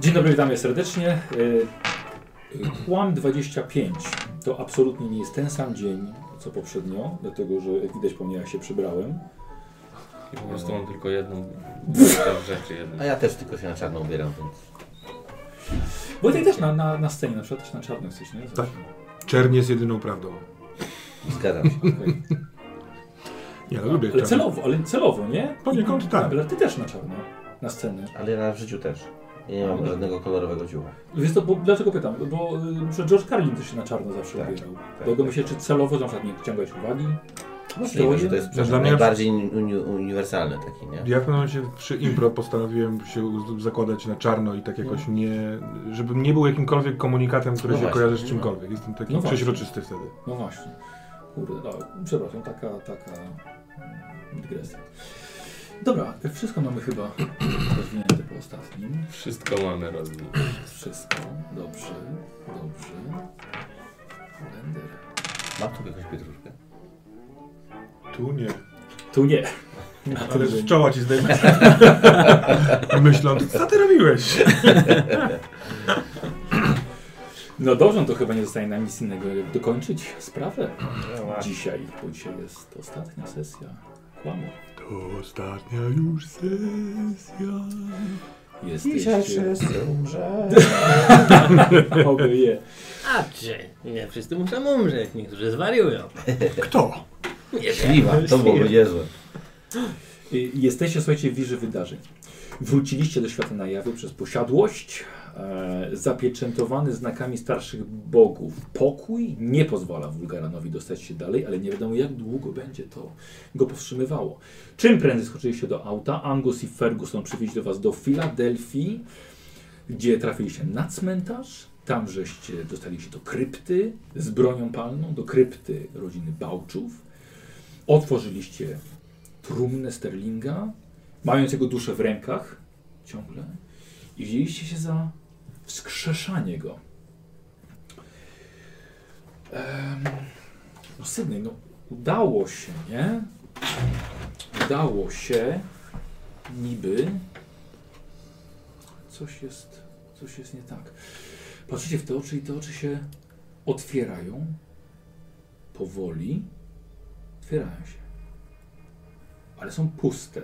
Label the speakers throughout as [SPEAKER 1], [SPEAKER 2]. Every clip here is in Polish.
[SPEAKER 1] Dzień dobry, witamy serdecznie. Y, y, Kłam 25 to absolutnie nie jest ten sam dzień, co poprzednio, dlatego że jak widać po mnie ja się przebrałem.
[SPEAKER 2] I po prostu mam tylko jedną rzeczy. Jedną.
[SPEAKER 3] A ja też tylko się na czarno ubieram, więc...
[SPEAKER 1] Bo ty też na, na, na scenie, na przykład też na czarno jesteś, nie? Zawsze.
[SPEAKER 4] Tak. Czerń jest jedyną prawdą.
[SPEAKER 3] Zgadzam się.
[SPEAKER 1] Okej.
[SPEAKER 4] Nie, no, lubię
[SPEAKER 1] Tak, Ale
[SPEAKER 4] czerń.
[SPEAKER 1] celowo, ale celowo, nie?
[SPEAKER 4] Poniekąd tak.
[SPEAKER 1] Ale ty też na czarno, na scenę.
[SPEAKER 3] Ale ja w życiu też. Ja nie mam żadnego kolorowego dziuba.
[SPEAKER 1] Wiesz to, bo, dlaczego pytam? Bo y, na przykład George Carlin też się na czarno zawsze
[SPEAKER 3] Tak,
[SPEAKER 1] ubierał.
[SPEAKER 3] tak,
[SPEAKER 1] Dlatego
[SPEAKER 3] tak.
[SPEAKER 1] myślę, czy celowo na przykład nie odciągać uwagi.
[SPEAKER 3] Możliwe, że No, to jest
[SPEAKER 4] Znaczy, Dla
[SPEAKER 3] przepraszam,
[SPEAKER 4] mnie-
[SPEAKER 3] najbardziej uni uniwersalny taki, nie?
[SPEAKER 4] Ja w pewnym momencie przy impro postanowiłem się uz- zakładać na czarno i tak jakoś
[SPEAKER 1] No.
[SPEAKER 4] nie... Żeby nie był jakimkolwiek komunikatem, który
[SPEAKER 3] No
[SPEAKER 4] się
[SPEAKER 3] właśnie,
[SPEAKER 4] kojarzy z
[SPEAKER 3] no.
[SPEAKER 4] czymkolwiek. Jestem taki
[SPEAKER 1] No właśnie.
[SPEAKER 4] przeźroczysty wtedy.
[SPEAKER 1] No właśnie. Kurde, no, przepraszam, taka, taka mm, dygresja. Dobra, wszystko mamy chyba rozwinięte po ostatnim.
[SPEAKER 2] Wszystko mamy rozbić.
[SPEAKER 1] Wszystko. Dobrze, dobrze. Holender.
[SPEAKER 3] Mam tu jakąś pietruszkę.
[SPEAKER 4] Tu nie.
[SPEAKER 1] Tu nie.
[SPEAKER 4] Ale z czoła ci zdejmę. Myśląc, co ty robiłeś?
[SPEAKER 1] No dobrze, no to chyba nie zostaje nam nic innego, jak dokończyć sprawę. Dzisiaj, bo dzisiaj jest ostatnia sesja. Kłamo.
[SPEAKER 4] To ostatnia już sesja.
[SPEAKER 1] Jesteście...
[SPEAKER 3] umrze.
[SPEAKER 1] Oby je.
[SPEAKER 5] A czy nie wszyscy muszą umrzeć, niektórzy zwariują.
[SPEAKER 4] Kto?
[SPEAKER 3] Śliwa, to byłoby niezłe.
[SPEAKER 1] Y, Jesteście, słuchajcie, w wirze wydarzeń. Wróciliście do świata na jawie przez posiadłość, e, zapieczętowany znakami starszych bogów. Pokój nie pozwala Wulgaranowi dostać się dalej, ale nie wiadomo jak długo będzie to go powstrzymywało. Czym prędzej skoczyliście do auta, Angus i Ferguson przywieźli do was do Filadelfii, gdzie trafiliście na cmentarz, tam żeście dostali się do krypty z bronią palną, do krypty rodziny Bałczów. Otworzyliście trumnę Sterlinga, mając jego duszę w rękach ciągle i wzięliście się za wskrzeszanie go. Em, no Sydney, no udało się, nie? Udało się niby. Coś jest, coś jest nie tak. Patrzycie w te oczy i te oczy się otwierają. Powoli otwierają się ale są puste.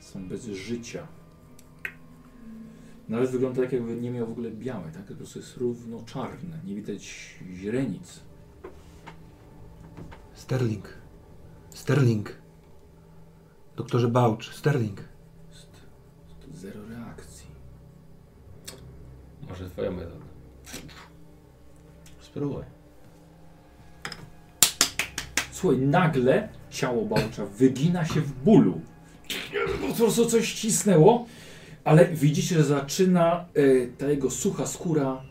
[SPEAKER 1] Są bez życia. Nawet wygląda tak, jakby nie miał w ogóle białe, tak? Po prostu jest równo czarne. Nie widać źrenic.
[SPEAKER 4] Sterling. Sterling. Doktorze Bałcz, Sterling.
[SPEAKER 1] Jest, jest tu zero reakcji.
[SPEAKER 2] Może twoja metoda.
[SPEAKER 3] Spróbuj.
[SPEAKER 1] Słuchaj, nagle ciało bałcza wygina się w bólu. Po prostu coś ścisnęło, ale widzicie, że zaczyna e, ta jego sucha skóra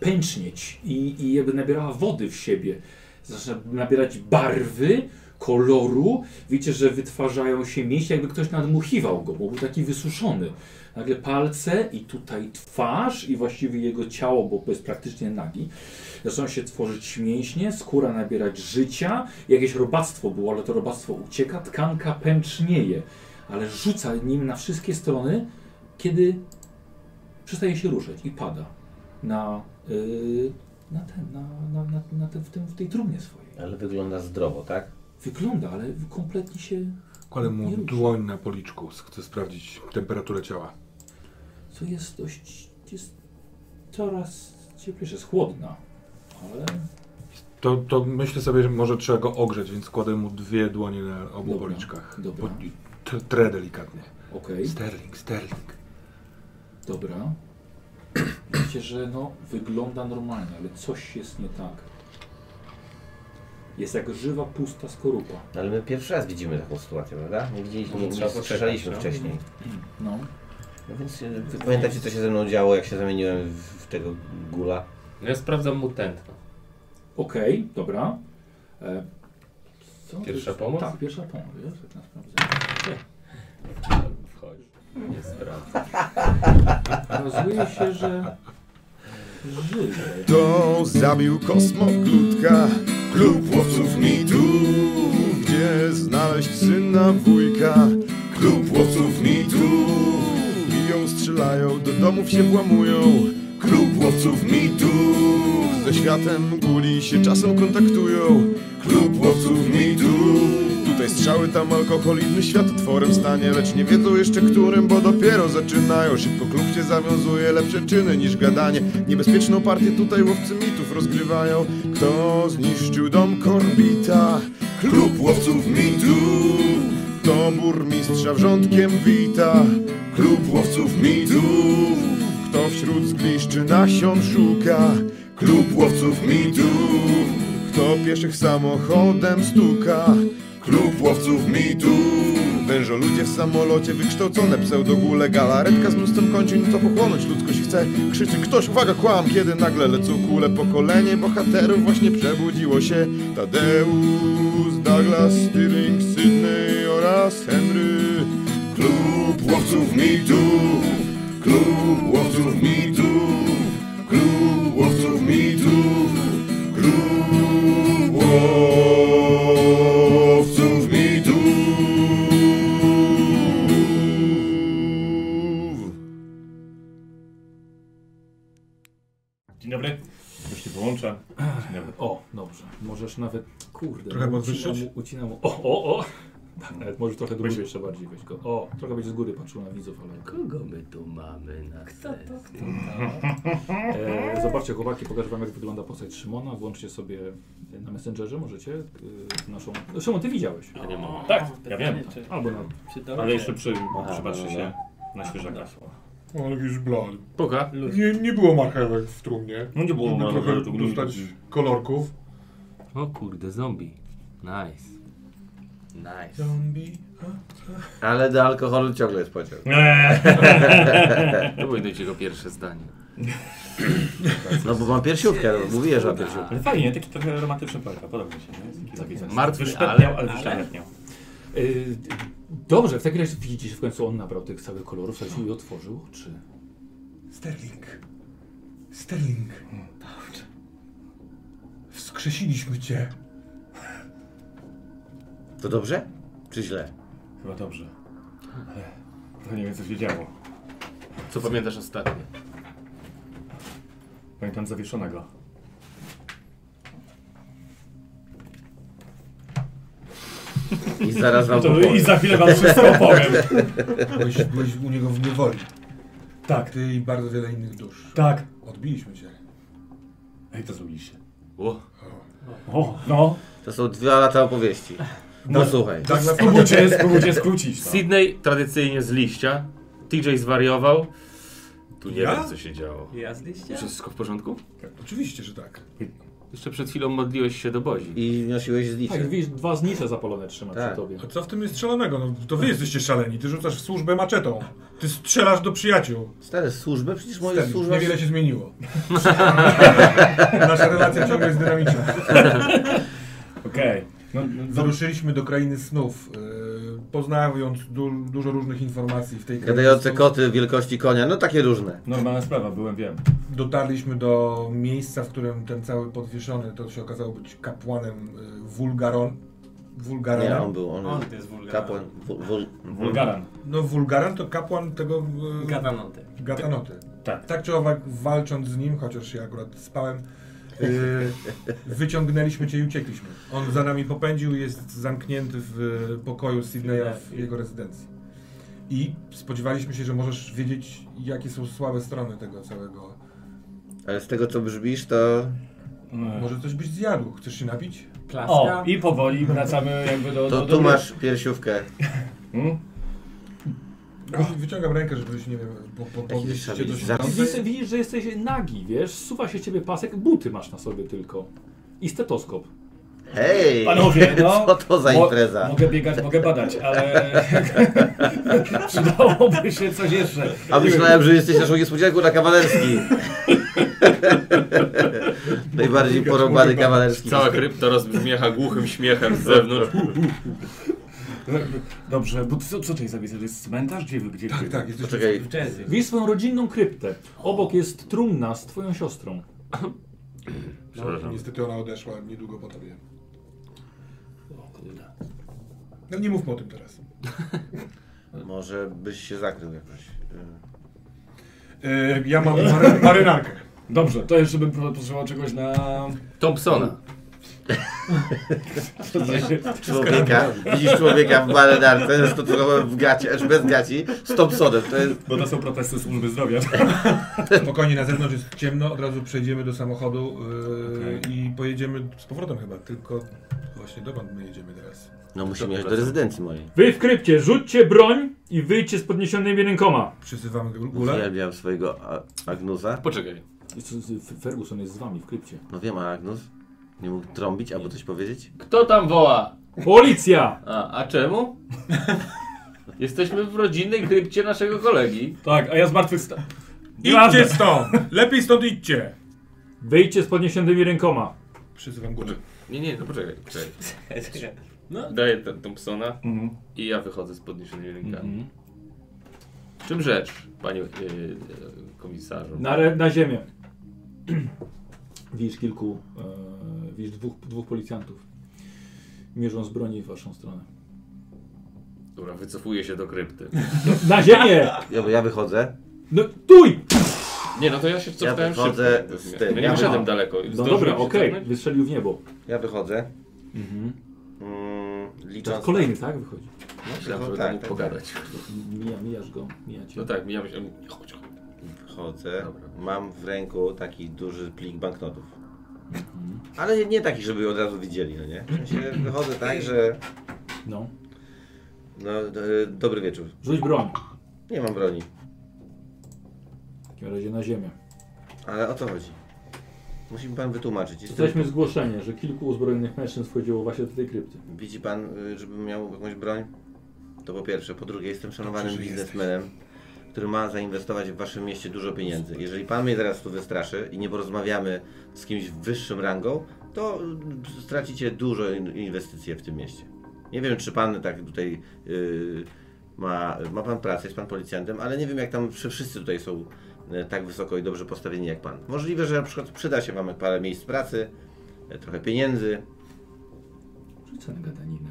[SPEAKER 1] pęcznieć i, i jakby nabierała wody w siebie. Zaczyna nabierać barwy, koloru. Widzicie, że wytwarzają się mięśnie, jakby ktoś nadmuchiwał go, bo był taki wysuszony. Nagle palce i tutaj twarz i właściwie jego ciało, bo jest praktycznie nagi. Zaczynają się tworzyć mięśnie, skóra nabierać życia. Jakieś robactwo było, ale to robactwo ucieka, tkanka pęcznieje, ale rzuca nim na wszystkie strony, kiedy przestaje się ruszać i pada na, yy, na ten, na, na, na, na ten, w, tym, w tej trumnie swojej.
[SPEAKER 3] Ale wygląda zdrowo, tak?
[SPEAKER 1] Wygląda, ale kompletnie się...
[SPEAKER 4] Kładę
[SPEAKER 1] Nie
[SPEAKER 4] mu
[SPEAKER 1] rusz.
[SPEAKER 4] dłoń na policzku. Chcę sprawdzić temperaturę ciała.
[SPEAKER 1] co jest dość... jest coraz cieplejsze, jest chłodna, ale...
[SPEAKER 4] To, to myślę sobie, że może trzeba go ogrzeć, więc kładę mu dwie dłonie na obu
[SPEAKER 1] Dobra,
[SPEAKER 4] policzkach.
[SPEAKER 1] dobra.
[SPEAKER 4] Po- i t- Tre delikatnie.
[SPEAKER 1] Okej.
[SPEAKER 4] Sterling, Sterling.
[SPEAKER 1] Dobra. Widzicie, że no, wygląda normalnie, ale coś jest nie tak. Jest jak żywa, pusta skorupa.
[SPEAKER 3] Ale my pierwszy raz widzimy taką sytuację, prawda? Nie widzieliśmy, nie,
[SPEAKER 2] Trzeba
[SPEAKER 3] nie
[SPEAKER 2] poczekać,
[SPEAKER 3] słyszeliśmy
[SPEAKER 2] no.
[SPEAKER 3] wcześniej.
[SPEAKER 1] No.
[SPEAKER 3] No więc e, wy pamiętacie, co się ze mną działo, jak się zamieniłem w w tego gula?
[SPEAKER 2] No ja sprawdzam mu tętno.
[SPEAKER 1] Okej, dobra. E, co?
[SPEAKER 2] Pierwsza pomoc?
[SPEAKER 1] Tak, pierwsza pomoc. Wiesz, jak na
[SPEAKER 2] Wchodź. Nie sprawdzam.
[SPEAKER 1] sprawdzenie. Okazuje się, że żyje.
[SPEAKER 6] To zabił kosmoglutka Klub łowców mitu Gdzie znaleźć syna wujka Klub łowców mitu Biją biją, strzelają, do domów się włamują. Klub łowców mitów ze światem guli się czasem kontaktują. Klub łowców mitów tutaj strzały, tam alkohol, inny świat otworem stanie, lecz nie wiedzą jeszcze którym, bo dopiero zaczynają. Szybko klub się zawiązuje, lepsze czyny niż gadanie. Niebezpieczną partię tutaj łowcy mitów rozgrywają. Kto zniszczył dom Korbita? Klub łowców mitów to burmistrza wrzątkiem wita Klub łowców mitów Kto wśród zgliszczy nasion szuka Klub łowców mitów Kto pieszych samochodem stuka Klub łowców mitów Wężo ludzie w samolocie wykształcone pseudogule Galaretka z mnóstwem kończyn co pochłonąć ludzkość chce Krzyczy ktoś uwaga kłam Kiedy nagle lecą kule Pokolenie bohaterów właśnie przebudziło się Tadeusz, Douglas, Stirling, Sydney oraz Henry Klub łowców mitów Klub łowców mitów Klub łowców mitów Klub łowców mitów
[SPEAKER 7] Dzień dobry. Już się połączę. Dzień dobry.
[SPEAKER 1] O, dobrze. Możesz nawet. Kurde.
[SPEAKER 8] Trochę
[SPEAKER 1] no,
[SPEAKER 8] podwyższyć?
[SPEAKER 1] ucina mu- Ucina mu. O, o, o! Tak, nawet może trochę do góry jeszcze bardziej weź go. O, trochę będzie z góry patrzył na widzów, ale.
[SPEAKER 5] Kogo my tu mamy na Kto to?
[SPEAKER 1] E, zobaczcie, chłopaki, pokażę wam, jak wygląda postać Szymona. Włączcie sobie e, na Messengerze, możecie. E, naszą. Szymon, ty widziałeś.
[SPEAKER 9] Ja nie mam.
[SPEAKER 7] Tak, ja wiem.
[SPEAKER 1] Albo na.
[SPEAKER 7] Ale jeszcze przy, przypatrzę
[SPEAKER 9] dobra.
[SPEAKER 7] się na świeżaka.
[SPEAKER 4] On jakiś blond.
[SPEAKER 1] Poka.
[SPEAKER 4] Nie, nie było marchewek w trumnie.
[SPEAKER 7] No nie było
[SPEAKER 4] Żeby
[SPEAKER 7] marchewek
[SPEAKER 4] trochę
[SPEAKER 7] w trumnie.
[SPEAKER 4] dostać kolorków.
[SPEAKER 9] O kurde, zombie. Nice. Nice.
[SPEAKER 4] Zombie.
[SPEAKER 3] Ale do alkoholu ciągle jest pociąg.
[SPEAKER 9] To będzie jego pierwsze zdanie.
[SPEAKER 3] No bo mam piersiówkę, no, mówię, że mam piersiówkę.
[SPEAKER 7] Ale fajnie, taki trochę romantyczny poeta, podoba mi się. Nie? Jest taki zapisany.
[SPEAKER 9] martwy,
[SPEAKER 7] wyszpetniał,
[SPEAKER 9] ale-
[SPEAKER 7] ale wyszpetniał.
[SPEAKER 1] E, dobrze, w takim razie widzicie, że w końcu on nabrał tych całych kolorów, słuchajcie, i otworzył oczy.
[SPEAKER 4] Sterling. Sterling. Wskrzesiliśmy cię.
[SPEAKER 3] To dobrze? Czy źle?
[SPEAKER 7] Chyba dobrze. Ale to nie wiem, co się działo.
[SPEAKER 9] Co pamiętasz ostatnio?
[SPEAKER 7] Pamiętam zawieszonego.
[SPEAKER 3] I zaraz wam
[SPEAKER 7] To
[SPEAKER 3] powiem.
[SPEAKER 7] i za chwilę wam wszystko opowiem.
[SPEAKER 4] Byłeś, byłeś u niego w niewoli.
[SPEAKER 7] Tak,
[SPEAKER 4] Ty i bardzo wiele innych dusz.
[SPEAKER 7] tak.
[SPEAKER 4] Odbiliśmy cię.
[SPEAKER 7] Ej, to zrobiliście.
[SPEAKER 9] O,
[SPEAKER 7] O, no.
[SPEAKER 3] To są dwa lata opowieści.
[SPEAKER 1] No,
[SPEAKER 3] Posłuchaj.
[SPEAKER 1] tak
[SPEAKER 4] Douglas,
[SPEAKER 7] Spróbujcie, spróbujcie skrócić. No.
[SPEAKER 9] Sydney tradycyjnie z liścia. TJ zwariował. Tu nie
[SPEAKER 4] Ja?
[SPEAKER 9] wiem, co się działo.
[SPEAKER 5] Ja z liścia?
[SPEAKER 9] Wszystko w porządku?
[SPEAKER 4] Oczywiście, że tak.
[SPEAKER 9] Jeszcze przed chwilą modliłeś się do Bozi.
[SPEAKER 3] I nosiłeś z
[SPEAKER 1] Tak,
[SPEAKER 3] niczym.
[SPEAKER 1] widzisz, dwa znicze zapalone trzyma
[SPEAKER 3] Tak.
[SPEAKER 1] przy tobie.
[SPEAKER 4] A co w tym jest szalonego? No, to wy jesteście szaleni. Ty rzucasz w służbę maczetą. Ty strzelasz do przyjaciół.
[SPEAKER 3] Stare służby, przecież moje
[SPEAKER 4] Sterling,
[SPEAKER 3] służby.
[SPEAKER 4] Niewiele się zmieniło. Nasza relacja ciągle jest dynamiczna.
[SPEAKER 7] Okej. No, no,
[SPEAKER 4] Wyruszyliśmy do krainy snów, yy, poznając du dużo różnych informacji w tej krainie.
[SPEAKER 3] Gadające
[SPEAKER 4] snów.
[SPEAKER 3] koty wielkości konia, no takie różne.
[SPEAKER 7] normalna sprawa, byłem, wiem.
[SPEAKER 4] Dotarliśmy do miejsca, w którym ten cały podwieszony, to się okazało być kapłanem yy, Wulgaron. Wulgaronem.
[SPEAKER 3] Nie, on był, on,
[SPEAKER 5] On
[SPEAKER 3] on
[SPEAKER 5] to jest wulgaran.
[SPEAKER 3] kapłan. Wul, wul,
[SPEAKER 7] Wulgaran.
[SPEAKER 4] No Wulgaran to kapłan tego yy,
[SPEAKER 5] Gadanoty.
[SPEAKER 4] Gatanoty.
[SPEAKER 7] Tak.
[SPEAKER 4] Tak czy owak, walcząc z nim, chociaż ja akurat spałem, yy, wyciągnęliśmy cię i uciekliśmy. On za nami popędził, jest zamknięty w y, pokoju Sydneya w jego rezydencji. I spodziewaliśmy się, że możesz wiedzieć, jakie są słabe strony tego całego.
[SPEAKER 3] ale z tego co brzmisz, to
[SPEAKER 4] Może coś byś zjadł? Chcesz się napić?
[SPEAKER 5] Klaska.
[SPEAKER 7] Tak. O, i powoli wracamy jakby
[SPEAKER 4] No,
[SPEAKER 7] do... do,
[SPEAKER 3] to
[SPEAKER 7] do
[SPEAKER 3] tu masz piersiówkę.
[SPEAKER 7] Hmm?
[SPEAKER 4] Wy- Wyciągam rękę, żebyś, nie wiem, po, po, podnieść cię do
[SPEAKER 3] szalizny.
[SPEAKER 1] Widzisz,
[SPEAKER 4] środka.
[SPEAKER 1] widzisz, że jesteś nagi, wiesz, suwa się ciebie pasek, buty masz na sobie tylko. I stetoskop.
[SPEAKER 3] Hej!
[SPEAKER 7] Panowie, no.
[SPEAKER 3] Co to za
[SPEAKER 7] Mo-
[SPEAKER 3] impreza?
[SPEAKER 7] Mogę biegać, mogę badać, ale przydałoby się coś jeszcze.
[SPEAKER 3] A myślałem, że jesteś naszą niespodzianką na kawalerski. Najbardziej porąbany kawalerski.
[SPEAKER 9] Cała krypta rozbrzmiecha głuchym śmiechem z zewnątrz.
[SPEAKER 7] Dobrze, bo co, co to jest za miejsce? To jest cmentarz? Gdzie wy? Gdzie,
[SPEAKER 4] Tak,
[SPEAKER 7] gdzie?
[SPEAKER 4] tak, jesteś
[SPEAKER 3] Poczekaj,
[SPEAKER 5] Jazzy.
[SPEAKER 1] Widzisz swoją rodzinną kryptę. Obok jest trumna z twoją siostrą.
[SPEAKER 9] Przepraszam.
[SPEAKER 4] No, Niestety ona odeszła niedługo po tobie.
[SPEAKER 5] O kurde.
[SPEAKER 4] No nie mówmy o tym teraz.
[SPEAKER 3] może byś się zakrył jakoś. y,
[SPEAKER 4] E, ja mam mary- marynarkę.
[SPEAKER 7] Dobrze, to jeszcze bym pro- potrzebował czegoś na...
[SPEAKER 9] Thompsona.
[SPEAKER 3] Człowieka, widzisz człowieka w marynarce, stosunkowo w gaci, aż bez gaci, z Thompsonem, to jest...
[SPEAKER 7] Bo to są protesty służby zdrowia.
[SPEAKER 4] Spokojnie, na zewnątrz jest ciemno, od razu przejdziemy do samochodu yy,
[SPEAKER 7] Okej.
[SPEAKER 4] i pojedziemy z powrotem chyba, tylko właśnie dokąd my jedziemy teraz?
[SPEAKER 3] No musimy jechać do rezydencji mojej.
[SPEAKER 10] Wy w krypcie, rzućcie broń i wyjdźcie z podniesionymi rękoma.
[SPEAKER 4] Przyzywamy gul- gulę?
[SPEAKER 3] Uwielbiam swojego a, Agnusa.
[SPEAKER 2] Poczekaj.
[SPEAKER 1] I co, F- Ferguson jest z wami w krypcie.
[SPEAKER 3] No wiem, a Agnus? Nie mógł trąbić albo coś powiedzieć?
[SPEAKER 2] Kto tam woła?
[SPEAKER 10] Policja!
[SPEAKER 2] A, a czemu? Jesteśmy w rodzinnej krypcie naszego kolegi.
[SPEAKER 7] Tak, a ja zmartwychwstałem.
[SPEAKER 10] Idźcie
[SPEAKER 4] stąd! Lepiej stąd idźcie!
[SPEAKER 10] Wyjdźcie z podniesionymi rękoma.
[SPEAKER 4] Przyzywam gulę.
[SPEAKER 2] Nie, nie, no poczekaj. poczekaj. No, Daję ten Thompsona
[SPEAKER 7] Mhm.
[SPEAKER 2] i ja wychodzę z podniesionymi rękami. W czym rzecz, panie yy, yy, komisarzu?
[SPEAKER 1] No,
[SPEAKER 10] Na, re- na ziemię.
[SPEAKER 1] Widzisz kilku, e, widzisz dwóch, dwóch policjantów. Mierzą z broni w waszą stronę.
[SPEAKER 2] Dobra, wycofuję się do krypty.
[SPEAKER 10] Na ziemię!
[SPEAKER 3] Ja, ja wychodzę.
[SPEAKER 10] No tuj!
[SPEAKER 2] Nie, no to ja się cofnąłem
[SPEAKER 3] wychodzę
[SPEAKER 2] szybko.
[SPEAKER 3] z tym.
[SPEAKER 2] Ja
[SPEAKER 3] Ja
[SPEAKER 2] nie wyszedłem
[SPEAKER 3] wychodzę.
[SPEAKER 2] daleko.
[SPEAKER 1] No
[SPEAKER 2] Zdążyłem
[SPEAKER 1] dobra,
[SPEAKER 2] się
[SPEAKER 1] okej.
[SPEAKER 2] cofnąć?
[SPEAKER 1] Wystrzelił w niebo.
[SPEAKER 3] Ja wychodzę.
[SPEAKER 1] Mhm.
[SPEAKER 3] Mm,
[SPEAKER 1] To
[SPEAKER 3] licząc...
[SPEAKER 1] jest kolejny, tak? Wychodzi.
[SPEAKER 2] Myślałem,
[SPEAKER 3] No
[SPEAKER 2] żeby
[SPEAKER 3] tak,
[SPEAKER 2] tak, mógł
[SPEAKER 3] tak,
[SPEAKER 2] pogadać.
[SPEAKER 1] Mija, mijasz go, mijacie.
[SPEAKER 2] No tak, ja myślałem, chodź, chodź.
[SPEAKER 3] Chodzę.
[SPEAKER 2] Dobra.
[SPEAKER 3] Mam w ręku taki duży plik banknotów.
[SPEAKER 1] Mhm.
[SPEAKER 3] Ale nie- nie taki, żeby od razu widzieli, no nie? W sensie wychodzę tak, że...
[SPEAKER 1] No.
[SPEAKER 3] No, d- dobry wieczór.
[SPEAKER 1] Rzuć broń.
[SPEAKER 3] Nie mam broni.
[SPEAKER 1] W takim razie na ziemię.
[SPEAKER 3] Ale o co chodzi? Musi mi pan wytłumaczyć. Jestem...
[SPEAKER 1] Dostaliśmy zgłoszenie, że kilku uzbrojonych mężczyzn wchodziło właśnie do tej krypty.
[SPEAKER 3] Widzi pan, y, żebym miał jakąś broń? To po pierwsze. Po drugie, jestem szanowanym biznesmenem, który ma zainwestować w waszym mieście dużo pieniędzy. Jeżeli pan mnie teraz tu wystraszy i nie porozmawiamy z kimś wyższym rangą, to y, stracicie dużo in- inwestycje w tym mieście. Nie wiem, czy pan tak tutaj y, ma, ma pan pracę, jest pan policjantem, ale nie wiem, jak tam wszy- wszyscy tutaj są y, tak wysoko i dobrze postawieni jak pan. Możliwe, że na przykład przyda się wam parę miejsc pracy, y, trochę pieniędzy.
[SPEAKER 1] Rzucę na gadaninę.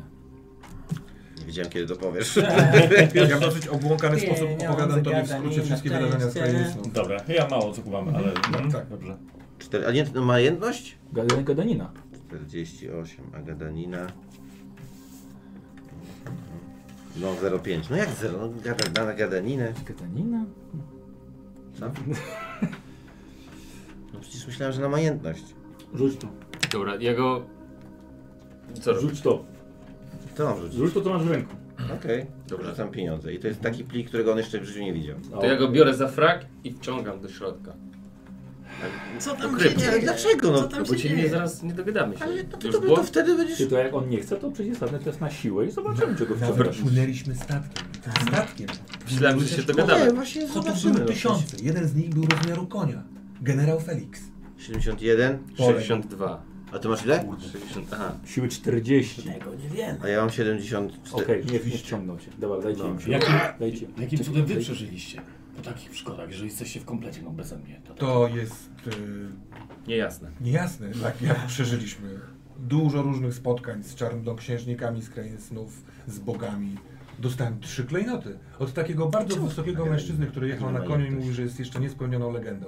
[SPEAKER 3] Nie wiedziałem, kiedy to powiesz.
[SPEAKER 4] Ja w dosyć obłąkany sposób
[SPEAKER 5] Nie, nie
[SPEAKER 4] opowiadam
[SPEAKER 5] mam
[SPEAKER 4] tobie w
[SPEAKER 5] zegarka,
[SPEAKER 4] skrócie
[SPEAKER 5] nie e,
[SPEAKER 4] wszystkie
[SPEAKER 5] na
[SPEAKER 4] wydarzenia z
[SPEAKER 5] szczęście.
[SPEAKER 4] tajemnicą.
[SPEAKER 7] Dobra, ja mało co kumam, ale... mm,
[SPEAKER 4] tak.
[SPEAKER 7] Dobrze.
[SPEAKER 3] Cztery, a nie, no, ma jedność?
[SPEAKER 1] Gada- Gadanina.
[SPEAKER 3] 48, a gadanina. No 05. No jak 0? No, gada, na gadaninę.
[SPEAKER 1] Gadanina?
[SPEAKER 3] Co? No przecież myślałem, że na majętność.
[SPEAKER 1] Rzuć to.
[SPEAKER 2] Dobra, ja go... Co robisz?
[SPEAKER 1] Rzuć to.
[SPEAKER 3] To mam rzucić.
[SPEAKER 1] Rzuć to, co masz w ręku.
[SPEAKER 3] Okej,
[SPEAKER 2] Dobra.
[SPEAKER 3] rzucam pieniądze. I to jest taki plik, którego on jeszcze w życiu nie widział.
[SPEAKER 1] No.
[SPEAKER 2] To ja go biorę za frak i wciągam do środka.
[SPEAKER 5] Co tam
[SPEAKER 2] Ukrypty.
[SPEAKER 5] się dzieje?
[SPEAKER 3] Ale dlaczego? No,
[SPEAKER 5] Co tam
[SPEAKER 2] No bo
[SPEAKER 5] się
[SPEAKER 2] ci nie,
[SPEAKER 5] dzieje?
[SPEAKER 2] zaraz nie dogadamy się.
[SPEAKER 3] ale to, to,
[SPEAKER 2] Już
[SPEAKER 3] to,
[SPEAKER 2] było?
[SPEAKER 3] to wtedy
[SPEAKER 1] Czy
[SPEAKER 3] będziesz...
[SPEAKER 1] to jak on nie chce, to przecież zadny test na siłę i zobaczymy, czego
[SPEAKER 4] Nawet
[SPEAKER 1] wciągasz.
[SPEAKER 4] płynęliśmy statkiem.
[SPEAKER 3] Tak.
[SPEAKER 4] Statkiem.
[SPEAKER 2] Myślałem, że się
[SPEAKER 3] Nie,
[SPEAKER 2] dogadamy.
[SPEAKER 3] właśnie
[SPEAKER 4] Chotów
[SPEAKER 3] zobaczymy.
[SPEAKER 4] były
[SPEAKER 3] no.
[SPEAKER 4] tysiące. Jeden z nich był rozmiaru konia. Generał Felix.
[SPEAKER 3] 71.
[SPEAKER 2] 62.
[SPEAKER 3] A ty masz ile?
[SPEAKER 2] 60, aha.
[SPEAKER 1] Siły 40.
[SPEAKER 5] Tego nie wiem.
[SPEAKER 3] A ja mam No. 74.
[SPEAKER 1] Okej, nie, nie wciągnął cię. Dobra, dajcie im siłę.
[SPEAKER 7] Jakim,
[SPEAKER 1] Dajcie. im.
[SPEAKER 7] jakim cudem wy przeżyliście? Po takich przygodach, jeżeli jesteście w komplecie, no beze mnie. To,
[SPEAKER 4] To jest y,
[SPEAKER 2] Niejasne.
[SPEAKER 4] Niejasne, jak, jak przeżyliśmy. Dużo różnych spotkań z czarnoksiężnikami z krain snów, z bogami. Dostałem trzy klejnoty od takiego bardzo wysokiego mężczyzny, który jechał na koniu i mówił, że jest jeszcze niespełnioną legendą.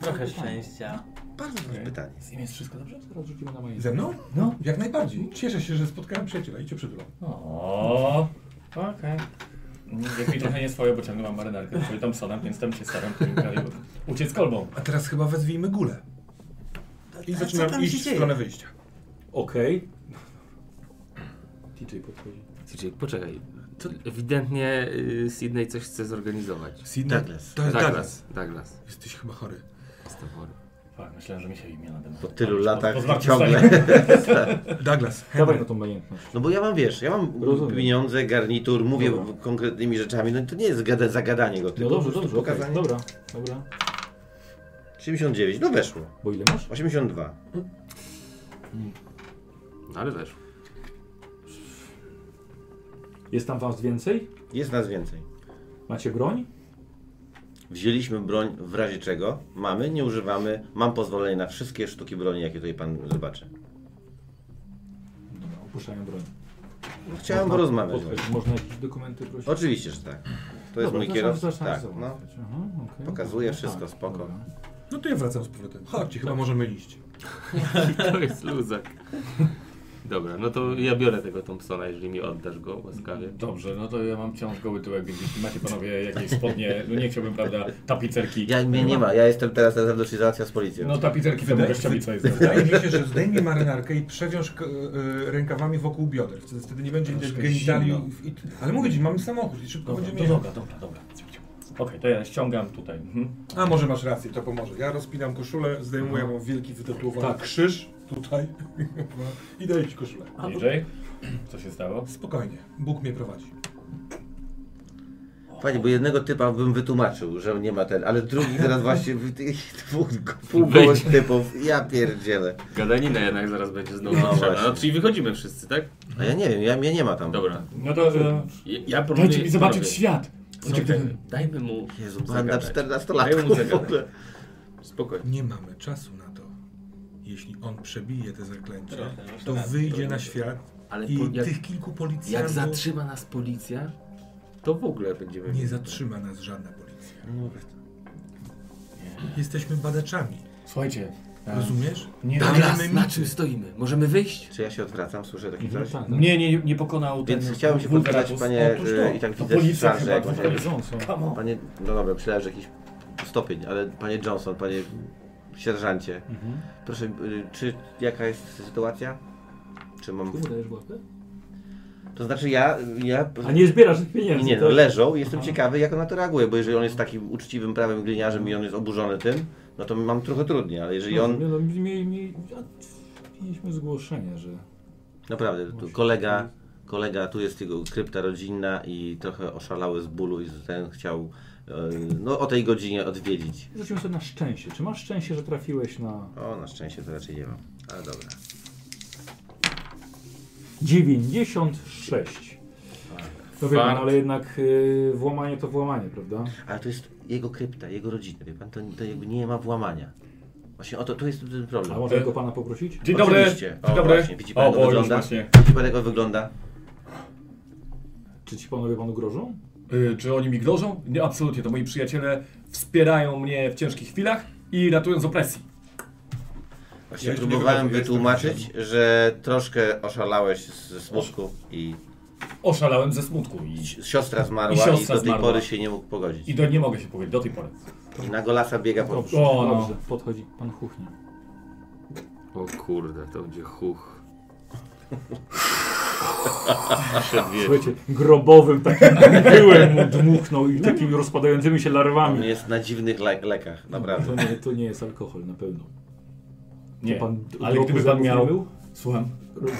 [SPEAKER 5] Trochę szczęścia.
[SPEAKER 3] Bardzo dobre pytanie.
[SPEAKER 7] Z nim jest wszystko dobrze?
[SPEAKER 1] Teraz rzucimy na moje.
[SPEAKER 4] Ze mną?
[SPEAKER 1] No.
[SPEAKER 4] Jak najbardziej. Cieszę się, że spotkałem przyjaciela i cię przytulam.
[SPEAKER 7] O, okej. Jak mi trochę nie swoje, bo ciągle mam marynarkę z Thompsonem, więc tam się staram w tym kraju uciec kolbą.
[SPEAKER 4] A teraz chyba wezwijmy gulę. I
[SPEAKER 5] A co tam
[SPEAKER 4] zaczynam
[SPEAKER 5] się
[SPEAKER 4] iść w
[SPEAKER 5] dzieje?
[SPEAKER 4] stronę wyjścia.
[SPEAKER 1] Okej.
[SPEAKER 3] No
[SPEAKER 1] TJ podchodzi.
[SPEAKER 2] CJ, poczekaj. To ewidentnie y, Sydney coś chce zorganizować.
[SPEAKER 4] Sydney?
[SPEAKER 3] Douglas.
[SPEAKER 4] To jest Douglas.
[SPEAKER 2] Douglas. Douglas.
[SPEAKER 4] Jesteś chyba chory.
[SPEAKER 2] Jestem chory.
[SPEAKER 7] Fak, Tak, myślałem, że mi się imię nade mną.
[SPEAKER 3] Po tylu
[SPEAKER 7] Po-
[SPEAKER 3] latach
[SPEAKER 7] pozwólcie
[SPEAKER 3] ciągle.
[SPEAKER 7] sobie. tak
[SPEAKER 4] Douglas,
[SPEAKER 1] Dawaj na
[SPEAKER 4] Henry.
[SPEAKER 1] tą majętność.
[SPEAKER 3] No bo ja mam, wiesz, ja mam
[SPEAKER 1] Rozumiem.
[SPEAKER 3] pieniądze, garnitur, mówię
[SPEAKER 1] Dobra.
[SPEAKER 3] w- konkretnymi rzeczami, no to nie jest gada, zagadanie go,
[SPEAKER 1] No
[SPEAKER 3] tylko
[SPEAKER 1] dobrze,
[SPEAKER 3] po prostu
[SPEAKER 1] dobrze, okej.
[SPEAKER 3] pokazanie.
[SPEAKER 1] Dobra, dobra.
[SPEAKER 3] 79, no weszło.
[SPEAKER 1] Bo ile masz?
[SPEAKER 3] 82.
[SPEAKER 2] No ale weszło.
[SPEAKER 1] Jest tam was więcej?
[SPEAKER 3] Jest nas więcej.
[SPEAKER 1] Macie broń?
[SPEAKER 3] Wzięliśmy broń w razie czego, mamy, nie używamy, mam pozwolenie na wszystkie sztuki broni, jakie tutaj pan zobaczy.
[SPEAKER 1] Dobra, opuszczają broń.
[SPEAKER 3] No, chciałem
[SPEAKER 1] Można
[SPEAKER 3] porozmawiać.
[SPEAKER 1] podchodzić. Można jakieś dokumenty prosić?
[SPEAKER 3] No, Oczywiście, że tak. To jest
[SPEAKER 11] Dobra,
[SPEAKER 3] mój
[SPEAKER 11] zaczą-
[SPEAKER 3] kierowca.
[SPEAKER 11] zaczą
[SPEAKER 3] Tak, no.
[SPEAKER 11] załatwiać. Aha, okej.
[SPEAKER 3] Pokazuje
[SPEAKER 11] No
[SPEAKER 3] wszystko,
[SPEAKER 11] tak,
[SPEAKER 3] spoko.
[SPEAKER 11] dobra.
[SPEAKER 4] No to ja wracam z powrotem. Chodźcie, chyba możemy iść.
[SPEAKER 2] to jest luzak. Dobra, no to ja biorę tego Thompsona, jeżeli mi oddasz go łaskawie.
[SPEAKER 7] Dobrze, no to ja mam wciąż goły tyłek, więc jeśli macie panowie jakieś spodnie, no nie chciałbym, prawda, tapicerki.
[SPEAKER 3] Ja, mnie nie ma, ja jestem teraz na zewnątrz i załatwiam z policją.
[SPEAKER 7] No tapicerki to mogę szczelić, co jest.
[SPEAKER 4] Wydaje mi się, że zdejmij marynarkę i przewiąż k- y, rękawami wokół bioder. Wtedy, wtedy nie będzie widać
[SPEAKER 7] Troszkę
[SPEAKER 4] genitaliów.
[SPEAKER 7] zimno.
[SPEAKER 4] I, ale mówię ci, mamy samochód i szybko
[SPEAKER 7] Dobra,
[SPEAKER 4] będziemy
[SPEAKER 7] no to dobra, dobra, dobra. Okej, to ja ściągam tutaj. Mhm.
[SPEAKER 4] A może masz rację, to pomoże. Ja rozpinam koszulę, zdejmuję mam wielki wytatuowany
[SPEAKER 7] Tak.
[SPEAKER 4] krzyż tutaj No. i daję ci koszulę.
[SPEAKER 7] DJ, co się stało?
[SPEAKER 4] Spokojnie, Bóg mnie prowadzi.
[SPEAKER 3] Panie, bo jednego typa bym wytłumaczył, że nie ma ten, ale drugi teraz właśnie w tych dwóch półgołych
[SPEAKER 2] Wyjdzie.
[SPEAKER 3] typów. Ja pierdzielę.
[SPEAKER 2] Gadanina jednak zaraz będzie znowu
[SPEAKER 3] No
[SPEAKER 2] potrzebna.
[SPEAKER 3] właśnie.
[SPEAKER 2] No, czyli wychodzimy wszyscy, tak?
[SPEAKER 3] A ja nie wiem, ja, mnie nie ma tam.
[SPEAKER 2] Dobra.
[SPEAKER 10] No to, e,
[SPEAKER 1] znaczy,
[SPEAKER 2] Ja- ja próbuję...
[SPEAKER 10] dajcie mi zobaczyć
[SPEAKER 2] robię.
[SPEAKER 10] świat.
[SPEAKER 2] Słuchaj, Dajmy mu...
[SPEAKER 3] Jezu,
[SPEAKER 2] zagadać.
[SPEAKER 3] banda 14-latków
[SPEAKER 2] Dajmy mu
[SPEAKER 3] w ogóle.
[SPEAKER 2] zagadać. Spokojnie.
[SPEAKER 4] Nie mamy czasu na to. Jeśli on przebije te zaklęcie,
[SPEAKER 2] Trochę, masz
[SPEAKER 4] to
[SPEAKER 2] rację,
[SPEAKER 4] wyjdzie
[SPEAKER 2] trochę.
[SPEAKER 4] na świat
[SPEAKER 2] Ale
[SPEAKER 4] i
[SPEAKER 2] po- jak-
[SPEAKER 4] tych kilku policjantów...
[SPEAKER 2] Jak zatrzyma nas policja, to w ogóle No, będziemy...
[SPEAKER 4] Nie zatrzyma nas żadna policja. Jesteśmy badaczami.
[SPEAKER 7] Słuchajcie. e,
[SPEAKER 4] Rozumiesz?
[SPEAKER 7] Nie,
[SPEAKER 2] Douglas,
[SPEAKER 4] Dajemy
[SPEAKER 2] na
[SPEAKER 4] mity.
[SPEAKER 2] czym stoimy? Możemy wyjść?
[SPEAKER 3] Czy ja się odwracam, słyszę taki coś?
[SPEAKER 7] nie, nie, nie pokonał
[SPEAKER 3] Więc
[SPEAKER 7] ten
[SPEAKER 3] chciałem się
[SPEAKER 7] Wulgaratus.
[SPEAKER 3] podpytać, panie,
[SPEAKER 7] Otóż
[SPEAKER 3] e,
[SPEAKER 7] to.
[SPEAKER 3] i tak
[SPEAKER 7] To
[SPEAKER 3] widzę
[SPEAKER 7] policja
[SPEAKER 3] szarże
[SPEAKER 7] chyba
[SPEAKER 3] jakąś.
[SPEAKER 7] w Come on.
[SPEAKER 3] Panie, no dobra, myślałem, że jakiś stopień, ale panie Johnson, panie sierżancie,
[SPEAKER 1] Mhm.
[SPEAKER 3] proszę, y, czy jaka jest sytuacja? Czy mam...
[SPEAKER 10] Ty mu dajesz łapę?
[SPEAKER 3] To znaczy ja... ja
[SPEAKER 10] A nie zbierasz tych pieniędzy,
[SPEAKER 3] Nie, no,
[SPEAKER 10] tak?
[SPEAKER 3] leżą i jestem
[SPEAKER 10] Aha.
[SPEAKER 3] ciekawy, jak on na to reaguje, bo jeżeli on jest takim uczciwym, prawym gliniarzem i on jest oburzony tym, no to mam trochę trudniej, ale jeżeli
[SPEAKER 10] No,
[SPEAKER 3] on...
[SPEAKER 10] nie, no, mi, mi, a, mieliśmy zgłoszenie, że...
[SPEAKER 3] Naprawdę, tu kolega, kolega, tu jest jego krypta rodzinna i trochę oszalały z bólu i ten chciał e, no, o tej godzinie odwiedzić.
[SPEAKER 10] Rzucimy sobie na szczęście. Czy masz szczęście, że trafiłeś na
[SPEAKER 3] O, na szczęście to raczej nie mam, ale dobra.
[SPEAKER 10] 96? To wie pan,
[SPEAKER 3] Fart.
[SPEAKER 10] ale jednak y, włamanie to włamanie, prawda?
[SPEAKER 3] Ale to jest jego krypta, jego rodzina, wie pan, to, to jakby nie ma włamania. Właśnie o to, to jest ten problem.
[SPEAKER 10] A może go pana poprosić?
[SPEAKER 7] E, Dzień dobry.
[SPEAKER 3] Oczywiście. O,
[SPEAKER 7] Dzień dobry.
[SPEAKER 3] Właśnie, widzi pan,
[SPEAKER 7] O,
[SPEAKER 3] jak
[SPEAKER 7] bo
[SPEAKER 3] on
[SPEAKER 7] już
[SPEAKER 3] wygląda?
[SPEAKER 7] właśnie.
[SPEAKER 3] Widzi pan, jak on wygląda?
[SPEAKER 10] Czy ci panowie panu grożą?
[SPEAKER 7] Y, Czy oni mi grożą? Nie, absolutnie. To moi przyjaciele wspierają mnie w ciężkich chwilach i ratują z opresji.
[SPEAKER 3] Właśnie próbowałem wytłumaczyć, że troszkę oszalałeś ze smutku i
[SPEAKER 7] Oszalałem ze smutku. I,
[SPEAKER 3] siostra zmarła i,
[SPEAKER 7] siostra
[SPEAKER 3] do tej
[SPEAKER 7] zmarła.
[SPEAKER 3] pory się nie mógł pogodzić.
[SPEAKER 7] I do, nie mogę się powiedzieć, do tej pory.
[SPEAKER 3] I na golasa biega po
[SPEAKER 10] Dobrze,
[SPEAKER 7] O, no.
[SPEAKER 10] dobrze. Podchodzi pan Huchnie.
[SPEAKER 2] O kurde, to będzie huch. Przedwieczór.
[SPEAKER 10] Słuchajcie, grobowym takim pyłem mu dmuchnął i takimi rozpadającymi się larwami.
[SPEAKER 3] On jest na dziwnych le lekach, naprawdę.
[SPEAKER 10] To nie, to nie jest alkohol, na pewno. To
[SPEAKER 7] Nie,
[SPEAKER 10] pan d-
[SPEAKER 7] ale
[SPEAKER 10] dropu
[SPEAKER 7] gdyby pan
[SPEAKER 10] zębów
[SPEAKER 7] miał...
[SPEAKER 10] nie mył?
[SPEAKER 7] Słucham.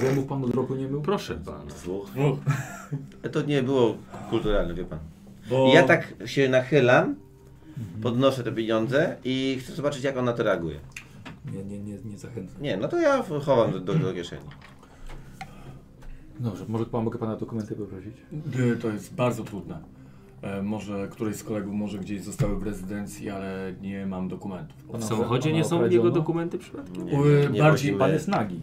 [SPEAKER 10] Zębów pan od roku nie mył?
[SPEAKER 2] Proszę pana.
[SPEAKER 3] Dwóch.
[SPEAKER 7] Dwóch.
[SPEAKER 3] To nie było kulturalne, wie pan.
[SPEAKER 7] Bo-
[SPEAKER 3] I Ja tak się nachylam, podnoszę te pieniądze i chcę zobaczyć, jak on na to reaguje.
[SPEAKER 10] Nie, nie, nie, nie zachęcam.
[SPEAKER 3] Nie, no to ja chowam do, do, do kieszeni.
[SPEAKER 10] Dobrze, może pan, mogę pana dokumenty poprosić?
[SPEAKER 7] Y, To jest bardzo trudne. E, Może któryś z kolegów może gdzieś zostały w rezydencji, ale nie mam dokumentów.
[SPEAKER 2] W samochodzie nie są jego dokumenty przypadkiem?
[SPEAKER 7] Y, bardziej
[SPEAKER 10] Pan jest nagi.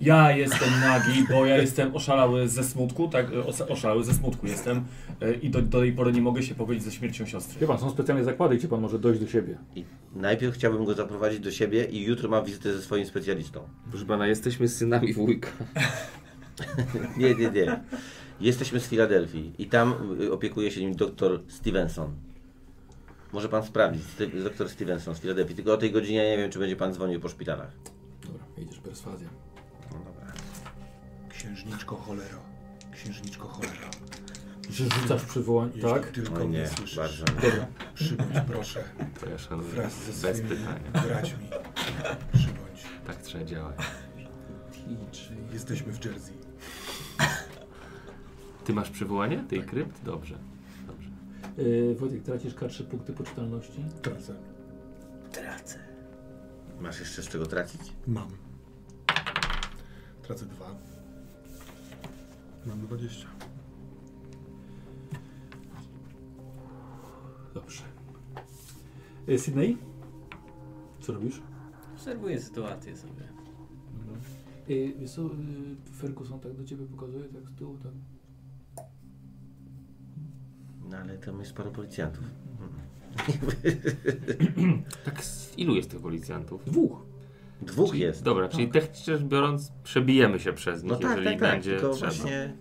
[SPEAKER 7] Ja jestem nagi, bo ja jestem oszalały ze smutku, tak, y, osa- oszalały ze smutku jestem y, i do, do tej pory nie mogę się pogodzić ze śmiercią siostry.
[SPEAKER 10] Wie pan, są specjalne zakłady, gdzie pan może dojść do siebie.
[SPEAKER 3] I najpierw chciałbym go zaprowadzić do siebie i jutro mam wizytę ze swoim specjalistą.
[SPEAKER 2] Proszę pana, jesteśmy synami wujka.
[SPEAKER 3] Nie, nie, nie. Jesteśmy z Filadelfii i tam y, opiekuje się nim doktor Stevenson. Może pan sprawdzić, Sti- doktor Stevenson z Filadelfii. Tylko o tej godzinie ja nie wiem, czy będzie pan dzwonił po szpitalach.
[SPEAKER 10] Dobra, jedziesz perswazję.
[SPEAKER 2] No
[SPEAKER 4] Księżniczko cholero. Księżniczko cholero.
[SPEAKER 10] Że rzucasz przywołanie,
[SPEAKER 4] Jeśli
[SPEAKER 10] tak?
[SPEAKER 4] tylko
[SPEAKER 3] O
[SPEAKER 4] mnie
[SPEAKER 3] nie,
[SPEAKER 4] słyszysz,
[SPEAKER 3] bardzo.
[SPEAKER 10] Dobra.
[SPEAKER 4] przybądź proszę.
[SPEAKER 2] To ja szanuję.
[SPEAKER 4] Wraz ze
[SPEAKER 2] Bez
[SPEAKER 4] swoimi
[SPEAKER 2] pytania.
[SPEAKER 4] braćmi. Przybądź.
[SPEAKER 2] Tak trzeba działać.
[SPEAKER 4] Jesteśmy w Jersey.
[SPEAKER 2] Ty masz przywołanie tej krypt? Dobrze. Dobrze.
[SPEAKER 10] Yy, Wojtek, tracisz K3 punkty poczytalności?
[SPEAKER 4] Tracę.
[SPEAKER 3] Masz jeszcze z czego tracić?
[SPEAKER 4] Mam. Tracę dwa. Mam 20.
[SPEAKER 10] Dobrze. Yy, Sydney? Co robisz?
[SPEAKER 5] Obserwuję sytuację sobie.
[SPEAKER 10] Yy, wiesz co, yy, Ferguson tak do ciebie pokazuje, tak z tyłu, tak.
[SPEAKER 3] No ale tam jest paru policjantów.
[SPEAKER 2] Tak, z ilu jest tych policjantów?
[SPEAKER 1] Dwóch.
[SPEAKER 3] Dwóch
[SPEAKER 2] Czyli-
[SPEAKER 3] jest.
[SPEAKER 2] Dobra, czyli technicznie rzecz biorąc, przebijemy się przez nich,
[SPEAKER 3] No tak,
[SPEAKER 2] jeżeli
[SPEAKER 3] tak, tak,
[SPEAKER 2] będzie
[SPEAKER 3] tylko
[SPEAKER 2] trzeba.
[SPEAKER 3] właśnie...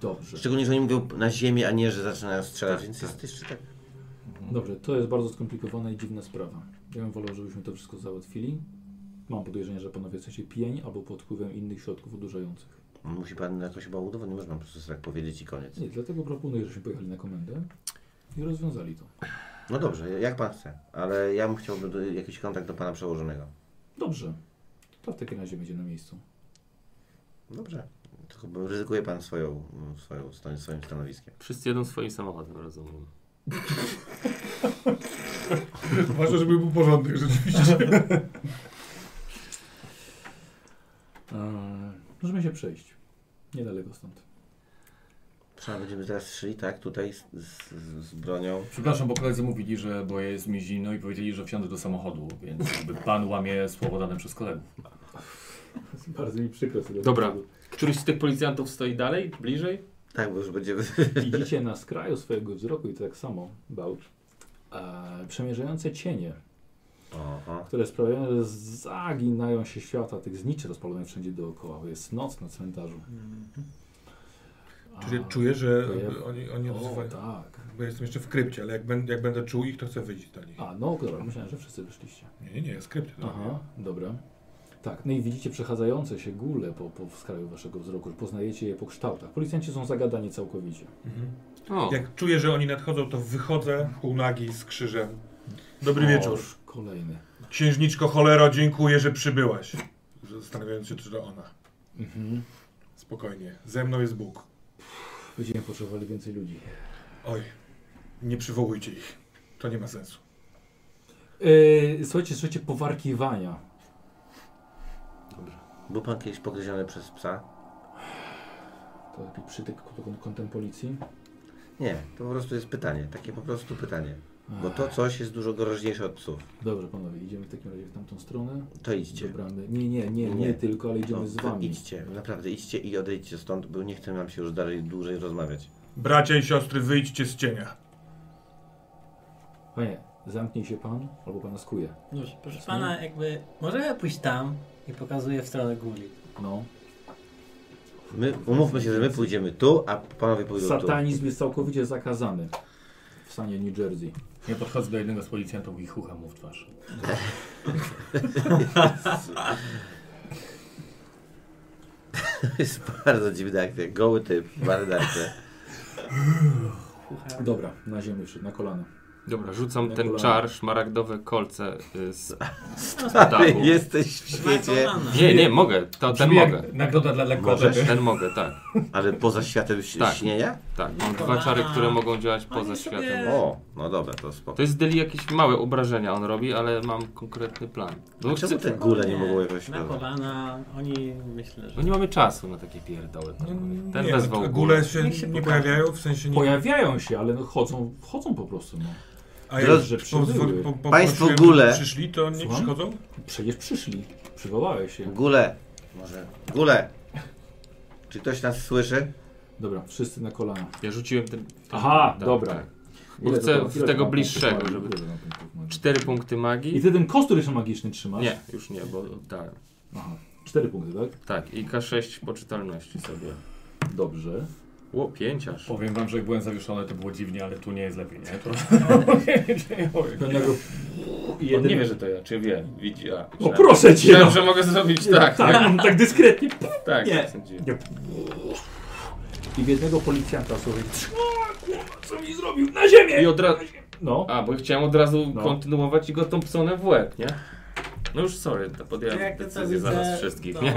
[SPEAKER 1] Dobrze.
[SPEAKER 3] Szczególnie, że oni mówią na ziemi, a nie, że zaczynają strzelać,
[SPEAKER 2] Tak,
[SPEAKER 3] więc
[SPEAKER 2] tak.
[SPEAKER 3] jest jeszcze tak...
[SPEAKER 1] Dobrze, to jest bardzo skomplikowana i dziwna sprawa. Ja bym wolał, żebyśmy to wszystko załatwili. Mam podejrzenie, że panowie jesteście pijani albo pod wpływem innych środków odurzających.
[SPEAKER 3] Musi pan jakoś chyba udowodnić, można po prostu tak powiedzieć i koniec.
[SPEAKER 1] Nie, dlatego proponuję, żebyśmy pojechali na komendę i rozwiązali to.
[SPEAKER 3] No dobrze, jak pan chce, ale ja bym chciałby do, jakiś kontakt do pana przełożonego.
[SPEAKER 1] Dobrze. To w takim razie będzie na miejscu.
[SPEAKER 3] Dobrze. Tylko bo ryzykuje pan swoją, swoją, swoim, swoim stanowiskiem.
[SPEAKER 2] Wszyscy jedą swoim samochodem, rozumiem.
[SPEAKER 4] Ważne, żeby był porządek rzeczywiście.
[SPEAKER 1] Eee, możemy się przejść. Niedaleko stąd.
[SPEAKER 3] Trzeba będziemy teraz szli, tak, tutaj z, z, z bronią.
[SPEAKER 7] Przepraszam, bo koledzy mówili, że boję jest mi zimno i powiedzieli, że wsiądę do samochodu, więc jakby pan łamie słowo dane przez kolegów.
[SPEAKER 1] Bardzo mi przykro. Sobie
[SPEAKER 2] Dobra, któryś z tych policjantów stoi dalej, bliżej?
[SPEAKER 3] Tak, bo już będziemy...
[SPEAKER 1] Widzicie na skraju swojego wzroku i to tak samo, Bałcz, eee, przemierzające cienie,
[SPEAKER 3] Oho.
[SPEAKER 1] które sprawiają, że zaginają się świata tych zniczy rozpalonych wszędzie dookoła, bo jest noc na cmentarzu.
[SPEAKER 3] Mhm.
[SPEAKER 1] A,
[SPEAKER 4] Czyli czuję, że
[SPEAKER 1] to ja-
[SPEAKER 4] oni, oni
[SPEAKER 1] O,
[SPEAKER 4] odzywają.
[SPEAKER 1] tak.
[SPEAKER 4] Bo jestem jeszcze w krypcie, ale jak będę, jak będę czuł ich, to chcę wyjść do nich.
[SPEAKER 1] A, no dobra, myślałem, że wszyscy wyszliście.
[SPEAKER 4] Nie, nie, nie, jest no. krypty. to
[SPEAKER 1] Aha, dobra. Tak, no i widzicie przechadzające się góle po, po skraju waszego wzroku, że poznajecie je po kształtach. Policjanci są zagadani całkowicie.
[SPEAKER 2] O,
[SPEAKER 4] Mhm. Jak czuję, że oni nadchodzą, to wychodzę półnagi z krzyżem. Dobry
[SPEAKER 1] O,
[SPEAKER 4] wieczór.
[SPEAKER 1] Kolejny.
[SPEAKER 4] Księżniczko Cholero, dziękuję, że przybyłaś. Zastanawiając się, czy to ona.
[SPEAKER 1] Mhm.
[SPEAKER 4] Spokojnie, ze mną jest Bóg.
[SPEAKER 1] Będziemy potrzebowali więcej ludzi.
[SPEAKER 4] Oj, nie przywołujcie ich. To nie ma sensu.
[SPEAKER 1] Yy, słuchajcie, słuchajcie, powarkiwania.
[SPEAKER 3] Był pan kiedyś pogryziony przez psa?
[SPEAKER 1] To taki przytyk pod kątem policji.
[SPEAKER 3] Nie, to po prostu jest pytanie, takie po prostu pytanie. Bo to coś jest dużo groźniejsze od psów.
[SPEAKER 1] Dobrze, panowie, idziemy w takim razie w tamtą stronę.
[SPEAKER 3] To idźcie.
[SPEAKER 1] Dobramy. Nie, nie, nie, nie,
[SPEAKER 3] Nie.
[SPEAKER 1] tylko, ale idziemy
[SPEAKER 3] No,
[SPEAKER 1] z
[SPEAKER 3] to
[SPEAKER 1] wami.
[SPEAKER 3] Idźcie, naprawdę idźcie i odejdźcie stąd, bo nie chcę nam się już dalej dłużej rozmawiać.
[SPEAKER 4] Bracia i siostry, wyjdźcie z cienia.
[SPEAKER 1] Panie, zamknij się pan, albo pana skuje.
[SPEAKER 5] Dobrze, No, proszę pana, jakby możemy pójść tam i pokazuję w stronę guli.
[SPEAKER 1] No.
[SPEAKER 3] My, umówmy się, że my pójdziemy tu, a panowie pójdą
[SPEAKER 1] Satanizm jest całkowicie zakazany w stanie New Jersey.
[SPEAKER 7] Ja podchodzę do jednego z policjantów i chucham mu w twarz.
[SPEAKER 3] tu. To jest bardzo dziwny akcja, goły typ, bardzo akcja.
[SPEAKER 5] Kucha.
[SPEAKER 1] Dobra, na ziemię wszedł, na kolana.
[SPEAKER 2] Dobra, rzucam
[SPEAKER 1] Na
[SPEAKER 2] ten
[SPEAKER 1] kolana.
[SPEAKER 2] czar, szmaragdowe kolce y, z
[SPEAKER 3] Stary,
[SPEAKER 2] dachu.
[SPEAKER 3] jesteś w świecie,
[SPEAKER 2] Nie, nie, mogę, to, ten
[SPEAKER 7] Brzmi jak
[SPEAKER 2] mogę.
[SPEAKER 7] Nagroda dla lekkotek.
[SPEAKER 2] Ten mogę, tak.
[SPEAKER 3] ale poza światem ś-
[SPEAKER 2] Tak.
[SPEAKER 3] śnienia?
[SPEAKER 2] Tak, mam dwa czary, które mogą działać poza światem.
[SPEAKER 3] O, no dobra, to spoko.
[SPEAKER 2] To jest Deli jakieś małe obrażenia on robi, ale mam konkretny plan. Bo,
[SPEAKER 3] A
[SPEAKER 2] chcę,
[SPEAKER 3] czemu te góle nie mogą jakoś...
[SPEAKER 5] Na kolana, oni myślę, że...
[SPEAKER 2] bo No nie mamy czasu na takie pierdoły. Ten
[SPEAKER 4] nie,
[SPEAKER 2] wezwał
[SPEAKER 4] te
[SPEAKER 2] górę.
[SPEAKER 4] góle się,
[SPEAKER 5] Niech się
[SPEAKER 4] nie
[SPEAKER 5] pokażą.
[SPEAKER 4] pojawiają, w sensie nie...
[SPEAKER 1] Pojawiają się, ale no chodzą, chodzą po prostu. No.
[SPEAKER 4] A jak
[SPEAKER 1] Drodzy,
[SPEAKER 4] po- po-
[SPEAKER 1] przybyły.
[SPEAKER 4] po- po-
[SPEAKER 3] Państwo
[SPEAKER 4] poczułem,
[SPEAKER 3] góle.
[SPEAKER 4] że przyszli, to nie
[SPEAKER 1] Słucham?
[SPEAKER 4] przychodzą?
[SPEAKER 1] Przecież przyszli, przywołałeś się.
[SPEAKER 3] Góle, może... Góle! Czy ktoś nas słyszy?
[SPEAKER 1] Dobra, wszyscy na kolana.
[SPEAKER 2] Ja rzuciłem ten. ten
[SPEAKER 1] Aha,
[SPEAKER 2] tak,
[SPEAKER 1] dobra.
[SPEAKER 2] tak. Bo
[SPEAKER 1] Ile
[SPEAKER 2] chcę
[SPEAKER 1] to-
[SPEAKER 2] w
[SPEAKER 1] ile
[SPEAKER 2] tego
[SPEAKER 1] to ma
[SPEAKER 2] bliższego,
[SPEAKER 1] punktów
[SPEAKER 2] żeby-
[SPEAKER 1] magii? Ile to ma punktów magii?
[SPEAKER 2] Cztery punkty
[SPEAKER 1] I
[SPEAKER 2] magii.
[SPEAKER 1] ty ten kostur jeszcze magiczny trzymasz?
[SPEAKER 2] Nie, już nie, bo oddałem.
[SPEAKER 1] Aha, cztery punkty, tak?
[SPEAKER 2] Tak, i K6 poczytalności sobie.
[SPEAKER 1] Dobrze.
[SPEAKER 2] Ło, pięć aż.
[SPEAKER 7] Powiem wam, że jak byłem zawieszony, to było dziwnie, ale tu nie jest lepiej, nie? To...
[SPEAKER 1] Pewnego...
[SPEAKER 2] On nie wie, że to ja, czy wie? Widzi, a.
[SPEAKER 1] O, proszę cię!
[SPEAKER 2] Myślałem,
[SPEAKER 1] No.
[SPEAKER 2] że mogę zrobić tak,
[SPEAKER 1] Tak,
[SPEAKER 2] tak,
[SPEAKER 1] on tak dyskretnie.
[SPEAKER 2] tak.
[SPEAKER 1] Nie.
[SPEAKER 2] tak sądziłem.
[SPEAKER 1] I w jednego policjanta słuchaj. "A, kurwa, Co mi zrobił? Na ziemię!
[SPEAKER 2] I od razu.
[SPEAKER 1] No.
[SPEAKER 2] A, bo chciałem od razu
[SPEAKER 1] No.
[SPEAKER 2] kontynuować i go Thompsonem w łeb, nie? No już sorry, to podjąłem
[SPEAKER 5] Jak to
[SPEAKER 2] decyzję za
[SPEAKER 5] widzę,
[SPEAKER 2] nas wszystkich,
[SPEAKER 5] to-
[SPEAKER 2] nie?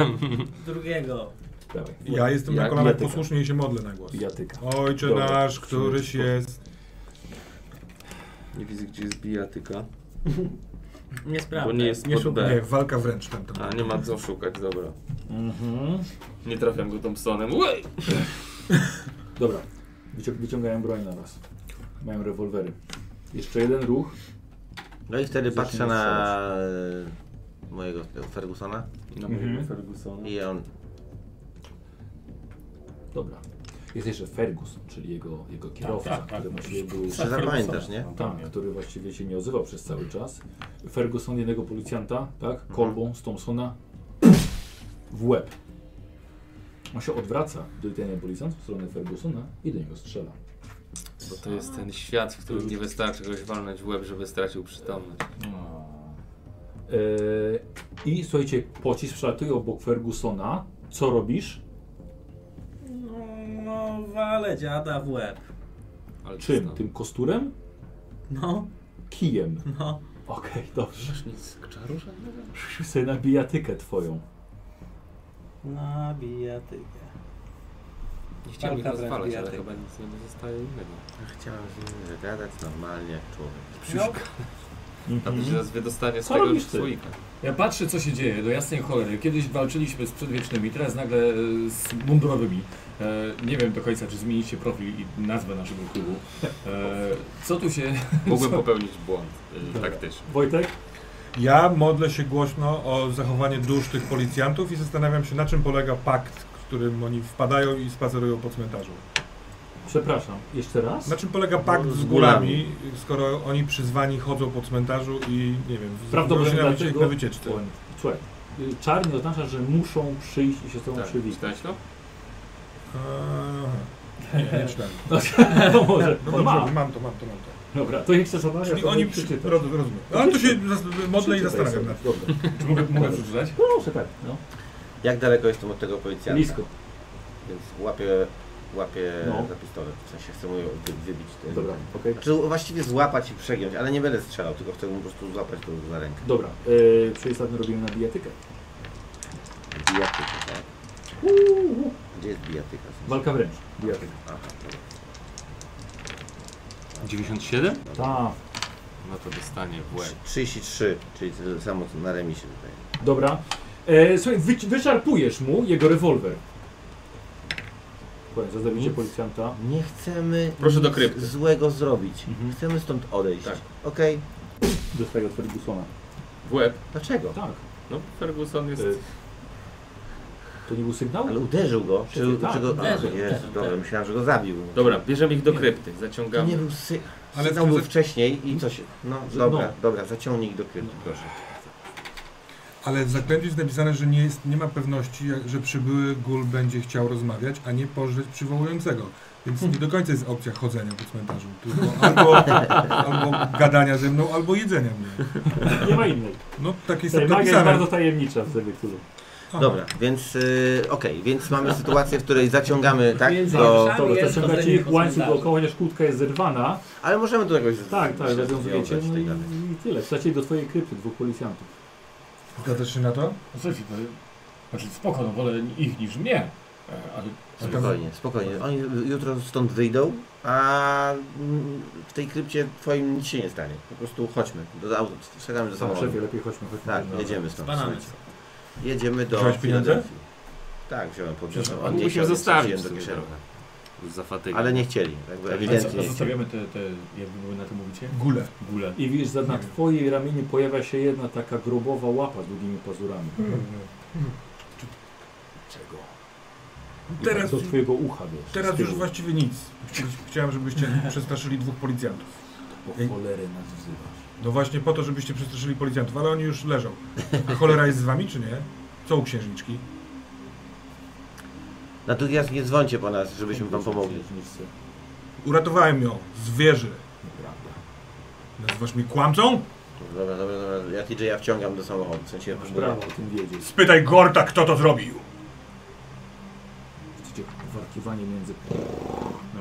[SPEAKER 5] Drugiego.
[SPEAKER 1] Dawaj.
[SPEAKER 4] Ja jestem
[SPEAKER 2] Ja-
[SPEAKER 4] na kolanach
[SPEAKER 1] ja
[SPEAKER 4] posłusznie i się modlę na głos.
[SPEAKER 1] Bijatyka.
[SPEAKER 4] Ojcze
[SPEAKER 1] Dobra,
[SPEAKER 4] nasz, któryś jest...
[SPEAKER 2] Nie widzę, gdzie jest bijatyka.
[SPEAKER 5] Nie sprawdzę.
[SPEAKER 2] Bo nie jest pod
[SPEAKER 4] Nie,
[SPEAKER 2] B.
[SPEAKER 4] walka wręcz tam. tam.
[SPEAKER 2] A, nie ma co szukać, dobra.
[SPEAKER 1] Mhm.
[SPEAKER 2] Nie trafiam go Thompsonem. Łej!
[SPEAKER 1] Dobra. Wycią wyciągają broń na raz. Mają rewolwery. Jeszcze jeden ruch.
[SPEAKER 3] No i wtedy
[SPEAKER 1] Zaczniemy
[SPEAKER 3] patrzę na... e, mojego Fergusona
[SPEAKER 1] Mhm.
[SPEAKER 2] Na mojego Fergusona.
[SPEAKER 3] i on...
[SPEAKER 1] Dobra. Jest jeszcze Ferguson, czyli jego, jego kierowca,
[SPEAKER 7] tak, tak.
[SPEAKER 1] który właściwie był...
[SPEAKER 7] Jeszcze zapamiętasz, nie?
[SPEAKER 1] Tak, który właściwie się nie odzywał przez cały czas. Ferguson, jednego policjanta, tak, kolbą z Thompsona w łeb. On się odwraca do ten policjant w stronę Fergusona i do niego strzela.
[SPEAKER 2] Bo to jest ten świat, w którym nie wystarczy kogoś walnąć w łeb, żeby stracił przytomność.
[SPEAKER 1] Eee, I słuchajcie, pocisk przelatuje obok Fergusona. Co robisz?
[SPEAKER 5] No, no wale dziada w łeb.
[SPEAKER 2] Ale
[SPEAKER 1] Czym?
[SPEAKER 2] no,
[SPEAKER 1] Tym kosturem?
[SPEAKER 5] No,
[SPEAKER 1] Kijem.
[SPEAKER 5] no.
[SPEAKER 1] Okej, dobrze.
[SPEAKER 2] Masz nic czaru żadnego?
[SPEAKER 1] Rzuć sobie na bijatykę twoją.
[SPEAKER 5] Na bijatykę.
[SPEAKER 2] Nie chciałem ich
[SPEAKER 5] Walka wręcz
[SPEAKER 2] rozwalać, ale
[SPEAKER 5] bijatyka.
[SPEAKER 2] chyba nic nie pozostaje innego.
[SPEAKER 3] Chciałem z nim zagadać normalnie jak człowiek.
[SPEAKER 5] No,
[SPEAKER 2] A to się
[SPEAKER 4] Mhm.
[SPEAKER 2] teraz wydostanie z
[SPEAKER 1] No. Mhm. Co
[SPEAKER 2] tego
[SPEAKER 1] robisz ty?
[SPEAKER 2] słoika.
[SPEAKER 7] Ja patrzę, co się dzieje, do jasnej cholery. Kiedyś walczyliśmy z przedwiecznymi, teraz nagle e, z mundurowymi. E, nie wiem do końca, czy zmieniliście profil i nazwę naszego klubu. E, co tu się...
[SPEAKER 2] Mogłem popełnić błąd y,
[SPEAKER 3] tak?
[SPEAKER 2] taktyczny.
[SPEAKER 1] Wojtek?
[SPEAKER 4] Ja modlę się głośno o zachowanie dusz tych policjantów i zastanawiam się, na czym polega pakt, w którym oni wpadają i spacerują po cmentarzu.
[SPEAKER 1] Przepraszam, jeszcze raz?
[SPEAKER 4] Na czym polega pakt z górami, skoro oni przyzwani chodzą po cmentarzu i nie wiem,
[SPEAKER 1] Prawdopodobnie
[SPEAKER 4] zagrożenia wycie-
[SPEAKER 1] dlatego...
[SPEAKER 4] na wycieczce.
[SPEAKER 1] Słuchaj, Słuchaj, y, czarny oznacza, że muszą przyjść i się z tobą
[SPEAKER 2] Tak,
[SPEAKER 1] przywitać.
[SPEAKER 2] czytałeś to?
[SPEAKER 4] Aha. Nie, nie czytałem.
[SPEAKER 1] No może,
[SPEAKER 4] No dobrze,
[SPEAKER 1] on ma.
[SPEAKER 4] mam to, mam to, mam to.
[SPEAKER 1] Dobra, to jeszcze zadania.
[SPEAKER 4] Czyli
[SPEAKER 1] to
[SPEAKER 4] oni
[SPEAKER 1] wy
[SPEAKER 4] przy...
[SPEAKER 1] przeczytasz.
[SPEAKER 4] roz- rozumiem.
[SPEAKER 5] No,
[SPEAKER 4] Ale to się zas- modlę i
[SPEAKER 1] Przeczytaj
[SPEAKER 4] zastanawiam
[SPEAKER 1] sobie.
[SPEAKER 4] nad tym.
[SPEAKER 1] Dobra.
[SPEAKER 7] Czy mogę, mogę przeczytać?
[SPEAKER 1] Proszę, tak. No.
[SPEAKER 3] Jak daleko jestem od tego policjanta?
[SPEAKER 1] Blisko.
[SPEAKER 3] Więc łapię, łapię
[SPEAKER 1] No.
[SPEAKER 3] za pistolet. W sensie chcę mu ją wy- wybić. Ten.
[SPEAKER 1] Dobra, okej.
[SPEAKER 3] Znaczy właściwie złapać i przegiąć, ale nie będę strzelał, tylko chcę mu po prostu złapać go za rękę.
[SPEAKER 1] Dobra, yy, przejezdany robimy na bijatykę.
[SPEAKER 3] Bijatyka, tak? Gdzie jest bijatyka? tak. W sensie-
[SPEAKER 1] Walka wręcz. Bijatyka.
[SPEAKER 3] Aha, dobra.
[SPEAKER 2] 97?
[SPEAKER 1] Ta.
[SPEAKER 2] No to dostanie w łeb.
[SPEAKER 3] 33, czyli tyle samo co na remisie tutaj.
[SPEAKER 1] Dobra. E, słuchaj, wy, wyczarpujesz mu jego rewolwer. Słuchaj, za zabicie policjanta.
[SPEAKER 3] Nie chcemy
[SPEAKER 2] Proszę do
[SPEAKER 3] nic
[SPEAKER 2] krypty.
[SPEAKER 3] złego zrobić.
[SPEAKER 1] Mhm.
[SPEAKER 3] Chcemy stąd odejść.
[SPEAKER 2] Tak.
[SPEAKER 3] Okej,
[SPEAKER 1] Dostaje od Fergusona.
[SPEAKER 2] W łeb?
[SPEAKER 3] dlaczego?
[SPEAKER 1] Tak.
[SPEAKER 2] No Ferguson
[SPEAKER 1] E,
[SPEAKER 2] jest...
[SPEAKER 1] to nie był sygnał?
[SPEAKER 3] Ale uderzył go. Czy,
[SPEAKER 1] tak,
[SPEAKER 3] czy go... A,
[SPEAKER 5] uderzył,
[SPEAKER 3] jest,
[SPEAKER 5] uderzył,
[SPEAKER 3] dobra,
[SPEAKER 5] tak.
[SPEAKER 3] myślałem, że go zabił.
[SPEAKER 2] Dobra, bierzemy ich do
[SPEAKER 1] Nie.
[SPEAKER 2] krypty,
[SPEAKER 3] To nie
[SPEAKER 2] zaciągamy.
[SPEAKER 3] był sy...
[SPEAKER 4] Ale
[SPEAKER 3] Ale
[SPEAKER 4] w
[SPEAKER 3] Sygnał był
[SPEAKER 4] tym-
[SPEAKER 3] wcześniej i coś... No,
[SPEAKER 1] No.
[SPEAKER 3] dobra, dobra, zaciągnij ich do krypty, proszę.
[SPEAKER 4] Ale w zaklęciu jest napisane, że nie, jest, nie ma pewności, jak- że przybyły gul będzie chciał rozmawiać, a nie pożreć przywołującego. Więc nie do końca jest opcja chodzenia po cmentarzu. Tylko albo, albo gadania ze mną, No, albo jedzenia mnie.
[SPEAKER 1] Nie ma innej.
[SPEAKER 4] No tak jest
[SPEAKER 1] Magia jest
[SPEAKER 4] napisane.
[SPEAKER 1] bardzo tajemnicza w Zewikulu.
[SPEAKER 4] Aha.
[SPEAKER 3] Dobra, więc y, okej, więc mamy sytuację, w której zaciągamy, tak?
[SPEAKER 1] Między
[SPEAKER 3] Do,
[SPEAKER 5] Tam
[SPEAKER 1] Dobra,
[SPEAKER 5] jest
[SPEAKER 1] zaciągacie
[SPEAKER 5] chodzenie
[SPEAKER 1] ich
[SPEAKER 5] po
[SPEAKER 1] łańcuch
[SPEAKER 5] cmentarzu.
[SPEAKER 1] znaczy, dookoła, chociaż kłódka jest zerwana.
[SPEAKER 3] ale możemy do jakoś z-
[SPEAKER 1] Tak, tak,
[SPEAKER 3] się
[SPEAKER 1] zawiązujecie.
[SPEAKER 3] związać
[SPEAKER 1] No i,
[SPEAKER 3] tej dalej.
[SPEAKER 1] I tyle. Stracicie do twojej krypty dwóch policjantów.
[SPEAKER 4] Zgadzasz się na to?
[SPEAKER 7] No co ci powiem? Znaczy spoko, no wolę ich niż mnie. E, Ale
[SPEAKER 3] Spokojnie, spokojnie. Oni jutro stąd wyjdą, a mm, w tej krypcie twoim nic się nie stanie. Po prostu chodźmy, do auta, wsiadamy do
[SPEAKER 1] Dobrze,
[SPEAKER 3] samochodu.
[SPEAKER 1] lepiej chodźmy. chodźmy
[SPEAKER 3] Tak,
[SPEAKER 1] Dobra.
[SPEAKER 3] jedziemy stąd.
[SPEAKER 5] Banany.
[SPEAKER 3] słuchajcie. Jedziemy do
[SPEAKER 4] Wziąłeś pieniądze?
[SPEAKER 3] Filadelfii. Tak, wziąłem, podniosłem.
[SPEAKER 2] Mógłbyś
[SPEAKER 3] Odniesie-
[SPEAKER 2] ją zostawić
[SPEAKER 3] odniesiłem
[SPEAKER 2] w
[SPEAKER 3] do
[SPEAKER 2] sumie Tak.
[SPEAKER 3] kieszeni.
[SPEAKER 2] Już za fatygę.
[SPEAKER 3] Ale nie chcieli, jakby
[SPEAKER 7] Tak, a co,
[SPEAKER 3] ewidentnie
[SPEAKER 7] a
[SPEAKER 3] nie chcieli.
[SPEAKER 7] zostawiamy te, te, jakby były na tym mówicie,
[SPEAKER 4] Gule.
[SPEAKER 7] gule.
[SPEAKER 1] I widzisz, za na twojej ramieniu pojawia się jedna taka grobowa łapa z długimi pazurami.
[SPEAKER 4] Hmm.
[SPEAKER 1] Czego?
[SPEAKER 4] Teraz,
[SPEAKER 1] do twojego ucha wiesz. z
[SPEAKER 4] teraz
[SPEAKER 1] tyłu.
[SPEAKER 4] już właściwie nic. Chciałem, żebyście przestraszyli dwóch policjantów.
[SPEAKER 1] Po cholerę nas wzywasz.
[SPEAKER 4] No właśnie po to, żebyście przestraszyli policjantów, ale oni już leżą. A cholera jest z wami, czy nie? Co u księżniczki?
[SPEAKER 3] Natomiast nie dzwońcie po nas, żebyśmy wam pomogli.
[SPEAKER 4] Uratowałem ją z wieży.
[SPEAKER 1] Nieprawda.
[SPEAKER 4] Nazywasz mnie kłamcą?
[SPEAKER 3] Dobra, dobra, dobra. Ja TJ-a wciągam do samochodu, w sensie...
[SPEAKER 1] Masz prawo o tym wiedzieć. No
[SPEAKER 4] Spytaj Gorta, kto to zrobił.
[SPEAKER 1] Widzicie, warkiwanie między...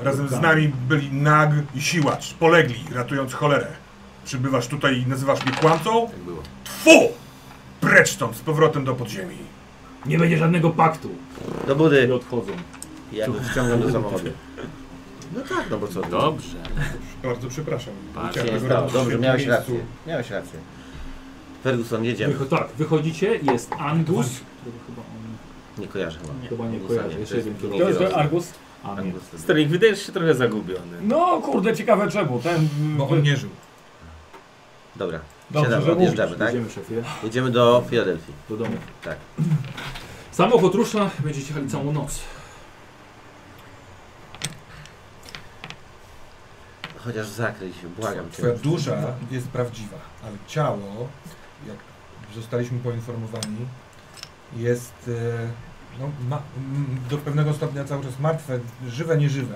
[SPEAKER 4] Razem
[SPEAKER 1] tak.
[SPEAKER 4] z nami byli Nag i Siłacz. Polegli, ratując cholerę. Przybywasz tutaj i nazywasz mnie kłamcą?
[SPEAKER 2] Tak było.
[SPEAKER 4] Tfu! Precz stąd, z powrotem do podziemi.
[SPEAKER 1] Nie będzie żadnego paktu.
[SPEAKER 3] Do
[SPEAKER 1] I
[SPEAKER 3] budy!
[SPEAKER 1] odchodzą.
[SPEAKER 3] Ja go wciągam do samochodu. No tak, no bo co? ty?
[SPEAKER 2] Dobrze.
[SPEAKER 4] Bardzo przepraszam.
[SPEAKER 2] Bardzo
[SPEAKER 3] Się
[SPEAKER 4] Chciałem
[SPEAKER 3] nie
[SPEAKER 4] go
[SPEAKER 3] stało.
[SPEAKER 4] robić w
[SPEAKER 3] Dobrze,
[SPEAKER 4] świetnym
[SPEAKER 3] miałeś
[SPEAKER 4] miejscu.
[SPEAKER 3] rację. Miałeś rację. Ferguson, jedziemy.
[SPEAKER 1] Wycho tak, wychodzicie, jest Angus, którego chyba on
[SPEAKER 3] Nie kojarzę chyba.
[SPEAKER 1] chyba nie
[SPEAKER 3] Angusa
[SPEAKER 1] kojarzy.
[SPEAKER 3] nie,
[SPEAKER 1] Jeszcze
[SPEAKER 3] to jest
[SPEAKER 1] jeden
[SPEAKER 3] drugi.
[SPEAKER 7] To
[SPEAKER 1] kierowca.
[SPEAKER 7] jest ten Argus?
[SPEAKER 1] A nie.
[SPEAKER 3] Angus.
[SPEAKER 2] Sterling, wydajesz się trochę zagubiony.
[SPEAKER 7] No kurde, ciekawe czemu, ten...
[SPEAKER 4] Bo on nie żył.
[SPEAKER 3] Dobra,
[SPEAKER 7] Dobrze,
[SPEAKER 3] siadamy,
[SPEAKER 7] że mówisz.
[SPEAKER 3] odjeżdżamy, tak?
[SPEAKER 1] Jedziemy szefie,
[SPEAKER 3] Jedziemy do Filadelfii.
[SPEAKER 1] do domu.
[SPEAKER 3] Tak.
[SPEAKER 1] Samochód rusza, będziecie jechali całą noc.
[SPEAKER 3] Chociaż zakryj się, błagam cię.
[SPEAKER 4] Twoja dusza jest prawdziwa, ale ciało, jak zostaliśmy poinformowani, jest e, no, ma, m, do pewnego stopnia cały czas martwe, żywe, nieżywe.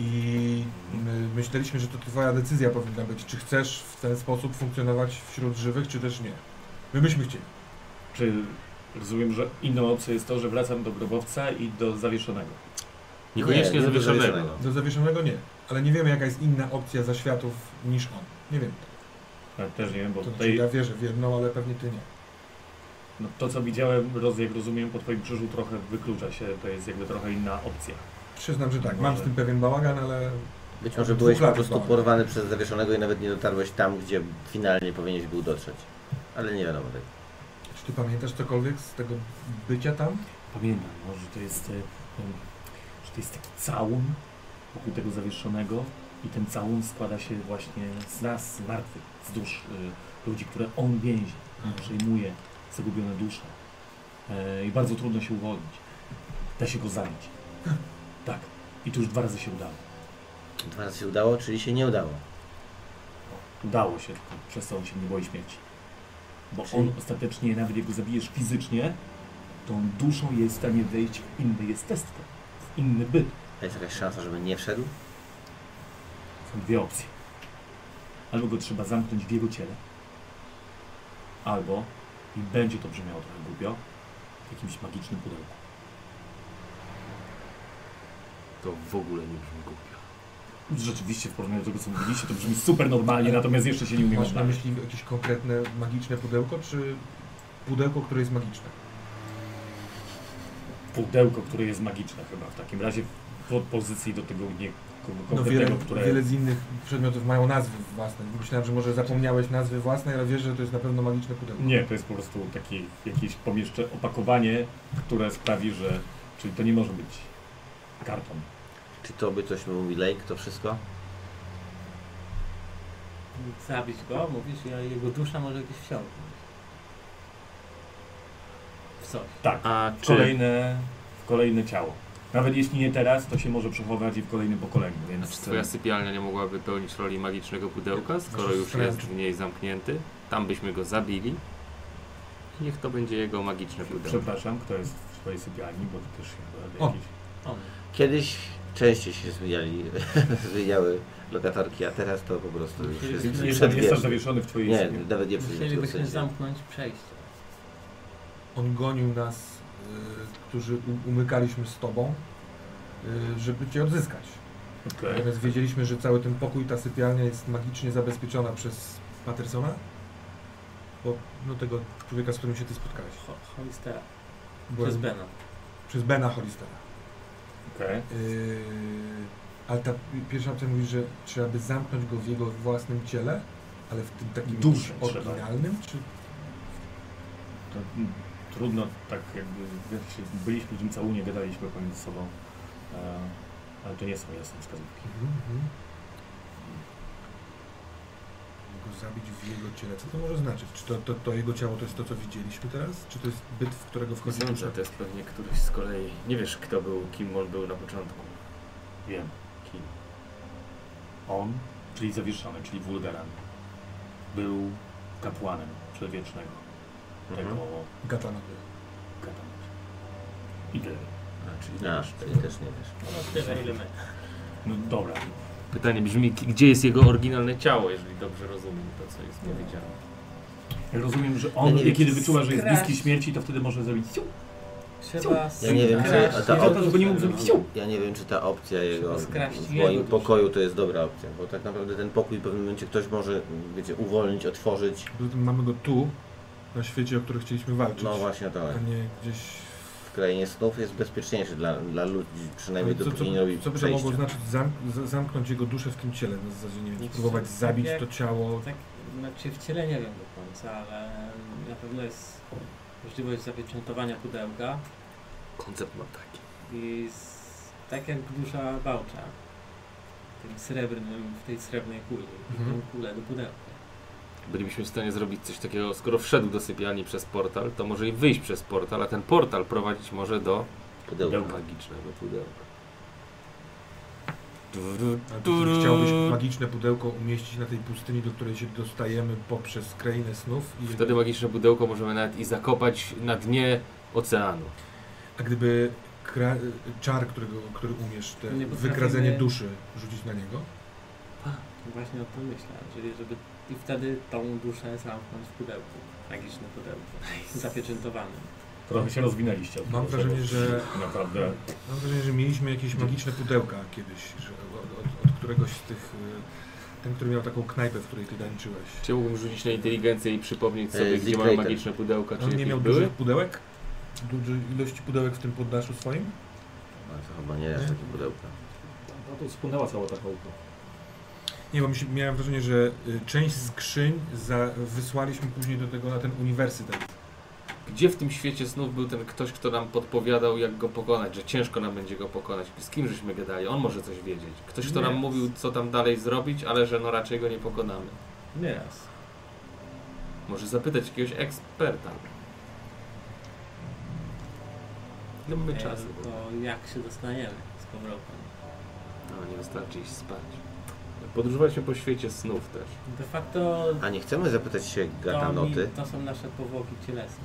[SPEAKER 4] I my myśleliśmy, że to twoja decyzja powinna być, czy chcesz w ten sposób funkcjonować wśród żywych, czy też nie. My byśmy chcieli.
[SPEAKER 7] Czy rozumiem, że inną opcją jest to, że wracam do grobowca i do zawieszonego?
[SPEAKER 9] Niekoniecznie
[SPEAKER 3] do
[SPEAKER 9] zawieszonego.
[SPEAKER 4] Do zawieszonego nie, ale nie wiemy jaka jest inna opcja zaświatów niż on. Nie wiem,
[SPEAKER 7] Ja też nie wiem, bo
[SPEAKER 4] to
[SPEAKER 7] tutaj
[SPEAKER 4] znaczy, ja wierzę w jedną, ale pewnie ty nie.
[SPEAKER 7] no, to co widziałem, roz, jak rozumiem, po twoim krzyżu trochę wyklucza się, to jest jakby trochę inna opcja.
[SPEAKER 4] Przyznam, że tak, mam
[SPEAKER 7] Może.
[SPEAKER 4] z tym pewien bałagan, ale
[SPEAKER 3] Być może
[SPEAKER 4] Dwóch
[SPEAKER 3] byłeś po
[SPEAKER 4] lat
[SPEAKER 3] prostu
[SPEAKER 4] bałem.
[SPEAKER 3] porwany przez zawieszonego i nawet nie dotarłeś tam, gdzie finalnie powinieneś był dotrzeć. Ale nie wiadomo tego.
[SPEAKER 4] Czy ty pamiętasz cokolwiek z tego bycia tam?
[SPEAKER 7] Pamiętam, no, że to jest, e, em, że to jest taki całun wokół tego zawieszonego i ten całun składa się właśnie z nas, z martwych, z dusz y, ludzi, które on więzi, przejmuje zagubione dusze E, i bardzo trudno się uwolnić. Da się go zająć. Tak. I tu już dwa razy się udało.
[SPEAKER 3] Dwa razy się udało, czyli się nie udało.
[SPEAKER 7] Udało się, tylko przez to on się nie boi śmierci. Bo on ostatecznie, nawet jak go zabijesz fizycznie, to on duszą jest w stanie wejść w inne jestestwo, w inny byt.
[SPEAKER 3] A jest jakaś szansa, żeby nie wszedł?
[SPEAKER 7] Są dwie opcje. Albo go trzeba zamknąć w jego ciele, albo, i będzie to brzmiało trochę głupio, w jakimś magicznym pudełku.
[SPEAKER 2] To w ogóle nie brzmi głupio.
[SPEAKER 7] Rzeczywiście, w porównaniu do tego, co mówiliście, to brzmi super normalnie, natomiast jeszcze się nie umiem
[SPEAKER 4] Masz na
[SPEAKER 7] odnaleźć.
[SPEAKER 4] myśli jakieś konkretne magiczne pudełko, czy pudełko, które jest magiczne?
[SPEAKER 7] Pudełko, które jest magiczne chyba w takim razie, w odpozycji do tego nie
[SPEAKER 4] No
[SPEAKER 7] konkretnego,
[SPEAKER 4] wiele,
[SPEAKER 7] które...
[SPEAKER 4] wiele z innych przedmiotów mają nazwy własne. Myślałem, że może zapomniałeś nazwy własnej, ale wiesz, że to jest na pewno magiczne pudełko.
[SPEAKER 7] Nie, to jest po prostu takie jakieś pomieszcze opakowanie, które sprawi, że... Czyli to nie może być karton.
[SPEAKER 3] Czy to by coś mówi Lake, to wszystko?
[SPEAKER 5] Zabić go, mówisz, i jego dusza może gdzieś wsiąknąć. W coś.
[SPEAKER 7] Tak.
[SPEAKER 9] A
[SPEAKER 7] w
[SPEAKER 9] czy
[SPEAKER 7] kolejne, w kolejne ciało. Nawet jeśli nie teraz, to się może przechować i w kolejnym pokoleniu,
[SPEAKER 2] A
[SPEAKER 7] więc... e,
[SPEAKER 2] czy twoja sypialnia nie mogłaby pełnić roli magicznego pudełka, skoro
[SPEAKER 4] Może
[SPEAKER 2] już
[SPEAKER 4] stręcz.
[SPEAKER 2] jest w niej zamknięty? Tam byśmy go zabili. I niech to będzie jego magiczne pudełko.
[SPEAKER 7] Przepraszam, kto jest w twojej sypialni, bo to też
[SPEAKER 4] O.
[SPEAKER 7] chyba jakiś...
[SPEAKER 5] On.
[SPEAKER 3] Kiedyś częściej się zmieniali, zmieniały lokatorki, a teraz to po prostu już
[SPEAKER 5] Czyli
[SPEAKER 3] jest
[SPEAKER 5] jest-
[SPEAKER 7] Jest,
[SPEAKER 3] przedwieczny.
[SPEAKER 7] jest zawieszony w twojej
[SPEAKER 3] Nie,
[SPEAKER 7] sypialni.
[SPEAKER 3] nawet nie przedwieczny. w
[SPEAKER 5] Musielibyśmy
[SPEAKER 3] sensie.
[SPEAKER 5] zamknąć przejście.
[SPEAKER 4] On gonił nas, y, którzy u- umykaliśmy z tobą, y, żeby cię odzyskać.
[SPEAKER 7] Okej.
[SPEAKER 4] Natomiast wiedzieliśmy, że cały ten pokój, ta sypialnia jest magicznie zabezpieczona przez Pattersona? Bo, no tego człowieka, z którym się ty spotkałeś.
[SPEAKER 5] Ho- Holistera.
[SPEAKER 4] Byłem-
[SPEAKER 5] Przez Bena.
[SPEAKER 4] Przez Bena Hollistera.
[SPEAKER 7] Okej.
[SPEAKER 4] Yy, ale ta pierwsza opcja mówi, że trzeba by zamknąć go w jego własnym ciele, ale w tym takim
[SPEAKER 7] Duszę
[SPEAKER 4] oryginalnym? Czy
[SPEAKER 7] To, mm, Trudno tak jakby... jak się Byliśmy w tym całunie, gadaliśmy pomiędzy sobą. E, ale to nie są jasne wskazówki.
[SPEAKER 4] Mhm. Go zabić w jego ciele. Co to może znaczyć? Czy to, to, to jego ciało to jest to, co widzieliśmy teraz? Czy to jest byt, w którego wchodzi dusza?
[SPEAKER 2] Sądzę, to jest pewnie któryś z kolei. Nie wiesz, kto był, kim on był na początku.
[SPEAKER 7] Wiem.
[SPEAKER 2] Kim?
[SPEAKER 7] On, czyli zawieszony, czyli Wulgaran, był kapłanem przedwiecznego. Tego...
[SPEAKER 4] Gatana.
[SPEAKER 7] Gadam. I tyle.
[SPEAKER 2] A, czyli nie
[SPEAKER 3] A,
[SPEAKER 2] wiesz.
[SPEAKER 3] czyli też nie wiesz.
[SPEAKER 5] No tyle, ile my.
[SPEAKER 7] No dobra.
[SPEAKER 2] Pytanie brzmi, k- gdzie jest jego oryginalne ciało, jeżeli dobrze rozumiem to, co jest powiedziane.
[SPEAKER 7] Ja rozumiem, że
[SPEAKER 3] Ja
[SPEAKER 7] on,
[SPEAKER 3] nie wiem,
[SPEAKER 7] kiedy wyczuła, że jest
[SPEAKER 5] skrać.
[SPEAKER 7] bliski śmierci, to wtedy może zrobić ciu.
[SPEAKER 5] Trzeba
[SPEAKER 3] Ja nie wiem,
[SPEAKER 5] skraść-
[SPEAKER 3] czy- a
[SPEAKER 7] Nie
[SPEAKER 3] ta
[SPEAKER 7] to,
[SPEAKER 3] opcja-
[SPEAKER 7] żeby nie mógł zrobić ciu.
[SPEAKER 3] Ja nie wiem, czy ta opcja jego
[SPEAKER 5] skraść
[SPEAKER 3] w
[SPEAKER 5] jego
[SPEAKER 3] moim
[SPEAKER 5] duszę.
[SPEAKER 3] pokoju to jest dobra opcja, bo tak naprawdę ten pokój w pewnym momencie ktoś może, wiecie, uwolnić, otworzyć.
[SPEAKER 4] Poza tym mamy go tu, na świecie, o który chcieliśmy walczyć.
[SPEAKER 3] No właśnie o to.
[SPEAKER 4] A
[SPEAKER 3] chodzi.
[SPEAKER 4] nie gdzieś...
[SPEAKER 3] W krainie snów jest bezpieczniejszy dla, dla ludzi, przynajmniej
[SPEAKER 4] co, co,
[SPEAKER 3] dopóki nie robi
[SPEAKER 4] co by to
[SPEAKER 3] przejścia.
[SPEAKER 4] mogło znaczyć? Zamk z- zamknąć jego duszę w tym ciele. No, w zasadzie, nie wiem,
[SPEAKER 5] Nic. Tak
[SPEAKER 4] spróbować zabić
[SPEAKER 5] Jak-
[SPEAKER 4] to ciało.
[SPEAKER 5] Tak, znaczy w ciele nie wiem do końca, ale na pewno jest możliwość zapieczętowania pudełka
[SPEAKER 2] Koncept mam taki.
[SPEAKER 5] i z, tak jak dusza bałcza w tym srebrnym, w tej srebrnej kuli, w
[SPEAKER 7] Mhm.
[SPEAKER 5] tym kule do pudełka.
[SPEAKER 2] Bylibyśmy w stanie zrobić coś takiego, skoro wszedł do sypialni przez portal, to może i wyjść przez portal, a ten portal prowadzić może do
[SPEAKER 3] Pudełko.
[SPEAKER 2] magicznego pudełka.
[SPEAKER 4] A ty Chciałbyś magiczne pudełko umieścić na tej pustyni, do której się dostajemy poprzez krainę snów. I
[SPEAKER 2] Wtedy magiczne pudełko możemy nawet i zakopać na dnie oceanu.
[SPEAKER 4] A gdyby kra... czar, którego, który umiesz, te
[SPEAKER 5] Nie potrafimy-
[SPEAKER 4] wykradzenie duszy rzucić na niego,
[SPEAKER 5] Właśnie o tym myślę, czyli żeby i wtedy tą duszę zamknąć w pudełku, magiczne pudełko, zapieczętowanym.
[SPEAKER 7] Trochę się rozwinęliście. od
[SPEAKER 4] Mam
[SPEAKER 7] tego,
[SPEAKER 4] wrażenie, że-
[SPEAKER 7] Naprawdę.
[SPEAKER 4] mam wrażenie, że mieliśmy jakieś magiczne pudełka kiedyś, że od, od, od któregoś z tych, y, ten, który miał taką knajpę, w której ty tańczyłeś.
[SPEAKER 2] Czy mógłbym rzucić na inteligencję i przypomnieć sobie,
[SPEAKER 3] E,
[SPEAKER 2] gdzie mam
[SPEAKER 3] Ziglater.
[SPEAKER 2] magiczne pudełka, czy
[SPEAKER 4] On nie
[SPEAKER 2] jakieś
[SPEAKER 4] miał
[SPEAKER 2] były?
[SPEAKER 4] dużych pudełek? Dużej ilości pudełek w tym poddaszu swoim?
[SPEAKER 3] A to chyba nie jest takie pudełka.
[SPEAKER 10] No to spłynęła cała ta chałupa.
[SPEAKER 4] Nie, bo mi się, miałem wrażenie, że y, część skrzyń za, wysłaliśmy później do tego na ten uniwersytet.
[SPEAKER 2] Gdzie w tym świecie snów był ten ktoś, kto nam podpowiadał, jak go pokonać, że ciężko nam będzie go pokonać? Z kim żeśmy gadali? On może coś wiedzieć. Ktoś, kto nam
[SPEAKER 5] Nie.
[SPEAKER 2] mówił, co tam dalej zrobić, ale że no raczej go nie pokonamy.
[SPEAKER 5] Nieraz.
[SPEAKER 2] Może zapytać jakiegoś eksperta. Ile mamy
[SPEAKER 5] E,
[SPEAKER 2] czasu?
[SPEAKER 5] To jak się dostaniemy z powrotem?
[SPEAKER 2] No, nie wystarczy iść spać. Podróżowaliśmy po świecie snów też.
[SPEAKER 5] De facto
[SPEAKER 3] A nie chcemy zapytać się
[SPEAKER 5] to, mi,
[SPEAKER 3] Gatanoty?
[SPEAKER 5] to są nasze powłoki cielesne.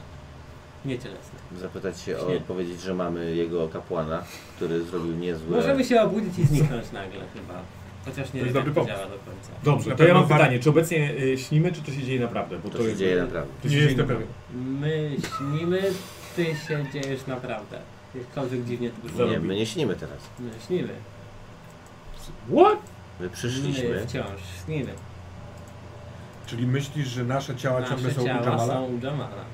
[SPEAKER 5] Nie cielesne.
[SPEAKER 3] Zapytać się o,
[SPEAKER 5] Nie.
[SPEAKER 3] powiedzieć, że mamy jego kapłana, który zrobił niezłe...
[SPEAKER 5] Możemy się obudzić i zniknąć nagle chyba. Chociaż nie
[SPEAKER 10] To jest
[SPEAKER 5] wiem,
[SPEAKER 10] dobry
[SPEAKER 5] jak to
[SPEAKER 10] pomysł.
[SPEAKER 5] działa do końca.
[SPEAKER 7] Dobrze,
[SPEAKER 8] Na
[SPEAKER 7] to ja
[SPEAKER 8] pewno
[SPEAKER 7] mam
[SPEAKER 8] war-
[SPEAKER 7] pytanie, czy obecnie y, śnimy, czy to się dzieje naprawdę? Bo
[SPEAKER 3] To się
[SPEAKER 7] jest-
[SPEAKER 3] dzieje naprawdę.
[SPEAKER 7] to się
[SPEAKER 8] Nie
[SPEAKER 7] dzieje
[SPEAKER 8] jestem
[SPEAKER 7] naprawdę.
[SPEAKER 5] My śnimy, ty się dziejesz naprawdę. Jakkolwiek dziwnie to brzmi.
[SPEAKER 3] Nie, my nie śnimy teraz.
[SPEAKER 5] My śnimy.
[SPEAKER 3] My
[SPEAKER 5] My
[SPEAKER 3] przyszliśmy.
[SPEAKER 5] wciąż śnimy.
[SPEAKER 4] Czyli myślisz, że nasze ciała ciągle
[SPEAKER 5] Nasze
[SPEAKER 4] są u
[SPEAKER 5] ciała
[SPEAKER 4] Jamala?
[SPEAKER 5] są u Jamala.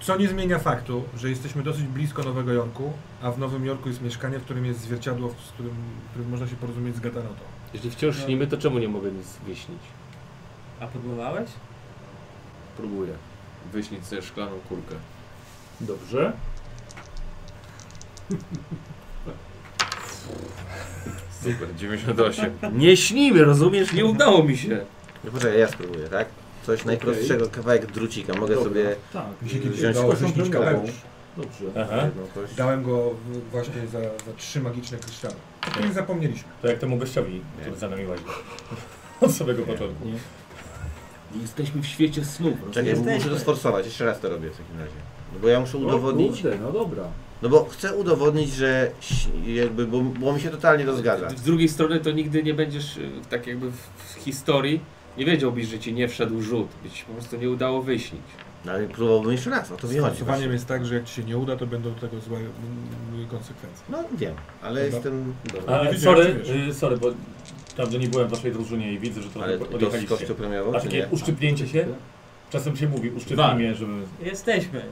[SPEAKER 4] Co nie zmienia faktu, że jesteśmy dosyć blisko Nowego Jorku, a w Nowym Jorku jest mieszkanie, w którym jest zwierciadło, w- z którym, w którym można się porozumieć z Gatanotą.
[SPEAKER 2] Jeśli wciąż
[SPEAKER 5] No.
[SPEAKER 2] śnimy, to czemu nie mogę nic wyśnić?
[SPEAKER 5] A próbowałeś?
[SPEAKER 2] Próbuję. Wyśnić sobie szklaną kurkę.
[SPEAKER 10] Dobrze.
[SPEAKER 2] Super, 98. Nie śnimy, rozumiesz? Nie udało mi się.
[SPEAKER 3] No poczekaj, ja spróbuję, tak? Coś najprostszego, kawałek drucika. Mogę
[SPEAKER 10] Dobra.
[SPEAKER 3] sobie
[SPEAKER 10] Tak.
[SPEAKER 4] Mi się kiedyś
[SPEAKER 3] wziąć
[SPEAKER 4] udało
[SPEAKER 3] kość
[SPEAKER 4] wyśnić
[SPEAKER 3] kawałek.
[SPEAKER 4] kapelusz.
[SPEAKER 10] Dobrze.
[SPEAKER 7] Aha,
[SPEAKER 3] jedną kość.
[SPEAKER 4] Dałem go w- właśnie za, za trzy magiczne No kryształy. O których zapomnieliśmy.
[SPEAKER 7] to jak temu gościowi, który za nami łaził. Od samego początku.
[SPEAKER 10] Jesteśmy w świecie snów.
[SPEAKER 3] Czekaj,
[SPEAKER 10] rozumiesz?
[SPEAKER 3] muszę to sforsować. Jeszcze raz to robię w takim razie. No bo ja muszę udowodnić,
[SPEAKER 10] O kurde, no dobra.
[SPEAKER 3] No bo chcę udowodnić, że ś- jakby, bo, bo mi się totalnie to zgadza.
[SPEAKER 2] Z drugiej strony to nigdy nie będziesz y, tak jakby w, w historii nie wiedziałbyś, że ci nie wszedł rzut, by ci się po prostu nie udało wyśnić.
[SPEAKER 3] No ale próbowałbym jeszcze raz, o to mi chodzi. właśnie.
[SPEAKER 4] Głosowaniem jest tak, że jak ci się nie uda, to będą do tego złe mm, konsekwencje.
[SPEAKER 3] No wiem, ale
[SPEAKER 4] Dobra.
[SPEAKER 3] jestem... Dobra.
[SPEAKER 7] Ale
[SPEAKER 4] widziałem,
[SPEAKER 7] sorry,
[SPEAKER 4] co
[SPEAKER 7] y, sorry, bo dawno nie byłem w waszej drużynie i widzę, że trochę
[SPEAKER 3] Ale
[SPEAKER 7] po-
[SPEAKER 3] to z kością
[SPEAKER 7] odjechaliście.
[SPEAKER 3] premiową,
[SPEAKER 7] A
[SPEAKER 3] czy
[SPEAKER 7] takie
[SPEAKER 3] nie?
[SPEAKER 7] uszczypnięcie się? Czasem się mówi, uszczypnij
[SPEAKER 10] Wal.
[SPEAKER 7] mnie, żeby...
[SPEAKER 5] Jesteśmy.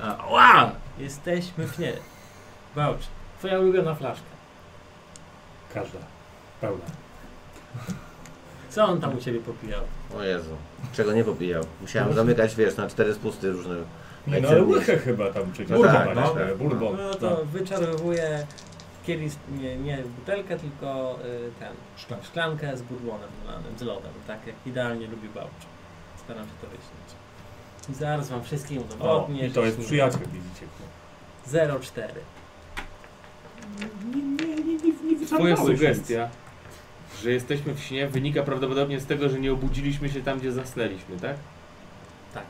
[SPEAKER 2] A, ła!
[SPEAKER 5] Jesteśmy w nie. Bałcz. Twoja ulubiona flaszka.
[SPEAKER 7] Każda. Pełna.
[SPEAKER 5] Co on tam u ciebie popijał?
[SPEAKER 3] O Jezu, czego nie popijał. Musiałem zamykać, wiesz, na cztery spusty różne.
[SPEAKER 7] Nie no,
[SPEAKER 3] Jak
[SPEAKER 7] ale
[SPEAKER 3] się-
[SPEAKER 7] łychę chyba tam, czy
[SPEAKER 3] No tak,
[SPEAKER 7] Bourbon,
[SPEAKER 3] no.
[SPEAKER 7] tak, Bourbon.
[SPEAKER 5] No to wyczarowuje kielich, nie, nie butelkę, tylko y, ten,
[SPEAKER 4] Szklanki.
[SPEAKER 5] szklankę z bourbonem no. dolanym, z lodem, tak jak idealnie lubi bałcz. Staram się to wyjaśnić. I Zaraz wam wszystkim
[SPEAKER 7] O,
[SPEAKER 5] udowodnię.
[SPEAKER 7] i to
[SPEAKER 5] że
[SPEAKER 7] jest
[SPEAKER 5] śnię.
[SPEAKER 7] przyjaciel, widzicie.
[SPEAKER 5] 04.
[SPEAKER 10] Nie, nie, nie, nie, nie
[SPEAKER 2] Twoja
[SPEAKER 10] wyszarpałeś
[SPEAKER 2] sugestia, że jesteśmy w śnie wynika prawdopodobnie z tego, że nie obudziliśmy się tam, gdzie zasnęliśmy, tak?
[SPEAKER 5] Tak.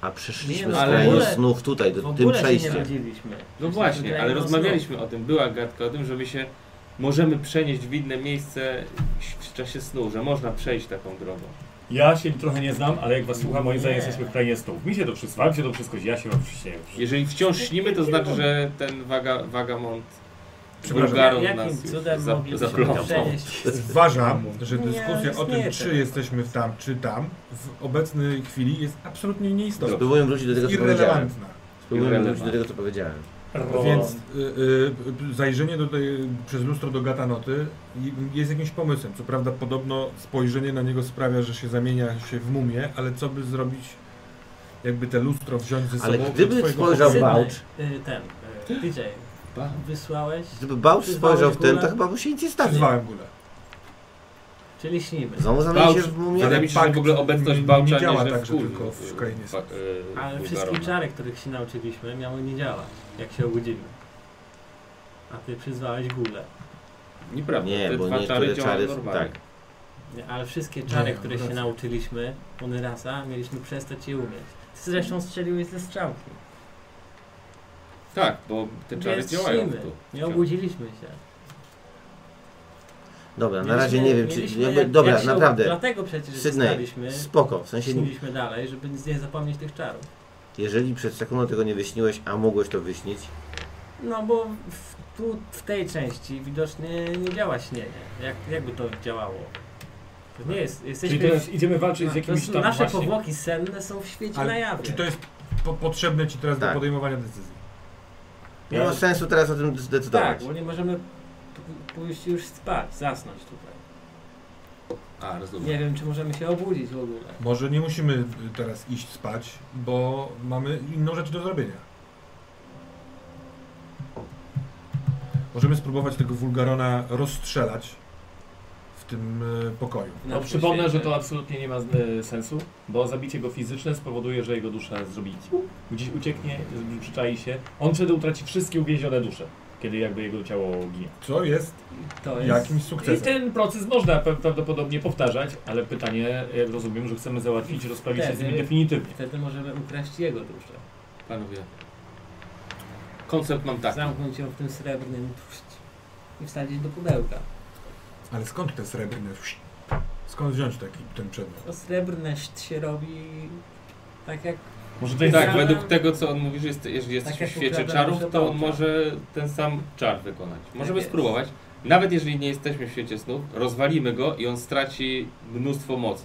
[SPEAKER 3] A przyszliśmy
[SPEAKER 5] Nie, no
[SPEAKER 3] z
[SPEAKER 2] ale-
[SPEAKER 3] kraju
[SPEAKER 5] w ogóle-
[SPEAKER 3] snów tutaj,
[SPEAKER 5] W
[SPEAKER 3] do, tym
[SPEAKER 5] ogóle się nie
[SPEAKER 3] przejściem.
[SPEAKER 5] rodziliśmy.
[SPEAKER 2] No
[SPEAKER 5] Jesteśmy
[SPEAKER 2] właśnie, ale
[SPEAKER 5] granią
[SPEAKER 2] rozmawialiśmy o tym, była gadka o tym, że my się możemy przenieść w inne miejsce w czasie snu, że można przejść taką drogą.
[SPEAKER 7] Ja się trochę nie znam, ale jak was słucham, moim zdaniem
[SPEAKER 5] Nie.
[SPEAKER 7] jesteśmy w krainie snów. Mi się to wszystko, wam się to wszystko, ja się wam się...
[SPEAKER 2] Jeżeli wciąż śnimy, to znaczy, że ten waga, wagamont
[SPEAKER 4] Przepraszam.
[SPEAKER 2] Bulgaron nas
[SPEAKER 5] Jakim cudem
[SPEAKER 2] za-
[SPEAKER 5] mogliśmy się
[SPEAKER 2] zaplątał.
[SPEAKER 3] No.
[SPEAKER 5] przenieść?
[SPEAKER 4] Uważam, że
[SPEAKER 5] Nie, no,
[SPEAKER 4] dyskusja o
[SPEAKER 5] istnieje
[SPEAKER 4] tym, czy
[SPEAKER 5] teraz.
[SPEAKER 4] jesteśmy w tam, czy tam, w obecnej chwili jest absolutnie nieistotna.
[SPEAKER 3] Spróbuję wrócić do tego, co powiedziałem.
[SPEAKER 4] Irrelevantna.
[SPEAKER 3] Spróbuję wrócić do tego, co powiedziałem.
[SPEAKER 4] Więc y, y, zajrzenie do tej, przez lustro do gatanoty i- jest jakimś pomysłem. Co prawda podobno spojrzenie na niego sprawia, że się zamienia się w mumię, ale co by zrobić, jakby te lustro wziąć ze sobą
[SPEAKER 3] Ale
[SPEAKER 4] do
[SPEAKER 3] gdyby
[SPEAKER 4] twojego
[SPEAKER 3] spojrzał
[SPEAKER 5] Sydney,
[SPEAKER 3] Bałcz,
[SPEAKER 5] y, Ten, y, DJ, wysłałeś,
[SPEAKER 3] gdyby Bałcz
[SPEAKER 5] Przyzwałeś
[SPEAKER 3] spojrzał w tym,
[SPEAKER 5] górę?
[SPEAKER 3] to chyba by się nic nie
[SPEAKER 4] pokoju?
[SPEAKER 3] stało.
[SPEAKER 4] Przyzwałem gulę.
[SPEAKER 5] czyli śnimy.
[SPEAKER 3] Znowu zamieni
[SPEAKER 2] Bałcz-
[SPEAKER 3] się w mumię?
[SPEAKER 2] Wydaje mi się, że w ogóle obecność
[SPEAKER 4] nie
[SPEAKER 2] Bałcza
[SPEAKER 4] działa
[SPEAKER 2] nieźle
[SPEAKER 4] tak, że
[SPEAKER 2] wkurwi,
[SPEAKER 4] tylko w
[SPEAKER 2] y,
[SPEAKER 4] krainie są.
[SPEAKER 2] fa- y,
[SPEAKER 5] Ale
[SPEAKER 2] Bulgarona.
[SPEAKER 5] wszystkie czary, których się nauczyliśmy, miały nie działać, jak się obudzimy. a ty przyzwałeś gule.
[SPEAKER 2] Nieprawda,
[SPEAKER 3] Nie,
[SPEAKER 2] te
[SPEAKER 3] bo
[SPEAKER 2] dwa
[SPEAKER 3] niektóre czary są
[SPEAKER 2] normalnie.
[SPEAKER 3] tak.
[SPEAKER 5] Nie, Ale wszystkie czary,
[SPEAKER 4] Nie,
[SPEAKER 5] które się
[SPEAKER 4] racja.
[SPEAKER 5] nauczyliśmy, one rasa, mieliśmy przestać je umieć. Ty zresztą strzeliłeś ze strzałki.
[SPEAKER 2] Tak, bo te czary
[SPEAKER 5] Więc
[SPEAKER 2] działają
[SPEAKER 5] ślimy.
[SPEAKER 2] tu.
[SPEAKER 5] Nie obudziliśmy się.
[SPEAKER 3] Dobra, na
[SPEAKER 5] Mieliśmy-
[SPEAKER 3] razie nie wiem, czy...
[SPEAKER 5] mieliśmy
[SPEAKER 3] Jakby,
[SPEAKER 5] jak-
[SPEAKER 3] dobra,
[SPEAKER 5] jak się-
[SPEAKER 3] naprawdę,
[SPEAKER 5] Dlatego przecież
[SPEAKER 3] Sydney,
[SPEAKER 5] zostaliśmy,
[SPEAKER 3] spoko, w sensie...
[SPEAKER 5] szliśmy dalej, żeby nie zapomnieć tych czarów.
[SPEAKER 3] Jeżeli przed sekundą tego nie wyśniłeś, a mogłeś to wyśnić,
[SPEAKER 5] No bo w, tu, w tej części widocznie nie działa śnienie. Jak, jakby to działało? To nie jest, jesteśmy...
[SPEAKER 1] Czyli teraz idziemy walczyć z
[SPEAKER 5] to
[SPEAKER 1] jakimś
[SPEAKER 5] są
[SPEAKER 1] tam
[SPEAKER 5] nasze
[SPEAKER 1] właśnie...
[SPEAKER 5] powłoki senne są w świecie
[SPEAKER 4] Ale
[SPEAKER 5] na jawie.
[SPEAKER 4] Czy to jest po potrzebne ci teraz
[SPEAKER 3] Tak.
[SPEAKER 4] do podejmowania decyzji?
[SPEAKER 3] nie ma sensu teraz o tym zdecydować.
[SPEAKER 5] Tak, bo nie możemy p- pójść już spać, zasnąć tutaj.
[SPEAKER 2] A, rozumiem.
[SPEAKER 5] Nie wiem, czy możemy się obudzić w ogóle.
[SPEAKER 4] Może nie musimy y, teraz iść spać, bo mamy inną rzecz do zrobienia. Możemy spróbować tego wulgarona rozstrzelać w tym y, pokoju.
[SPEAKER 5] W
[SPEAKER 7] No,
[SPEAKER 5] naszym
[SPEAKER 7] przypomnę, że
[SPEAKER 5] świecie.
[SPEAKER 7] to absolutnie nie ma e, sensu, bo zabicie go fizyczne spowoduje, że jego dusza zrobi ciu, gdzieś ucieknie, z- przyczai się. On wtedy utraci wszystkie uwięzione dusze, kiedy jakby jego ciało ginie.
[SPEAKER 4] Co jest
[SPEAKER 5] To jest...
[SPEAKER 4] jakimś
[SPEAKER 7] I
[SPEAKER 4] sukcesem.
[SPEAKER 7] ten proces można pe- prawdopodobnie powtarzać, ale pytanie, jak rozumiem, że chcemy załatwić, rozprawić się z nimi
[SPEAKER 5] Wtedy-
[SPEAKER 7] definitywnie.
[SPEAKER 5] Wtedy możemy ukraść jego duszę.
[SPEAKER 2] Panowie, koncept mam taki.
[SPEAKER 5] Zamknąć ją w tym srebrnym tłuszcz i wsadzić do pudełka.
[SPEAKER 4] Ale skąd te srebrne? Skąd wziąć taki ten przedmiot?
[SPEAKER 5] To srebrne szt się robi tak jak
[SPEAKER 7] Może to
[SPEAKER 2] Tak,
[SPEAKER 7] jest
[SPEAKER 5] Zamiast-
[SPEAKER 2] według tego, co on mówi, że jest, jeżeli jesteś
[SPEAKER 5] Tak jak
[SPEAKER 2] w świecie
[SPEAKER 5] ukradam
[SPEAKER 2] czarów, to on
[SPEAKER 5] żebroka.
[SPEAKER 2] może ten sam czar wykonać. Możemy
[SPEAKER 5] Tak jest.
[SPEAKER 2] spróbować. Nawet jeżeli nie jesteśmy w świecie snów, rozwalimy go i on straci mnóstwo mocy.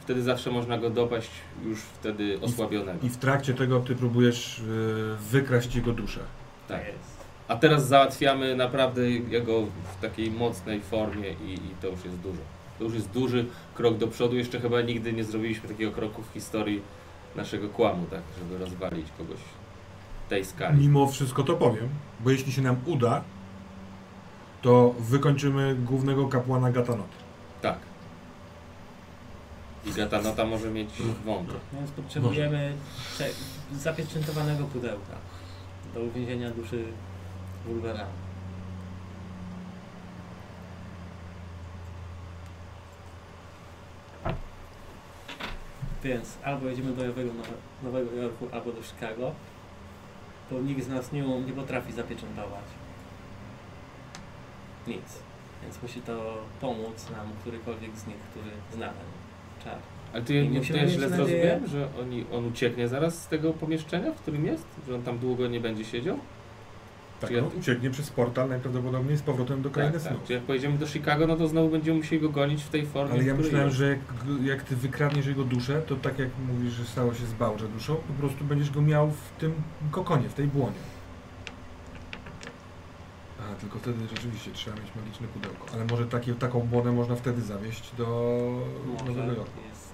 [SPEAKER 2] Wtedy zawsze można go dopaść już wtedy osłabionego.
[SPEAKER 4] I w trakcie tego ty próbujesz y, wykraść jego duszę.
[SPEAKER 2] Tak.
[SPEAKER 5] jest.
[SPEAKER 2] A teraz załatwiamy naprawdę jego w takiej mocnej formie i, i to już jest dużo. To już jest duży krok do przodu. Jeszcze chyba nigdy nie zrobiliśmy takiego kroku w historii naszego kłamu, tak, żeby rozwalić kogoś tej skali.
[SPEAKER 4] Mimo wszystko to powiem, bo jeśli się nam uda, to wykończymy głównego kapłana Gatanot.
[SPEAKER 2] Tak. I gatanota może mieć wątek.
[SPEAKER 5] No, Więc potrzebujemy cze- zapieczętowanego pudełka do uwięzienia duszy Wolverana. Więc albo jedziemy do Nowego, Nowego Jorku, albo do Chicago, bo nikt z nas nie, um- nie potrafi zapieczętować nic. Więc musi to pomóc nam którykolwiek z nich, który zna ten czar.
[SPEAKER 2] Ale ty,
[SPEAKER 5] I
[SPEAKER 2] nie, to
[SPEAKER 5] musimy
[SPEAKER 2] ja
[SPEAKER 5] mieć
[SPEAKER 2] źle
[SPEAKER 5] nadzieję-
[SPEAKER 2] zrozumiałem, że oni, on ucieknie zaraz z tego pomieszczenia, w którym jest? Że on tam długo nie będzie siedział?
[SPEAKER 4] Tak,
[SPEAKER 2] Czy ja-
[SPEAKER 4] no, ucieknie przez portal najprawdopodobniej z powrotem do krainy
[SPEAKER 2] Tak, tak.
[SPEAKER 4] snów.
[SPEAKER 2] Czy jak pojedziemy do Chicago, no to znowu będziemy musieli go gonić w tej formie,
[SPEAKER 4] Ale ja
[SPEAKER 2] w której
[SPEAKER 4] myślałem,
[SPEAKER 2] jest.
[SPEAKER 4] że jak, jak ty wykradniesz jego duszę, to tak jak mówisz, że stało się z Bałże duszą, po prostu będziesz go miał w tym kokonie, w tej błonie. A, tylko wtedy rzeczywiście trzeba mieć magiczne pudełko. Ale może taki, taką błonę można wtedy zawieźć do Nowego Jorku.
[SPEAKER 5] jest.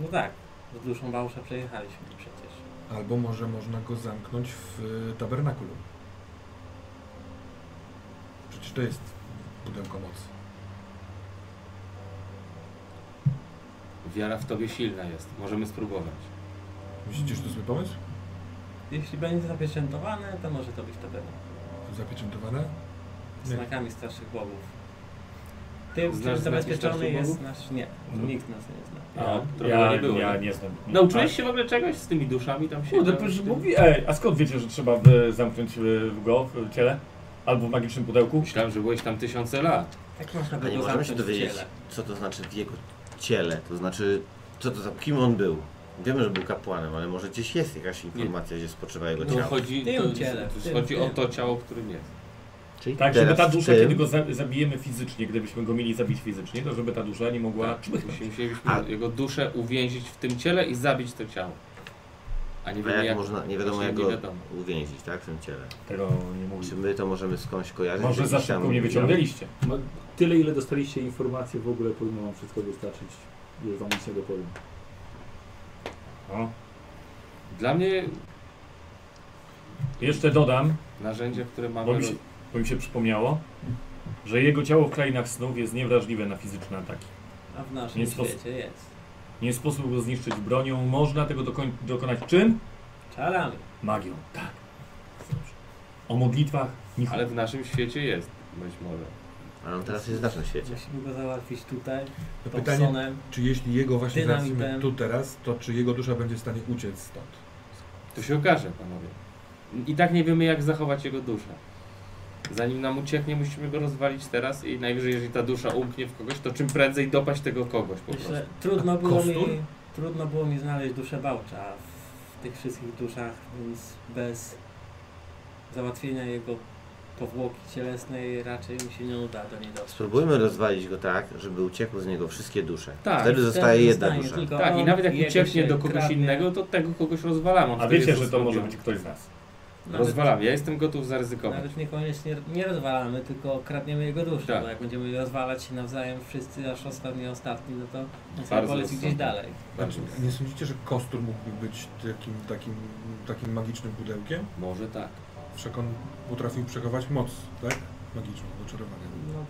[SPEAKER 5] No tak, z duszą Bałsza przejechaliśmy przecież.
[SPEAKER 4] Albo może można go zamknąć w y, tabernakulum. Przecież to jest pudełko mocy.
[SPEAKER 2] Wiara w tobie silna jest. Możemy spróbować.
[SPEAKER 4] Myślicie, że to zły pomysł?
[SPEAKER 5] Jeśli będzie zapieczętowane, to może to być to pewno.
[SPEAKER 4] Zapieczętowane?
[SPEAKER 5] Z
[SPEAKER 4] Nie.
[SPEAKER 5] znakami starszych bogów. Tym,
[SPEAKER 2] Znasz
[SPEAKER 5] którym
[SPEAKER 2] znaki
[SPEAKER 5] zabezpieczony
[SPEAKER 2] starszych
[SPEAKER 5] jest
[SPEAKER 2] bogów?
[SPEAKER 5] nasz... Nie,
[SPEAKER 7] No.
[SPEAKER 5] nikt nas nie zna.
[SPEAKER 2] A, trochę
[SPEAKER 7] ja,
[SPEAKER 2] nie było,
[SPEAKER 7] ja
[SPEAKER 2] nie?
[SPEAKER 7] nie znam. Nie-
[SPEAKER 2] Nauczyłeś się w ogóle czegoś z tymi duszami tam się?
[SPEAKER 7] Kurde, proszę, mówi, ej, a skąd wiecie, że trzeba e, zamknąć e, go w ciele? Albo w magicznym pudełku?
[SPEAKER 2] Myślałem, że byłeś tam tysiące lat.
[SPEAKER 5] Jak Tak można
[SPEAKER 3] A
[SPEAKER 5] by
[SPEAKER 3] nie
[SPEAKER 5] go
[SPEAKER 3] możemy się
[SPEAKER 5] zamknąć w
[SPEAKER 3] dowiedzieć,
[SPEAKER 5] ciele?
[SPEAKER 3] co to znaczy w jego ciele, to znaczy, co to za, kim on był. Wiemy, że był kapłanem, ale może gdzieś jest jakaś informacja, gdzie spoczywa jego
[SPEAKER 2] No,
[SPEAKER 3] ciało.
[SPEAKER 2] chodzi,
[SPEAKER 5] Tym
[SPEAKER 2] to,
[SPEAKER 5] ciele,
[SPEAKER 2] to,
[SPEAKER 5] tym,
[SPEAKER 2] chodzi o
[SPEAKER 5] tym.
[SPEAKER 2] to ciało, w którym jest.
[SPEAKER 3] Czyli
[SPEAKER 7] Tak, żeby
[SPEAKER 3] teraz
[SPEAKER 7] ta dusza,
[SPEAKER 3] w tym-
[SPEAKER 7] kiedy go za- zabijemy fizycznie, gdybyśmy go mieli zabić fizycznie, to żeby ta dusza nie mogła...
[SPEAKER 2] Tak, musielibyśmy
[SPEAKER 3] A-
[SPEAKER 2] jego duszę uwięzić w tym ciele i zabić to ciało. A nie
[SPEAKER 3] A
[SPEAKER 2] wiemy
[SPEAKER 3] jak,
[SPEAKER 2] jak...
[SPEAKER 3] można, nie wiadomo
[SPEAKER 2] właśnie
[SPEAKER 3] jak
[SPEAKER 2] nie
[SPEAKER 3] go
[SPEAKER 2] wiadomo.
[SPEAKER 3] uwięzić, tak, w tym ciele.
[SPEAKER 7] Tego nie mogli.
[SPEAKER 3] Czy my to możemy skądś kojarzyć?
[SPEAKER 7] Może
[SPEAKER 3] Jakiś
[SPEAKER 7] za
[SPEAKER 3] tam-
[SPEAKER 7] szybko mnie wyciągnęliście.
[SPEAKER 1] No, Tyle ile dostaliście informacji w ogóle powinno wam wszystko wystarczyć. Ile wam nic nie dopowiem.
[SPEAKER 7] O.
[SPEAKER 2] Dla mnie
[SPEAKER 7] Jeszcze dodam,
[SPEAKER 2] narzędzie, które mamy...
[SPEAKER 7] bo mi, się, bo mi się przypomniało, że jego ciało w krainach snów jest niewrażliwe na fizyczne ataki.
[SPEAKER 5] A w naszym
[SPEAKER 7] Nie sposób.
[SPEAKER 5] świecie jest.
[SPEAKER 7] Nie sposób go zniszczyć bronią, można tego dokoń, dokonać czym?
[SPEAKER 5] Czarami.
[SPEAKER 7] Magią. Tak. O modlitwach nikt
[SPEAKER 2] Ale w naszym świecie jest, być może.
[SPEAKER 3] Ale on teraz jest w naszym świecie.
[SPEAKER 5] Musimy go załatwić tutaj,
[SPEAKER 4] To pytanie,
[SPEAKER 5] Thompsonem.
[SPEAKER 4] czy jeśli jego właśnie
[SPEAKER 5] Dynamitem.
[SPEAKER 4] załatwimy tu teraz, to czy jego dusza będzie w stanie uciec stąd?
[SPEAKER 2] To się okaże, panowie. I tak nie wiemy, jak zachować jego duszę. Zanim nam ucieknie, musimy go rozwalić teraz i najwyżej, jeżeli ta dusza umknie w kogoś, to czym prędzej dopaść tego kogoś po prostu.
[SPEAKER 5] Myślę, trudno było, mi,
[SPEAKER 4] kostur?
[SPEAKER 5] trudno było mi znaleźć duszę Bałcza w tych wszystkich duszach, więc bez załatwienia jego powłoki cielesnej raczej mi się nie uda do niej dotrzeć.
[SPEAKER 3] Spróbujmy rozwalić go tak, żeby uciekły z niego wszystkie dusze.
[SPEAKER 2] Tak,
[SPEAKER 3] Wtedy zostaje jedna dusza.
[SPEAKER 2] Tak, i nawet jak ucieknie
[SPEAKER 5] ucieknie
[SPEAKER 2] do kogoś innego, to tego kogoś rozwalamy. On
[SPEAKER 7] A
[SPEAKER 2] No, wtedy
[SPEAKER 7] wiecie,
[SPEAKER 2] jest
[SPEAKER 7] że to może
[SPEAKER 2] rozwodniony.
[SPEAKER 7] być ktoś z nas.
[SPEAKER 5] No
[SPEAKER 2] Rozwalam, ja jestem gotów zaryzykować.
[SPEAKER 5] Nawet niekoniecznie nie rozwalamy, tylko kradniemy jego duszę,
[SPEAKER 2] Tak.
[SPEAKER 5] bo jak będziemy rozwalać się nawzajem wszyscy, aż ostatni ostatni, no to on sobie
[SPEAKER 2] Bardzo
[SPEAKER 5] poleci gdzieś
[SPEAKER 2] rozsądnie.
[SPEAKER 5] dalej.
[SPEAKER 2] Znaczy,
[SPEAKER 4] Nie sądzicie, że kostur mógłby być takim, takim, takim magicznym pudełkiem?
[SPEAKER 2] może tak.
[SPEAKER 4] Wszak on potrafił przechować moc, tak? Magiczną, do czarowania.
[SPEAKER 5] No,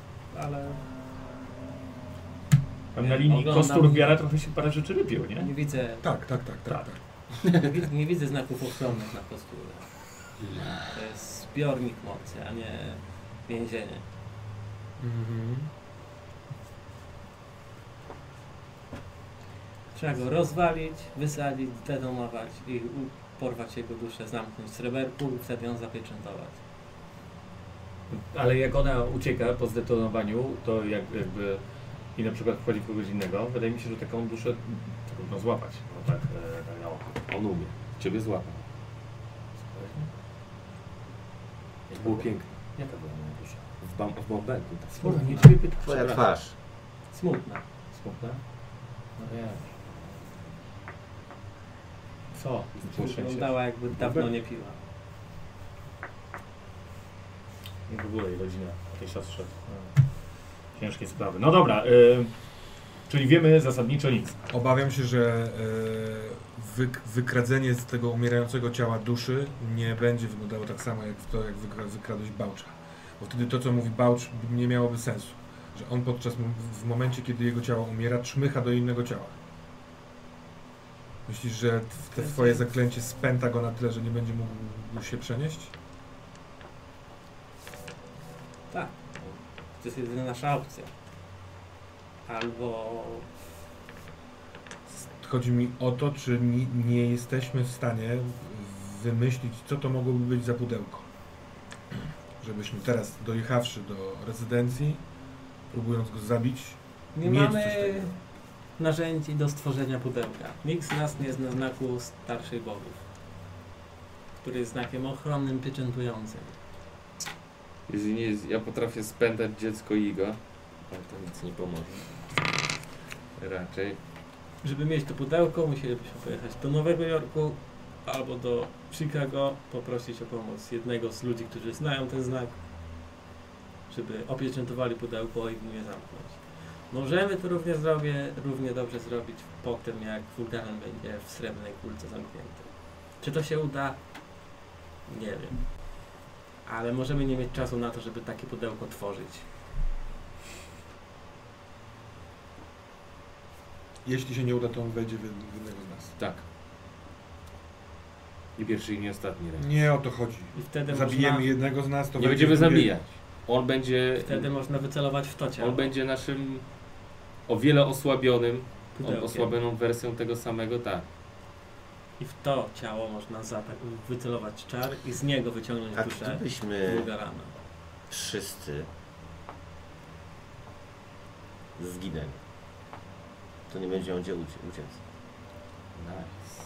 [SPEAKER 5] ale
[SPEAKER 7] Tam na linii
[SPEAKER 5] Oglądam.
[SPEAKER 7] kostur wiara trochę się parę rzeczy wypił, nie?
[SPEAKER 5] nie widzę,
[SPEAKER 4] Tak, tak, tak, tak.
[SPEAKER 7] Tak.
[SPEAKER 4] tak.
[SPEAKER 5] nie, wi- nie widzę znaków ochronnych na kosturze. To jest zbiornik mocy, a nie więzienie.
[SPEAKER 4] Mhm.
[SPEAKER 5] Trzeba go rozwalić, wysadzić, zdedomować i u- porwać jego duszę, zamknąć w sreberku i wtedy ją zapieczętować.
[SPEAKER 7] Ale jak ona ucieka po zdetonowaniu, to jak, jakby i na przykład wchodzi w kogoś innego, wydaje mi się, że taką duszę trudno złapać. No tak, e, tak na oko.
[SPEAKER 2] On umie. Ciebie złapał.
[SPEAKER 7] Jak
[SPEAKER 2] To było piękne.
[SPEAKER 7] Jaka była moja dusza?
[SPEAKER 2] W, bam, w bąbelku. Tak.
[SPEAKER 7] Smutna, nie ciebie pytam.
[SPEAKER 3] Twoja twarz.
[SPEAKER 5] Smutne.
[SPEAKER 7] Smutna? No ja. Co?
[SPEAKER 5] Wyglądała jakby dawno nie piła.
[SPEAKER 7] Nie w ogóle jej rodzina, tej siostrze. e, Ciężkie sprawy. No dobra, y, czyli wiemy zasadniczo nic.
[SPEAKER 4] Obawiam się, że e, wyk wykradzenie z tego umierającego ciała duszy nie będzie wyglądało tak samo, jak to, jak wykra wykradłeś Bałcza. Bo wtedy to, co mówi Bałcz, nie miałoby sensu. Że on podczas, m- w momencie, kiedy jego ciało umiera, czmycha do innego ciała. Myślisz, że t- te twoje zaklęcie spęta go na tyle, że nie będzie mógł się przenieść?
[SPEAKER 5] Tak. To jest jedyna nasza opcja. Albo
[SPEAKER 4] Chodzi mi o to, czy ni- nie jesteśmy w stanie wymyślić, co to mogłoby być za pudełko. Żebyśmy teraz, dojechawszy do rezydencji, próbując go zabić,
[SPEAKER 5] nie
[SPEAKER 4] mieć coś
[SPEAKER 5] mamy
[SPEAKER 4] takiego.
[SPEAKER 5] narzędzi do stworzenia pudełka. Nikt z nas nie zna znaku starszych bogów, który jest znakiem ochronnym, pieczętującym.
[SPEAKER 2] Jeżeli nie jest, ja potrafię spędzać dziecko Iga, ale to nic nie pomoże. Raczej.
[SPEAKER 5] Żeby mieć to pudełko, musielibyśmy pojechać do Nowego Jorku albo do Chicago, poprosić o pomoc jednego z ludzi, którzy znają ten znak, żeby opieczętowali pudełko i mnie zamknąć. Możemy to równie, zrobię, równie dobrze zrobić po tym, jak wulkan będzie w srebrnej kulce zamknięty. Czy to się uda? Nie wiem. Ale możemy nie mieć czasu na to, żeby takie pudełko tworzyć.
[SPEAKER 4] jeśli się nie uda, to on wejdzie w jed- w jednego z nas.
[SPEAKER 2] Tak. I pierwszy i nie ostatni raz.
[SPEAKER 4] Nie o to chodzi.
[SPEAKER 5] I wtedy
[SPEAKER 4] Zabijemy
[SPEAKER 5] można,
[SPEAKER 4] jednego z nas, to
[SPEAKER 2] Nie
[SPEAKER 4] wejdzie
[SPEAKER 2] będziemy
[SPEAKER 4] drugi-
[SPEAKER 2] zabijać. On będzie.
[SPEAKER 5] wtedy można wycelować w to ciało.
[SPEAKER 2] On będzie naszym o wiele osłabionym, o,
[SPEAKER 5] pudełkiem.
[SPEAKER 2] osłabioną wersją tego samego, tak.
[SPEAKER 5] I w to ciało można zatak- wycelować czar i z niego wyciągnąć
[SPEAKER 3] A
[SPEAKER 5] duszę
[SPEAKER 3] gdybyśmy
[SPEAKER 5] Bulgarana.
[SPEAKER 3] wszyscy zginęli, to nie będzie on gdzie ucie- uciec.
[SPEAKER 2] Nice.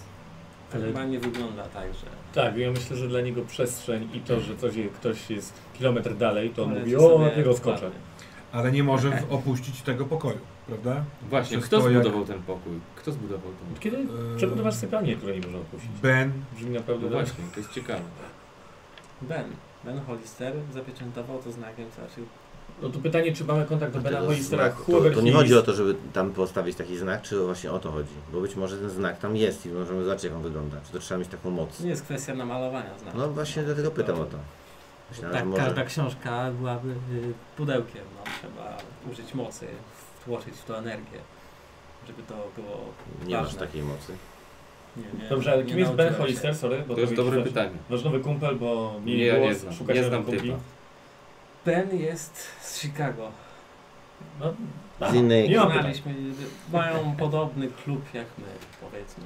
[SPEAKER 7] Ale
[SPEAKER 5] Chyba nie wygląda tak, że...
[SPEAKER 7] Tak, ja myślę, że dla niego przestrzeń i to, że coś, ktoś jest kilometr dalej, to on
[SPEAKER 5] Polecę
[SPEAKER 7] mówi, o,
[SPEAKER 5] sobie
[SPEAKER 7] na tego skoczę.
[SPEAKER 5] ładnie.
[SPEAKER 4] Ale nie może w- opuścić tego pokoju, prawda?
[SPEAKER 2] Właśnie,
[SPEAKER 4] Przez
[SPEAKER 2] kto
[SPEAKER 4] to, jak-
[SPEAKER 2] zbudował ten pokój? Kto zbudował ten pokój?
[SPEAKER 7] Kiedy
[SPEAKER 4] Eee,
[SPEAKER 7] przebudowasz sypialnię, której nie można opuścić?
[SPEAKER 4] Ben,
[SPEAKER 7] Brzmi
[SPEAKER 2] No
[SPEAKER 7] naprawdę dobrze.
[SPEAKER 2] właśnie, to jest ciekawe.
[SPEAKER 5] Ben. Ben Hollister zapieczętował to znakiem starszych.
[SPEAKER 7] No to pytanie, czy mamy kontakt do Bena
[SPEAKER 3] Tego
[SPEAKER 7] Hollistera?
[SPEAKER 3] znaku. To, to nie chodzi o to, żeby tam postawić taki znak, czy właśnie o to chodzi. Bo być może ten znak tam jest i możemy zobaczyć, jak on wygląda. Czy to trzeba mieć taką moc?
[SPEAKER 5] To nie jest kwestia namalowania znaku.
[SPEAKER 3] No właśnie dlatego pytam o to. Myślałem,
[SPEAKER 5] tak,
[SPEAKER 3] że może...
[SPEAKER 5] każda książka byłaby y, pudełkiem. No, trzeba użyć mocy, wtłoczyć w to energię, żeby to było
[SPEAKER 3] Nie masz
[SPEAKER 5] Ważne.
[SPEAKER 3] takiej mocy.
[SPEAKER 5] Nie, nie.
[SPEAKER 7] Dobrze, ale kim
[SPEAKER 5] nie
[SPEAKER 7] jest Ben
[SPEAKER 5] nauczyłem się.
[SPEAKER 7] Hollister, sorry? Bo
[SPEAKER 2] To jest
[SPEAKER 7] mi się
[SPEAKER 2] dobre
[SPEAKER 7] zawsze-
[SPEAKER 2] pytanie.
[SPEAKER 7] Wasz nowy kumpel, bo
[SPEAKER 2] Nie,
[SPEAKER 7] No, mieli
[SPEAKER 2] ja nie
[SPEAKER 7] głos,
[SPEAKER 2] znam.
[SPEAKER 7] szukacie
[SPEAKER 2] Nie znam
[SPEAKER 7] nowej kumpli.
[SPEAKER 2] typa.
[SPEAKER 5] Ben jest z Chicago.
[SPEAKER 7] No,
[SPEAKER 3] Z innej...
[SPEAKER 7] Nie ma pytań.
[SPEAKER 5] Znaliśmy, mają podobny klub jak my, powiedzmy.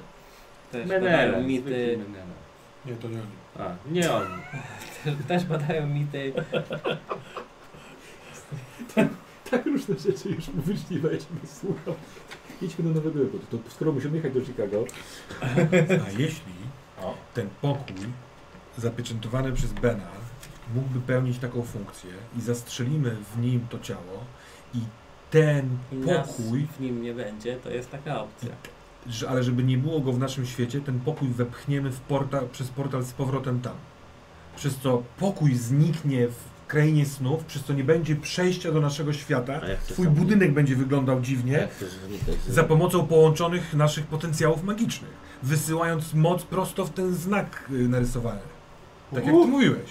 [SPEAKER 5] Też
[SPEAKER 2] Menele.
[SPEAKER 5] badają mity,
[SPEAKER 4] Nie, to nie oni.
[SPEAKER 2] A, nie on.
[SPEAKER 5] też, też badają mity
[SPEAKER 10] Tak różne rzeczy już mówiliśmy, ja cię nie słucham. Idźmy do Nowego Jorku. To, to skoro musimy jechać do Chicago,
[SPEAKER 4] A jeśli ten pokój zapieczętowany przez Bena mógłby pełnić taką funkcję i zastrzelimy w nim to ciało i ten
[SPEAKER 5] i nas
[SPEAKER 4] pokój,
[SPEAKER 5] w nim nie będzie, to jest taka opcja.
[SPEAKER 4] że, ale żeby nie było go w naszym świecie, ten pokój wepchniemy w portal, przez portal z powrotem tam. Przez co pokój zniknie w krainie snów, przez co nie będzie przejścia do naszego świata.
[SPEAKER 3] A ja chcę
[SPEAKER 4] Twój
[SPEAKER 3] sam-
[SPEAKER 4] budynek będzie wyglądał
[SPEAKER 3] a ja
[SPEAKER 4] dziwnie
[SPEAKER 3] chcę zniknąć z-
[SPEAKER 4] za pomocą połączonych naszych potencjałów magicznych, wysyłając moc prosto w ten znak y, narysowany. Tak jak ty mówiłeś.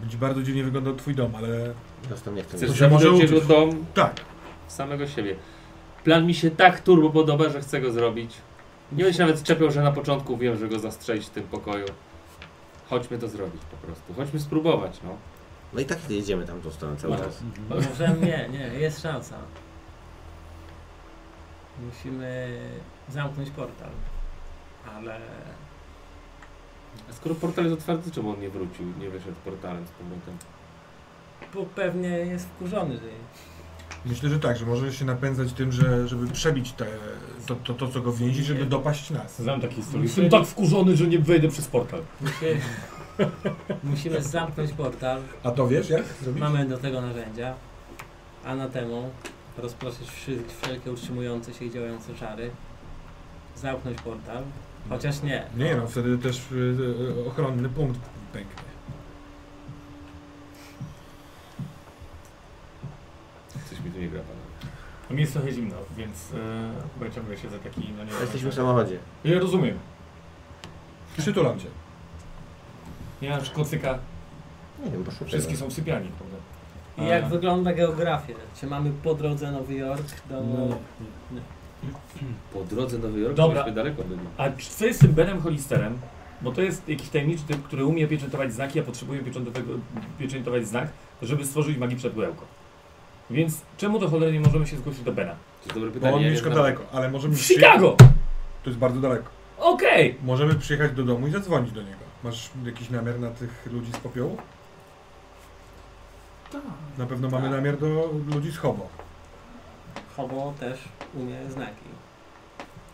[SPEAKER 4] Będzie bardzo dziwnie wyglądał twój dom, ale
[SPEAKER 3] Zresztą nie chcę
[SPEAKER 2] Chcesz
[SPEAKER 4] To
[SPEAKER 3] mieć-
[SPEAKER 4] się może
[SPEAKER 2] zabrać jego
[SPEAKER 4] uczyć.
[SPEAKER 2] dom,
[SPEAKER 4] tak.
[SPEAKER 2] samego siebie. Plan mi się tak turbo podoba, że chcę go zrobić. Nie będę się nawet czepiał, że na początku wiem, że go zastrzelić w tym pokoju. Chodźmy to zrobić po prostu. Chodźmy spróbować, no.
[SPEAKER 3] No i tak jedziemy tam tą stronę cały
[SPEAKER 2] No.
[SPEAKER 3] czas.
[SPEAKER 7] Mhm.
[SPEAKER 5] Może nie, nie, jest szansa. Musimy zamknąć portal. Ale
[SPEAKER 2] A skoro portal jest otwarty, czemu on nie wrócił, nie wyszedł portalem z powrotem?
[SPEAKER 5] bo pewnie jest wkurzony, że
[SPEAKER 4] Myślę, że tak, że może się napędzać tym, że, żeby przebić te, to, to, to, co go więzi, żeby dopaść nas.
[SPEAKER 7] Znam takie historie.
[SPEAKER 5] Musimy-
[SPEAKER 7] Jestem tak wkurzony, że nie wejdę przez portal.
[SPEAKER 5] musi, musimy zamknąć portal.
[SPEAKER 4] A to wiesz, jak zrobić?
[SPEAKER 5] Mamy do tego narzędzia. Anatemą rozproszyć wszy- wszelkie utrzymujące się i działające czary. Zamknąć portal. Chociaż nie.
[SPEAKER 4] Nie no, wtedy też y, y, ochronny punkt pęknie.
[SPEAKER 2] Coś mi tu nie gra, panowie.
[SPEAKER 7] A mi jest trochę zimno, więc e, chyba ciągle siedzę taki, no nie
[SPEAKER 3] No,
[SPEAKER 7] wiem.
[SPEAKER 3] Jesteśmy w samochodzie.
[SPEAKER 7] Ja rozumiem.
[SPEAKER 4] Przytulam cię.
[SPEAKER 7] Nie mam kocyka,
[SPEAKER 3] Nie wiem, poszukaj.
[SPEAKER 7] wszystkie są w sypialni, prawda?
[SPEAKER 5] I jak
[SPEAKER 7] A.
[SPEAKER 5] wygląda geografia? Czy mamy po drodze Nowy Jork do...
[SPEAKER 4] No,
[SPEAKER 2] Po drodze do Nowy Jorku
[SPEAKER 7] Dobra.
[SPEAKER 2] byliśmy daleko byli.
[SPEAKER 7] A czy- co jest z tym Benem Hollisterem? Bo to jest jakiś tajemniczy typ, który umie pieczętować znaki, ja potrzebuję pieczętowego- pieczętować znak, żeby stworzyć magiczne pudełko. Więc czemu do cholery nie możemy się zgłosić do Bena?
[SPEAKER 2] To jest dobre pytanie.
[SPEAKER 4] Bo on
[SPEAKER 2] ja nie
[SPEAKER 4] mieszka
[SPEAKER 2] znam-
[SPEAKER 4] daleko, ale możemy
[SPEAKER 7] W
[SPEAKER 4] przyje-
[SPEAKER 7] Chicago!
[SPEAKER 4] To jest bardzo daleko.
[SPEAKER 7] Okej!
[SPEAKER 4] Możemy przyjechać do domu i zadzwonić do niego. Masz jakiś namiar na tych ludzi z popiołu? Tak. Na pewno mamy
[SPEAKER 5] Tak.
[SPEAKER 4] namiar do ludzi z hobo.
[SPEAKER 5] Hobo też umie znaki.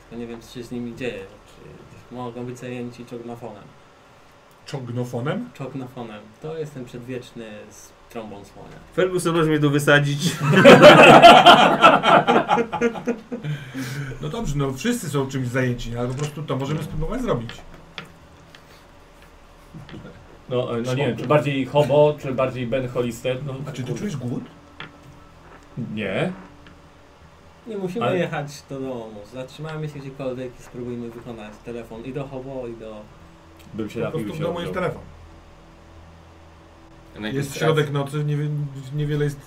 [SPEAKER 5] Tylko nie wiem, co się z nimi dzieje. Czy mogą być zajęci czognafonem.
[SPEAKER 4] Czognofonem?
[SPEAKER 5] Czognafonem to jest ten przedwieczny z trąbą słonia.
[SPEAKER 9] Ferguson może mnie tu wysadzić.
[SPEAKER 4] No dobrze, no wszyscy są czymś zajęci, ale po prostu to możemy spróbować zrobić.
[SPEAKER 7] No, e, no nie wiem, czy bardziej Hobo, czy bardziej Ben Hollister? No,
[SPEAKER 4] A czy ty
[SPEAKER 7] kurde.
[SPEAKER 4] czujesz głód?
[SPEAKER 7] Nie.
[SPEAKER 5] Nie musimy
[SPEAKER 7] Ale-
[SPEAKER 5] jechać do domu. Zatrzymamy się gdziekolwiek i spróbujmy wykonać telefon i do Hobo, i do...
[SPEAKER 7] Bym się
[SPEAKER 4] Po
[SPEAKER 7] napił
[SPEAKER 4] prostu
[SPEAKER 7] i
[SPEAKER 4] w
[SPEAKER 7] się
[SPEAKER 4] domu jest
[SPEAKER 7] objął.
[SPEAKER 4] telefon.
[SPEAKER 2] Najpierw
[SPEAKER 4] Jest
[SPEAKER 2] raz.
[SPEAKER 4] środek nocy, niewie- niewiele jest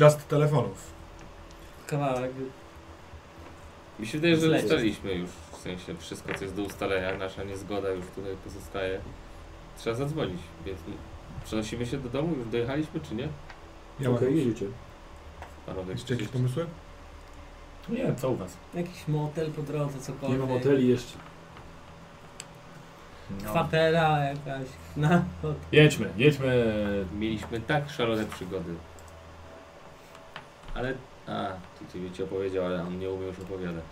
[SPEAKER 4] just telefonów.
[SPEAKER 5] Kawałek
[SPEAKER 2] Mi się wydaje, że
[SPEAKER 5] Zlecieć.
[SPEAKER 2] ustaliliśmy już, w sensie wszystko, co jest do ustalenia, nasza niezgoda już tutaj pozostaje. Trzeba zadzwonić, więc przenosimy się do domu, już dojechaliśmy czy nie?
[SPEAKER 4] Ja mam
[SPEAKER 10] okej,
[SPEAKER 4] już.
[SPEAKER 10] jedziecie.
[SPEAKER 2] Panowie,
[SPEAKER 4] Jeszcze jakieś pomysły?
[SPEAKER 7] Nie wiem, co u was?
[SPEAKER 5] jakiś motel po drodze,
[SPEAKER 10] Nie
[SPEAKER 5] cokolwiek.
[SPEAKER 10] ma moteli jeszcze.
[SPEAKER 5] Kwatera jakaś. Na...
[SPEAKER 7] Jedźmy, jedźmy.
[SPEAKER 2] mieliśmy tak szalone przygody. Ale... A, tutaj mi ci opowiedział, ale on nie umie już opowiadać.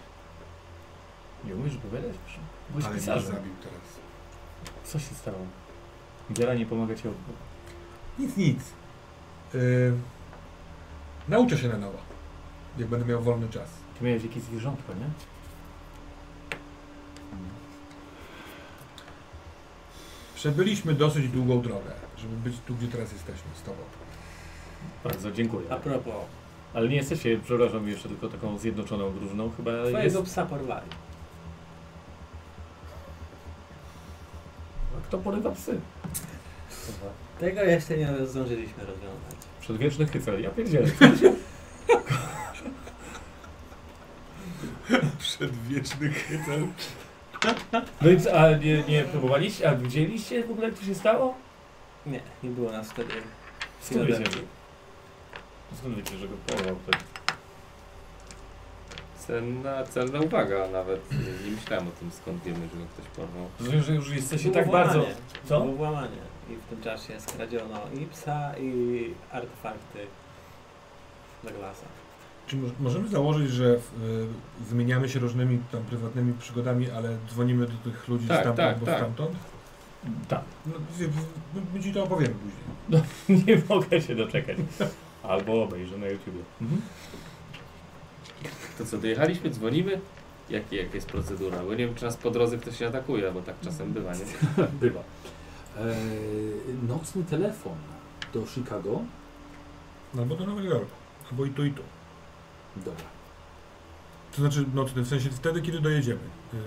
[SPEAKER 7] Nie umiesz opowiadać? Proszę. Byłeś
[SPEAKER 4] Ale mnie
[SPEAKER 7] pisarzem.
[SPEAKER 4] zabił teraz.
[SPEAKER 7] Co się stało? Wiara nie pomaga ci ob-
[SPEAKER 4] Nic, nic. Yy, nauczę się na nowo, jak będę miał wolny czas.
[SPEAKER 7] Ty miałeś jakieś zwierzątko, nie?
[SPEAKER 4] Przebyliśmy dosyć długą drogę, żeby być tu, gdzie teraz jesteśmy z tobą.
[SPEAKER 7] Bardzo dziękuję.
[SPEAKER 5] A propos,
[SPEAKER 7] Ale nie jesteście, przepraszam, jeszcze tylko taką zjednoczoną drużyną, chyba jest...
[SPEAKER 5] twojego psa porwali.
[SPEAKER 7] A Kto porywa psy?
[SPEAKER 5] Tego jeszcze nie zdążyliśmy rozwiązać.
[SPEAKER 7] Przedwieczny hycel, ja pierdzielę.
[SPEAKER 4] Przedwieczny chytel.
[SPEAKER 7] No i co, a nie, nie próbowaliście? A widzieliście w ogóle, co się stało?
[SPEAKER 5] Nie, nie było nas wtedy.
[SPEAKER 7] Skąd
[SPEAKER 5] Wiadomo.
[SPEAKER 7] wiecie? że- Skąd wiecie, że go porwał ktoś?
[SPEAKER 2] Cenna, celna uwaga nawet. Nie- Nie myślałem o tym skąd wiemy, że go ktoś porwał.
[SPEAKER 7] Rozumiem, że już jesteście
[SPEAKER 5] Było
[SPEAKER 7] tak bardzo...
[SPEAKER 5] włamanie.
[SPEAKER 7] Co?
[SPEAKER 5] Było włamanie. I w tym czasie skradziono i psa, i artefakty Douglasa.
[SPEAKER 4] Czy mo- możemy założyć, że y, wymieniamy się różnymi tam prywatnymi przygodami, ale dzwonimy do tych ludzi
[SPEAKER 2] Tak,
[SPEAKER 4] stamtąd
[SPEAKER 2] tak,
[SPEAKER 4] albo
[SPEAKER 2] tak.
[SPEAKER 4] stamtąd?
[SPEAKER 7] Tak, No,
[SPEAKER 4] No, wie- my- my ci to opowiemy później.
[SPEAKER 7] nie mogę się doczekać. Albo obejrzę na YouTubie. Mhm.
[SPEAKER 2] To co, dojechaliśmy, dzwonimy? Jak, jak jest procedura? Bo nie wiem, czy nas po drodze ktoś się atakuje, bo tak czasem bywa, nie?
[SPEAKER 1] Bywa. E, nocny telefon do Chicago.
[SPEAKER 4] Albo do Nowego Jorku. Albo i tu, i tu.
[SPEAKER 1] Dobra.
[SPEAKER 4] To znaczy nocny, w sensie wtedy, kiedy dojedziemy. Y,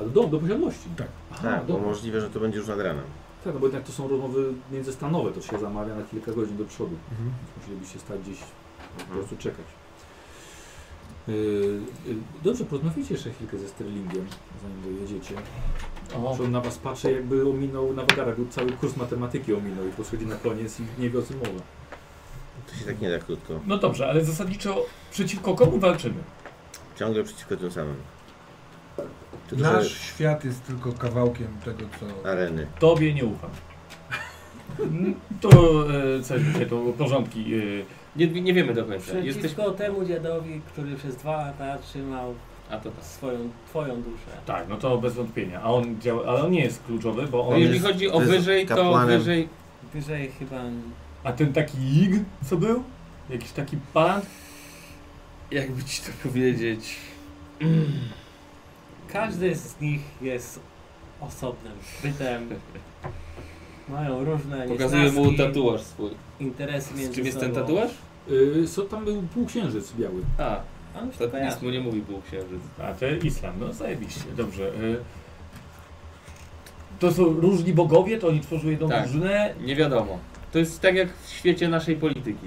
[SPEAKER 1] Ale do, do posiadłości.
[SPEAKER 4] Tak.
[SPEAKER 1] Aha,
[SPEAKER 3] Tak, bo
[SPEAKER 1] dobra.
[SPEAKER 3] możliwe, że to będzie już nad ranem.
[SPEAKER 1] Tak, no bo jednak to są rozmowy międzystanowe, to się zamawia na kilka godzin do przodu.
[SPEAKER 4] mhm.
[SPEAKER 1] Musielibyście stać gdzieś, po prostu czekać. Yy, yy, dobrze, porozmawiajcie jeszcze chwilkę ze Sterlingiem, zanim dojedziecie.
[SPEAKER 7] O,
[SPEAKER 1] Że on na was patrzy, jakby ominął na wagarach, lub cały kurs matematyki ominął i podchodzi na koniec i nie wie o czym mowa.
[SPEAKER 3] To się tak nie da krótko.
[SPEAKER 7] no dobrze, ale zasadniczo przeciwko komu walczymy?
[SPEAKER 3] Ciągle przeciwko tym samym. Tylko,
[SPEAKER 4] Nasz świat jest tylko kawałkiem tego, co...
[SPEAKER 3] że areny.
[SPEAKER 7] Tobie nie ufam. Mm, To e, coś się to porządki. E,
[SPEAKER 2] Nie, nie wiemy do końca. Jesteś...
[SPEAKER 5] Przeciwko temu dziadowi, który przez dwa lata trzymał
[SPEAKER 2] A to tak.
[SPEAKER 5] swoją, twoją duszę.
[SPEAKER 7] tak, no to bez wątpienia. A on działa, ale on nie jest kluczowy, bo
[SPEAKER 2] No
[SPEAKER 7] on
[SPEAKER 2] jeżeli
[SPEAKER 7] jest.
[SPEAKER 2] chodzi o
[SPEAKER 3] to jest
[SPEAKER 2] wyżej, to
[SPEAKER 3] kapłanem.
[SPEAKER 2] wyżej...
[SPEAKER 5] Wyżej chyba...
[SPEAKER 7] A ten taki Ig, co był? Jakiś taki pan?
[SPEAKER 2] Jakby ci to powiedzieć...
[SPEAKER 5] Każdy z nich jest osobnym bytem. Mają różne
[SPEAKER 2] Pokazuję mu
[SPEAKER 5] niesnaski,
[SPEAKER 2] tatuaż swój.
[SPEAKER 5] interesy między
[SPEAKER 2] Z czym jest
[SPEAKER 5] sobą.
[SPEAKER 2] ten tatuaż?
[SPEAKER 1] Yy, co tam był półksiężyc biały?
[SPEAKER 2] A,
[SPEAKER 5] A mi się
[SPEAKER 2] to nic
[SPEAKER 5] kojarzy.
[SPEAKER 2] mu nie mówi półksiężyc.
[SPEAKER 7] A to islam, no zajebiście, dobrze. E, to są różni bogowie, to oni tworzą jedną
[SPEAKER 2] Tak.
[SPEAKER 7] drużynę.
[SPEAKER 2] Nie wiadomo. To jest tak jak w świecie naszej polityki.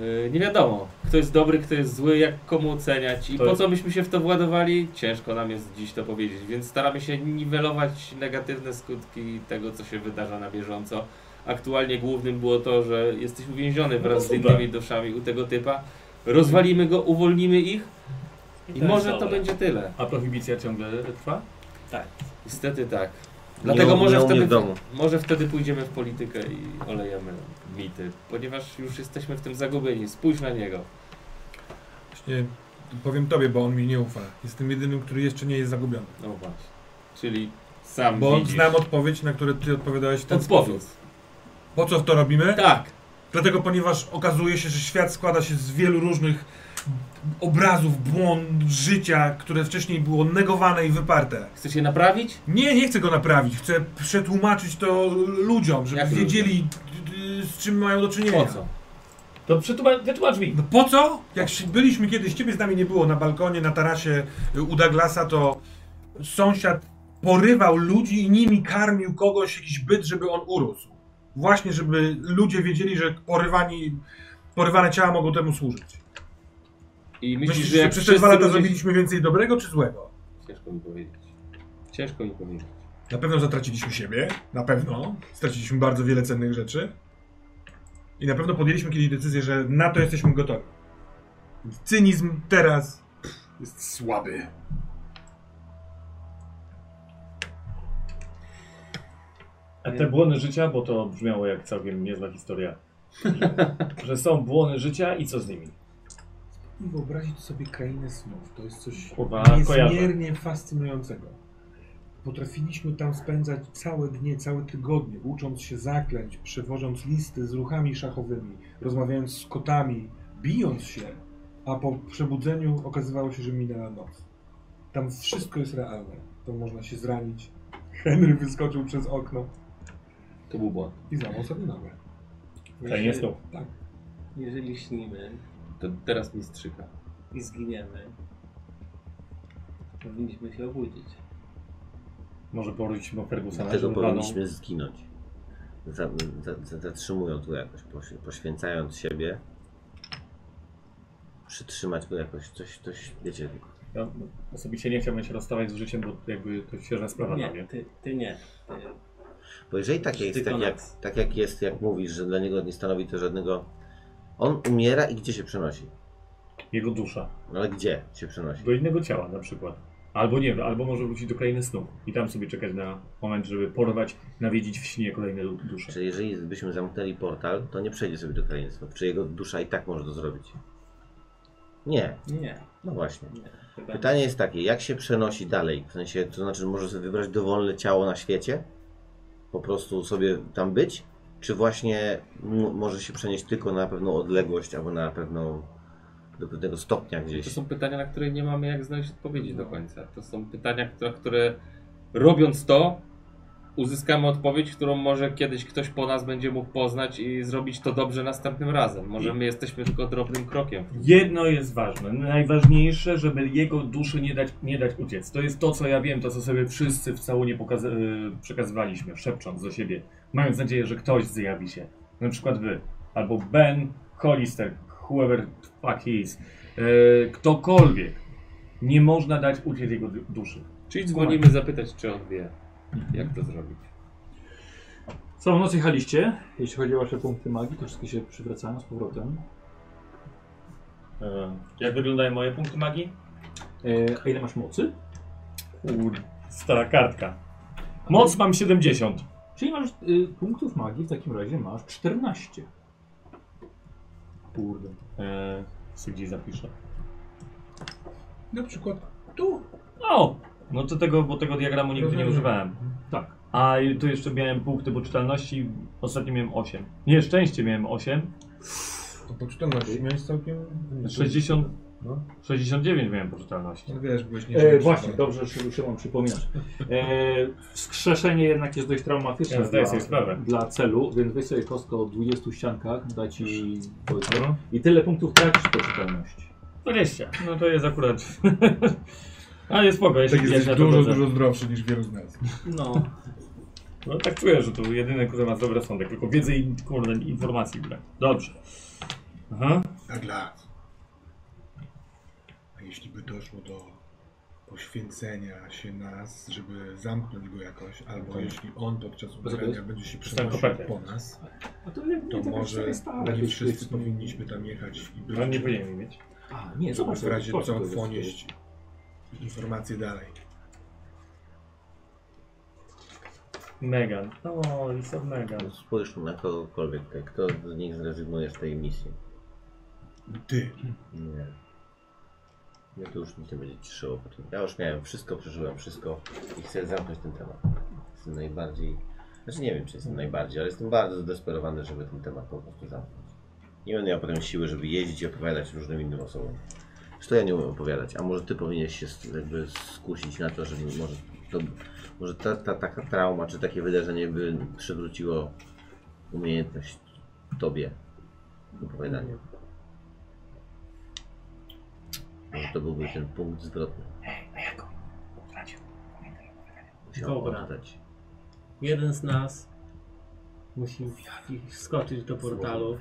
[SPEAKER 2] Yy, Nie wiadomo, kto jest dobry, kto jest zły, jak komu oceniać i
[SPEAKER 7] To
[SPEAKER 2] po
[SPEAKER 7] jest-
[SPEAKER 2] co byśmy się w to władowali, ciężko nam jest dziś to powiedzieć, więc staramy się niwelować negatywne skutki tego, co się wydarza na bieżąco. Aktualnie głównym było to, że jesteś uwięziony wraz z
[SPEAKER 7] No super.
[SPEAKER 2] innymi duszami u tego typa, rozwalimy go, uwolnimy ich i
[SPEAKER 5] jest
[SPEAKER 2] może to
[SPEAKER 5] dobre.
[SPEAKER 2] będzie tyle.
[SPEAKER 7] A prohibicja ciągle trwa?
[SPEAKER 2] Niestety tak.
[SPEAKER 3] Nie
[SPEAKER 2] Dlatego
[SPEAKER 3] u-
[SPEAKER 2] może,
[SPEAKER 3] nie u mnie
[SPEAKER 2] wtedy,
[SPEAKER 3] w domu.
[SPEAKER 2] może wtedy pójdziemy w politykę i olejemy mity, ponieważ już jesteśmy w tym zagubieni. Spójrz na niego.
[SPEAKER 4] Właśnie powiem tobie, bo on mi nie ufa. Jestem jedynym, który jeszcze nie jest zagubiony.
[SPEAKER 2] No właśnie. Czyli sam
[SPEAKER 4] Bo
[SPEAKER 2] widzisz.
[SPEAKER 4] znam odpowiedź, na które ty odpowiadałeś w ten sposób.
[SPEAKER 2] Odpowiedz.
[SPEAKER 4] Po co to robimy?
[SPEAKER 2] Tak.
[SPEAKER 4] Dlatego, ponieważ okazuje się, że świat składa się z wielu różnych obrazów, błąd życia, które wcześniej było negowane i wyparte.
[SPEAKER 2] Chcesz je naprawić?
[SPEAKER 4] Nie, nie chcę go naprawić. Chcę przetłumaczyć to ludziom, żeby
[SPEAKER 2] Jak
[SPEAKER 4] wiedzieli, d- d- z czym mają do czynienia.
[SPEAKER 2] Po co?
[SPEAKER 7] To przetłumacz, wytłumacz mi.
[SPEAKER 4] No po co? Jak się- byliśmy kiedyś, ciebie z nami nie było na balkonie, na tarasie y, u Douglasa, to sąsiad porywał ludzi i nimi karmił kogoś, jakiś byt, żeby on urósł. Właśnie, żeby ludzie wiedzieli, że porywani, porywane ciała mogą temu służyć.
[SPEAKER 2] I myślisz,
[SPEAKER 4] Myślisz,
[SPEAKER 2] że
[SPEAKER 4] że
[SPEAKER 2] jak
[SPEAKER 4] przez te dwa lata
[SPEAKER 2] ludzie-
[SPEAKER 4] zrobiliśmy więcej dobrego czy złego?
[SPEAKER 2] Ciężko mi powiedzieć. Ciężko mi powiedzieć.
[SPEAKER 4] Na pewno zatraciliśmy siebie, na pewno. Straciliśmy bardzo wiele cennych rzeczy. I na pewno podjęliśmy kiedyś decyzję, że na to jesteśmy gotowi. Więc Cynizm teraz pff, jest słaby.
[SPEAKER 7] A te błony życia, bo to brzmiało jak całkiem niezła historia. że są błony życia i co z nimi?
[SPEAKER 8] I wyobrazić sobie krainę snów. To jest coś
[SPEAKER 7] Kurwa, kojarzę.
[SPEAKER 8] niezmiernie fascynującego. Potrafiliśmy tam spędzać całe dnie, całe tygodnie, ucząc się zaklęć, przewożąc listy z ruchami szachowymi, rozmawiając z kotami, bijąc się, a po przebudzeniu okazywało się, że minęła noc. Tam wszystko jest realne. To można się zranić. Henry wyskoczył przez okno
[SPEAKER 2] To był błąd.
[SPEAKER 8] i złamał sobie nogę. tak.
[SPEAKER 7] To nie są.
[SPEAKER 5] Jeżeli śnimy
[SPEAKER 2] To teraz mi strzyka.
[SPEAKER 5] i zginiemy, powinniśmy się obudzić.
[SPEAKER 7] Może poruszyć o Fergusona,
[SPEAKER 3] Dlatego
[SPEAKER 7] żeby walnął.
[SPEAKER 3] powinniśmy zginąć. Za, za, za, zatrzymują tu jakoś, poś- poświęcając siebie. Przytrzymać go jakoś, coś, coś, wiecie,
[SPEAKER 7] Ja osobiście nie chciałbym się rozstawać z życiem, bo jakby to świeża sprawa dla
[SPEAKER 5] Nie,
[SPEAKER 7] mnie.
[SPEAKER 5] ty, ty nie.
[SPEAKER 3] Bo jeżeli tak jest,
[SPEAKER 5] Tylko
[SPEAKER 3] tak jak,
[SPEAKER 5] nas.
[SPEAKER 3] tak jak jest, jak mówisz, że dla niego nie stanowi to żadnego... On umiera i gdzie się przenosi?
[SPEAKER 7] Jego dusza.
[SPEAKER 3] No ale gdzie się przenosi?
[SPEAKER 7] Do innego ciała na przykład. Albo nie, albo może wrócić do krainy snu i tam sobie czekać na moment, żeby porwać, nawiedzić w śnie kolejne du- dusze.
[SPEAKER 3] Czyli jeżeli byśmy zamknęli portal, to nie przejdzie sobie do krajeństwa. Czy jego dusza i tak może to zrobić? Nie,
[SPEAKER 5] Nie.
[SPEAKER 3] no właśnie.
[SPEAKER 5] nie. Chyba nie.
[SPEAKER 3] Pytanie jest takie, jak się przenosi dalej? W sensie, to znaczy, że może sobie wybrać dowolne ciało na świecie? Po prostu sobie tam być? Czy właśnie m- może się przenieść tylko na pewną odległość, albo na pewną do pewnego stopnia
[SPEAKER 2] To
[SPEAKER 3] gdzieś?
[SPEAKER 2] są pytania, na które nie mamy jak znaleźć odpowiedzi do końca. To są pytania, które, które robiąc to, uzyskamy odpowiedź, którą może kiedyś ktoś po nas będzie mógł poznać i zrobić to dobrze następnym razem. Może my jesteśmy tylko drobnym krokiem.
[SPEAKER 7] Jedno jest ważne, najważniejsze, żeby jego duszy nie dać, nie dać uciec. To jest to, co ja wiem, to co sobie wszyscy w całunie pokaza- y, przekazywaliśmy, szepcząc do siebie, mając nadzieję, że ktoś zjawi się. Na przykład wy, albo Ben, Hollister, whoever the fuck he is, y, ktokolwiek. Nie można dać uciec jego du- duszy.
[SPEAKER 2] Czyli dzwonimy zapytać, czy on wie, jak to zrobić.
[SPEAKER 1] Całą noc jechaliście. Jeśli chodzi o wasze punkty magii, to wszystkie się przywracają z powrotem.
[SPEAKER 7] E, Jak wyglądają moje punkty magii?
[SPEAKER 1] E, a ile masz mocy?
[SPEAKER 7] Stara kartka. Moc mam 70.
[SPEAKER 1] Czyli masz y, punktów magii, w takim razie masz 14.
[SPEAKER 7] Kurde. Eee, sobie gdzieś zapiszę.
[SPEAKER 8] Na przykład tu.
[SPEAKER 7] O! No to tego, bo tego diagramu nigdy nie
[SPEAKER 8] Rozumiem.
[SPEAKER 7] używałem.
[SPEAKER 1] Tak.
[SPEAKER 7] A i tu jeszcze miałem punkty poczytalności, ostatnio miałem 8. Nie, szczęście miałem 8.
[SPEAKER 8] To poczytalności miałeś całkiem...
[SPEAKER 7] 60,
[SPEAKER 8] No.
[SPEAKER 7] 69 miałem poczytalności.
[SPEAKER 8] No wiesz, byłeś
[SPEAKER 1] E,
[SPEAKER 8] nieszczęśliwy.
[SPEAKER 1] właśnie, dobrze, że Szymon przypominasz. E, wskrzeszenie jednak jest dość traumatyczne
[SPEAKER 7] Ja zdaję
[SPEAKER 1] dla,
[SPEAKER 7] sobie sprawę.
[SPEAKER 1] dla celu, więc weź sobie kostkę o 20 ściankach, da ci powiedzmy,
[SPEAKER 7] No.
[SPEAKER 1] i tyle punktów tracisz po czytelności.
[SPEAKER 7] 20. No to jest akurat. Ale spoko,
[SPEAKER 8] Tak
[SPEAKER 7] jeszcze
[SPEAKER 8] jesteś
[SPEAKER 7] na
[SPEAKER 8] dużo,
[SPEAKER 7] drodze.
[SPEAKER 8] dużo zdrowszy niż wielu z nas.
[SPEAKER 5] No.
[SPEAKER 7] No tak czuję, że tu jedyny kurwa ma dobry sądek, tylko wiedzy i kurde informacji brak. Dobrze. Aha.
[SPEAKER 6] Tak lat. A jeśli by doszło do poświęcenia się nas, żeby zamknąć go jakoś, albo
[SPEAKER 1] Tak.
[SPEAKER 6] jeśli on podczas umierania będzie się
[SPEAKER 7] Przestałem
[SPEAKER 6] przenosił
[SPEAKER 7] kopertę.
[SPEAKER 6] po nas,
[SPEAKER 1] A to nie, tak
[SPEAKER 6] to może nie wszyscy powinniśmy tam jechać i
[SPEAKER 7] No nie
[SPEAKER 6] być,
[SPEAKER 7] powinien mieć.
[SPEAKER 1] A, nie,
[SPEAKER 6] żeby
[SPEAKER 1] zobacz.
[SPEAKER 6] w razie
[SPEAKER 1] zobacz,
[SPEAKER 6] co
[SPEAKER 1] to jest-
[SPEAKER 6] ponieść informacje dalej.
[SPEAKER 7] Megan. O, No, i są Megan.
[SPEAKER 3] Spójrz na kogokolwiek, tak? kto z nich zrezygnuje z tej misji?
[SPEAKER 6] Ty,
[SPEAKER 3] Nie. Ja to już nic nie będzie ciszyło po tym. Ja już miałem wszystko, przeżyłem wszystko i chcę zamknąć ten temat. Jestem najbardziej. Znaczy nie wiem, czy jestem najbardziej, ale jestem bardzo zdesperowany, żeby ten temat po prostu zamknąć. Nie będę miał potem siły, żeby jeździć i opowiadać różnym innym osobom. Zresztą ja nie umiem opowiadać, a może ty powinieneś się s- jakby skusić na to, żeby może, to, może ta, ta taka trauma czy takie wydarzenie by przywróciło umiejętność tobie opowiadania. Może to byłby ten punkt zwrotny. Musiał
[SPEAKER 5] Dobra.
[SPEAKER 3] oddać.
[SPEAKER 5] Jeden z nas musi w- wskoczyć do portalu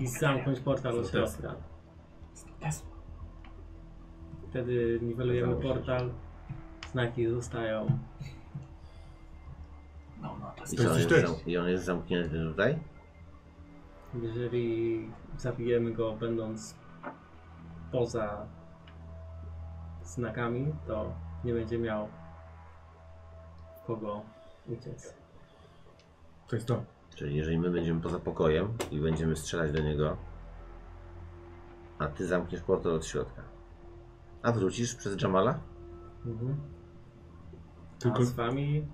[SPEAKER 5] i zamknąć portal od środka. Wtedy niwelujemy portal, znaki zostają.
[SPEAKER 3] I,
[SPEAKER 8] To
[SPEAKER 3] co, on
[SPEAKER 8] jest
[SPEAKER 3] jest
[SPEAKER 8] też.
[SPEAKER 3] zam- I on jest zamknięty tutaj?
[SPEAKER 5] Jeżeli zabijemy go będąc poza znakami, to nie będzie miał w kogo uciec.
[SPEAKER 8] To jest to.
[SPEAKER 3] Czyli jeżeli my będziemy poza pokojem i będziemy strzelać do niego, a ty zamkniesz portal od środka, a wrócisz przez Jamala?
[SPEAKER 5] Mhm.
[SPEAKER 8] Tylko-
[SPEAKER 5] A z wami,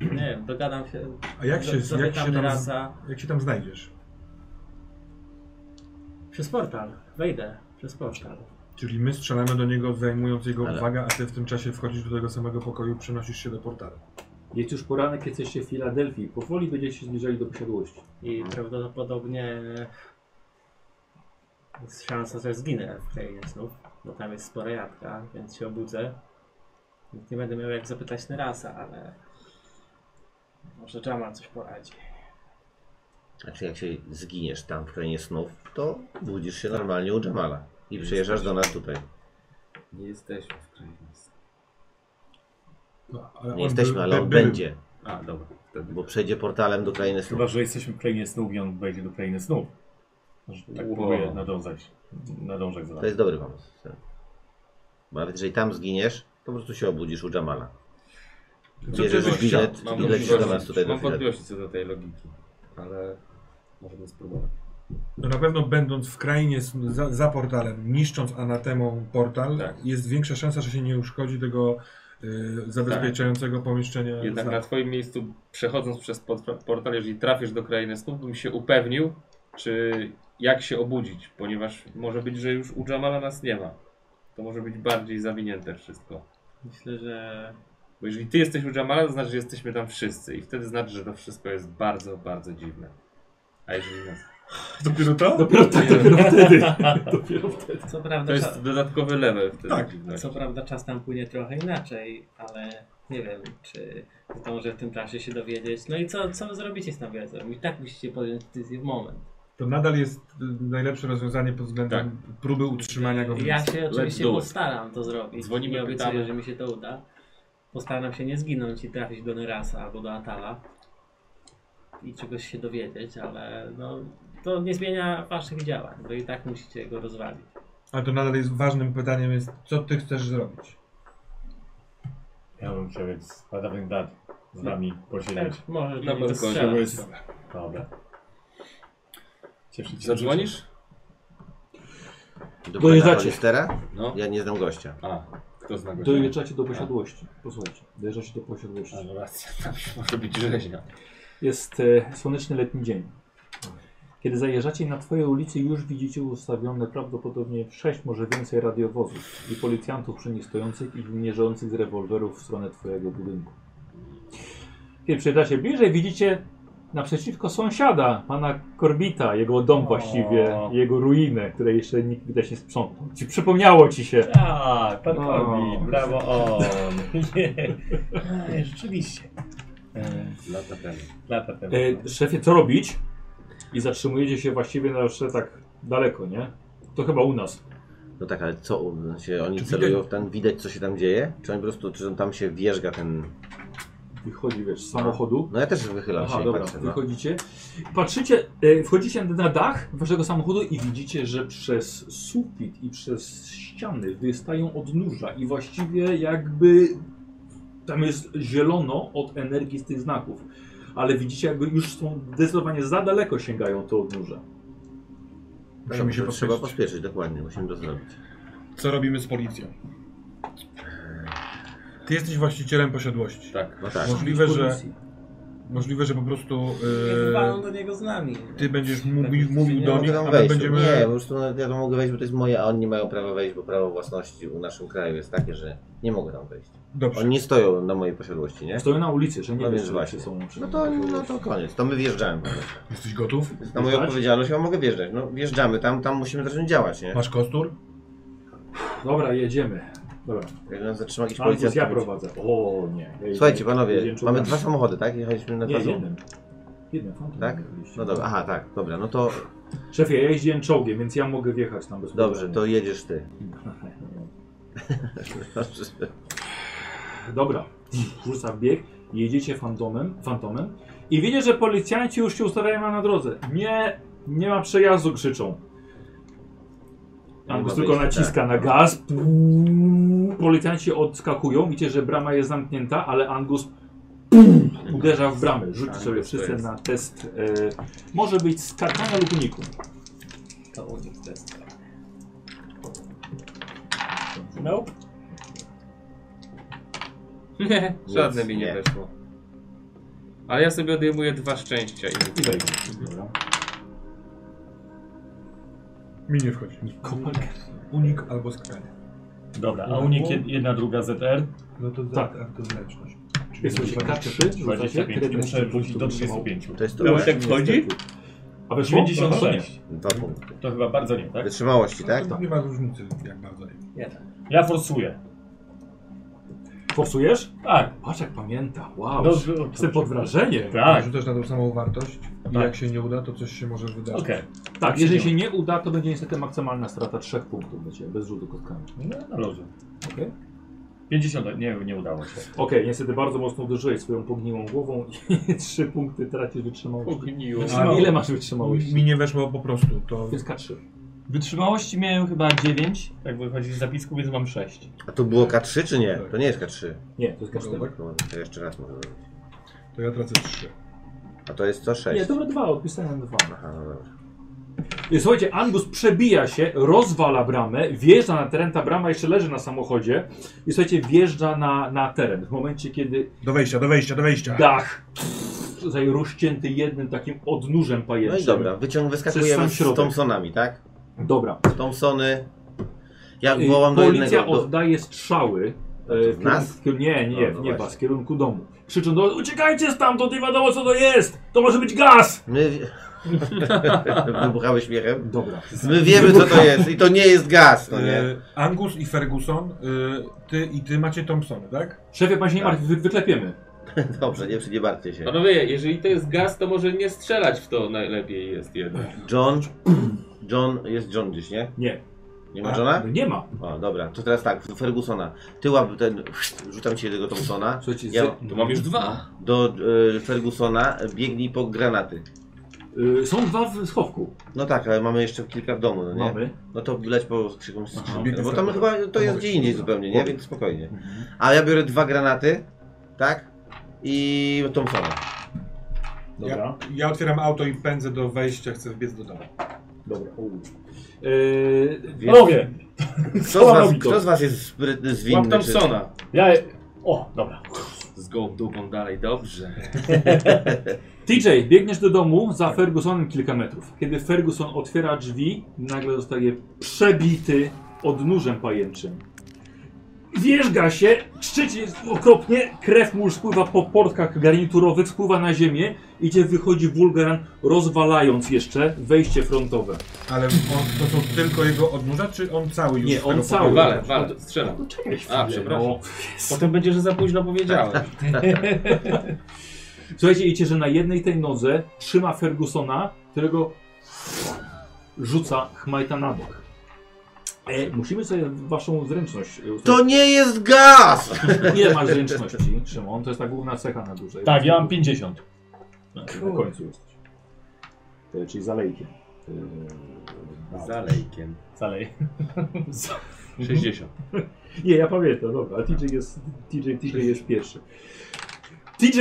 [SPEAKER 5] nie wiem, dogadam się,
[SPEAKER 8] A jak się,
[SPEAKER 5] Do-
[SPEAKER 8] jak się,
[SPEAKER 5] dotykamy
[SPEAKER 8] tam, z-
[SPEAKER 5] rasa
[SPEAKER 8] jak się tam znajdziesz?
[SPEAKER 5] przez portal. Wejdę przez portal.
[SPEAKER 8] Czyli my strzelamy do niego, zajmując jego
[SPEAKER 3] Ale-
[SPEAKER 8] uwagę, a ty w tym czasie wchodzisz do tego samego pokoju, przenosisz się do portalu.
[SPEAKER 1] Jest już poranek, jesteście w Filadelfii. Powoli będziecie się zbliżali do posiadłości. Mhm.
[SPEAKER 5] I prawdopodobnie jest szansa, że zginę w krainie snów, bo tam jest spora jadka, więc się obudzę. Więc nie będę miał jak zapytać Nerasa, ale może Jamal coś poradzi.
[SPEAKER 3] Znaczy jak się zginiesz tam w krainie snów, to budzisz się normalnie u Jamala i przyjeżdżasz do nas tutaj.
[SPEAKER 2] Nie jesteśmy w kraju miejsca.
[SPEAKER 8] No, ale on
[SPEAKER 3] Nie jesteśmy,
[SPEAKER 8] był-
[SPEAKER 3] ale on
[SPEAKER 8] był-
[SPEAKER 3] będzie.
[SPEAKER 2] A, dobra. Wtedy.
[SPEAKER 3] Bo przejdzie portalem do krainy snów.
[SPEAKER 7] Chyba, że jesteśmy w krainie snów i on wejdzie do krainy snów. Może Tak
[SPEAKER 2] Wow.
[SPEAKER 7] próbuję nadążać. Nadążać za
[SPEAKER 3] To jest dobry pomysł. tak. Bo nawet jeżeli tam zginiesz, to po prostu się obudzisz u Jamala. Bierzesz
[SPEAKER 2] chciał?
[SPEAKER 3] bilet
[SPEAKER 2] Mam
[SPEAKER 3] i lecisz do nas
[SPEAKER 2] wątpliwości-
[SPEAKER 3] tutaj do
[SPEAKER 2] Mam
[SPEAKER 3] chwili.
[SPEAKER 2] wątpliwości co do tej logiki, ale możemy spróbować.
[SPEAKER 8] No na pewno będąc w krainie s- za, za portalem, niszcząc anatemą portal,
[SPEAKER 2] Tak.
[SPEAKER 8] jest większa szansa, że się nie uszkodzi tego y, zabezpieczającego pomieszczenia.
[SPEAKER 2] Tak. Jednak
[SPEAKER 8] za-
[SPEAKER 2] na twoim miejscu, przechodząc przez pot- portal, jeżeli trafisz do krainy snów, bym się upewnił, czy jak się obudzić, ponieważ może być, że już u Jamala nas nie ma. To może być bardziej zawinięte wszystko.
[SPEAKER 5] Myślę, że
[SPEAKER 2] Bo jeżeli ty jesteś u Jamala, to znaczy, że jesteśmy tam wszyscy i wtedy znaczy, że to wszystko jest bardzo, bardzo dziwne. A jeżeli nas...
[SPEAKER 8] Dopiero to?
[SPEAKER 10] Dopiero tak, dopiero wtedy. Dopiero wtedy.
[SPEAKER 5] co prawda,
[SPEAKER 2] To
[SPEAKER 5] czas,
[SPEAKER 2] jest dodatkowy level wtedy
[SPEAKER 8] Tak.
[SPEAKER 2] dziwności.
[SPEAKER 5] co prawda czas tam płynie trochę inaczej, ale nie wiem, czy zdążę w tym czasie się dowiedzieć. No i co, co zrobicie z tą wiedzą? I tak musicie podjąć decyzję w moment.
[SPEAKER 8] To nadal jest y, najlepsze rozwiązanie pod względem próby utrzymania go w
[SPEAKER 5] Ja się oczywiście
[SPEAKER 2] do it.
[SPEAKER 5] postaram to zrobić.
[SPEAKER 2] Dzwonimy,
[SPEAKER 5] nie obiecuję,
[SPEAKER 2] pytamy.
[SPEAKER 5] że mi się to uda. Postaram się nie zginąć i trafić do Nerasa albo do Atala i czegoś się dowiedzieć, ale no, to nie zmienia waszych działań, bo i tak musicie go rozwalić.
[SPEAKER 8] Ale to nadal jest ważnym pytaniem jest, co ty chcesz zrobić?
[SPEAKER 7] Ja bym chciał więc z badawnych dat z wami posiedzieć.
[SPEAKER 5] Tak, możesz
[SPEAKER 2] Na
[SPEAKER 5] do niego
[SPEAKER 2] balkonie,
[SPEAKER 7] To
[SPEAKER 5] strzelać.
[SPEAKER 7] jest... Dobra. Cieszyć się.
[SPEAKER 2] Zadzwonisz?
[SPEAKER 1] Dojeżdżacie.
[SPEAKER 3] Holistera?
[SPEAKER 2] No.
[SPEAKER 3] Ja nie znam gościa.
[SPEAKER 2] A, kto zna go?
[SPEAKER 10] Dojeżdżacie do posiadłości. Posłuchajcie, dojeżdżacie do posiadłości.
[SPEAKER 2] A, no racja, tam się może być rzeźnia.
[SPEAKER 1] Jest e, słoneczny letni dzień. Kiedy zajeżdżacie na twoje ulicy, już widzicie ustawione prawdopodobnie sześć, może więcej radiowozów i policjantów przy nich stojących i mierzących z rewolwerów w stronę twojego budynku. Kiedy przyjeżdżacie bliżej, widzicie naprzeciwko sąsiada, pana Korbita, jego dom
[SPEAKER 7] O.
[SPEAKER 1] właściwie, jego ruinę, które jeszcze nikt widać nie sprzątnął. Ci przypomniało ci się.
[SPEAKER 7] Tak, pan
[SPEAKER 1] O.
[SPEAKER 7] Korbi, brawo on. Nie. E, Rzeczywiście. E,
[SPEAKER 1] No
[SPEAKER 2] Lata
[SPEAKER 1] tak.
[SPEAKER 2] temu.
[SPEAKER 7] Lata temu. no.
[SPEAKER 1] E, szefie, co robić? I zatrzymujecie się właściwie na jeszcze tak daleko, nie? To chyba u nas.
[SPEAKER 3] No tak, ale co, znaczy oni
[SPEAKER 8] Czy
[SPEAKER 3] celują w ten, widać co się tam dzieje? Czy oni po prostu, czy on tam się wjeżdża ten...
[SPEAKER 1] Wychodzi, wiesz, z samochodu.
[SPEAKER 3] No ja też wychylam
[SPEAKER 1] Aha,
[SPEAKER 3] się i
[SPEAKER 1] dobra,
[SPEAKER 3] patrzę, no.
[SPEAKER 1] wychodzicie. Patrzycie, e, wchodzicie na dach waszego samochodu i widzicie, że przez sufit i przez ściany wystają odnóża i właściwie jakby tam jest zielono od energii z tych znaków. Ale widzicie, jakby już są zdecydowanie za daleko sięgają te odnóża.
[SPEAKER 8] Musimy się
[SPEAKER 3] To Trzeba
[SPEAKER 8] pospieszyć.
[SPEAKER 3] pospieszyć, dokładnie, musimy to zrobić.
[SPEAKER 8] Co robimy z policją? Ty jesteś właścicielem posiadłości.
[SPEAKER 2] Tak.
[SPEAKER 3] No tak,
[SPEAKER 8] Możliwe, że, możliwe, że po prostu
[SPEAKER 5] Niech
[SPEAKER 1] E,
[SPEAKER 5] walą
[SPEAKER 8] y,
[SPEAKER 5] do niego z nami.
[SPEAKER 8] ty będziesz mówi-
[SPEAKER 5] Tak,
[SPEAKER 8] mówił
[SPEAKER 5] nie
[SPEAKER 8] do
[SPEAKER 3] mogę
[SPEAKER 8] nich,
[SPEAKER 3] tam
[SPEAKER 8] a my
[SPEAKER 3] wejść.
[SPEAKER 8] będziemy...
[SPEAKER 3] Nie, po prostu no, ja to mogę wejść, bo to jest moje, a oni nie mają prawa wejść, bo prawo własności u naszym kraju jest takie, że nie mogę tam wejść.
[SPEAKER 8] Dobrze.
[SPEAKER 3] Oni nie stoją na mojej posiadłości, nie?
[SPEAKER 1] Stoją na ulicy, że nie
[SPEAKER 3] No
[SPEAKER 1] wiem,
[SPEAKER 3] więc
[SPEAKER 1] czy
[SPEAKER 3] właśnie.
[SPEAKER 1] są przy
[SPEAKER 3] No to, no to koniec, to my wjeżdżamy. po prostu.
[SPEAKER 8] Jesteś gotów?
[SPEAKER 3] To jest Na moją odpowiedzialność, ja mogę wjeżdżać. No wjeżdżamy, tam, tam musimy zacząć działać,
[SPEAKER 4] e,
[SPEAKER 3] nie?
[SPEAKER 8] Masz kostur?
[SPEAKER 1] Dobra, jedziemy. Dobra.
[SPEAKER 3] Jak nas zatrzyma jakiś
[SPEAKER 1] Albus,
[SPEAKER 3] policjant...
[SPEAKER 1] ja
[SPEAKER 3] to będzie-
[SPEAKER 1] prowadzę. O nie. Ja jedziemy-
[SPEAKER 3] Słuchajcie panowie,
[SPEAKER 1] jedziemy
[SPEAKER 3] mamy
[SPEAKER 1] czołgami.
[SPEAKER 3] dwa samochody, tak? Jechaliśmy na
[SPEAKER 1] Nie,
[SPEAKER 3] dwa
[SPEAKER 1] jednym. Jednym fantom.
[SPEAKER 3] Tak? No dobra, aha, tak, dobra, no to
[SPEAKER 1] Szefie, ja jeździłem czołgiem, więc ja mogę wjechać tam bez
[SPEAKER 3] dobrze, to
[SPEAKER 1] problemu.
[SPEAKER 3] jedziesz ty. Dobrze.
[SPEAKER 1] Dobra, rzuca w bieg, jedziecie fantomem, fantomem i widzę, że policjanci już się ustawiają na drodze. Nie, nie ma przejazdu, krzyczą.
[SPEAKER 3] Nie ma
[SPEAKER 1] Angus tylko
[SPEAKER 3] wyjścia,
[SPEAKER 1] naciska
[SPEAKER 3] tak.
[SPEAKER 1] na gaz. Pum. Policjanci odskakują, widzicie, że brama jest zamknięta, ale Angus pum, uderza w bramę. Rzućcie
[SPEAKER 2] Angus
[SPEAKER 1] sobie
[SPEAKER 2] to
[SPEAKER 1] wszyscy
[SPEAKER 2] jest-
[SPEAKER 1] na test. E, może być skakania lub uniku.
[SPEAKER 5] To u nich to jest.
[SPEAKER 7] Nope.
[SPEAKER 2] Nie, żadne
[SPEAKER 3] Nic,
[SPEAKER 2] mi nie,
[SPEAKER 3] nie.
[SPEAKER 2] weszło. Ale ja sobie odejmuję dwa szczęścia i
[SPEAKER 1] I wejdzie. Dobra.
[SPEAKER 8] Mi nie wchodzi.
[SPEAKER 1] Kopalka.
[SPEAKER 8] Unik albo skakanie.
[SPEAKER 7] Dobra, a unik jed- jedna, druga ZR.
[SPEAKER 8] No to za,
[SPEAKER 1] Tak.
[SPEAKER 8] to zręczność. Czyli
[SPEAKER 1] Jest to
[SPEAKER 8] dwadzieścia-
[SPEAKER 1] K3, rzucacie,
[SPEAKER 7] 25. I
[SPEAKER 1] tyle
[SPEAKER 7] muszę
[SPEAKER 1] testu,
[SPEAKER 7] wrócić do
[SPEAKER 1] żeby się
[SPEAKER 7] 25.
[SPEAKER 3] To jest tu
[SPEAKER 2] Dałeś jak wchodzi?
[SPEAKER 1] A
[SPEAKER 8] No,
[SPEAKER 1] weszło?
[SPEAKER 7] 96.
[SPEAKER 3] Dwa punkty.
[SPEAKER 7] To chyba bardzo nie, tak?
[SPEAKER 3] Wytrzymałości, tak?
[SPEAKER 8] No, To Nie ma różnicy, jak bardzo nie.
[SPEAKER 5] Jeden.
[SPEAKER 7] Ja forsuję.
[SPEAKER 1] Forsujesz?
[SPEAKER 7] Tak.
[SPEAKER 1] Tak. Patrz jak pamięta, wow.
[SPEAKER 7] Dobrze. No,
[SPEAKER 1] Jestem No, pod wrażeniem.
[SPEAKER 7] Tak.
[SPEAKER 8] Rzucasz na tą samą wartość
[SPEAKER 4] I jak się nie uda, to coś się może wydarzyć.
[SPEAKER 7] Okej.
[SPEAKER 1] Tak, jeżeli się nie uda, to będzie niestety maksymalna strata trzech punktów dla Ciebie, bez rzutu kostkami.
[SPEAKER 7] No, na luzu.
[SPEAKER 1] Okej.
[SPEAKER 7] 50, nie, nie udało się.
[SPEAKER 1] Okej, niestety bardzo mocno uderzyłeś swoją pogniłą głową i trzy punkty tracisz wytrzymałości.
[SPEAKER 2] Pogniło.
[SPEAKER 1] A ile masz wytrzymałości?
[SPEAKER 4] Mi nie weszło po prostu, to...
[SPEAKER 1] Więc K3.
[SPEAKER 7] Wytrzymałości miałem chyba 9, tak wychodzi z zapisku, więc mam 6.
[SPEAKER 3] A to było K3 czy nie? To nie jest K3.
[SPEAKER 1] Nie, to jest K4.
[SPEAKER 3] No, to jeszcze raz może być.
[SPEAKER 4] To ja tracę trzy.
[SPEAKER 3] A to jest co? 6.
[SPEAKER 1] Nie, dobra, dwa, odpisałem dwa.
[SPEAKER 3] Aha, no dobra.
[SPEAKER 1] Słuchajcie, Angus przebija się, rozwala bramę, wjeżdża na teren, ta brama jeszcze leży na samochodzie i słuchajcie, wjeżdża na, na teren. W momencie, kiedy
[SPEAKER 4] Do wejścia, do wejścia, do wejścia!
[SPEAKER 7] Tak.
[SPEAKER 1] dach tutaj rozcięty jednym takim odnóżem
[SPEAKER 3] No i
[SPEAKER 1] pajęczym.
[SPEAKER 3] dobra, wyciąg wyskakujemy
[SPEAKER 1] sam
[SPEAKER 3] z
[SPEAKER 1] środek.
[SPEAKER 3] Thompsonami, tak?
[SPEAKER 1] Dobra.
[SPEAKER 3] Thompsony. Ja
[SPEAKER 1] Y,
[SPEAKER 3] wołam do
[SPEAKER 1] Policja
[SPEAKER 3] innego. Do...
[SPEAKER 1] oddaje strzały.
[SPEAKER 3] to
[SPEAKER 1] e,
[SPEAKER 3] w
[SPEAKER 1] w
[SPEAKER 3] nas?
[SPEAKER 1] kierunku- Nie, nie,
[SPEAKER 3] A, no
[SPEAKER 1] w nieba,
[SPEAKER 3] właśnie.
[SPEAKER 1] z kierunku domu. Krzyczą do uciekajcie stamtąd, nie wiadomo co to jest! To może być gaz!
[SPEAKER 3] My... Wybuchały śmiechem.
[SPEAKER 1] Dobra.
[SPEAKER 3] My wiemy co to jest i to nie jest gaz, no nie?
[SPEAKER 4] Y, Angus i Ferguson, y, ty i ty macie Thompsony, tak?
[SPEAKER 1] Szefie, pan się nie
[SPEAKER 3] Tak.
[SPEAKER 1] martwi, wy, wyklepiemy.
[SPEAKER 3] Dobrze, nie, nie martwcie się.
[SPEAKER 2] Panowie, jeżeli to jest gaz, to może nie strzelać w to najlepiej jest jednak.
[SPEAKER 3] John. John, jest John gdzieś, nie?
[SPEAKER 1] Nie.
[SPEAKER 3] Nie ma Johna?
[SPEAKER 1] No Nie ma.
[SPEAKER 3] O, dobra, to teraz tak, Fergusona. Ty łap ten, rzucam ci tego Thompsona.
[SPEAKER 1] Słuchajcie,
[SPEAKER 3] Ja-
[SPEAKER 1] ze-
[SPEAKER 2] To mam już dwa.
[SPEAKER 3] Do y, Fergusona biegnij po granaty.
[SPEAKER 1] y, są dwa w schowku.
[SPEAKER 3] No tak, ale mamy jeszcze kilka w domu, no nie?
[SPEAKER 1] Mamy.
[SPEAKER 3] No to leć po skrzynką
[SPEAKER 4] Biegnę
[SPEAKER 3] skrzynkę,
[SPEAKER 4] w
[SPEAKER 3] bo tam
[SPEAKER 4] prawo.
[SPEAKER 3] chyba to jest
[SPEAKER 4] Mogę
[SPEAKER 3] gdzie
[SPEAKER 4] się
[SPEAKER 3] indziej
[SPEAKER 4] uda.
[SPEAKER 3] zupełnie, nie? Więc spokojnie. A ja biorę dwa granaty, tak? I Thompsona.
[SPEAKER 1] Dobra.
[SPEAKER 4] Ja, ja otwieram auto i pędzę do wejścia, chcę wbiec do domu.
[SPEAKER 1] Dobra. E, Yy,
[SPEAKER 3] Więc-
[SPEAKER 7] Panowie,
[SPEAKER 3] Kto z was,
[SPEAKER 7] robi to?
[SPEAKER 3] kto z was jest sprytny,
[SPEAKER 2] Łap
[SPEAKER 3] zwinny? Czy...
[SPEAKER 2] Thompsona.
[SPEAKER 7] ja... O, dobra.
[SPEAKER 2] Z gołą dupą dalej, dobrze.
[SPEAKER 1] TJ, biegniesz do domu za Fergusonem kilka metrów. Kiedy Ferguson otwiera drzwi, nagle zostaje przebity odnóżem pajęczym. Wjeżdża się, szczyci okropnie, krew mu już spływa po portkach garniturowych, spływa na ziemię, idzie, wychodzi wulgaran, rozwalając jeszcze wejście frontowe.
[SPEAKER 4] Ale on, to są tylko jego odnóża, czy Znaczy, on cały już?
[SPEAKER 1] Nie,
[SPEAKER 4] z tego
[SPEAKER 1] on
[SPEAKER 4] pokoju?
[SPEAKER 1] cały.
[SPEAKER 2] Wale, wale, strzelam.
[SPEAKER 1] No, Czekaj
[SPEAKER 2] A, przepraszam.
[SPEAKER 1] no.
[SPEAKER 2] Potem będzie, że za późno powiedziałem.
[SPEAKER 1] Słuchajcie, idzie, że na jednej tej nodze trzyma Fergusona, którego rzuca Chmajta na bok. E, musimy sobie waszą zręczność e,
[SPEAKER 3] To
[SPEAKER 1] ustalić.
[SPEAKER 3] nie jest gaz!
[SPEAKER 1] Ile masz zręczności, Szymon? To jest ta główna cecha na dłużej.
[SPEAKER 7] Tak, ja mam 50.
[SPEAKER 1] Na, na końcu jesteś. E, czyli zalejkiem.
[SPEAKER 3] Zalejkiem.
[SPEAKER 7] Dalej.
[SPEAKER 2] 60.
[SPEAKER 1] Nie, ja pamiętam, dobra, a TJ jest, TJ, TJ jest pierwszy. TJ,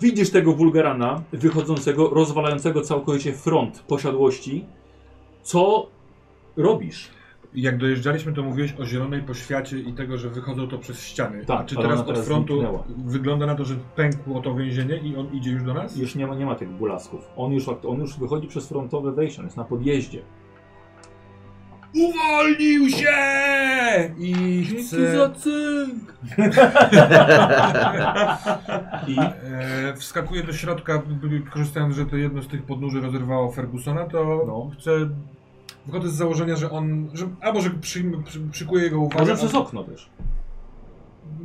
[SPEAKER 1] widzisz tego wulgarana wychodzącego, rozwalającego całkowicie front posiadłości. Co robisz?
[SPEAKER 4] Jak dojeżdżaliśmy, to mówiłeś o zielonej poświacie i tego, że wychodzą to przez ściany.
[SPEAKER 1] Tak,
[SPEAKER 4] A czy
[SPEAKER 1] ale
[SPEAKER 4] teraz
[SPEAKER 1] ona
[SPEAKER 4] od
[SPEAKER 1] teraz
[SPEAKER 4] frontu
[SPEAKER 1] zniknęła.
[SPEAKER 4] wygląda na to, że pękło to więzienie i on idzie już do nas?
[SPEAKER 1] Już nie ma, nie ma tych bulasków. On już, on już wychodzi przez frontowe wejście, on jest na podjeździe.
[SPEAKER 4] Uwolnił się! I chce...
[SPEAKER 1] I
[SPEAKER 4] E, wskakuje do środka, b- b- korzystając, że to jedno z tych podnóży rozerwało Fergusona, to
[SPEAKER 1] No.
[SPEAKER 4] chcę... Wychodzę z założenia, że on... Że, albo, że przyjm, przy, przykuje jego uwagę...
[SPEAKER 1] może
[SPEAKER 4] a-
[SPEAKER 1] przez okno też.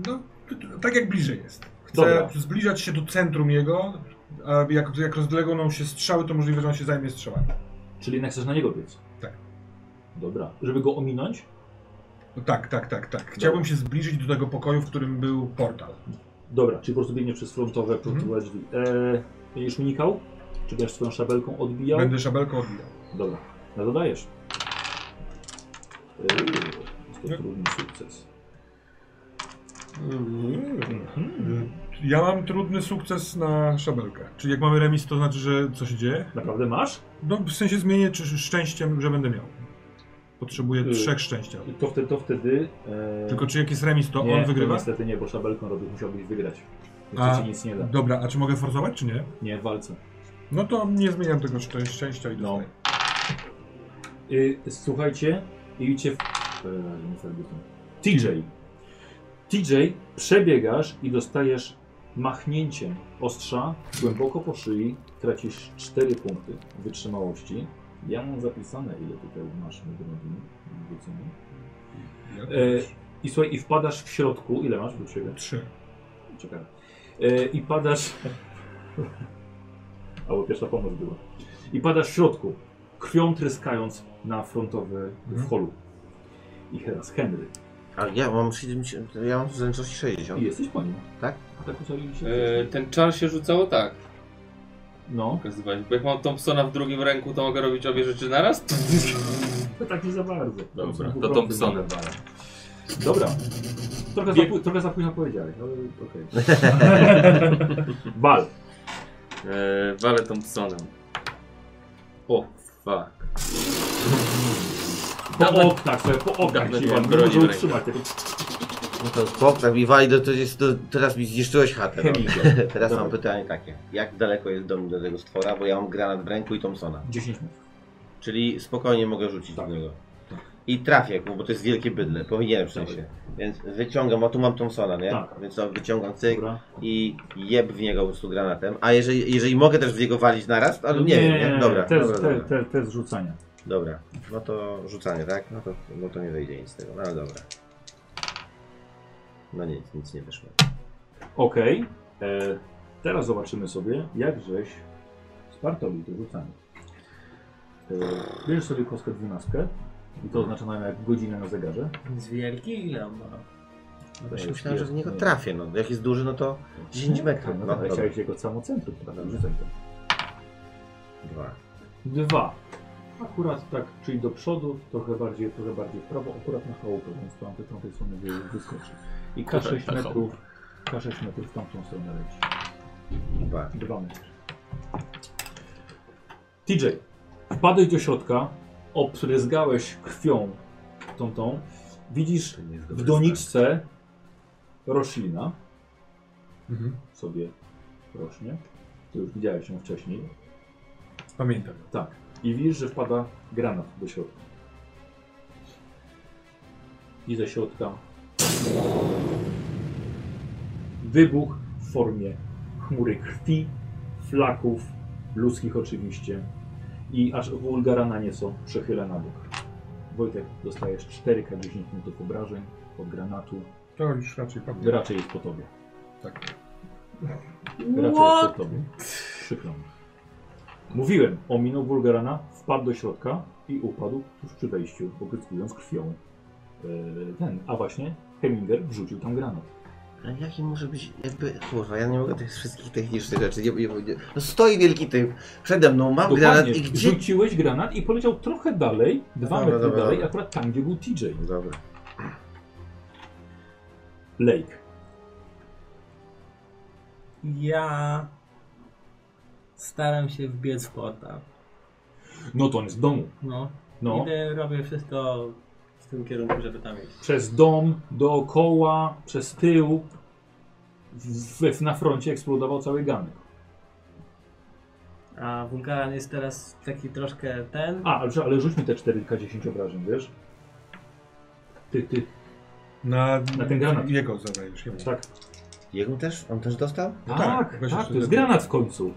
[SPEAKER 4] No, t- t- tak jak bliżej jest. Chcę
[SPEAKER 1] Dobra.
[SPEAKER 4] zbliżać się do centrum jego, a jak, jak rozlegną nam się strzały, to możliwe, że on się zajmie strzałami.
[SPEAKER 1] Czyli jednak chcesz na niego biec.
[SPEAKER 4] Tak.
[SPEAKER 1] Dobra. Żeby go ominąć?
[SPEAKER 4] No tak, tak, tak, tak. Chciałbym się zbliżyć do tego pokoju, w którym był portal.
[SPEAKER 1] Dobra, czyli po prostu biegnie przez frontowe,
[SPEAKER 4] Mhm.
[SPEAKER 1] frontowe drzwi. E, będziesz unikał? Czy będziesz swoją szabelką odbijał?
[SPEAKER 4] Będę szabelką odbijał.
[SPEAKER 1] Dobra, no dodajesz. Eee, Jest to trudny sukces.
[SPEAKER 4] Mhm. Ja mam trudny sukces na szabelkę. Czyli jak mamy remis, to znaczy, że co się dzieje?
[SPEAKER 1] Naprawdę masz?
[SPEAKER 4] No w sensie zmienię czy czy szczęściem, że będę miał. Potrzebuję
[SPEAKER 1] Yy.
[SPEAKER 4] trzech szczęścia.
[SPEAKER 1] To wtedy. To wtedy eee,
[SPEAKER 4] Tylko czy jak jest remis, to
[SPEAKER 1] nie,
[SPEAKER 4] on wygrywa?
[SPEAKER 1] Niestety nie, bo szabelką robisz, musiałbyś wygrać.
[SPEAKER 4] A.
[SPEAKER 1] Więc ci nic nie da.
[SPEAKER 4] Dobra, a czy mogę forsować, czy nie?
[SPEAKER 1] Nie, w walce.
[SPEAKER 4] No to nie zmieniam tego szczę- szczęścia i
[SPEAKER 1] No.
[SPEAKER 4] dostaję.
[SPEAKER 1] Y, słuchajcie, idźcie w... Eee, nie Ferguson. TJ. TJ, przebiegasz i dostajesz machnięciem ostrza głęboko po szyi. Tracisz 4 punkty wytrzymałości. Ja mam zapisane, ile tutaj masz na drogi. E, I słuchaj, i wpadasz w środku. Ile masz do ciebie?
[SPEAKER 4] Trzy.
[SPEAKER 1] Czekaj. E, I padasz. albo pierwsza pomoc była. I padasz w środku, krwią tryskając na frontowy w holu. I teraz Henry.
[SPEAKER 3] A ja mam 70, ja mam zręczności 60.
[SPEAKER 1] I jesteś po nim.
[SPEAKER 3] Tak?
[SPEAKER 1] A tak ustaliliście?
[SPEAKER 2] E, ten czar się rzucało tak.
[SPEAKER 1] No.
[SPEAKER 2] Pokazywać. Bo jak mam Thompsona w drugim ręku, to mogę robić obie rzeczy naraz?
[SPEAKER 1] No tak nie za bardzo.
[SPEAKER 2] Dobra,
[SPEAKER 1] Są
[SPEAKER 2] to
[SPEAKER 1] dwukrotne
[SPEAKER 2] Thompsonem.
[SPEAKER 1] zadane. Dobra. Trochę, za, pó- trochę za późno powiedziałeś, ale okej. Bal.
[SPEAKER 2] E, walę Thompsonem. O, fuck.
[SPEAKER 1] Po
[SPEAKER 2] Dawaj.
[SPEAKER 1] oknach, sobie po oknach
[SPEAKER 2] Dawaj,
[SPEAKER 1] się
[SPEAKER 2] mam
[SPEAKER 1] wam. Nie
[SPEAKER 2] broni
[SPEAKER 1] może
[SPEAKER 2] w ręku.
[SPEAKER 1] utrzymać tego
[SPEAKER 3] No to chłop, tak mi wajdę, to jest, to teraz mi zniszczyłeś chatę. No.
[SPEAKER 1] chemika.
[SPEAKER 3] Teraz
[SPEAKER 1] Dobra.
[SPEAKER 3] mam pytanie takie. Jak daleko jest do mnie do tego stwora, bo ja mam granat w ręku i Thompsona.
[SPEAKER 1] 10 metrów.
[SPEAKER 3] Czyli spokojnie mogę rzucić
[SPEAKER 1] Tak.
[SPEAKER 3] do niego. I trafię, no bo to jest wielkie bydle, powinienem w sensie. Więc wyciągam, a tu mam Thompsona, nie?
[SPEAKER 1] Tak.
[SPEAKER 3] Więc to wyciągam cyk
[SPEAKER 1] Dobra.
[SPEAKER 3] i jeb w niego po prostu granatem. A jeżeli, jeżeli mogę też w niego walić naraz, to, ale nie, wiem, nie? Dobra,
[SPEAKER 1] Te,
[SPEAKER 3] dobra,
[SPEAKER 1] te,
[SPEAKER 3] dobra.
[SPEAKER 1] te, te zrzucania.
[SPEAKER 3] dobra. No to rzucanie, tak? No to, no to nie wyjdzie nic z tego, no ale dobra. No nic, nic nie wyszło.
[SPEAKER 1] Okej. e, Teraz zobaczymy sobie, jak żeś spartoli to rzucanie. E, Bierzesz sobie kostkę 12 i to oznacza nam jak godzinę na zegarze.
[SPEAKER 5] Z wielki ile on ma?
[SPEAKER 3] no. Właśnie myślałem, że z niego trafię, no. Jak jest duży, no to 10 metrów.
[SPEAKER 1] No,
[SPEAKER 3] No,
[SPEAKER 1] tak,
[SPEAKER 3] dobra.
[SPEAKER 1] chciałeś jego samocentrum, prawda? Rzucaj to.
[SPEAKER 3] Dwa.
[SPEAKER 1] Dwa. Akurat tak, czyli do przodu, trochę bardziej, trochę bardziej w prawo, akurat na chałupę, więc tam tej tamtej strony wy- wyskoczy. I K6
[SPEAKER 12] Akurat na
[SPEAKER 1] metrów, K6 metrów w tamtą stronę leci.
[SPEAKER 3] Dwa.
[SPEAKER 1] Dwa metry. TJ, wpadłeś do środka, obryzgałeś krwią tą tą, widzisz
[SPEAKER 3] To nie jest
[SPEAKER 1] w
[SPEAKER 3] dobry
[SPEAKER 1] doniczce roślina
[SPEAKER 4] Mhm.
[SPEAKER 1] sobie rośnie, to już widziałeś ją wcześniej,
[SPEAKER 4] Pamiętam.
[SPEAKER 1] Tak. I widzisz, że wpada granat do środka. I ze środka wybuch w formie chmury krwi, flaków, ludzkich oczywiście. I aż wulgara na nieco przechyla na bok. Wojtek, dostajesz 4K10 punktów obrażeń od granatu.
[SPEAKER 4] To już raczej pamiętam.
[SPEAKER 1] Raczej jest po tobie.
[SPEAKER 4] Tak.
[SPEAKER 3] No.
[SPEAKER 1] Raczej jest po tobie. Przykro mi. Mówiłem, ominął Bulgarana, wpadł do środka i upadł tuż przy wejściu, obryskując krwią. Eee, ten, a właśnie Heminger wrzucił tam granat.
[SPEAKER 3] Ale jaki może być, jakby, kurwa, ja nie mogę tych wszystkich technicznych rzeczy, nie, nie, nie. No stoi wielki typ, przede mną, mam granat i gdzie...
[SPEAKER 1] Rzuciłeś granat i poleciał trochę dalej, dwa
[SPEAKER 3] Dobra,
[SPEAKER 1] metry
[SPEAKER 3] dobra,
[SPEAKER 1] dalej,
[SPEAKER 3] dobra.
[SPEAKER 1] akurat tam, gdzie był TJ.
[SPEAKER 3] Dobra.
[SPEAKER 1] Lake.
[SPEAKER 5] Ja staram się wbiec w portal.
[SPEAKER 1] No to on jest w domu.
[SPEAKER 5] No.
[SPEAKER 1] No.
[SPEAKER 5] Idę, robię wszystko w tym kierunku, żeby tam iść.
[SPEAKER 1] Przez dom, dookoła, przez tył. W, w, na froncie eksplodował cały ganek.
[SPEAKER 5] A wulkan jest teraz taki troszkę ten.
[SPEAKER 1] A, ale, ale rzuć mi te 4K10 obrażeń, wiesz? Ty, ty,
[SPEAKER 4] Na,
[SPEAKER 1] Na ten granat.
[SPEAKER 4] Jego zadajesz. Jemu.
[SPEAKER 1] tak.
[SPEAKER 3] Jego też? On też dostał?
[SPEAKER 1] Tak,
[SPEAKER 4] tak,
[SPEAKER 1] tak,
[SPEAKER 4] weź jeszcze
[SPEAKER 1] to jest
[SPEAKER 4] lepiej.
[SPEAKER 1] granat w końcu.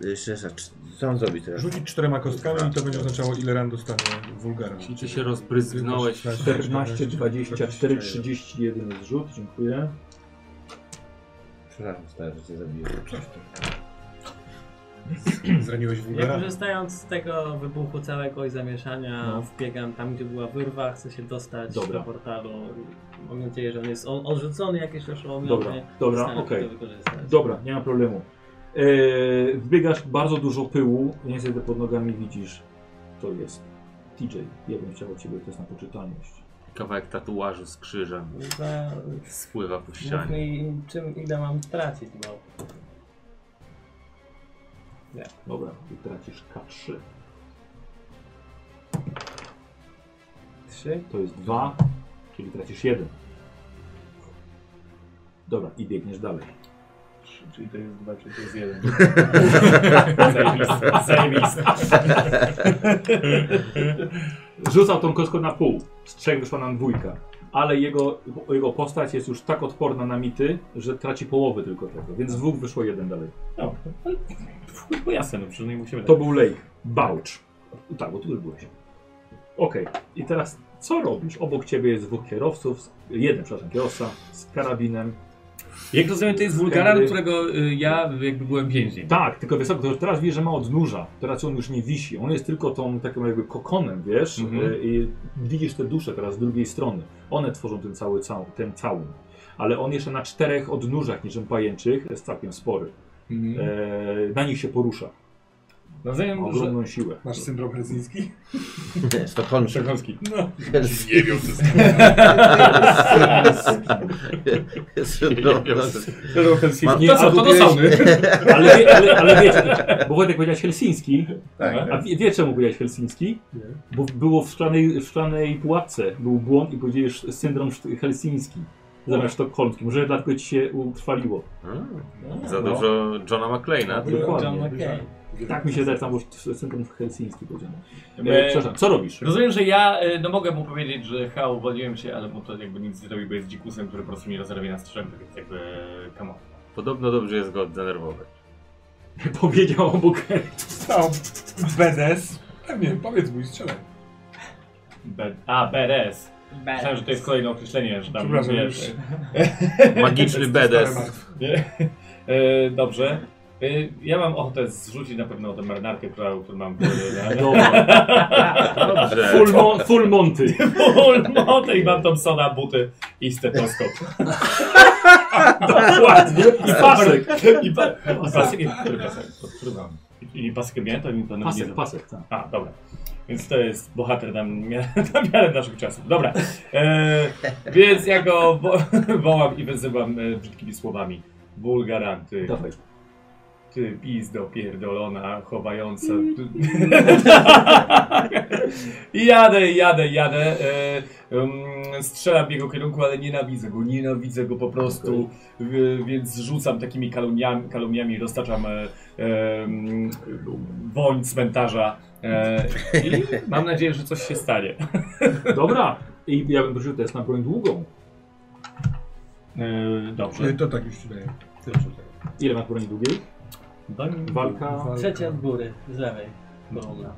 [SPEAKER 3] Jeszcze rzecz, co on zrobi teraz?
[SPEAKER 4] Rzucić czterema kostkami i to będzie oznaczało ile ran dostanie wulgara.
[SPEAKER 12] I ty się
[SPEAKER 4] No,
[SPEAKER 12] rozbryzgnąłeś.
[SPEAKER 1] 14, 24, 31 jest rzut, dziękuję.
[SPEAKER 3] Przepraszam, stary, że cię zabiłem.
[SPEAKER 4] Zraniłeś
[SPEAKER 5] Ja
[SPEAKER 4] wulgara?
[SPEAKER 5] korzystając z tego wybuchu całego i zamieszania,
[SPEAKER 1] No.
[SPEAKER 5] wbiegam tam, gdzie była wyrwa, chcę się dostać
[SPEAKER 1] Dobra.
[SPEAKER 5] do portalu. Mam nadzieję, że on jest on odrzucony jakieś oszołomiony.
[SPEAKER 1] Dobra, dobra,
[SPEAKER 5] Staram się
[SPEAKER 1] okej.
[SPEAKER 5] to wykorzystać.
[SPEAKER 1] Dobra, nie ma problemu. Eee, wbiegasz bardzo dużo pyłu, niestety pod nogami widzisz, to jest TJ. Ja bym chciał od ciebie test na poczytalność.
[SPEAKER 12] Kawałek tatuażu z krzyżem
[SPEAKER 5] Za...
[SPEAKER 12] spływa po
[SPEAKER 5] Mów
[SPEAKER 12] ścianie.
[SPEAKER 5] mi, czym, ile mam tracić, bo
[SPEAKER 1] Dobra, i tracisz K3.
[SPEAKER 5] 3.
[SPEAKER 1] To jest 2, czyli tracisz 1. Dobra, i biegniesz dalej.
[SPEAKER 7] Czyli to jest dwa, czyli to jest jeden. Zajebiste, zajebiste.
[SPEAKER 1] Rzucał tą kostką na pół. Z trzech wyszła nam dwójka. Ale jego, jego postać jest już tak odporna na mity, że traci połowę tylko tego. Więc z dwóch wyszło jeden dalej.
[SPEAKER 7] No, ale chuj, bo jasne, no przynajmniej musimy...
[SPEAKER 1] To był Lake. Bałcz. Tak, bo tu już byłeś. Okej. I teraz co robisz? Obok ciebie jest dwóch kierowców. z- Jeden, przepraszam, kierowca z karabinem.
[SPEAKER 7] Jak rozumiem, to jest wulgaran,
[SPEAKER 1] Wtedy-
[SPEAKER 7] którego y, ja jakby byłem więźniem.
[SPEAKER 1] Tak, tylko wiesz, co, to teraz wiesz, że ma odnóża. Teraz on już nie wisi. On jest tylko tą takim jakby kokonem, wiesz,
[SPEAKER 7] Mhm.
[SPEAKER 1] y, i widzisz te dusze teraz z drugiej strony. One tworzą ten cały cał, ten całun. Ale on jeszcze na czterech odnóżach niczym pajęczych jest całkiem spory.
[SPEAKER 7] Mhm.
[SPEAKER 1] E, na nich się porusza.
[SPEAKER 7] Rozumiem,
[SPEAKER 1] Ma
[SPEAKER 7] że...
[SPEAKER 1] ogromną siłę.
[SPEAKER 4] Masz syndrom Helsiński?
[SPEAKER 3] Sztokholmski.
[SPEAKER 7] Czerwonski.
[SPEAKER 4] no.
[SPEAKER 3] Helsiński.
[SPEAKER 13] Nie wiem, co jest.
[SPEAKER 3] Mam-
[SPEAKER 1] Nie,
[SPEAKER 7] To co, to do
[SPEAKER 1] ale,
[SPEAKER 7] sauny.
[SPEAKER 1] ale, wie- ale, ale wiesz, bo Wojtek powiedziałeś helsiński,
[SPEAKER 13] Tak,
[SPEAKER 1] a wie, wie czemu powiedziałeś helsiński? Bo było w szklanej, w szklanej pułapce, był błąd i powiedziałeś syndrom szt- helsiński zamiast sztokholmski. Może dlatego ci się utrwaliło.
[SPEAKER 2] Za dużo Johna McLeana.
[SPEAKER 5] John
[SPEAKER 1] Dokładnie.
[SPEAKER 5] McCain.
[SPEAKER 1] Tak mi się wydaje, tam było centrum helsiński powiedziane. E,
[SPEAKER 7] E,
[SPEAKER 1] przepraszam, co robisz?
[SPEAKER 7] Rozumiem, że ja y, no mogę mu powiedzieć, że ha, uwolniłem się, ale mu to jakby nic nie robi, bo jest dzikusem, który po prostu mi rozerwie na strzępy, więc jakby e, come on.
[SPEAKER 2] Podobno dobrze jest go oddenerwować.
[SPEAKER 1] Powiedział obok
[SPEAKER 4] Co? BDS? Pewnie, E, powiedz mu i strzelaj.
[SPEAKER 7] Be- a, BRS. Myślałem, że to jest kolejne określenie, że tam
[SPEAKER 4] Przepraszam,
[SPEAKER 7] wiesz.
[SPEAKER 4] już.
[SPEAKER 2] Magiczny
[SPEAKER 4] Stare
[SPEAKER 2] BDS.
[SPEAKER 4] martwe.
[SPEAKER 7] Nie? E, dobrze. E, ja mam ochotę zrzucić na pewno tę marynarkę, którą, którą mam w głowie.
[SPEAKER 1] Dobra.
[SPEAKER 2] Dobrze.
[SPEAKER 1] Full, mon, full Monty.
[SPEAKER 7] Polmotę i mam Thompsona, buty i stetoskop. Dokładnie. I pasek. I, pa, i pasek. I, który pasek? Który mam? I, i pasek miałem, to mi to nie
[SPEAKER 1] Pasek, pasek, tak.
[SPEAKER 7] A, dobra. Więc to jest bohater na, mia- na miarę naszych czasów. Dobra. E, więc ja go wo wołam i wyzywam e, brzydkimi słowami. Bulgaran, ty,
[SPEAKER 1] Dawaj.
[SPEAKER 7] ty pizdo pierdolona, chowająca. Ty... I jadę, jadę, jadę. E, em, strzelam w jego kierunku, ale nienawidzę go, nienawidzę go po prostu. W- więc rzucam takimi kalumniami, kalumniami roztaczam e, em, woń cmentarza. E, I mam nadzieję, że coś się stanie.
[SPEAKER 1] Dobra. I ja bym prosił test na broń długą.
[SPEAKER 7] E, dobrze.
[SPEAKER 4] Czyli To tak już ci daję. Ty już tak.
[SPEAKER 1] Ile masz broni długiej?
[SPEAKER 7] Tak,
[SPEAKER 1] Walka.
[SPEAKER 4] Walka.
[SPEAKER 5] Trzecia od góry, z lewej. Dobra.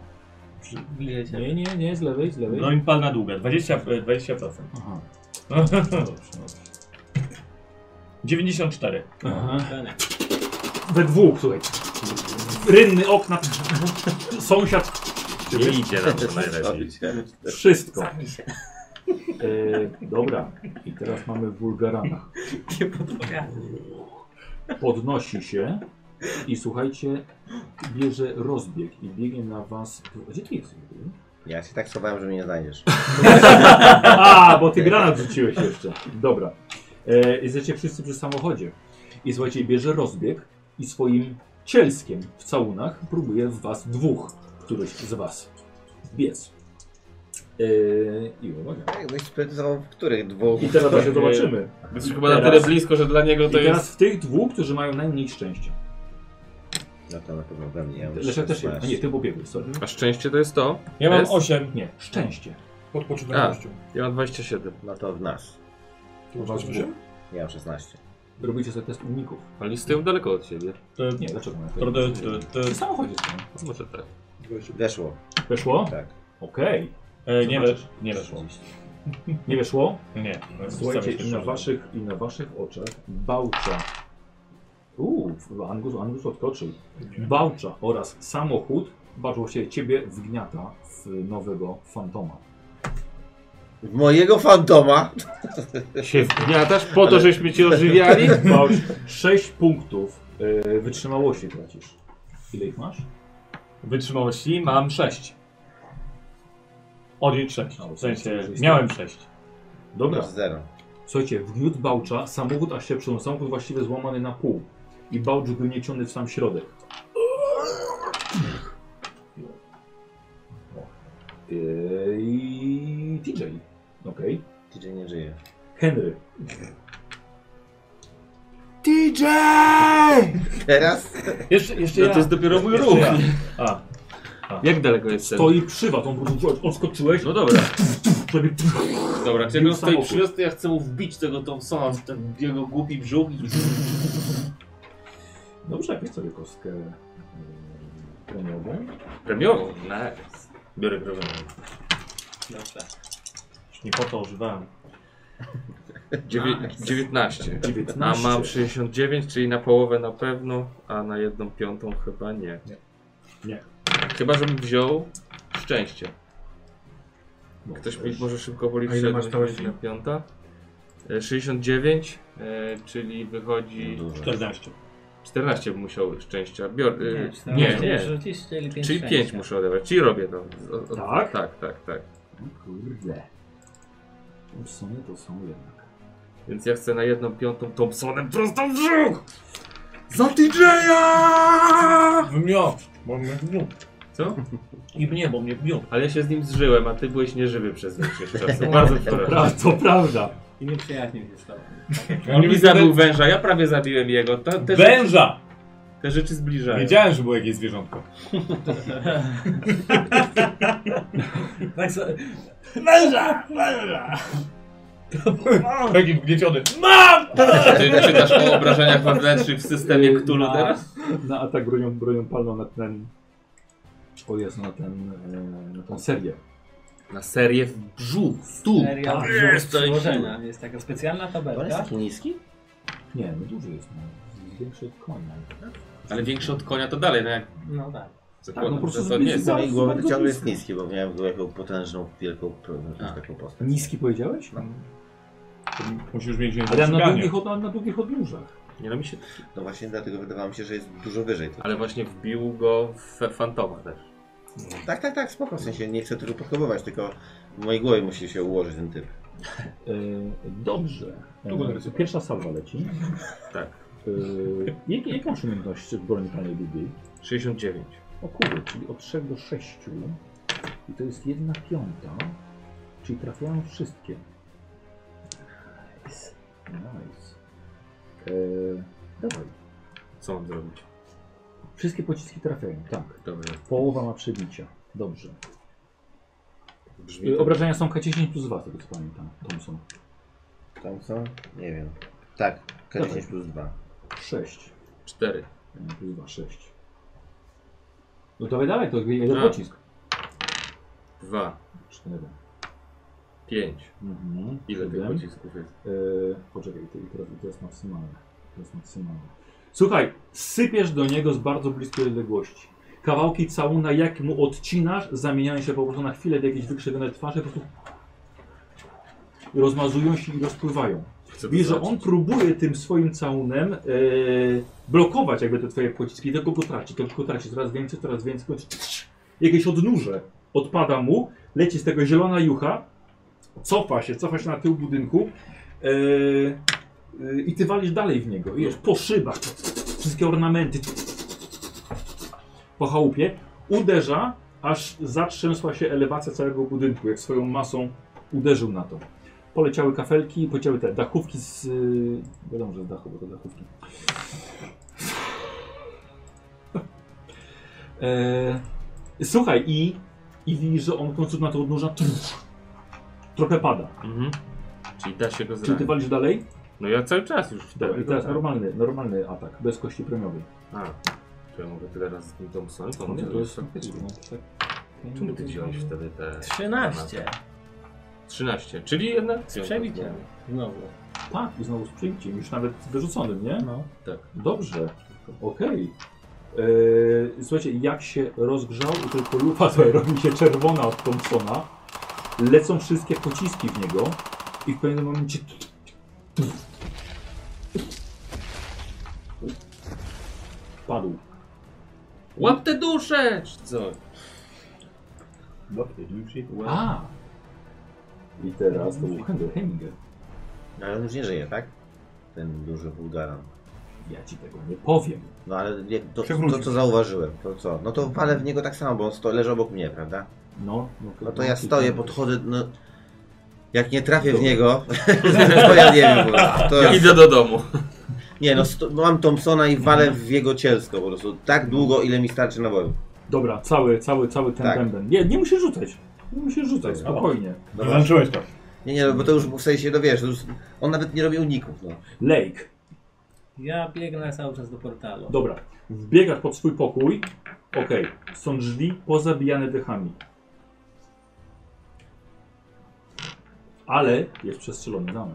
[SPEAKER 5] Bliżej się.
[SPEAKER 1] Nie, nie, nie, z lewej, z lewej.
[SPEAKER 7] No i palna długa, 20%. 20%.
[SPEAKER 1] Aha.
[SPEAKER 7] No, 94.
[SPEAKER 1] Aha. We dwóch, słuchaj. Rynny, okna, sąsiad,
[SPEAKER 2] Nie idzie nam to najlepiej.
[SPEAKER 1] wszystko. E, dobra. I teraz mamy wulgarana.
[SPEAKER 5] Nie podpowiadam.
[SPEAKER 1] podnosi się i słuchajcie, bierze rozbieg i biegnie na was. Gdzie ty jesteś?
[SPEAKER 3] Ja się tak schowałem, że mnie nie znajdziesz.
[SPEAKER 1] A, bo ty granat rzuciłeś jeszcze. Dobra. E, jesteście wszyscy przy samochodzie. I słuchajcie, bierze rozbieg i swoim cielskiem w całunach próbuje w was dwóch, któryś z was biec. E, I uwaga.
[SPEAKER 3] Tak, byś spytał, w których dwóch.
[SPEAKER 1] I teraz właśnie zobaczymy.
[SPEAKER 2] Jest chyba na tyle blisko, że dla niego
[SPEAKER 1] I
[SPEAKER 2] to jest...
[SPEAKER 1] teraz w tych dwóch, którzy mają najmniej szczęścia.
[SPEAKER 3] No to na pewno we mnie. Ja mam
[SPEAKER 1] Leszek też jest. A
[SPEAKER 3] 16.
[SPEAKER 1] nie, ty pobiegłeś, sorry.
[SPEAKER 2] A szczęście to jest to?
[SPEAKER 5] Ja mam
[SPEAKER 2] Jest?
[SPEAKER 5] 8.
[SPEAKER 1] Nie, szczęście.
[SPEAKER 4] Pod poczytalnością.
[SPEAKER 2] Ja mam 27.
[SPEAKER 3] No to w nas.
[SPEAKER 4] Tu masz osiem?
[SPEAKER 3] Ja mam 16.
[SPEAKER 1] Robicie sobie test uników.
[SPEAKER 2] Ale nie stoją daleko od siebie.
[SPEAKER 1] Nie, dlaczego?
[SPEAKER 5] To,
[SPEAKER 1] mają
[SPEAKER 5] to,
[SPEAKER 1] tyle?
[SPEAKER 5] to, to,
[SPEAKER 1] W samochodzie stoją.
[SPEAKER 2] Może tak.
[SPEAKER 3] Weszło.
[SPEAKER 1] Weszło?
[SPEAKER 3] Tak.
[SPEAKER 1] Okej.
[SPEAKER 7] E, nie, wesz, nie weszło.
[SPEAKER 1] Nie weszło?
[SPEAKER 7] Nie.
[SPEAKER 1] Słuchajcie, i na waszych, i na waszych oczach bałcza. Uuu, Angus, Angus odkoczył. Bałcza oraz samochód, bałcza właściwie ciebie, wgniata w nowego fantoma.
[SPEAKER 3] W mojego fantoma.
[SPEAKER 2] Się wgniatasz po to, żeśmy cię ożywiali?
[SPEAKER 1] Bałcz, 6 punktów e, wytrzymałości tracisz. Ile ich masz?
[SPEAKER 7] Wytrzymałości mam 6. Odjedź 6. W sensie miałem 6.
[SPEAKER 1] Dobra.
[SPEAKER 3] Masz zero.
[SPEAKER 1] Słuchajcie, wgniótł Bałcza, samochód aż się przesunął, samochód właściwie złamany na pół. I Bałcz był nieciony w sam środek. Yy, I TJ. Okej.
[SPEAKER 3] Tydzień nie żyje.
[SPEAKER 1] Henry.
[SPEAKER 3] Teraz?
[SPEAKER 7] Jeszcze, jeszcze
[SPEAKER 2] No
[SPEAKER 7] ja.
[SPEAKER 2] to jest dopiero mój
[SPEAKER 7] Jeszcze
[SPEAKER 2] ruch.
[SPEAKER 7] ja. A,
[SPEAKER 2] Jak daleko jestem?
[SPEAKER 1] Stoi przy was, on po prostu odskoczyłeś,
[SPEAKER 2] No dobra.
[SPEAKER 1] sobie
[SPEAKER 14] Dobra, czego z tej
[SPEAKER 1] Samochód.
[SPEAKER 14] przyjazdy ja chcę mu wbić tego Thompsona w ten jego głupi brzuch i...
[SPEAKER 1] Dobrze, pisz sobie kostkę e, mm, premiową.
[SPEAKER 2] Premiowo? Nice. Biorę premiową.
[SPEAKER 7] nie po to używałem.
[SPEAKER 2] Dziewię- 19.
[SPEAKER 15] 19.
[SPEAKER 2] A mam 69, czyli na połowę na pewno, a na jedną piątą chyba nie.
[SPEAKER 1] Nie.
[SPEAKER 2] Chyba, żebym wziął szczęście. Ktoś mi może szybko policzyć.
[SPEAKER 16] A ile masz
[SPEAKER 2] jak będzie
[SPEAKER 16] całości?
[SPEAKER 2] na piąta? E, 69, e, czyli
[SPEAKER 1] No
[SPEAKER 2] wychodzi...
[SPEAKER 3] Dużo.
[SPEAKER 7] 14.
[SPEAKER 2] 14 bym musiał szczęścia. Bior... e, nie,
[SPEAKER 5] Nie,
[SPEAKER 2] nie.
[SPEAKER 5] nie.
[SPEAKER 2] Czyli 5 muszę odebrać, czyli robię to. O- o-
[SPEAKER 1] Tak?
[SPEAKER 2] Tak, tak, tak.
[SPEAKER 1] O No kurde. Thompsony to są jednak.
[SPEAKER 2] Więc ja chcę na jedną piątą Thompsonem prostą brzuch!
[SPEAKER 16] Za DJ-a!
[SPEAKER 7] Wmiot! Bo mnie wmiot.
[SPEAKER 2] Co?
[SPEAKER 7] I mnie, bo mnie wmiot.
[SPEAKER 2] Ale ja się z nim zżyłem, a ty byłeś nieżywy przez większość czasu. Bardzo przepraszam.
[SPEAKER 1] Pra, to prawda.
[SPEAKER 17] I nie przyjaźnił się z tobą.
[SPEAKER 2] On mi zabił węża, ja prawie zabiłem jego. To, te, rzeczy,
[SPEAKER 7] Węża!
[SPEAKER 2] te rzeczy zbliżają.
[SPEAKER 7] Wiedziałem, że było jakieś zwierzątko.
[SPEAKER 17] Tak, so-
[SPEAKER 7] Węża! Węża! Taki gnieciony. Mam!
[SPEAKER 2] Ty czytasz o obrażeniach wewnętrznych w systemie Cthulhu
[SPEAKER 1] Na-
[SPEAKER 2] teraz?
[SPEAKER 1] Na atak bronią, bronią palną na ten... O jest, na ten... e, Na tą serię.
[SPEAKER 2] Na serię w brzuch, tu.
[SPEAKER 5] Seria
[SPEAKER 2] tak.
[SPEAKER 5] jest,
[SPEAKER 2] to jest
[SPEAKER 5] przyłożenia. Jest taka specjalna
[SPEAKER 3] On jest
[SPEAKER 5] tabelka.
[SPEAKER 3] taki niski?
[SPEAKER 1] Tak? Nie, no duży jest. No. Większy od konia.
[SPEAKER 2] Ale większy od konia to dalej, no jak
[SPEAKER 5] No tak.
[SPEAKER 2] zakładam,
[SPEAKER 1] no po prostu
[SPEAKER 2] że to
[SPEAKER 1] sobie
[SPEAKER 2] nie jest.
[SPEAKER 3] Z
[SPEAKER 1] Zaraz,
[SPEAKER 3] mojej głowy
[SPEAKER 1] zobaczmy,
[SPEAKER 3] ciągle
[SPEAKER 1] co
[SPEAKER 3] jest niski, bo miałem go jako potężną, wielką,
[SPEAKER 2] A.
[SPEAKER 3] taką postać.
[SPEAKER 1] Niski powiedziałeś?
[SPEAKER 7] Musisz mieć
[SPEAKER 1] Ale no, ja na
[SPEAKER 7] niezaprzeganie.
[SPEAKER 1] długich, od- na, na długich odnóżach.
[SPEAKER 2] Nie no mi się...
[SPEAKER 3] No właśnie dlatego wydawało mi się, że jest dużo wyżej.
[SPEAKER 2] Ale właśnie wbił go w fantoma też.
[SPEAKER 3] Tak, tak, tak, spoko. W sensie nie chcę tego podkowywać, tylko w mojej głowie musi się ułożyć ten typ.
[SPEAKER 1] E, dobrze. E, pierwsza salwa leci.
[SPEAKER 2] Tak.
[SPEAKER 1] E, jak, jaka masz umiejętność broni palnej długiej?
[SPEAKER 2] 69.
[SPEAKER 1] O kurde, czyli od 3 do 6. I to jest jedna piąta. Czyli trafiają wszystkie. Nice. Nice. E, dawaj.
[SPEAKER 2] Co mam zrobić?
[SPEAKER 1] Wszystkie pociski trafiają, tak.
[SPEAKER 2] Dobra.
[SPEAKER 1] Połowa ma przebicia. Dobrze.
[SPEAKER 2] Brzmi tak.
[SPEAKER 1] E,
[SPEAKER 2] to...
[SPEAKER 1] obrażenia są K10 plus 2, tego co pamiętam. Thompson.
[SPEAKER 3] Tam co? Nie wiem. Tak, K10 plus 2.
[SPEAKER 1] 6.
[SPEAKER 2] 4.
[SPEAKER 1] Plus 2, 6. No dawaj, dawaj, to jeden
[SPEAKER 2] A.
[SPEAKER 1] pocisk.
[SPEAKER 2] 2.
[SPEAKER 1] 4.
[SPEAKER 2] 5.
[SPEAKER 1] Mhm.
[SPEAKER 2] Ile tych
[SPEAKER 1] Siedem.
[SPEAKER 2] pocisków jest?
[SPEAKER 1] Yy, poczekaj, to i teraz, i teraz maksymalne. Teraz maksymalne. Słuchaj, sypiesz do niego z bardzo bliskiej odległości. Kawałki całuna, jak mu odcinasz, zamieniają się po prostu na chwilę w jakieś wykrzywione twarze, po prostu i rozmazują się i rozpływają.
[SPEAKER 2] Chcę to
[SPEAKER 1] Wiesz, że
[SPEAKER 2] zobaczyć.
[SPEAKER 1] on próbuje tym swoim całunem e, blokować jakby te twoje pociski, tylko go traci, tylko traci, coraz więcej, coraz więcej, kończy- jakieś odnóże odpada mu, leci z tego zielona jucha, cofa się, cofa się na tył budynku e, e, i ty walisz dalej w niego, wiesz, po szybach, wszystkie ornamenty, po chałupie, uderza, aż zatrzęsła się elewacja całego budynku, jak swoją masą uderzył na to. Poleciały kafelki, poleciały te dachówki z... y, Wiadomo, że z dachu, bo to dachówki. E, słuchaj, i, i widzisz, że on w końcu na to odnóża trochę pada.
[SPEAKER 2] Mhm. Czyli da się go
[SPEAKER 1] Czy ty
[SPEAKER 2] zranić.
[SPEAKER 1] walisz dalej?
[SPEAKER 2] No ja cały czas już w
[SPEAKER 1] Dobra,
[SPEAKER 2] tego-
[SPEAKER 1] i teraz
[SPEAKER 2] tak.
[SPEAKER 1] normalny, normalny atak, bez kości premiowej.
[SPEAKER 2] A. Czy ja mogę tyle razy z nim Thompsonem? To
[SPEAKER 1] No
[SPEAKER 2] on nie
[SPEAKER 1] to jest... tak.
[SPEAKER 2] Czemu ty wziąłeś wtedy te...
[SPEAKER 5] 13.
[SPEAKER 2] 13, czyli jednak...
[SPEAKER 5] Z przebiciem. Znowu.
[SPEAKER 1] Tak, i znowu z przyjęciem, już nawet wyrzuconym, nie?
[SPEAKER 16] No.
[SPEAKER 2] Tak.
[SPEAKER 1] Dobrze, okej. Eee, słuchajcie, jak się rozgrzał i tylko lupa tutaj robi się czerwona od Thompsona, lecą wszystkie pociski w niego i w pewnym momencie... Padł.
[SPEAKER 2] Łap te dusze! Czy co? Łap.
[SPEAKER 1] A! I teraz to był Handel Heminger.
[SPEAKER 3] Ale on już nie żyje, tak? Ten duży wulgaran.
[SPEAKER 1] Ja ci tego nie powiem.
[SPEAKER 3] No ale jak to,
[SPEAKER 16] Przewrócił
[SPEAKER 3] to, co zauważyłem, to co? No to walę w niego tak samo, bo on sto, leży obok mnie, prawda?
[SPEAKER 1] No,
[SPEAKER 3] No to ja
[SPEAKER 1] ty-
[SPEAKER 3] stoję, podchodzę, no... Jak nie trafię w niego, to ja nie wiem, bo to
[SPEAKER 2] Ja
[SPEAKER 3] jest...
[SPEAKER 2] idę do domu.
[SPEAKER 3] Nie no, sto, mam Thompsona i walę
[SPEAKER 1] Mhm.
[SPEAKER 3] w jego cielsko po prostu. Tak długo, ile mi starczy naboju.
[SPEAKER 1] Dobra, cały, cały, cały ten
[SPEAKER 3] Tak.
[SPEAKER 1] bęben. Nie, nie musisz rzucać. Nie No, musisz
[SPEAKER 7] Tak,
[SPEAKER 1] rzucać, Tak, spokojnie.
[SPEAKER 3] Dobra.
[SPEAKER 7] Zaznaczyłeś to.
[SPEAKER 3] Nie, nie, no, bo to już w sensie, no wiesz, to już, on nawet nie robi uników, no.
[SPEAKER 1] Lake.
[SPEAKER 5] Ja biegnę cały czas do portalu.
[SPEAKER 1] no, Dobra. Wbiegasz pod swój pokój. Okej. Są drzwi pozabijane dechami. Ale jest przestrzelony zamek.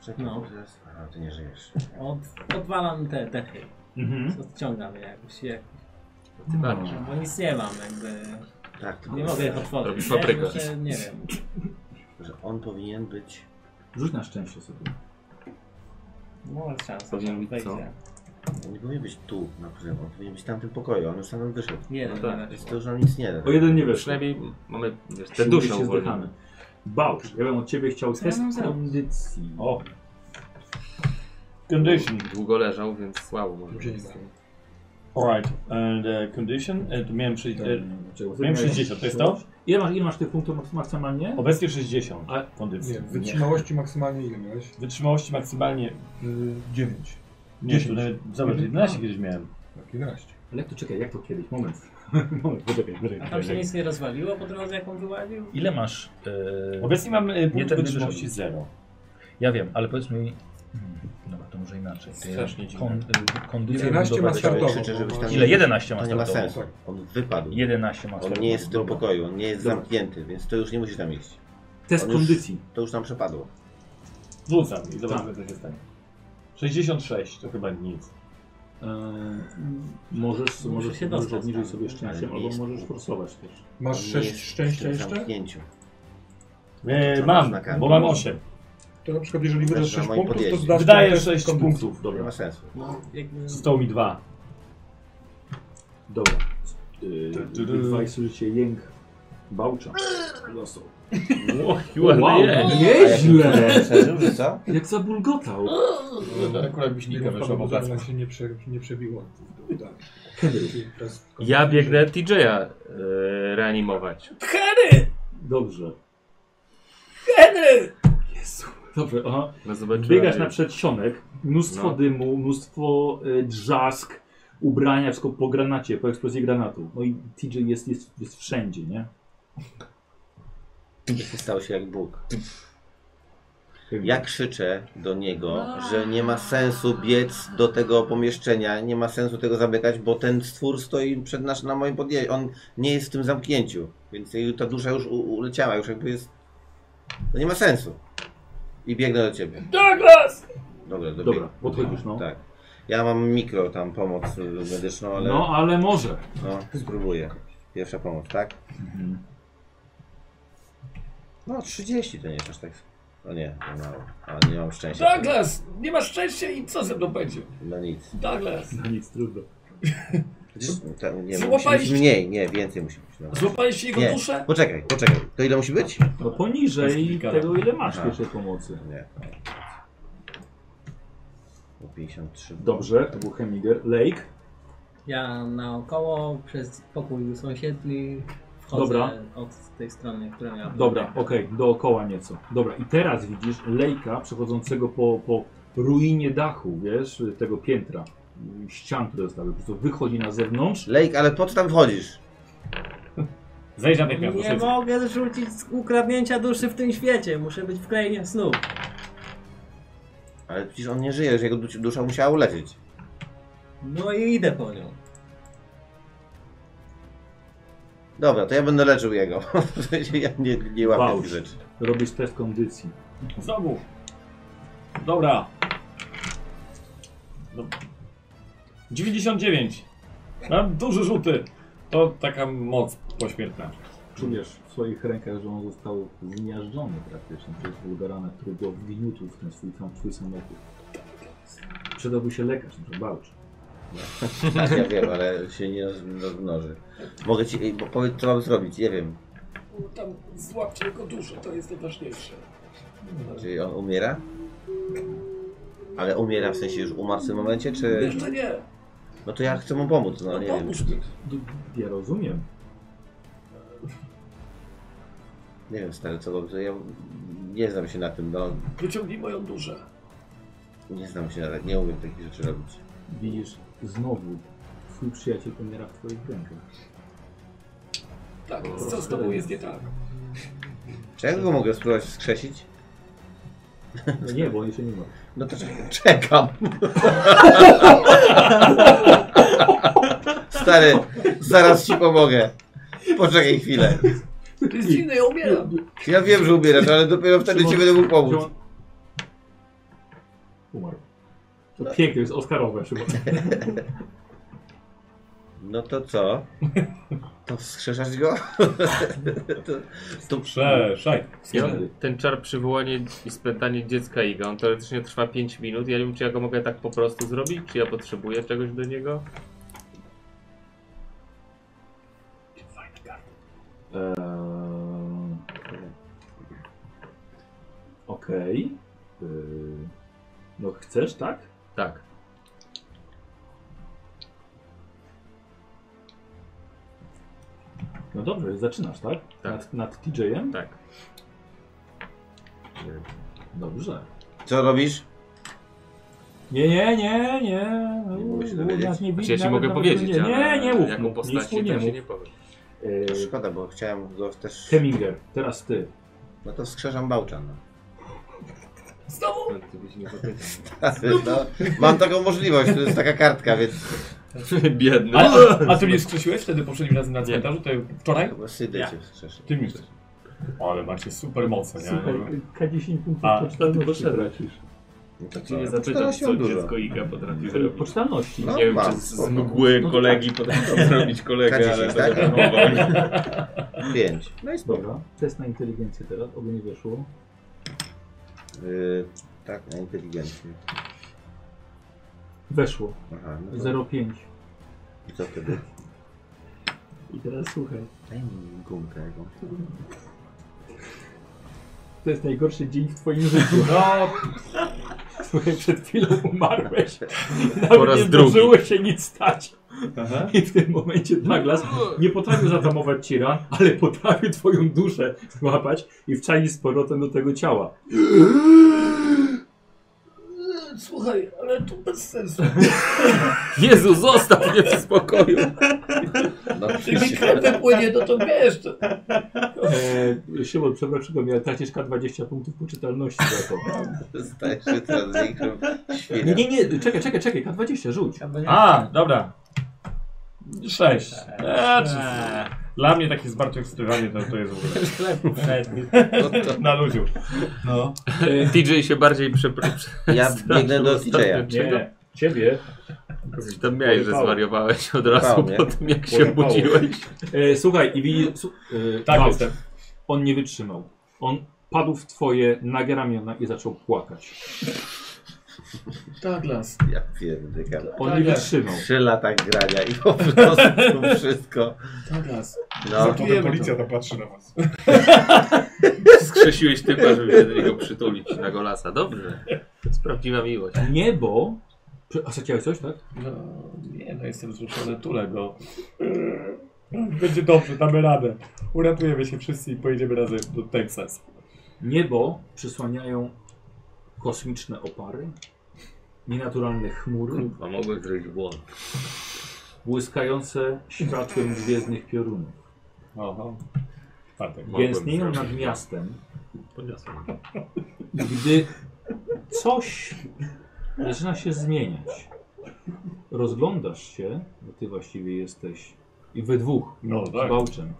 [SPEAKER 3] Czekaj,
[SPEAKER 5] No.
[SPEAKER 3] teraz- Aha, ty nie żyjesz.
[SPEAKER 5] Od, odwalam te dechy.
[SPEAKER 1] Mhm. No.
[SPEAKER 5] Odciągam je jakoś. Jak,
[SPEAKER 2] Ty walczysz.
[SPEAKER 5] bo nic nie mam, jakby.
[SPEAKER 3] Tak, tylko
[SPEAKER 5] Nie mogę ich otworzyć.
[SPEAKER 2] Robisz
[SPEAKER 5] nie?
[SPEAKER 2] paprykę.
[SPEAKER 5] Muszę- nie wiem.
[SPEAKER 3] że on powinien być...
[SPEAKER 1] Rzuć na szczęście sobie.
[SPEAKER 5] No jest szansa.
[SPEAKER 2] Powinien
[SPEAKER 5] że
[SPEAKER 2] być
[SPEAKER 5] wejdzie.
[SPEAKER 2] co?
[SPEAKER 3] On nie powinien być tu na przykład, on powinien być w tamtym pokoju, on już sam wyszedł.
[SPEAKER 5] Nie,
[SPEAKER 2] No
[SPEAKER 5] no
[SPEAKER 2] tak.
[SPEAKER 5] tak.
[SPEAKER 3] Więc to już nam nic nie da.
[SPEAKER 1] O jeden nie wiesz.
[SPEAKER 2] Przynajmniej mamy wiesz, te dusze
[SPEAKER 1] się
[SPEAKER 2] uwolnione.
[SPEAKER 1] zdychamy. Bałcz, ja bym od ciebie chciał test
[SPEAKER 5] mam za-
[SPEAKER 1] kondycji. O,
[SPEAKER 7] Condition.
[SPEAKER 2] Długo leżał, więc słabo może.
[SPEAKER 4] Czyli
[SPEAKER 2] być.
[SPEAKER 4] tak.
[SPEAKER 7] Alright. And uh, condition? Uh, to miałem, przy,
[SPEAKER 4] Tak.
[SPEAKER 7] uh,
[SPEAKER 1] czego?
[SPEAKER 7] miałem 60, to jest to?
[SPEAKER 1] Ile masz, ile masz tych punktów maks- maksymalnie?
[SPEAKER 7] Obecnie 60.
[SPEAKER 1] Ale-
[SPEAKER 7] Kondycji.
[SPEAKER 4] Nie, wytrzymałości maksymalnie ile miałeś?
[SPEAKER 7] Wytrzymałości maksymalnie...
[SPEAKER 4] Yy, 9.
[SPEAKER 7] Nie,
[SPEAKER 4] 10.
[SPEAKER 7] to nawet, zobacz, 11 kiedyś miałem.
[SPEAKER 4] Tak, 11.
[SPEAKER 1] Ale jak to czekaj, jak to kiedyś? Moment. Moment, poczekaj, poczekaj,
[SPEAKER 5] A tam się
[SPEAKER 1] poczekaj.
[SPEAKER 5] nic nie rozwaliło po drodze, jak on wyłaził?
[SPEAKER 18] Ile masz? e,
[SPEAKER 7] Obecnie mam y, punkt
[SPEAKER 18] ten
[SPEAKER 7] wytrzymałości
[SPEAKER 18] wyszedł.
[SPEAKER 7] 0.
[SPEAKER 18] Ja wiem, ale powiedz mi. Hmm, Dobra, to może inaczej. To ja
[SPEAKER 7] Strasznie dziwne.
[SPEAKER 18] kon, y, kondycję
[SPEAKER 4] 11 ma
[SPEAKER 18] budowę-
[SPEAKER 4] startowo.
[SPEAKER 3] krzyczę, żebyś tam-
[SPEAKER 18] Ile? 11
[SPEAKER 3] To
[SPEAKER 18] ma
[SPEAKER 3] nie ma
[SPEAKER 18] startowo.
[SPEAKER 3] sensu.
[SPEAKER 7] Tak.
[SPEAKER 3] On wypadł.
[SPEAKER 18] 11 ma
[SPEAKER 3] On
[SPEAKER 18] startowo.
[SPEAKER 3] nie jest w tym
[SPEAKER 18] Dobra.
[SPEAKER 3] pokoju, on nie jest
[SPEAKER 7] No.
[SPEAKER 1] Dobra.
[SPEAKER 3] zamknięty, więc to już nie musi tam iść.
[SPEAKER 19] Test
[SPEAKER 3] On już-
[SPEAKER 19] kondycji.
[SPEAKER 3] To już nam przepadło.
[SPEAKER 7] Rzucam i zobaczymy, co się stanie. 66 to chyba nic.
[SPEAKER 3] E,
[SPEAKER 7] Mm,
[SPEAKER 1] Eee, możesz, możesz,
[SPEAKER 5] się
[SPEAKER 1] możesz
[SPEAKER 5] dostać
[SPEAKER 1] obniżyć
[SPEAKER 5] tam.
[SPEAKER 1] sobie szczęście,
[SPEAKER 3] Ale
[SPEAKER 1] albo
[SPEAKER 3] jest-
[SPEAKER 1] możesz forsować też.
[SPEAKER 4] Masz
[SPEAKER 3] On nie
[SPEAKER 4] 6
[SPEAKER 3] jest w
[SPEAKER 4] szczęścia
[SPEAKER 3] tym
[SPEAKER 4] jeszcze?
[SPEAKER 3] zamknięciu.
[SPEAKER 7] E,
[SPEAKER 3] Co
[SPEAKER 7] mam,
[SPEAKER 3] na znakach?
[SPEAKER 7] bo mam 8.
[SPEAKER 4] To na przykład jeżeli wydasz
[SPEAKER 3] Też na
[SPEAKER 4] 6
[SPEAKER 3] moim
[SPEAKER 4] punktów, to
[SPEAKER 3] podjeździe.
[SPEAKER 4] zdasz
[SPEAKER 7] Wydaję
[SPEAKER 4] test
[SPEAKER 7] 6
[SPEAKER 4] kondycji.
[SPEAKER 7] punktów,
[SPEAKER 3] Nie ma
[SPEAKER 7] dobra.
[SPEAKER 3] sensu.
[SPEAKER 5] No, jakby...
[SPEAKER 7] Zostało mi 2.
[SPEAKER 1] Dobra. Eee, Dwaj słyszycie jęk bałcza. Losą.
[SPEAKER 2] Och, ładny
[SPEAKER 1] Wow,
[SPEAKER 2] jest.
[SPEAKER 1] nieźle!
[SPEAKER 3] co?
[SPEAKER 1] Jak zabulgotał.
[SPEAKER 13] No,
[SPEAKER 7] Akurat byśnika
[SPEAKER 4] Jego
[SPEAKER 7] weszła
[SPEAKER 4] wpadło, żeby
[SPEAKER 7] po placku.
[SPEAKER 4] nam
[SPEAKER 13] tak.
[SPEAKER 4] się nie, prze, nie przebiło. Tak. Czyli teraz-
[SPEAKER 2] Ja biegnę TJ-a y, reanimować.
[SPEAKER 1] Dobrze. Jezu. Dobrze, aha.
[SPEAKER 2] No zobaczymy.
[SPEAKER 1] Biegasz na przedsionek, mnóstwo
[SPEAKER 2] No.
[SPEAKER 1] dymu, mnóstwo y, drzask, ubrania, wszystko po granacie, po eksplozji granatu. No i TJ jest, jest, jest wszędzie, nie?
[SPEAKER 3] Stał się jak Bóg. Ja krzyczę do niego, że nie ma sensu biec do tego pomieszczenia, nie ma sensu tego zamykać, bo ten stwór stoi przed nas na moim podjeździe. On nie jest w tym zamknięciu, więc jej- ta dusza już u- uleciała, już jakby jest. To nie ma sensu. I biegnę do ciebie. Douglas! Dobra, dobieg...
[SPEAKER 1] Dobra, podchodzisz, no.
[SPEAKER 3] Tak. Ja mam mikro tam pomoc y, medyczną, ale
[SPEAKER 1] No
[SPEAKER 3] no.
[SPEAKER 1] ale może.
[SPEAKER 3] spróbuję. Pierwsza pomoc, tak?
[SPEAKER 7] Mhm.
[SPEAKER 3] No 30 to nie jest aż tak. No nie, to mało. Ale No nie mam szczęścia.
[SPEAKER 7] Douglas! Nie masz szczęścia i co ze mną będzie?
[SPEAKER 3] No nic.
[SPEAKER 7] Douglas!
[SPEAKER 1] No nic, trudno.
[SPEAKER 3] Ta, nie, musi być
[SPEAKER 7] Złapaliście-
[SPEAKER 3] mniej, nie, więcej musi być. No.
[SPEAKER 7] Złapałeś jego
[SPEAKER 3] Nie.
[SPEAKER 7] duszę?
[SPEAKER 3] Poczekaj, poczekaj. To ile musi być?
[SPEAKER 1] No poniżej
[SPEAKER 7] Kilka.
[SPEAKER 1] tego, ile masz
[SPEAKER 3] Aha.
[SPEAKER 1] pierwszej pomocy.
[SPEAKER 3] Nie. O 53.
[SPEAKER 1] Dobrze, to był Hemiger. Lake.
[SPEAKER 5] Ja naokoło, przez pokój sąsiedni, wchodzę
[SPEAKER 1] Dobra.
[SPEAKER 5] od tej strony, którą ja
[SPEAKER 1] Dobra, okej, dookoła nieco. Dobra, i teraz widzisz lejka przechodzącego po, po ruinie dachu, wiesz, tego piętra. mm, Ścian, które zostały, po prostu wychodzi na zewnątrz.
[SPEAKER 3] Lejk, ale po co tam wchodzisz?
[SPEAKER 7] Zejdź natychmiast do
[SPEAKER 5] Nie
[SPEAKER 7] szybko.
[SPEAKER 5] mogę zrzucić z ukradnięcia duszy w tym świecie, muszę być w krainie snów.
[SPEAKER 3] Ale przecież on nie żyje, już jego du- dusza musiała ulecieć.
[SPEAKER 5] No i idę po nią.
[SPEAKER 3] Dobra, to ja będę leczył jego. W sensie ja nie, nie łapię
[SPEAKER 1] Bałż.
[SPEAKER 3] tych rzeczy.
[SPEAKER 1] Robisz test kondycji.
[SPEAKER 7] Znowu. Dobra. No. 99. Mam duże rzuty. To taka moc pośmiertna.
[SPEAKER 1] Czujesz w swoich rękach, że on został zmiażdżony praktycznie przez wulgarana, który go wgniótł w ten swój, tam, swój samochód. Przydałby się lekarz, na przykład bałcz.
[SPEAKER 3] Tak, ja wiem, ale się nie roz- rozmnoży. Mogę ci. ej, bo Powiedz, co mam zrobić, nie wiem.
[SPEAKER 7] Tam złapcie jego duszę, to jest najważniejsze.
[SPEAKER 3] Czyli on umiera? Ale umiera w sensie już umarł w tym momencie, czy.
[SPEAKER 7] Jeszcze nie.
[SPEAKER 3] No to ja chcę mu pomóc, no nie wiem.
[SPEAKER 7] mi.
[SPEAKER 1] D- Ja rozumiem.
[SPEAKER 3] Nie wiem stary, co dobrze. Ja nie znam się na tym, no.
[SPEAKER 7] Wyciągnij moją duszę.
[SPEAKER 3] Nie znam się na tym, nie umiem takich rzeczy robić.
[SPEAKER 1] Widzisz znowu, twój przyjaciel umiera w twoich rękach.
[SPEAKER 7] Tak,
[SPEAKER 1] co z tobą jest
[SPEAKER 7] nie tak?
[SPEAKER 3] Czy ja go mogę spróbować wskrzesić?
[SPEAKER 1] No nie, bo on jeszcze nie ma.
[SPEAKER 3] No to czek- czekam. Stary, zaraz ci pomogę. Poczekaj chwilę.
[SPEAKER 7] To jest dziwne, ja umieram.
[SPEAKER 3] no, Ja wiem, że umierasz, ale dopiero wtedy ci będę mógł pomóc.
[SPEAKER 1] umarł. To piękne, jest Oscarowe chyba.
[SPEAKER 3] No to co? To wskrzeszać go? to, to...
[SPEAKER 7] Przeszaj.
[SPEAKER 2] Ja mam ten czar przywołanie i splętanie dziecka Iga, on teoretycznie trwa 5 minut. Ja nie wiem, czy ja go mogę tak po prostu zrobić, czy ja potrzebuję czegoś do niego.
[SPEAKER 1] Eee... Okej. Eee, No chcesz, tak?
[SPEAKER 2] Tak.
[SPEAKER 1] No dobrze, zaczynasz, tak?
[SPEAKER 2] Tak.
[SPEAKER 1] Nad, nad TJ-em?
[SPEAKER 2] Tak.
[SPEAKER 1] Dobrze.
[SPEAKER 3] Co robisz?
[SPEAKER 1] Nie, nie, nie, nie.
[SPEAKER 3] Nie mogę się
[SPEAKER 1] Uuu,
[SPEAKER 3] dowiedzieć.
[SPEAKER 1] nas nie
[SPEAKER 2] Znaczy,
[SPEAKER 1] widzi,
[SPEAKER 2] ja ci
[SPEAKER 1] nawet-
[SPEAKER 2] mogę
[SPEAKER 1] nawet
[SPEAKER 2] powiedzieć,
[SPEAKER 1] nie, nie,
[SPEAKER 2] ale
[SPEAKER 1] nie mów
[SPEAKER 2] jaką
[SPEAKER 1] mu, nic
[SPEAKER 2] postacią
[SPEAKER 1] mu nie
[SPEAKER 2] to się
[SPEAKER 1] mów.
[SPEAKER 2] nie powiem.
[SPEAKER 1] Eee,
[SPEAKER 3] To E, szkoda, bo chciałem go też...
[SPEAKER 1] Heminger, teraz ty.
[SPEAKER 3] No to wskrzeszam Bałcza, no.
[SPEAKER 7] Znowu?
[SPEAKER 2] No, ty byś nie powiedział.
[SPEAKER 3] no. Mam taką możliwość, to jest taka kartka, więc...
[SPEAKER 2] Biedny.
[SPEAKER 7] A, a ty mnie skrzesiłeś wtedy poprzednim razem na cmentarzu? To wczoraj?
[SPEAKER 3] Chyba Sydę
[SPEAKER 7] Ja.
[SPEAKER 3] cię wskrzeszę.
[SPEAKER 7] Ty mi skrzesiłeś. Ale macie super moce, nie? no.
[SPEAKER 1] Słuchaj, K10 punktów
[SPEAKER 7] A.
[SPEAKER 1] pocztalnego tracisz.
[SPEAKER 3] No
[SPEAKER 20] To cię nie
[SPEAKER 3] to
[SPEAKER 20] zapytam,
[SPEAKER 3] się
[SPEAKER 20] co
[SPEAKER 3] dużo.
[SPEAKER 20] dziecko Iga potrafi zrobić.
[SPEAKER 1] Pocztalności.
[SPEAKER 3] No,
[SPEAKER 2] Nie wiem,
[SPEAKER 3] mam.
[SPEAKER 2] czy z, z mgły
[SPEAKER 1] No
[SPEAKER 3] No
[SPEAKER 2] kolegi
[SPEAKER 3] tak.
[SPEAKER 1] tak.
[SPEAKER 2] potrafi zrobić kolegę, ale
[SPEAKER 3] K10,
[SPEAKER 2] to
[SPEAKER 3] tak?
[SPEAKER 2] wiadomo.
[SPEAKER 3] Pięć. No i spoko.
[SPEAKER 1] Dobra, test na inteligencję teraz, oby nie wyszło.
[SPEAKER 3] Y, tak, na inteligencję.
[SPEAKER 1] Weszło,
[SPEAKER 3] Aha, no to...
[SPEAKER 1] 0,5.
[SPEAKER 3] I co wtedy?
[SPEAKER 1] I teraz słuchaj,
[SPEAKER 3] Daj mi gumkę jaką.
[SPEAKER 1] to jest najgorszy dzień w twoim życiu. No! Słuchaj, przed chwilą umarłeś. Nawet
[SPEAKER 2] Po raz
[SPEAKER 1] nie
[SPEAKER 2] drugi.
[SPEAKER 1] zdążyło się nic stać. I w tym momencie Douglas nie potrafił zatamować ci ran, ale potrafił twoją duszę złapać i wczaić z powrotem do tego ciała.
[SPEAKER 21] Słuchaj, ale to bez sensu.
[SPEAKER 2] Jezu, zostaw mnie w spokoju.
[SPEAKER 3] No,
[SPEAKER 21] Jeżeli krew płynie, no to wiesz. To...
[SPEAKER 1] E, Szymon, przepraszam, ja tracisz K20 punktów poczytalności za to.
[SPEAKER 3] Stajesz się coraz większym
[SPEAKER 1] Nie,
[SPEAKER 3] świrem.
[SPEAKER 1] nie, nie, czekaj, czekaj, czekaj, K20 rzuć.
[SPEAKER 7] A, dobra. Sześć. Eee, czy- Dla mnie takie zmartwychwstawanie to, to jest w ogóle
[SPEAKER 22] Chleb powszedni.
[SPEAKER 7] na ludziu.
[SPEAKER 21] No.
[SPEAKER 2] TJ się bardziej przepraszam.
[SPEAKER 3] Ja biegnę do DJ-a.
[SPEAKER 1] Nie, ciebie.
[SPEAKER 2] Coś tam miałeś, że
[SPEAKER 1] Pojechało.
[SPEAKER 2] zwariowałeś od razu
[SPEAKER 3] Pojechało,
[SPEAKER 2] po
[SPEAKER 3] nie?
[SPEAKER 2] tym, jak się
[SPEAKER 1] Pojechało.
[SPEAKER 2] budziłeś.
[SPEAKER 1] E, słuchaj, i widzi, su, e,
[SPEAKER 7] Tak
[SPEAKER 1] Bałcz,
[SPEAKER 7] jestem.
[SPEAKER 1] On nie wytrzymał. On padł w twoje nagie ramiona i zaczął płakać.
[SPEAKER 3] Tak,
[SPEAKER 21] Douglas.
[SPEAKER 3] Ja pierdykam.
[SPEAKER 1] On
[SPEAKER 21] Tak,
[SPEAKER 1] nie
[SPEAKER 21] tak.
[SPEAKER 1] wytrzymał.
[SPEAKER 3] Trzy lata grania i po prostu wszystko.
[SPEAKER 21] Douglas.
[SPEAKER 3] No,
[SPEAKER 21] Wiemy
[SPEAKER 4] Potem policja tam patrzy na was.
[SPEAKER 2] Skrzesiłeś typa, żeby się do niego przytulić na golasa. Dobrze. Sprawdziła miłość.
[SPEAKER 1] Niebo. Prze- A chciałeś coś, tak?
[SPEAKER 21] No, nie, no jestem wzruszony, tulę go.
[SPEAKER 7] Eee, Będzie dobrze, damy radę. Uratujemy się wszyscy i pojedziemy razem do Teksas.
[SPEAKER 1] Niebo przysłaniają kosmiczne opary, nienaturalne chmury,
[SPEAKER 2] A mogłem zrobić błąd.
[SPEAKER 1] błyskające światłem gwiezdnych piorunów.
[SPEAKER 7] Oho. Czwartek.
[SPEAKER 2] Tak, Mogłem
[SPEAKER 1] Gęstnieją nad
[SPEAKER 2] zrobić.
[SPEAKER 1] miastem,
[SPEAKER 2] Podniosłem.
[SPEAKER 1] gdy coś zaczyna się zmieniać. Rozglądasz się, bo ty właściwie jesteś i we dwóch
[SPEAKER 7] No
[SPEAKER 1] z
[SPEAKER 7] tak.
[SPEAKER 1] Bałczem.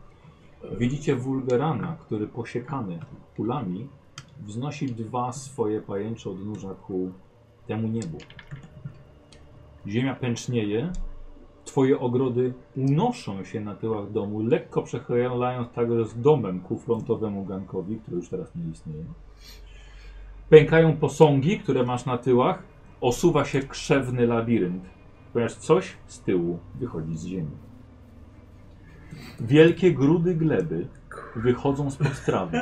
[SPEAKER 1] Widzicie wulgarana, który posiekany kulami wznosi dwa swoje pajęcze odnóża ku temu niebu. Ziemia pęcznieje, twoje ogrody unoszą się na tyłach domu, lekko przechylając także z domem ku frontowemu gankowi, który już teraz nie istnieje. Pękają posągi, które masz na tyłach, osuwa się krzewny labirynt, ponieważ coś z tyłu wychodzi z ziemi. Wielkie grudy gleby wychodzą spod trawy.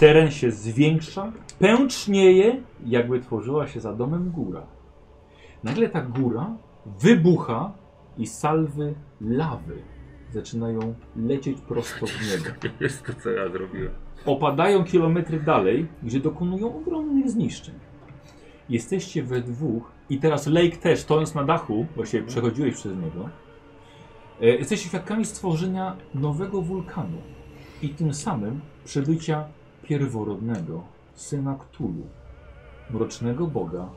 [SPEAKER 1] Teren się zwiększa, pęcznieje, jakby tworzyła się za domem góra. Nagle ta góra wybucha i salwy lawy zaczynają lecieć prosto w niebo.
[SPEAKER 2] Jest to, co ja zrobiłem.
[SPEAKER 1] Opadają kilometry dalej, gdzie dokonują ogromnych zniszczeń. Jesteście we dwóch i teraz Lake też, stojąc na dachu, właściwie przechodziłeś przez niego, e, jesteście świadkami stworzenia nowego wulkanu i tym samym przybycia pierworodnego syna Ktulu, mrocznego boga,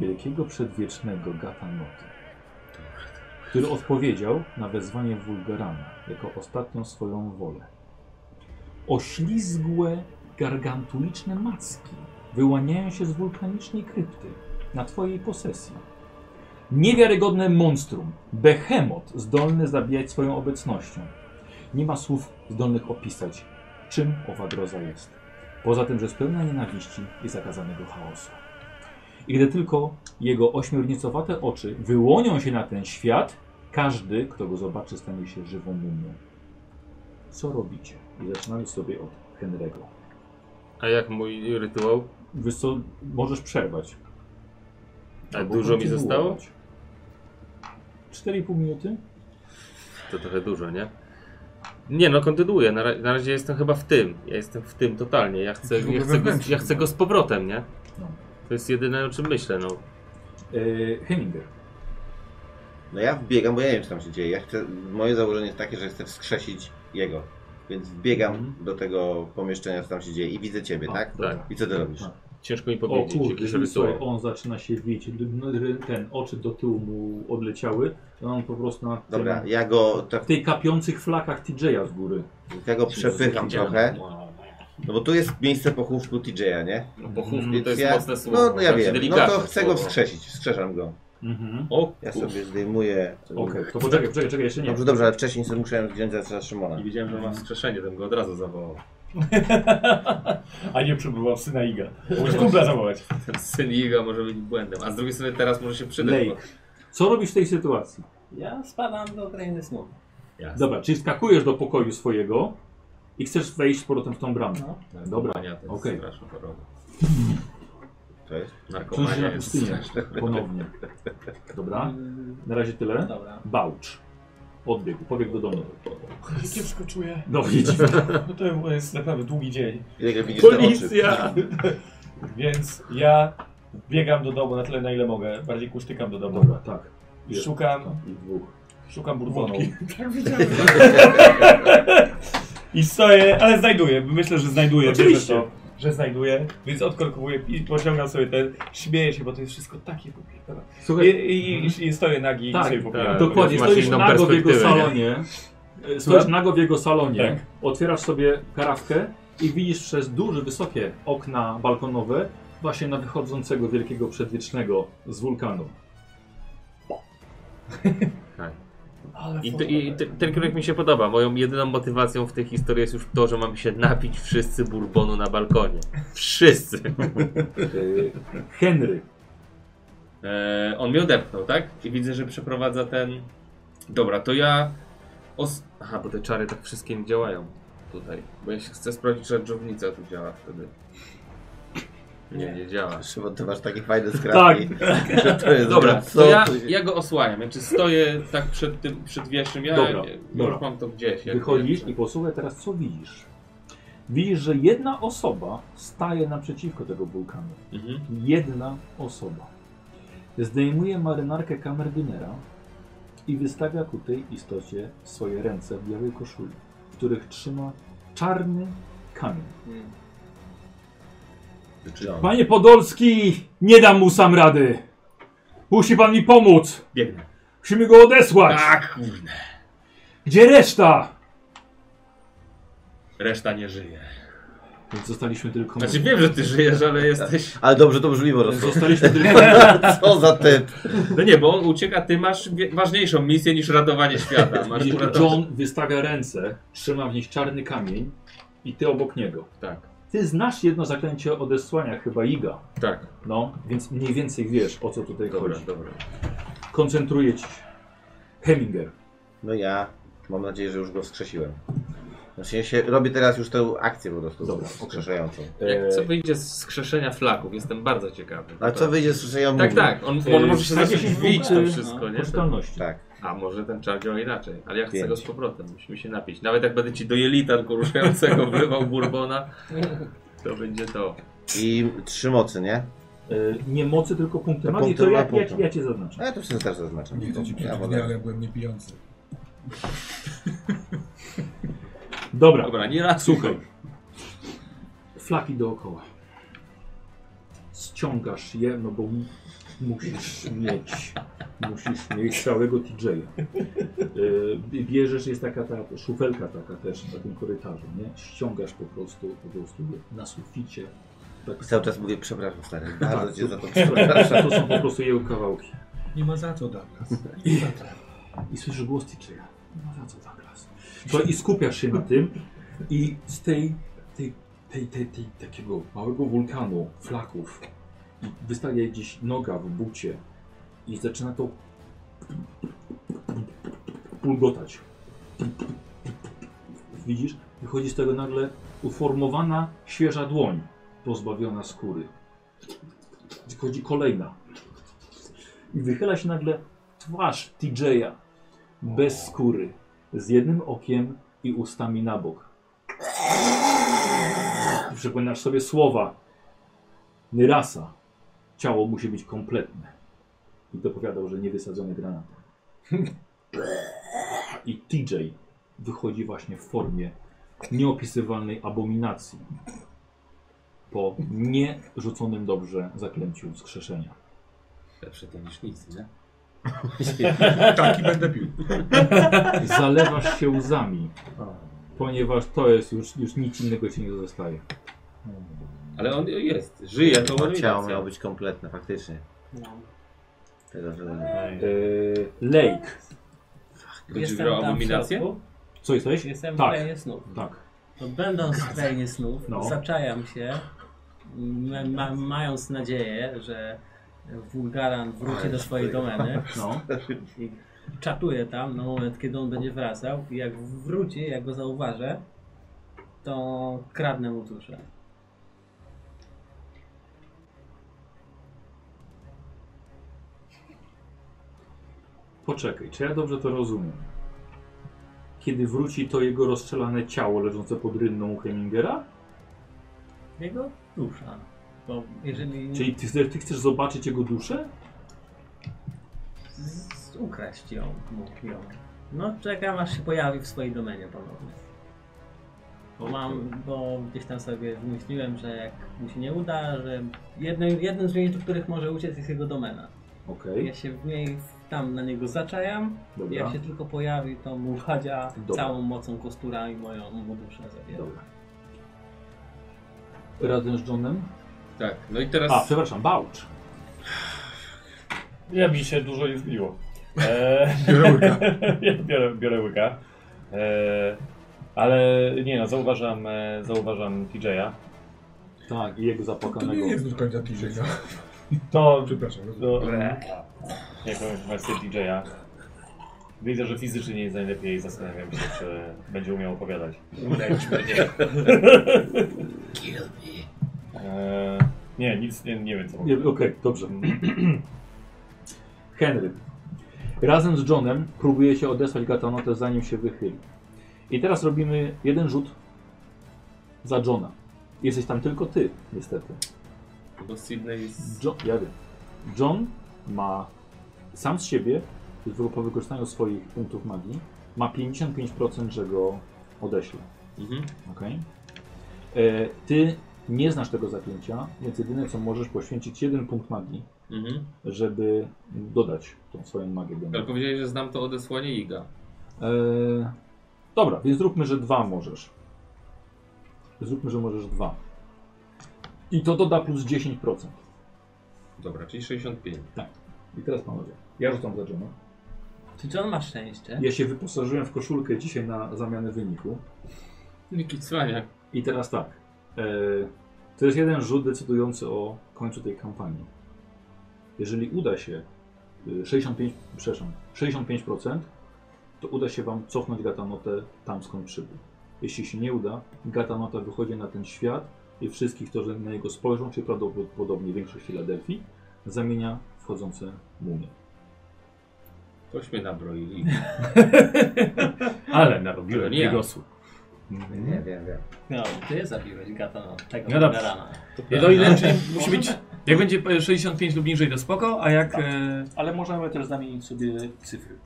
[SPEAKER 1] wielkiego przedwiecznego Gatanoty, który odpowiedział na wezwanie Wulgarana jako ostatnią swoją wolę oślizgłe, gargantuliczne macki wyłaniają się z wulkanicznej krypty, na twojej posesji. Niewiarygodne monstrum, behemot, zdolny zabijać swoją obecnością. Nie ma słów zdolnych opisać, czym owa groza jest. Poza tym, że jest pełna nienawiści i zakazanego chaosu. I gdy tylko jego ośmiornicowate oczy wyłonią się na ten świat, każdy, kto go zobaczy, stanie się żywą mumią. Co robicie? I zaczynamy sobie od Henry'ego.
[SPEAKER 2] A jak mój rytuał?
[SPEAKER 1] Wiesz co, możesz przerwać.
[SPEAKER 2] A
[SPEAKER 1] Albo
[SPEAKER 2] dużo mi
[SPEAKER 1] kontynuować.
[SPEAKER 2] zostało?
[SPEAKER 1] 4,5 minuty?
[SPEAKER 2] To trochę dużo, nie? Nie, no kontynuuję. Na, ra- na razie jestem chyba w tym. Ja jestem w tym totalnie. Ja chcę,
[SPEAKER 1] Tylko
[SPEAKER 2] ja chcę, go,
[SPEAKER 1] wewnętrznie.
[SPEAKER 2] ja chcę go z powrotem, nie?
[SPEAKER 1] No.
[SPEAKER 2] To jest jedyne o czym myślę, no.
[SPEAKER 1] Yy, Heminger.
[SPEAKER 3] No ja wbiegam, bo ja nie wiem, co tam się dzieje. Ja chcę, moje założenie jest takie, że chcę wskrzesić jego. Więc wbiegam
[SPEAKER 2] Mhm.
[SPEAKER 3] do tego pomieszczenia, co tam się dzieje i widzę ciebie,
[SPEAKER 1] A,
[SPEAKER 3] tak?
[SPEAKER 1] dobra.
[SPEAKER 3] I co ty robisz?
[SPEAKER 1] A.
[SPEAKER 2] Ciężko mi
[SPEAKER 1] O
[SPEAKER 2] powiedzieć. jakiś
[SPEAKER 1] kurde,
[SPEAKER 2] rytuał.
[SPEAKER 1] słuchaj, on zaczyna się wieć, ten oczy do tyłu mu odleciały, a on po prostu na tym,
[SPEAKER 3] Dobra, ja go, tak,
[SPEAKER 1] w tych kapiących flakach TJ'a z góry.
[SPEAKER 3] ja go przepycham
[SPEAKER 1] Widziałem.
[SPEAKER 3] trochę. No bo tu jest miejsce pochówku TJ'a, nie?
[SPEAKER 23] No pochówku
[SPEAKER 3] Więc
[SPEAKER 23] to jest
[SPEAKER 3] ja-
[SPEAKER 23] mocne słowo.
[SPEAKER 3] No, no ja
[SPEAKER 23] znaczy
[SPEAKER 3] wiem, no
[SPEAKER 23] delikatne
[SPEAKER 3] to chcę go
[SPEAKER 23] słowo.
[SPEAKER 3] wskrzesić, wskrzeszam go.
[SPEAKER 1] Mhm.
[SPEAKER 2] O,
[SPEAKER 3] Ja
[SPEAKER 2] kur-
[SPEAKER 3] sobie zdejmuję... No,
[SPEAKER 1] Okej, to poczekaj, poczekaj, czekaj, jeszcze nie.
[SPEAKER 3] Dobrze, dobrze, ale wcześniej sobie musiałem zdjąć za Szymona.
[SPEAKER 2] Nie wiedziałem, że ma wskrzeszenie, ten go od razu zawołał.
[SPEAKER 7] A nie przybyła syna Iga. Możesz kumpla zawołać.
[SPEAKER 2] Ten syn Iga może być błędem. A z drugiej strony teraz może się przydać.
[SPEAKER 1] Lejk.
[SPEAKER 2] Bo...
[SPEAKER 1] Co robisz w tej sytuacji?
[SPEAKER 5] Ja spadam do krainy snu.
[SPEAKER 2] Jasne.
[SPEAKER 1] Dobra, czyli skakujesz do pokoju swojego i chcesz wejść z powrotem w tą bramę.
[SPEAKER 5] No.
[SPEAKER 1] Dobra,
[SPEAKER 2] Narkomania tak, to jest
[SPEAKER 1] okej.
[SPEAKER 2] straszna choroba.
[SPEAKER 3] To jest?
[SPEAKER 1] Czuć się
[SPEAKER 2] Narkomania
[SPEAKER 1] na
[SPEAKER 2] jest
[SPEAKER 1] pustynię ponownie. Dobra, na razie tyle.
[SPEAKER 5] Dobra.
[SPEAKER 1] Bałcz. Odbiegł, pobiegł do domu.
[SPEAKER 7] Kiepsko czuję.
[SPEAKER 1] No widzisz.
[SPEAKER 7] No to jest naprawdę długi dzień.
[SPEAKER 3] Ile widzisz te oczy?
[SPEAKER 7] Policja! Więc ja biegam do domu na tyle, na ile mogę. Bardziej kusztykam do domu.
[SPEAKER 1] Dobra, tak. Jest.
[SPEAKER 7] Szukam,
[SPEAKER 1] I dwóch.
[SPEAKER 7] szukam burbonu. I stoję, ale znajduję. Myślę, że znajduję. Wierzę w to, że znajduję, więc odkorkowuję i pociągam sobie ten. Śmieję się, bo to jest wszystko takie popierdolone. I,
[SPEAKER 1] Słuchaj,
[SPEAKER 7] i, i, I stoję nagi i
[SPEAKER 1] Tak,
[SPEAKER 7] sobie
[SPEAKER 1] tak.
[SPEAKER 7] popieram.
[SPEAKER 1] dokładnie,
[SPEAKER 2] masz
[SPEAKER 1] stoisz
[SPEAKER 2] inną
[SPEAKER 1] nago w jego
[SPEAKER 2] perspektywę, nie?
[SPEAKER 1] salonie. E, Stoisz
[SPEAKER 7] Słucham?
[SPEAKER 1] nago w jego salonie,
[SPEAKER 7] Tak.
[SPEAKER 1] otwierasz sobie karawkę i widzisz przez duże, wysokie okna balkonowe właśnie na wychodzącego wielkiego przedwiecznego z wulkanu.
[SPEAKER 2] Tak. I, to, i te, ten kierunek mi się podoba. Moją jedyną motywacją w tej historii jest już to, że mam się napić wszyscy bourbonu na balkonie. Wszyscy.
[SPEAKER 1] Henry,
[SPEAKER 2] E, on mnie odepchnął, tak? I widzę, że przeprowadza ten... Dobra, to ja... Os... Aha, bo te czary tak wszystkim działają tutaj. Bo ja się chcę sprawdzić, czy żownica tu działa wtedy. Nie, nie działa.
[SPEAKER 3] Szymon, ty masz takie fajne
[SPEAKER 1] Tak.
[SPEAKER 3] skrawki. że to jest
[SPEAKER 2] Dobra,
[SPEAKER 3] co
[SPEAKER 2] to ja,
[SPEAKER 3] tu się-
[SPEAKER 2] ja go osłaniam. Znaczy stoję tak przed tym przedwieszem. Ja
[SPEAKER 1] Dobra,
[SPEAKER 2] nie,
[SPEAKER 1] dobra.
[SPEAKER 2] już mam to gdzieś. jak-
[SPEAKER 1] wychodzisz i posłuchaj teraz, co widzisz. Widzisz, że jedna osoba staje naprzeciwko tego wulkanu.
[SPEAKER 2] Mhm.
[SPEAKER 1] Jedna osoba. Zdejmuje marynarkę kamerdynera i wystawia ku tej istocie swoje ręce w białej koszuli, w których trzyma czarny kamień.
[SPEAKER 5] Mm,
[SPEAKER 1] Panie Podolski, nie dam mu sam rady. Musi pan mi pomóc.
[SPEAKER 2] Biegnę.
[SPEAKER 1] Musimy go odesłać.
[SPEAKER 2] Tak, kurde.
[SPEAKER 1] Gdzie reszta?
[SPEAKER 2] Reszta nie żyje.
[SPEAKER 1] Więc zostaliśmy tylko my.
[SPEAKER 2] Znaczy wiem, że ty żyjesz, ale jesteś...
[SPEAKER 3] Ale dobrze, to możliwe rozumiem.
[SPEAKER 1] Zostaliśmy tylko
[SPEAKER 3] Co za typ?
[SPEAKER 2] No nie, bo on ucieka, ty masz wie- ważniejszą misję niż ratowanie świata. Masz
[SPEAKER 1] Widzisz,
[SPEAKER 2] uratować...
[SPEAKER 1] John wystawia ręce, trzyma w nich czarny kamień i ty obok niego.
[SPEAKER 2] Tak,
[SPEAKER 1] Ty znasz jedno zaklęcie odesłania, chyba Iga.
[SPEAKER 2] tak.
[SPEAKER 1] No, więc mniej więcej wiesz, o co tutaj
[SPEAKER 2] Dobra,
[SPEAKER 1] chodzi.
[SPEAKER 2] dobra.
[SPEAKER 1] Koncentruje ci się. Heminger.
[SPEAKER 3] No ja mam nadzieję, że już go wskrzesiłem. Znaczy ja się, robię teraz już tę akcję po prostu
[SPEAKER 1] Dobra,
[SPEAKER 3] wskrzeszającą.
[SPEAKER 2] Jak,
[SPEAKER 1] e,
[SPEAKER 2] co wyjdzie z skrzeszenia flaków? Jestem bardzo ciekawy.
[SPEAKER 3] A co wyjdzie z skrzesioną
[SPEAKER 2] Tak, tak. On,
[SPEAKER 1] e,
[SPEAKER 2] on może się zacząć e, no,
[SPEAKER 1] 42
[SPEAKER 2] wbić to
[SPEAKER 1] punkty
[SPEAKER 2] wszystko, nie?
[SPEAKER 1] Poczytalności.
[SPEAKER 3] Tak.
[SPEAKER 2] A może ten czar działa inaczej, ale ja chcę
[SPEAKER 3] Pięć.
[SPEAKER 2] go z powrotem, musimy się napić. Nawet jak będę ci do jelita tylko ruszającego wlewał bourbona, to będzie to.
[SPEAKER 3] I trzy mocy, nie?
[SPEAKER 1] E, nie mocy, tylko punkty
[SPEAKER 3] To
[SPEAKER 1] magii.
[SPEAKER 3] punkty
[SPEAKER 1] To ja,
[SPEAKER 3] ma-
[SPEAKER 1] ja, ja cię zaznaczę.
[SPEAKER 3] A ja to sobie też zaznaczam.
[SPEAKER 4] Nie chcę ci
[SPEAKER 3] ja
[SPEAKER 4] przypomnieć, ale ja byłem niepijący.
[SPEAKER 1] Dobra,
[SPEAKER 2] Dobra, nie raz.
[SPEAKER 1] słuchaj. Flaki dookoła. Ściągasz je, no bo mu- musisz mieć. Musisz mieć całego TJ-a. Y, Bierzesz, jest taka ta szufelka taka też na tym korytarzu, nie? Ściągasz po prostu, po prostu je na suficie Tak.
[SPEAKER 3] I cały czas mówię, przepraszam stary, bardzo cię za to
[SPEAKER 1] to,
[SPEAKER 3] przepraszam.
[SPEAKER 1] to są Tak. po prostu jego kawałki.
[SPEAKER 24] Nie ma za co, Douglas.
[SPEAKER 1] I, i słyszysz głos Tichera. Nie ma za co, Douglas. To I skupiasz się na tym i z tej, tej, tej, tej, tej takiego małego wulkanu, flaków, i wystaje gdzieś noga w bucie i zaczyna to pulgotać. Widzisz? Wychodzi z tego nagle uformowana, świeża dłoń, pozbawiona skóry. Wychodzi kolejna. I wychyla się nagle twarz TJ'a bez skóry, z jednym okiem i ustami na bok. Przypominasz sobie słowa Nyrasa. Ciało musi być kompletne. I dopowiadał, że nie wysadzone granaty. I TJ wychodzi właśnie w formie nieopisywalnej abominacji po nierzuconym dobrze zaklęciu wskrzeszenia.
[SPEAKER 2] Lepsze to niż nic, nie?
[SPEAKER 4] Taki Tak, będę pił.
[SPEAKER 1] Zalewasz się łzami, ponieważ to jest już, już nic innego ci nie zostaje.
[SPEAKER 2] Ale on jest, żyje, to on
[SPEAKER 3] Ciało miało być kompletne, faktycznie.
[SPEAKER 5] no.
[SPEAKER 3] Tego, że...
[SPEAKER 1] Yy, Lake.
[SPEAKER 2] Będzie o abominację?
[SPEAKER 1] Co jesteś?
[SPEAKER 5] Jestem w
[SPEAKER 1] tak,
[SPEAKER 5] krainie snów.
[SPEAKER 1] tak.
[SPEAKER 5] To będąc w krainie snów,
[SPEAKER 1] No.
[SPEAKER 5] zaczajam się, ma, ma, mając nadzieję, że Wulgaran wróci do swojej domeny.
[SPEAKER 1] No.
[SPEAKER 5] I czatuję tam na moment, kiedy on będzie wracał. I jak wróci, jak go zauważę, to kradnę mu duszę.
[SPEAKER 1] Poczekaj, czy ja dobrze to rozumiem? Kiedy wróci to jego rozstrzelane ciało leżące pod rynną u Hemingera?
[SPEAKER 5] Jego dusza. Bo jeżeli
[SPEAKER 1] Czyli ty, chcesz- ty chcesz zobaczyć jego duszę?
[SPEAKER 5] z- ukraść ją, mógł ją. No czekam aż się pojawi w swojej domenie ponownie. Bo mam, bo gdzieś tam sobie wymyśliłem, że jak mu się nie uda, że jednym, jednym z miejsc, do których może uciec jest jego domena.
[SPEAKER 1] Okej,
[SPEAKER 5] Ja się w niej tam na niego zaczajam.
[SPEAKER 1] Dobra.
[SPEAKER 5] Jak się tylko pojawi, to mu chadzia
[SPEAKER 1] Dobra.
[SPEAKER 5] całą mocą kostura i moją mu duszę zabiera.
[SPEAKER 1] dobra. Razem z Johnem?
[SPEAKER 2] Tak, no i teraz...
[SPEAKER 1] A, przepraszam, Bałcz.
[SPEAKER 7] Ja mi się dużo nie zbiło. Eee,
[SPEAKER 4] Biorę łyka.
[SPEAKER 7] ja biorę, biorę łyka. Eee, ale nie no, zauważam, e, zauważam TJ'a.
[SPEAKER 1] Tak, i jego
[SPEAKER 4] To
[SPEAKER 1] zapłakanego.
[SPEAKER 4] nie jest do końca TJ.
[SPEAKER 7] To,
[SPEAKER 4] Przepraszam.
[SPEAKER 7] to jak powiem wersję TJ'a. Widzę, że fizycznie nie jest najlepiej i zastanawiam się, czy będzie umiał opowiadać. Eee, nie, nic, nie, nie wiem co
[SPEAKER 1] Nie,
[SPEAKER 7] mówię.
[SPEAKER 1] Okej, dobrze. Henry. Razem z Johnem próbuje się odesłać Gatanotę, zanim się wychyli. I teraz robimy jeden rzut za Johna. Jesteś tam tylko ty, niestety.
[SPEAKER 2] Bo Sydney jest...
[SPEAKER 1] John, ja wiem. John ma sam z siebie, tylko po wykorzystaniu swoich punktów magii, ma 55%, że go odeśle.
[SPEAKER 2] Mhm.
[SPEAKER 1] Okay. E, ty nie znasz tego zaklęcia, więc jedyne co możesz poświęcić jeden punkt magii,
[SPEAKER 2] Mhm.
[SPEAKER 1] żeby dodać tą swoją magię. do
[SPEAKER 2] Ale
[SPEAKER 1] niego.
[SPEAKER 2] powiedziałeś, że znam to odesłanie Iga.
[SPEAKER 1] E, dobra, więc zróbmy, że dwa możesz. Zróbmy, że możesz dwa. I to doda plus 10%.
[SPEAKER 2] Dobra, czyli 65.
[SPEAKER 24] Tak,
[SPEAKER 1] I teraz panowie, ja rzucam za Johna.
[SPEAKER 5] Czy John ma szczęście?
[SPEAKER 1] Ja się wyposażyłem w koszulkę dzisiaj na zamianę wyniku.
[SPEAKER 2] Jaki cwaniak.
[SPEAKER 1] I teraz tak. E, to jest jeden rzut decydujący o końcu tej kampanii. Jeżeli uda się y, 65, przepraszam, 65%, to uda się Wam cofnąć Gatanotę tam skąd przybył. Jeśli się nie uda, Gatanota wychodzi na ten świat i wszystkich, którzy na niego spojrzą, czy prawdopodobnie większość Filadelfii, zamienia w wchodzące mumie.
[SPEAKER 2] Tośmy nabroili.
[SPEAKER 24] Ale narobiłem
[SPEAKER 2] To nie ja.
[SPEAKER 24] wygosłu.
[SPEAKER 1] Mhm.
[SPEAKER 3] Nie wiem, wiem.
[SPEAKER 5] No, ty zabiłeś gatana tego
[SPEAKER 24] No dobrze.
[SPEAKER 5] Wulgarana.
[SPEAKER 24] No to inaczej musi być... Jak będzie e, 65 lub niżej, to spoko, a jak... e,
[SPEAKER 25] Tak. Ale możemy też zamienić sobie cyfry.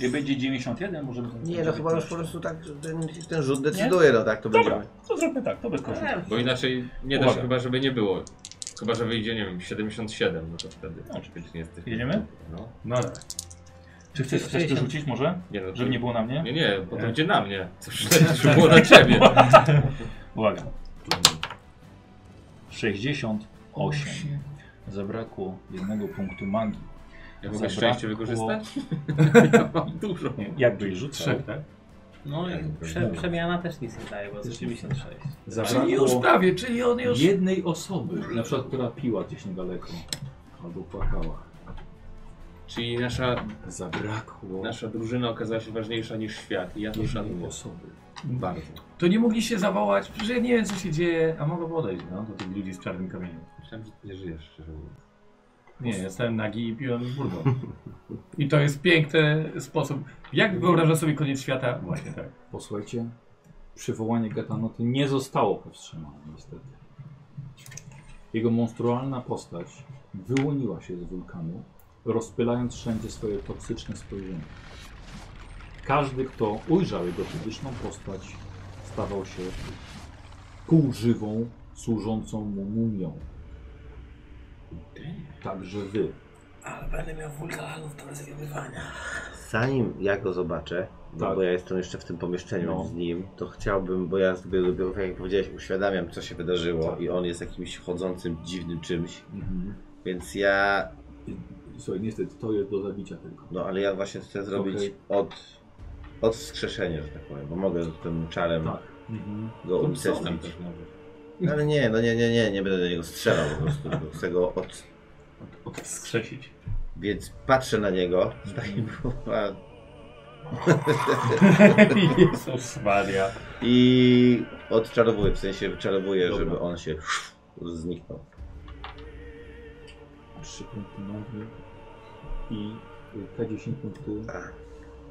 [SPEAKER 25] Jak będzie 91, możemy zamienić
[SPEAKER 3] Nie, no chyba już
[SPEAKER 25] 19.
[SPEAKER 3] po prostu tak, że ten, ten rzut decyduje, no tak to
[SPEAKER 25] Dobra,
[SPEAKER 3] będzie.
[SPEAKER 25] to zróbmy tak, to bez
[SPEAKER 5] No,
[SPEAKER 25] kosztu.
[SPEAKER 2] Bo inaczej nie da się
[SPEAKER 25] Uwaga.
[SPEAKER 2] chyba, żeby nie było. Chyba, że wyjdzie, nie wiem, 77, no to wtedy
[SPEAKER 25] No,
[SPEAKER 2] faktycznie jest tych
[SPEAKER 25] jedziemy?
[SPEAKER 2] punktów, No.
[SPEAKER 24] No ale...
[SPEAKER 25] Czy chcesz chcesz to rzucić może?
[SPEAKER 2] Nie, no, to-
[SPEAKER 25] Żeby nie było na mnie?
[SPEAKER 2] Nie, nie, bo to będzie na mnie. Co już było na ciebie.
[SPEAKER 25] Uwaga.
[SPEAKER 1] 68. Zabrakło jednego punktu magii.
[SPEAKER 2] Ja mogę
[SPEAKER 1] Zabrakło-
[SPEAKER 2] szczęście wykorzystać? ja mam dużo. Tak.
[SPEAKER 1] Jak byś rzucał?
[SPEAKER 5] Tak.
[SPEAKER 25] tak?
[SPEAKER 5] No i prze, przemiana też nic nie daje, bo jest 86.
[SPEAKER 1] Zabrakło
[SPEAKER 7] prawie, czyli on
[SPEAKER 1] jednej osoby, na przykład, która piła gdzieś niedaleko albo płakała.
[SPEAKER 2] Czyli nasza,
[SPEAKER 1] Zabrakło
[SPEAKER 2] nasza drużyna okazała się ważniejsza niż świat i ja to
[SPEAKER 1] jednej
[SPEAKER 2] szanuję.
[SPEAKER 1] osoby. Bardzo.
[SPEAKER 7] To nie mogli się zawołać, przecież ja nie wiem co się dzieje, a mogę podejść, no, do tych ludzi z czarnym kamieniem.
[SPEAKER 2] Myślałem, że ty nie żyjesz, szczerze mówiąc.
[SPEAKER 7] Nie, ja stałem nagi i piłem burdą. I to jest piękny sposób. Jak wyobrażasz sobie koniec świata? Właśnie tak.
[SPEAKER 1] Posłuchajcie, przywołanie Gatanoty nie zostało powstrzymane niestety. Jego monstrualna postać wyłoniła się z wulkanu, rozpylając wszędzie swoje toksyczne spojrzenie. Każdy, kto ujrzał jego fizyczną postać, stawał się półżywą, służącą mu mumią. Także wy.
[SPEAKER 5] Ale będę miał wulkanów do rozwiązywania.
[SPEAKER 3] Zanim ja go zobaczę, no
[SPEAKER 1] Tak.
[SPEAKER 3] bo ja jestem jeszcze w tym pomieszczeniu
[SPEAKER 1] No.
[SPEAKER 3] z nim, to chciałbym, bo ja sobie dopiero, tak jak powiedziałeś, uświadamiam, co się wydarzyło
[SPEAKER 1] Tak.
[SPEAKER 3] i on jest jakimś chodzącym, dziwnym czymś,
[SPEAKER 1] Mhm.
[SPEAKER 5] Mhm.
[SPEAKER 3] więc ja,
[SPEAKER 1] Słuchaj, niestety to jest do zabicia tylko.
[SPEAKER 3] no ale ja właśnie chcę zrobić
[SPEAKER 1] Okej.
[SPEAKER 3] od, od skrzeszenia, że tak powiem, bo mogę tym czarem
[SPEAKER 1] Tak.
[SPEAKER 3] go
[SPEAKER 2] Thompsonem
[SPEAKER 3] unicestwić.
[SPEAKER 2] też może.
[SPEAKER 3] No ale nie, no nie, nie, nie, nie będę do niego strzelał po prostu, bo chcę go od...
[SPEAKER 7] Skrzesić.
[SPEAKER 3] Więc patrzę na niego tak z takim...
[SPEAKER 7] Jezus Maria.
[SPEAKER 3] I odczarowuję, w sensie wyczarowuję,
[SPEAKER 1] Dobra.
[SPEAKER 3] żeby on się zniknął.
[SPEAKER 1] Trzy punkty nogi i K10 punktów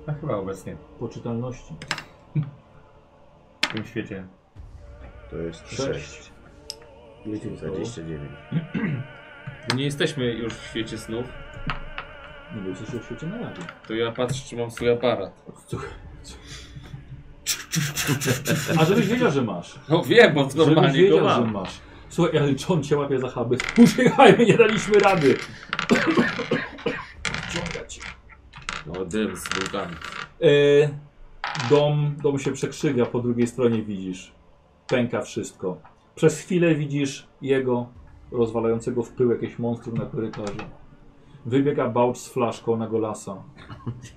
[SPEAKER 7] A chyba obecnie.
[SPEAKER 1] poczytalności.
[SPEAKER 7] W tym świecie.
[SPEAKER 3] To jest
[SPEAKER 1] Sześć.
[SPEAKER 3] 6. 29.
[SPEAKER 2] Nie jesteśmy już w świecie snów,
[SPEAKER 1] No bo jesteś w świecie na razie.
[SPEAKER 2] to ja patrzę, czy mam swój aparat.
[SPEAKER 1] A żebyś wiedział, że masz.
[SPEAKER 2] No wiem, bo
[SPEAKER 1] Żebyś
[SPEAKER 2] normalnie go
[SPEAKER 1] wiedział, że
[SPEAKER 2] mam.
[SPEAKER 1] masz. Słuchaj, ale czy on cię łapie za chaby? Uciekajmy, nie daliśmy rady. Ciąga cię.
[SPEAKER 2] No dym z wulkanu.
[SPEAKER 1] E, dom, dom się przekrzywia, po drugiej stronie widzisz. Pęka wszystko. Przez chwilę widzisz jego rozwalającego w pył jakieś monstrum na korytarzu. Wybiega bałcz z flaszką na golasa.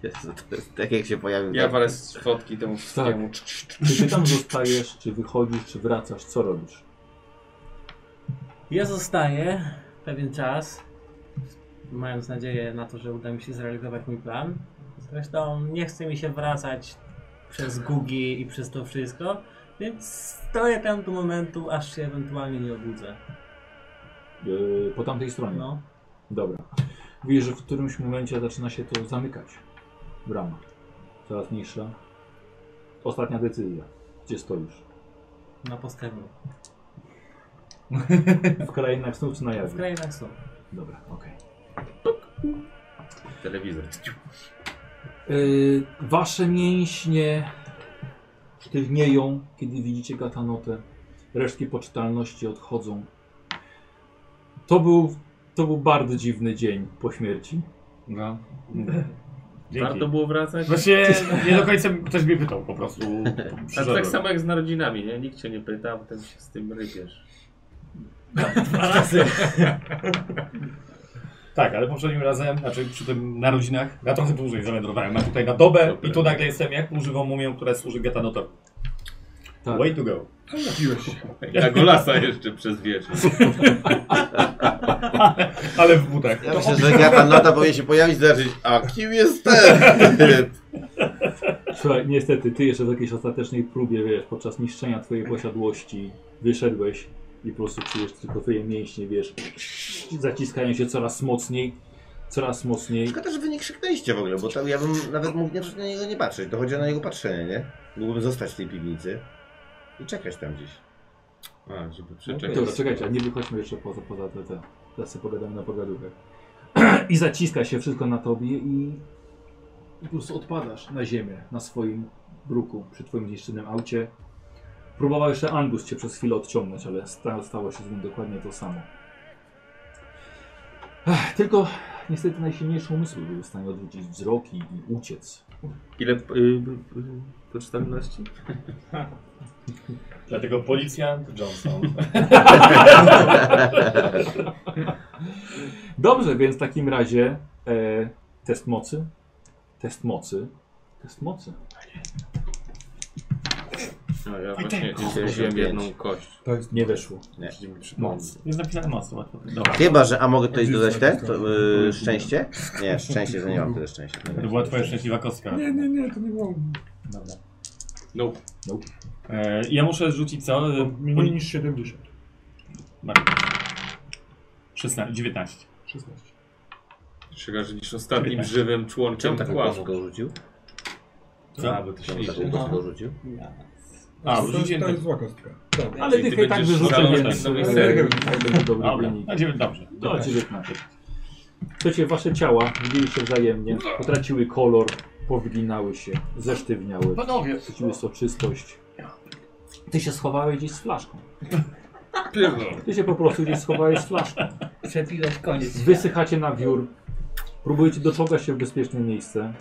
[SPEAKER 3] Jezu, to jest tak jak się pojawił.
[SPEAKER 2] Ja
[SPEAKER 3] tak-
[SPEAKER 2] walę z fotki temu wszystkiemu.
[SPEAKER 1] Tak. Czy ty tam zostajesz, czy wychodzisz, czy wracasz? Co robisz?
[SPEAKER 5] Ja zostaję pewien czas, mając nadzieję na to, że uda mi się zrealizować mój plan. Zresztą nie chce mi się wracać przez gugi i przez to wszystko, więc stoję tam do momentu, aż się ewentualnie nie obudzę.
[SPEAKER 1] E, po tamtej stronie.
[SPEAKER 5] No.
[SPEAKER 1] Dobra. Widzisz, że w którymś momencie zaczyna się to zamykać. Brama. Coraz mniejsza. Ostatnia decyzja. Gdzie stoisz?
[SPEAKER 5] Na posterunku.
[SPEAKER 1] W krainach snu czy na
[SPEAKER 5] W
[SPEAKER 1] jawie?
[SPEAKER 5] krainach są.
[SPEAKER 1] Dobra, okej.
[SPEAKER 2] Telewizor.
[SPEAKER 1] Yy, wasze mięśnie sztywnieją, kiedy widzicie gatanotę. Resztki poczytalności odchodzą. To był, to był bardzo dziwny dzień po śmierci.
[SPEAKER 7] No.
[SPEAKER 2] Warto
[SPEAKER 7] Dzięki.
[SPEAKER 2] było wracać?
[SPEAKER 7] Właśnie nie do końca ktoś mnie pytał po prostu.
[SPEAKER 2] A to
[SPEAKER 7] Przyszedłem.
[SPEAKER 2] tak samo jak z narodzinami, nie? Nikt cię nie pyta, a potem się z tym rypiesz.
[SPEAKER 7] Tak, ale poprzednim razem, znaczy przy tym narodzinach, ja trochę dłużej zawędrowałem, a tutaj na dobę
[SPEAKER 2] Dobra.
[SPEAKER 7] i tu nagle jestem jak używam mumią, która służy Gatanotor.
[SPEAKER 1] Tak.
[SPEAKER 7] Way to go.
[SPEAKER 2] Ja go lasa jeszcze przez wieczór.
[SPEAKER 7] Ale w butach.
[SPEAKER 3] Ja myślę, że ja pan nota powinien się pojawić i zacząć, a kim jest ten?
[SPEAKER 1] Słuchaj, niestety, ty jeszcze w jakiejś ostatecznej próbie, wiesz, podczas niszczenia twojej posiadłości wyszedłeś i po prostu czujesz tylko twoje mięśnie, wiesz, zaciskają się coraz mocniej, coraz mocniej.
[SPEAKER 3] Szkoda, że wy nie krzyknęliście w ogóle, bo tam ja bym nawet mógł nie, na niego nie patrzeć. To chodzi o na jego patrzenie, nie? Mógłbym zostać w tej piwnicy i czekać tam gdzieś. No,
[SPEAKER 2] A, żeby przeczekać.
[SPEAKER 1] Dobra, czekajcie, a nie wychodźmy jeszcze poza, poza te, te. Teraz sobie pogadamy na pogaduchę. I zaciska się wszystko na tobie i i po prostu odpadasz na ziemię, na swoim bruku, przy twoim zniszczonym aucie. Próbował jeszcze Angus cię przez chwilę odciągnąć, ale sta- stało się z nim dokładnie to samo. Ech, tylko
[SPEAKER 6] Niestety najsilniejsze umysły były w stanie odwrócić wzroki i uciec.
[SPEAKER 2] Ile... y, y, y, To 14?
[SPEAKER 7] Dlatego policjant Johnson.
[SPEAKER 6] Dobrze, więc w takim razie e, test mocy. Test mocy. Test mocy.
[SPEAKER 2] No ja właśnie zjeździłem jedną kość.
[SPEAKER 4] To jest
[SPEAKER 6] Nie weszło.
[SPEAKER 2] Czyli mi przypomnę.
[SPEAKER 7] Moc. Jest napisane moc, łatwo. Dobra.
[SPEAKER 3] Chyba, że. A mogę tutaj dodać te? To, y, szczęście? Nie, szczęście, że nie mam tyle szczęścia.
[SPEAKER 7] To była twoja szczęśliwa kostka.
[SPEAKER 1] Tak.
[SPEAKER 4] Nie, nie, nie, to nie było.
[SPEAKER 7] Dobra.
[SPEAKER 2] Nope.
[SPEAKER 7] E, ja muszę rzucić co? E,
[SPEAKER 4] No, Mniej niż 70.
[SPEAKER 7] Marek. 16, 19.
[SPEAKER 4] 16.
[SPEAKER 2] Szyga, że niż ostatnim żywym członkiem
[SPEAKER 3] Czemu
[SPEAKER 2] tak
[SPEAKER 3] tak
[SPEAKER 2] łatwo.
[SPEAKER 3] łatwo go rzucił?
[SPEAKER 7] Co?
[SPEAKER 2] bo ty
[SPEAKER 3] Czemu tak
[SPEAKER 2] śliczny.
[SPEAKER 7] No.
[SPEAKER 3] łatwo go rzucił?
[SPEAKER 7] A,
[SPEAKER 4] to,
[SPEAKER 7] rzuciłem
[SPEAKER 4] to
[SPEAKER 7] tak.
[SPEAKER 4] jest zła kostka. Dobra.
[SPEAKER 6] Ale
[SPEAKER 2] Czyli
[SPEAKER 6] dychę i tak
[SPEAKER 2] będziesz
[SPEAKER 6] wyrzucę,
[SPEAKER 2] szalony
[SPEAKER 6] więc
[SPEAKER 2] na nowej
[SPEAKER 6] e,
[SPEAKER 2] serii.
[SPEAKER 6] tak będzie dobry
[SPEAKER 7] Dobra,
[SPEAKER 6] wynik.
[SPEAKER 7] na dziewię- dobrze.
[SPEAKER 6] Do 19. Słuchajcie, wasze ciała widzieliście wzajemnie, potraciły kolor, powyginały się, zesztywniały,
[SPEAKER 26] Panowie!
[SPEAKER 6] straciły soczystość. Ty się schowałeś gdzieś z flaszką. Ty się po prostu gdzieś schowałeś z flaszką.
[SPEAKER 5] Przed chwilą koniec.
[SPEAKER 6] Wysychacie na wiór, próbujecie doczołgać się w bezpieczne miejsce,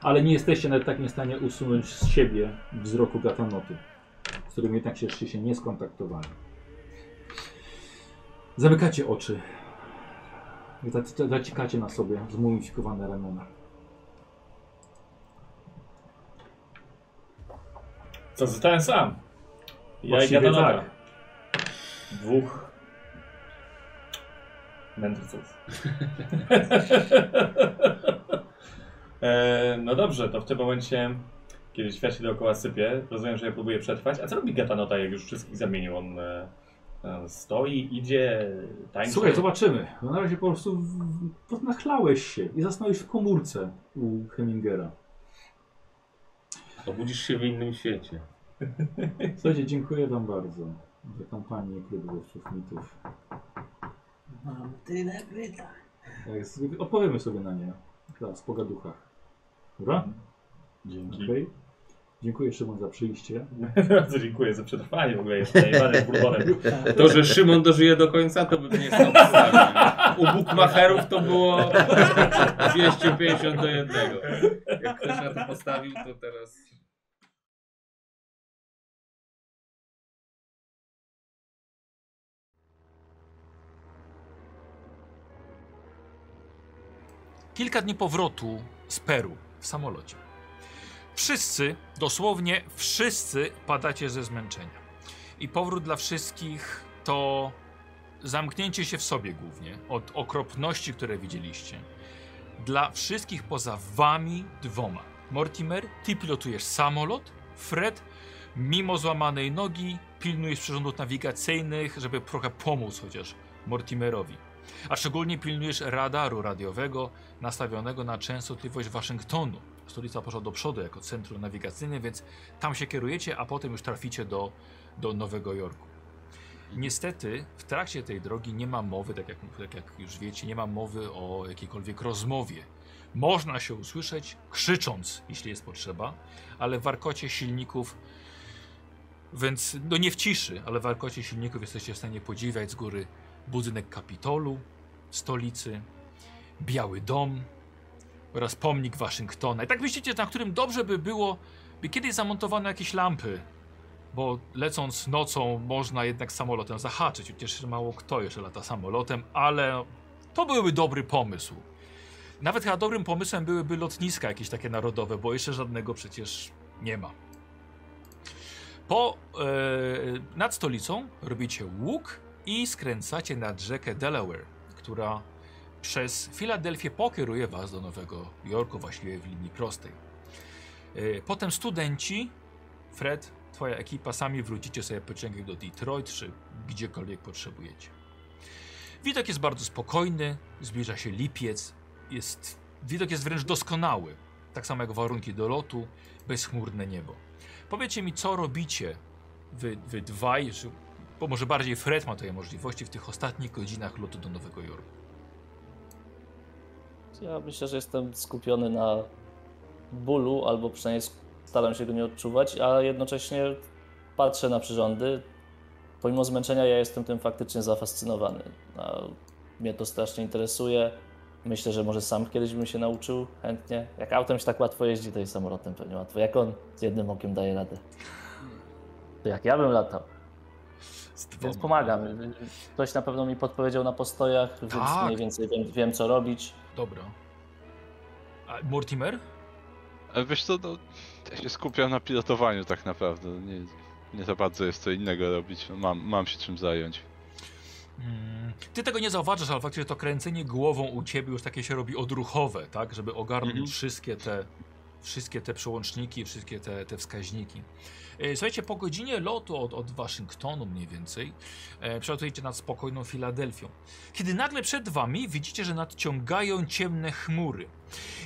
[SPEAKER 6] ale nie jesteście nawet tak nie w stanie usunąć z siebie wzroku gatanoty, z którym jednak się jeszcze się nie skontaktowali. Zamykacie oczy. i zac- Zaciekacie na sobie zmumifikowane ramiona.
[SPEAKER 7] Co, zostałem sam. Ja i
[SPEAKER 6] Właściwie
[SPEAKER 7] Gadanota.
[SPEAKER 6] tak.
[SPEAKER 7] Dwóch mędrców. e, no dobrze, to w tym momencie, kiedy świat się dookoła sypie, rozumiem, że ja próbuję przetrwać. A co robi Gatanota, jak już wszystkich zamienił? On e, e, stoi, idzie, tańczy.
[SPEAKER 6] Słuchaj, zobaczymy. No na razie po prostu w- w- po- nachlałeś się i zasnąłeś w komórce u Hemingera.
[SPEAKER 2] Obudzisz się w innym świecie.
[SPEAKER 6] Słuchajcie, dziękuję wam bardzo za kampanię Krydłowców Mitów.
[SPEAKER 5] Mam tyle pytań.
[SPEAKER 6] Jak Tak, z- Opowiemy sobie na nie. Teraz, po gaduchach. Dobra?
[SPEAKER 7] Dzięki.
[SPEAKER 6] Okej. Dziękuję Szymon za przyjście.
[SPEAKER 7] Bardzo dziękuję za przetrwanie. W ogóle jest najebany z burbonem.
[SPEAKER 2] To, że Szymon dożyje do końca, to by mnie stał w stanie. U bukmacherów to było 250 do jednego. Jak ktoś na to postawił, to teraz...
[SPEAKER 1] kilka dni powrotu z Peru w samolocie. Wszyscy, dosłownie wszyscy padacie ze zmęczenia. I powrót dla wszystkich to zamknięcie się w sobie głównie od okropności, które widzieliście. Dla wszystkich poza wami dwoma. Mortimer, ty pilotujesz samolot, Fred, mimo złamanej nogi, pilnujesz przyrządów nawigacyjnych, żeby trochę pomóc chociaż Mortimerowi. A szczególnie pilnujesz radaru radiowego, nastawionego na częstotliwość Waszyngtonu. Stolica poszła do przodu jako centrum nawigacyjne, więc tam się kierujecie, a potem już traficie do, do Nowego Jorku. Niestety w trakcie tej drogi nie ma mowy, tak jak, tak jak już wiecie, nie ma mowy o jakiejkolwiek rozmowie. Można się usłyszeć krzycząc, jeśli jest potrzeba, ale w warkocie silników, więc no nie w ciszy, ale w warkocie silników jesteście w stanie podziwiać z góry budynek Kapitolu, stolicy, Biały Dom oraz pomnik Waszyngtona. I tak myślicie, na którym dobrze by było, by kiedyś zamontowano jakieś lampy, bo lecąc nocą można jednak samolotem zahaczyć. Przecież mało kto jeszcze lata samolotem, ale to byłby dobry pomysł. Nawet chyba dobrym pomysłem byłyby lotniska jakieś takie narodowe, bo jeszcze żadnego przecież nie ma. Po, e, nad stolicą robicie łuk i skręcacie nad rzekę Delaware, która przez Filadelfię pokieruje was do Nowego Jorku, właściwie w linii prostej. E, Potem studenci, Fred, twoja ekipa, sami wrócicie sobie pociągiem do Detroit, czy gdziekolwiek potrzebujecie. Widok jest bardzo spokojny, zbliża się lipiec, jest, widok jest wręcz doskonały, tak samo jak warunki do lotu, bezchmurne niebo. Powiedzcie mi, co robicie wy, wy dwaj, czy- bo może bardziej Fred ma tutaj możliwości w tych ostatnich godzinach lotu do Nowego Jorku.
[SPEAKER 27] Ja myślę, że jestem skupiony na bólu, albo przynajmniej staram się go nie odczuwać, a jednocześnie patrzę na przyrządy. Pomimo zmęczenia ja jestem tym faktycznie zafascynowany. A mnie to strasznie interesuje. Myślę, że może sam kiedyś bym się nauczył chętnie. Jak autem się tak łatwo jeździ, to i samolotem pewnie łatwo. Jak on z jednym okiem daje radę. To jak ja bym latał. Więc pomagam. Ktoś na pewno mi podpowiedział na postojach, więc
[SPEAKER 1] Tak.
[SPEAKER 27] mniej więcej wiem, wiem co robić.
[SPEAKER 1] Dobra. A Mortimer?
[SPEAKER 28] Ale wiesz co, no, ja się skupiam na pilotowaniu tak naprawdę. Nie, nie za bardzo jest co innego robić. no Mam, mam się czym zająć.
[SPEAKER 1] Mm, Ty tego nie zauważasz, ale faktycznie to kręcenie głową u ciebie już takie się robi odruchowe, tak? Żeby ogarnąć wszystkie te wszystkie te przełączniki, wszystkie te, te wskaźniki. E, Słuchajcie, po godzinie lotu od, od Waszyngtonu mniej więcej e, przelatujecie nad spokojną Filadelfią. Kiedy nagle przed wami widzicie, że nadciągają ciemne chmury.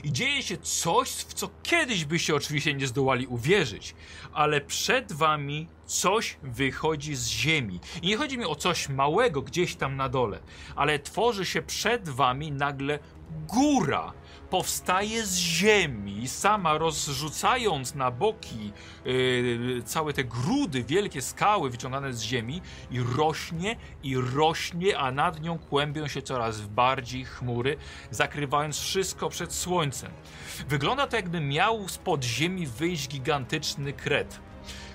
[SPEAKER 1] I dzieje się coś, w co kiedyś byście oczywiście nie zdołali uwierzyć, ale przed wami coś wychodzi z ziemi. I nie chodzi mi o coś małego gdzieś tam na dole, ale tworzy się przed wami nagle góra. Powstaje z ziemi, sama rozrzucając na boki yy, całe te grudy, wielkie skały wyciągane z ziemi, i rośnie, i rośnie, a nad nią kłębią się coraz bardziej chmury, zakrywając wszystko przed słońcem. Wygląda to, jakby miał spod ziemi wyjść gigantyczny kret.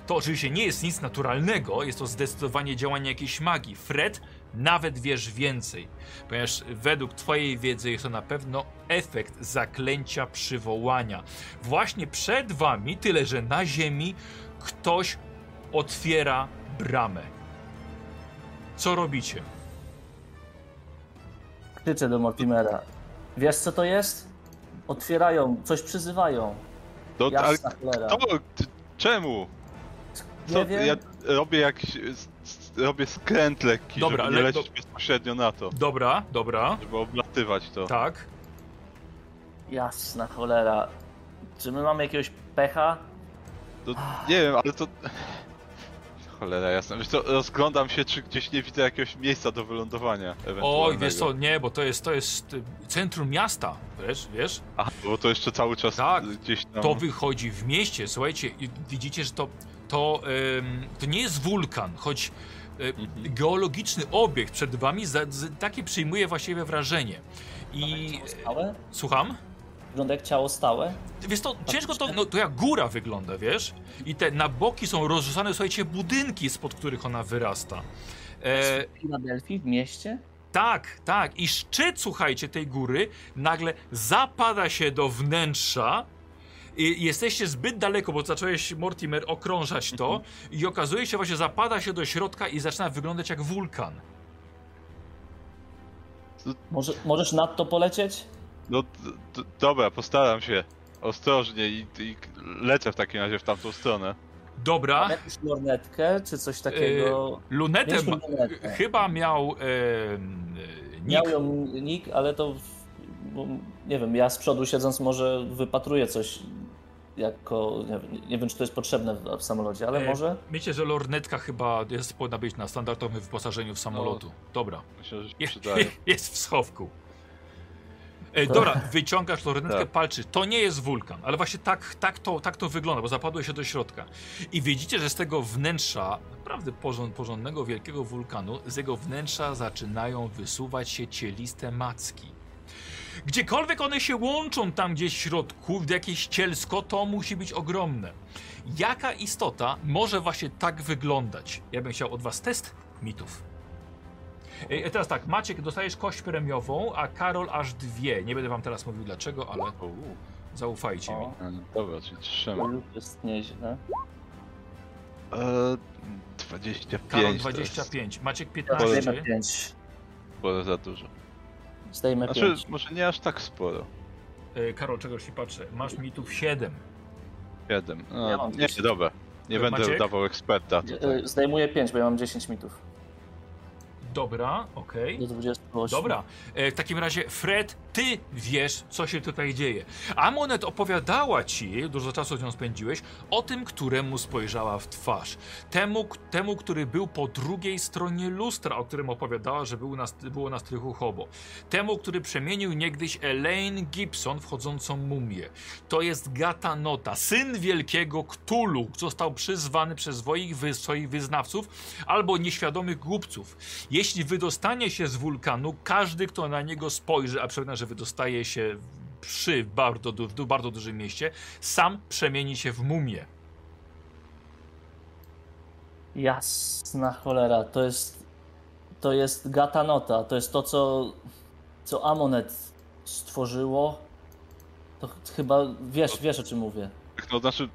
[SPEAKER 1] To oczywiście nie jest nic naturalnego, jest to zdecydowanie działanie jakiejś magii. Fred, nawet wiesz więcej, ponieważ według Twojej wiedzy jest to na pewno efekt zaklęcia przywołania. Właśnie przed Wami, tyle że na Ziemi, ktoś otwiera bramę. Co robicie?
[SPEAKER 27] Krzyczę do Mortimera. Wiesz co to jest? Otwierają, coś przyzywają.
[SPEAKER 28] No,
[SPEAKER 27] Jasna
[SPEAKER 28] ale
[SPEAKER 27] cholera.
[SPEAKER 28] Kto? Ty- Czemu?
[SPEAKER 27] Nie
[SPEAKER 28] Co,
[SPEAKER 27] wiem.
[SPEAKER 28] ja robię jakiś. s- s- Robię skręt lekki,
[SPEAKER 1] Dobra,
[SPEAKER 28] żeby nie
[SPEAKER 1] ale
[SPEAKER 28] lecieć bezpośrednio na to.
[SPEAKER 1] Dobra, dobra.
[SPEAKER 28] Żeby oblatywać to.
[SPEAKER 1] Tak.
[SPEAKER 27] Jasna cholera. Czy my mamy jakiegoś pecha?
[SPEAKER 28] To, nie wiem, ale to... Cholera jasna. Wiesz co, rozglądam się, czy gdzieś nie widzę jakiegoś miejsca do wylądowania
[SPEAKER 1] Oj, wiesz co,
[SPEAKER 28] ewentualnego.
[SPEAKER 1] nie, bo to jest, to jest y, centrum miasta, wiesz, wiesz?
[SPEAKER 28] A, bo to jeszcze cały czas
[SPEAKER 1] tak,
[SPEAKER 28] gdzieś tam...
[SPEAKER 1] To wychodzi w mieście, słuchajcie, i widzicie, że to, to, em, to nie jest wulkan, choć e,
[SPEAKER 28] Mhm.
[SPEAKER 1] geologiczny obiekt przed wami za, z, takie przyjmuje właściwie wrażenie. I
[SPEAKER 27] stałe?
[SPEAKER 1] Słucham?
[SPEAKER 27] Wygląda jak ciało stałe?
[SPEAKER 1] Wiesz to, ciężko to, no, to jak góra wygląda, wiesz? I te na boki są rozrzucane, słuchajcie, budynki, spod których ona wyrasta. E,
[SPEAKER 27] W Filadelfii, w mieście?
[SPEAKER 1] tak, tak. I szczyt, słuchajcie, tej góry nagle zapada się do wnętrza. I jesteście zbyt daleko, bo zacząłeś, Mortimer, okrążać to. I okazuje się, właśnie zapada się do środka i zaczyna wyglądać jak wulkan.
[SPEAKER 27] Może, możesz nad to polecieć?
[SPEAKER 28] No, d- d- dobra, postaram się. Ostrożnie i, i lecę w takim razie w tamtą stronę.
[SPEAKER 1] Dobra.
[SPEAKER 27] Jakąś lornetkę czy coś takiego?
[SPEAKER 1] E, lunetę
[SPEAKER 27] Mieliśmy
[SPEAKER 1] ma-
[SPEAKER 27] lornetkę.
[SPEAKER 1] Chyba miał. E, e,
[SPEAKER 27] Miał ją nick, ale to. w- Bo, nie wiem, ja z przodu siedząc może wypatruję coś jako. Nie wiem, nie wiem czy to jest potrzebne w, w samolocie, ale
[SPEAKER 1] e,
[SPEAKER 27] może.
[SPEAKER 1] Myślę, że lornetka chyba jest, powinna być na standardowym wyposażeniu w samolotu.
[SPEAKER 27] No.
[SPEAKER 1] Dobra.
[SPEAKER 28] Myślę, że się
[SPEAKER 1] Je-
[SPEAKER 28] przydaje.
[SPEAKER 1] Jest w schowku. E,
[SPEAKER 28] Tak.
[SPEAKER 1] dobra, wyciągasz lornetkę,
[SPEAKER 28] Tak.
[SPEAKER 1] palczy. To nie jest wulkan, ale właśnie tak, tak, to, tak to wygląda, bo zapadło się do środka. I widzicie, że z tego wnętrza, naprawdę porząd, porządnego, wielkiego wulkanu, z jego wnętrza zaczynają wysuwać się cieliste macki. Gdziekolwiek one się łączą tam gdzieś w środku, w jakieś cielsko, to musi być ogromne. Jaka istota może właśnie tak wyglądać? Ja bym chciał od was test mitów. Ej, teraz tak, Maciek, dostajesz kość premiową, a Karol aż dwie. Nie będę wam teraz mówił dlaczego, ale zaufajcie mi.
[SPEAKER 28] no Dobra, czyli trzymam.
[SPEAKER 27] Jest nieźle.
[SPEAKER 28] E, 25.
[SPEAKER 1] Karol
[SPEAKER 28] to
[SPEAKER 1] 25, Maciek
[SPEAKER 28] Pole-
[SPEAKER 1] 15.
[SPEAKER 28] Sporo za dużo.
[SPEAKER 27] Zdejmę
[SPEAKER 28] Znaczy,
[SPEAKER 27] pięć.
[SPEAKER 28] może nie aż tak sporo.
[SPEAKER 1] Ej, E, Karol, czegoś się patrzę. Masz mitów 7.
[SPEAKER 28] 7.
[SPEAKER 27] Ja
[SPEAKER 28] No,
[SPEAKER 27] mam
[SPEAKER 28] nie,
[SPEAKER 27] też.
[SPEAKER 28] dobra. Nie
[SPEAKER 1] E,
[SPEAKER 28] będę
[SPEAKER 1] Maciek?
[SPEAKER 28] dawał eksperta tutaj.
[SPEAKER 27] Y, Zdejmuję pięć, bo ja mam 10 mitów.
[SPEAKER 1] Dobra, okej.
[SPEAKER 27] Do 28.
[SPEAKER 1] Dobra, e, w takim razie Fred, ty wiesz, co się tutaj dzieje. Amonet opowiadała ci, dużo czasu z nią spędziłeś, o tym, któremu spojrzała w twarz. Temu, k- temu który był po drugiej stronie lustra, o którym opowiadała, że był na, st- było na strychu hobo. Temu, który przemienił niegdyś Elaine Gibson wchodzącą mumię. To jest Gatanota, syn wielkiego Ktulu, został przyzwany przez swoich, wy, swoich wyznawców albo nieświadomych głupców. Jeśli wydostanie się z wulkanu, każdy, kto na niego spojrzy, a przypomnę, że wydostaje się przy bardzo, du- w bardzo dużym mieście, sam przemieni się w mumię.
[SPEAKER 27] Jasna cholera, to jest. To jest Gatanota, to jest to, co. co Amonet stworzyło. To ch- chyba. Wiesz, wiesz o czym mówię.
[SPEAKER 28] Tak, no znaczy,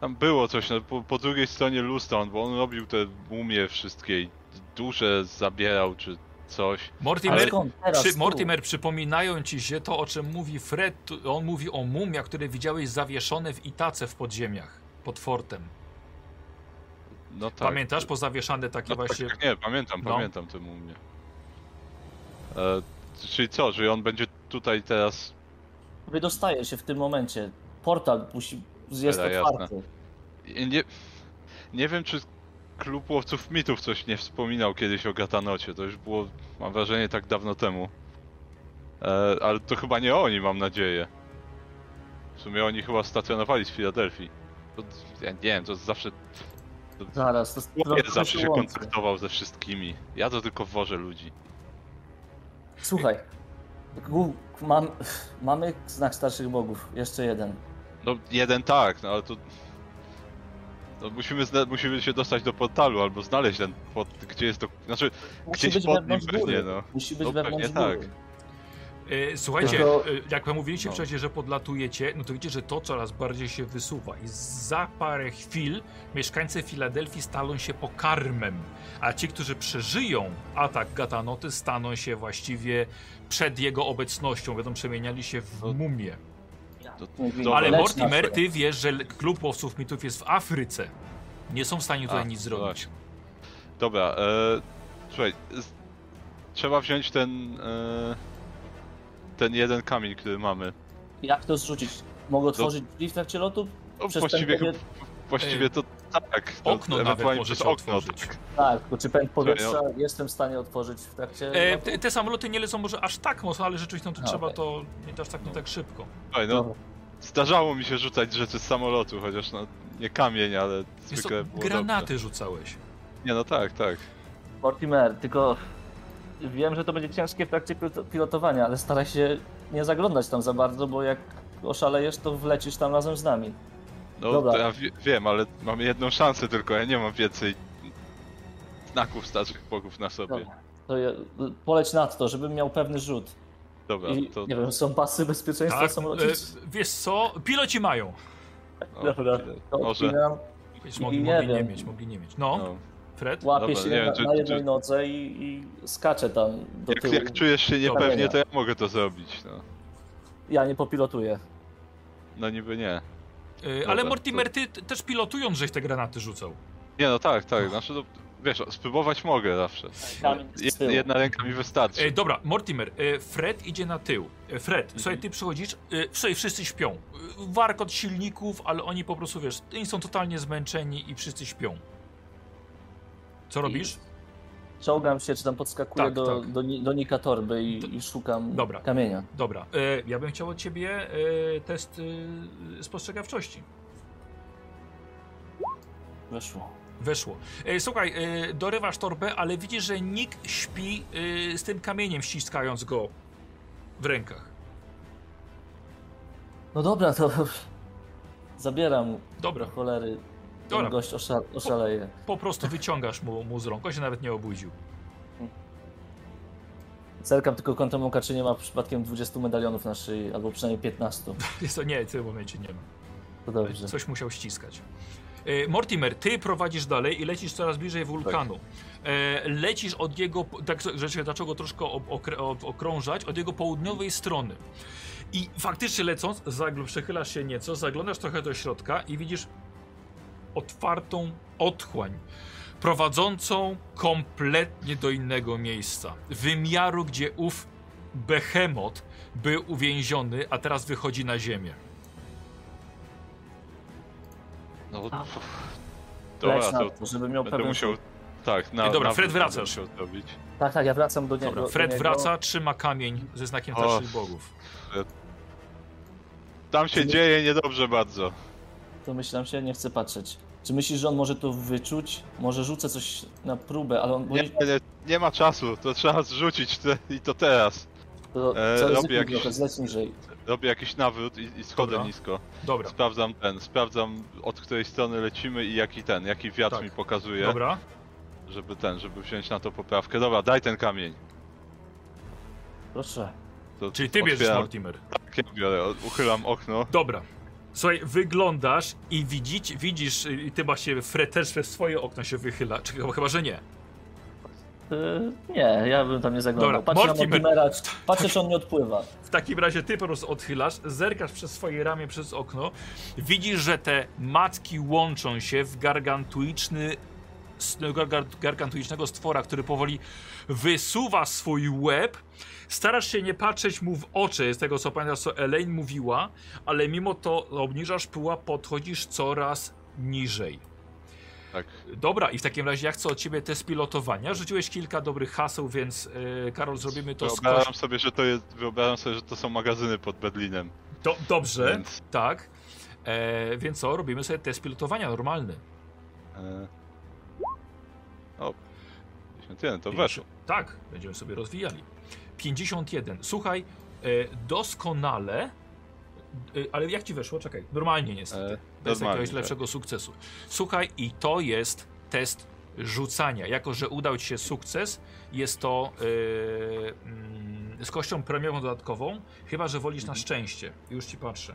[SPEAKER 28] tam było coś, no, po, po drugiej stronie Luston, bo on robił te mumie wszystkie i dusze zabierał czy coś.
[SPEAKER 1] Mortimer,
[SPEAKER 27] Teraz
[SPEAKER 1] przy,
[SPEAKER 27] tu.
[SPEAKER 1] Mortimer, przypominają ci się to, o czym mówi Fred. Tu- On mówi o mumiach, które widziałeś zawieszone w Itace w podziemiach, pod fortem.
[SPEAKER 28] No tak.
[SPEAKER 1] Pamiętasz? Pozawieszane takie
[SPEAKER 28] No tak,
[SPEAKER 1] właśnie...
[SPEAKER 28] tak, nie, pamiętam,
[SPEAKER 1] No.
[SPEAKER 28] pamiętam tę mumię. E, czyli co, że on będzie tutaj teraz...
[SPEAKER 27] Wydostaje się w tym momencie. Portal musi. jest
[SPEAKER 28] Cholera jasna.
[SPEAKER 27] otwarty.
[SPEAKER 28] I Nie, nie wiem, czy klub łowców mitów coś nie wspominał kiedyś o Gatanocie, to już było, mam wrażenie, tak dawno temu. E, ale to chyba nie oni, mam nadzieję. W sumie oni chyba stacjonowali z Filadelfii. To, ja nie wiem, to zawsze... To,
[SPEAKER 27] Zaraz, to
[SPEAKER 28] Chłopiec
[SPEAKER 27] to
[SPEAKER 28] zawsze się
[SPEAKER 27] łączy.
[SPEAKER 28] kontaktował ze wszystkimi. Ja to tylko wożę ludzi.
[SPEAKER 27] Słuchaj. Gu- Mam, mamy znak starszych bogów. Jeszcze jeden.
[SPEAKER 28] No jeden tak, no ale to... No, musimy, zna- musimy się dostać do portalu, albo znaleźć ten pod... gdzie jest to... Znaczy,
[SPEAKER 27] Musi
[SPEAKER 28] gdzieś
[SPEAKER 27] być
[SPEAKER 28] pod nim
[SPEAKER 27] wewnątrz
[SPEAKER 28] pewnie,
[SPEAKER 27] góry.
[SPEAKER 28] no.
[SPEAKER 27] Musi być
[SPEAKER 28] no,
[SPEAKER 27] wewnątrz
[SPEAKER 28] pewnie tak.
[SPEAKER 27] góry.
[SPEAKER 1] E, Słuchajcie,
[SPEAKER 27] Tylko-
[SPEAKER 1] e, jak wam mówiliście
[SPEAKER 27] No.
[SPEAKER 1] wcześniej, że podlatujecie, no to widzicie, że to coraz bardziej się wysuwa i za parę chwil mieszkańcy Filadelfii staną się pokarmem, a ci, którzy przeżyją atak Gatanoty, staną się właściwie przed jego obecnością, będą przemieniali się w
[SPEAKER 27] No,
[SPEAKER 1] mumię.
[SPEAKER 27] Mówi,
[SPEAKER 1] Ale
[SPEAKER 27] lecz
[SPEAKER 1] Mortimer,
[SPEAKER 27] nas.
[SPEAKER 1] ty wiesz, że l- klub łowców mitów jest w Afryce. Nie są w stanie tutaj
[SPEAKER 28] A,
[SPEAKER 1] nic
[SPEAKER 28] no
[SPEAKER 1] zrobić.
[SPEAKER 28] właśnie. Dobra, e, słuchaj, z, trzeba wziąć ten... E, ten jeden kamień, który mamy.
[SPEAKER 27] Jak to zrzucić? Mogę otworzyć drzwi w trakcie lotu?
[SPEAKER 28] No,
[SPEAKER 27] Przez
[SPEAKER 28] właściwie,
[SPEAKER 27] ten
[SPEAKER 28] chyba- właściwie to tak. to
[SPEAKER 1] okno nawet
[SPEAKER 28] ewentualnie
[SPEAKER 1] może
[SPEAKER 28] przez
[SPEAKER 1] się otworzyć.
[SPEAKER 28] tak.
[SPEAKER 27] Tak, bo czy pęd powietrza
[SPEAKER 28] Serio?
[SPEAKER 27] jestem w stanie otworzyć w trakcie.
[SPEAKER 1] E,
[SPEAKER 27] lotu?
[SPEAKER 1] te, te samoloty nie lecą może aż tak mocno, ale rzeczywiście no, to
[SPEAKER 27] No,
[SPEAKER 1] trzeba
[SPEAKER 27] okej.
[SPEAKER 1] to nie aż tak, nie tak szybko.
[SPEAKER 28] Słuchaj, no, zdarzało mi się rzucać rzeczy z samolotu, chociaż no, nie kamień, ale
[SPEAKER 1] Jest to,
[SPEAKER 28] zwykle było
[SPEAKER 1] granaty
[SPEAKER 28] dobrze.
[SPEAKER 1] rzucałeś.
[SPEAKER 28] Nie, no tak, tak.
[SPEAKER 27] Mortimer, tylko wiem, że to będzie ciężkie w trakcie pil- pilotowania, ale staraj się nie zaglądać tam za bardzo, bo jak oszalejesz, to wlecisz tam razem z nami.
[SPEAKER 28] No,
[SPEAKER 27] Dobra.
[SPEAKER 28] to ja wie, wiem, ale mam jedną szansę tylko, ja nie mam więcej znaków starszych bogów na sobie. Dobra,
[SPEAKER 27] To ja, poleć nad to, żebym miał pewny rzut. I,
[SPEAKER 28] to...
[SPEAKER 27] Nie wiem, są pasy bezpieczeństwa
[SPEAKER 1] Tak,
[SPEAKER 27] są
[SPEAKER 1] e, wiesz co, piloci mają.
[SPEAKER 28] o,
[SPEAKER 27] Dobra, to
[SPEAKER 28] może.
[SPEAKER 27] odpinam
[SPEAKER 1] Wiesz,
[SPEAKER 27] i-
[SPEAKER 1] mogli,
[SPEAKER 27] i
[SPEAKER 1] mogli nie
[SPEAKER 27] wiem.
[SPEAKER 1] mieć, mogli nie mieć. No,
[SPEAKER 28] No.
[SPEAKER 1] Fred?
[SPEAKER 27] Łapię
[SPEAKER 28] Dobra,
[SPEAKER 27] się
[SPEAKER 28] nie wiem,
[SPEAKER 27] na,
[SPEAKER 28] czy-
[SPEAKER 27] na
[SPEAKER 28] czy-
[SPEAKER 27] jednej nodze i, i skaczę tam do
[SPEAKER 28] Jak,
[SPEAKER 27] tyłu.
[SPEAKER 28] jak czujesz się
[SPEAKER 27] Dobra.
[SPEAKER 28] niepewnie, to ja mogę to zrobić, no.
[SPEAKER 27] Ja nie popilotuję.
[SPEAKER 28] No niby nie.
[SPEAKER 1] E,
[SPEAKER 28] Dobra,
[SPEAKER 1] ale
[SPEAKER 28] to-
[SPEAKER 1] Mortimer, ty t- też pilotując, żeś te granaty rzucał.
[SPEAKER 28] Nie, no tak, tak, znaczy to, wiesz, spróbować mogę zawsze.
[SPEAKER 27] Tak,
[SPEAKER 1] kamień z
[SPEAKER 28] Je-
[SPEAKER 1] tyłu.
[SPEAKER 28] Jedna ręka mi wystarczy.
[SPEAKER 1] E, dobra, Mortimer, e, Fred idzie na tył. E, Fred,
[SPEAKER 28] Mhm.
[SPEAKER 1] słuchaj, ty przychodzisz, e, słuchaj, wszyscy śpią. E, warkot silników, ale oni po prostu, wiesz, oni są totalnie zmęczeni i wszyscy śpią. Co robisz?
[SPEAKER 27] Czołgam się, czy tam podskakuję
[SPEAKER 1] Tak,
[SPEAKER 27] do,
[SPEAKER 1] tak.
[SPEAKER 27] Do, ni- do nika torby i, i szukam
[SPEAKER 1] Dobra.
[SPEAKER 27] kamienia.
[SPEAKER 1] Dobra, e, ja bym chciał od ciebie e, test e, spostrzegawczości.
[SPEAKER 27] Weszło.
[SPEAKER 1] Weszło. E, słuchaj, e, dorywasz torbę, ale widzisz, że nikt śpi e, z tym kamieniem, ściskając go w rękach.
[SPEAKER 27] No dobra, to zabieram
[SPEAKER 1] Dobra.
[SPEAKER 27] do cholery. Ten
[SPEAKER 1] Dobra.
[SPEAKER 27] gość osza, oszaleje.
[SPEAKER 1] Po prostu wyciągasz mu, mu z rąk, on się nawet nie obudził.
[SPEAKER 27] Zerkam tylko kątem oka, czy nie ma przypadkiem 20 medalionów na szyi, albo przynajmniej 15.
[SPEAKER 1] Jest to nie, w tym momencie nie ma.
[SPEAKER 27] To dobrze.
[SPEAKER 1] Coś musiał ściskać. E, Mortimer, ty prowadzisz dalej i lecisz coraz bliżej wulkanu. E, Lecisz od jego, tak rzeczywiście zaczęło troszkę ob- okre- ob- okrążać, od jego południowej strony. I faktycznie lecąc, zagl- przechylasz się nieco, zaglądasz trochę do środka i widzisz otwartą otchłań, prowadzącą kompletnie do innego miejsca. Wymiaru, gdzie ów behemot był uwięziony, a teraz wychodzi na ziemię.
[SPEAKER 28] No, pff,
[SPEAKER 27] Leć
[SPEAKER 28] dobra,
[SPEAKER 27] na
[SPEAKER 28] to,
[SPEAKER 27] to, żeby miał
[SPEAKER 28] będę
[SPEAKER 27] pewność.
[SPEAKER 28] musiał... Tak, na,
[SPEAKER 1] Ej, dobra,
[SPEAKER 28] na
[SPEAKER 1] Fred,
[SPEAKER 28] będę
[SPEAKER 1] wracasz.
[SPEAKER 28] musiał zrobić.
[SPEAKER 27] Tak, tak, ja wracam do niego.
[SPEAKER 1] Dobra,
[SPEAKER 27] do
[SPEAKER 1] Fred
[SPEAKER 27] niego.
[SPEAKER 1] wraca, trzyma kamień ze znakiem
[SPEAKER 28] O.
[SPEAKER 1] starszych bogów.
[SPEAKER 28] Tam się dzieje niedobrze bardzo.
[SPEAKER 27] To myślam się, nie chcę patrzeć. Czy myślisz, że on może to wyczuć? Może rzucę coś na próbę, ale on... bo
[SPEAKER 28] Nie, nie, nie ma czasu, to trzeba zrzucić te, i to teraz.
[SPEAKER 27] To,
[SPEAKER 28] E,
[SPEAKER 27] co
[SPEAKER 28] robię
[SPEAKER 27] ryzykujesz?
[SPEAKER 28] jakiś,
[SPEAKER 27] Jakiś... Zleć niżej.
[SPEAKER 28] robię jakiś nawrót i, i schodzę
[SPEAKER 27] Dobra.
[SPEAKER 28] nisko.
[SPEAKER 27] Dobra.
[SPEAKER 28] Sprawdzam ten, sprawdzam od której strony lecimy i jaki ten, jaki wiatr mi pokazuje.
[SPEAKER 1] Tak. Dobra.
[SPEAKER 28] Żeby ten, żeby wziąć na to poprawkę. Dobra, daj ten kamień.
[SPEAKER 27] Proszę.
[SPEAKER 28] To
[SPEAKER 1] Czyli ty bierzesz
[SPEAKER 28] otwieram-
[SPEAKER 1] Mortimer.
[SPEAKER 28] Tak, ja biorę, o- uchylam okno.
[SPEAKER 1] Dobra. Słuchaj, wyglądasz i widzisz, widzisz, y, i ty się też we swoje okno się wychyla. Czekaj, bo chyba, że nie.
[SPEAKER 27] Y, nie, ja bym tam nie zaglądał.
[SPEAKER 1] Dobra,
[SPEAKER 27] patrzę
[SPEAKER 1] Mortimer.
[SPEAKER 27] na Mortimera, czy- patrzę czy on nie odpływa.
[SPEAKER 1] W takim razie ty po prostu odchylasz, zerkasz przez swoje ramię, przez okno. Widzisz, że te matki łączą się w gargantuiczny, s- no, gar, gargantuicznego stwora, który powoli wysuwa swój łeb. Starasz się nie patrzeć mu w oczy, z tego co pamiętasz, co Elaine mówiła, ale mimo to obniżasz pyła, podchodzisz coraz niżej.
[SPEAKER 28] Tak.
[SPEAKER 1] Dobra, i w takim razie ja chcę od ciebie test pilotowania. Rzuciłeś kilka dobrych haseł, więc yy, Karol, zrobimy to z kosz-
[SPEAKER 28] Wyobrażam sobie, że to jest, wyobrażam sobie, że to są magazyny pod Berlinem.
[SPEAKER 1] Do, dobrze, tak. E, więc co, robimy sobie test pilotowania normalny.
[SPEAKER 28] E... O, 51, to weszło.
[SPEAKER 1] Tak, będziemy sobie rozwijali. 51. Słuchaj, e, doskonale, e, ale jak ci weszło? Czekaj, normalnie niestety.
[SPEAKER 28] E,
[SPEAKER 1] Bez
[SPEAKER 28] normalnie,
[SPEAKER 1] jakiegoś
[SPEAKER 28] tak.
[SPEAKER 1] lepszego sukcesu. Słuchaj, i to jest test rzucania. Jako, że udał ci się sukces, jest to e, mm, z kością premiową dodatkową, chyba, że wolisz
[SPEAKER 28] Mhm.
[SPEAKER 1] na szczęście. Już ci patrzę.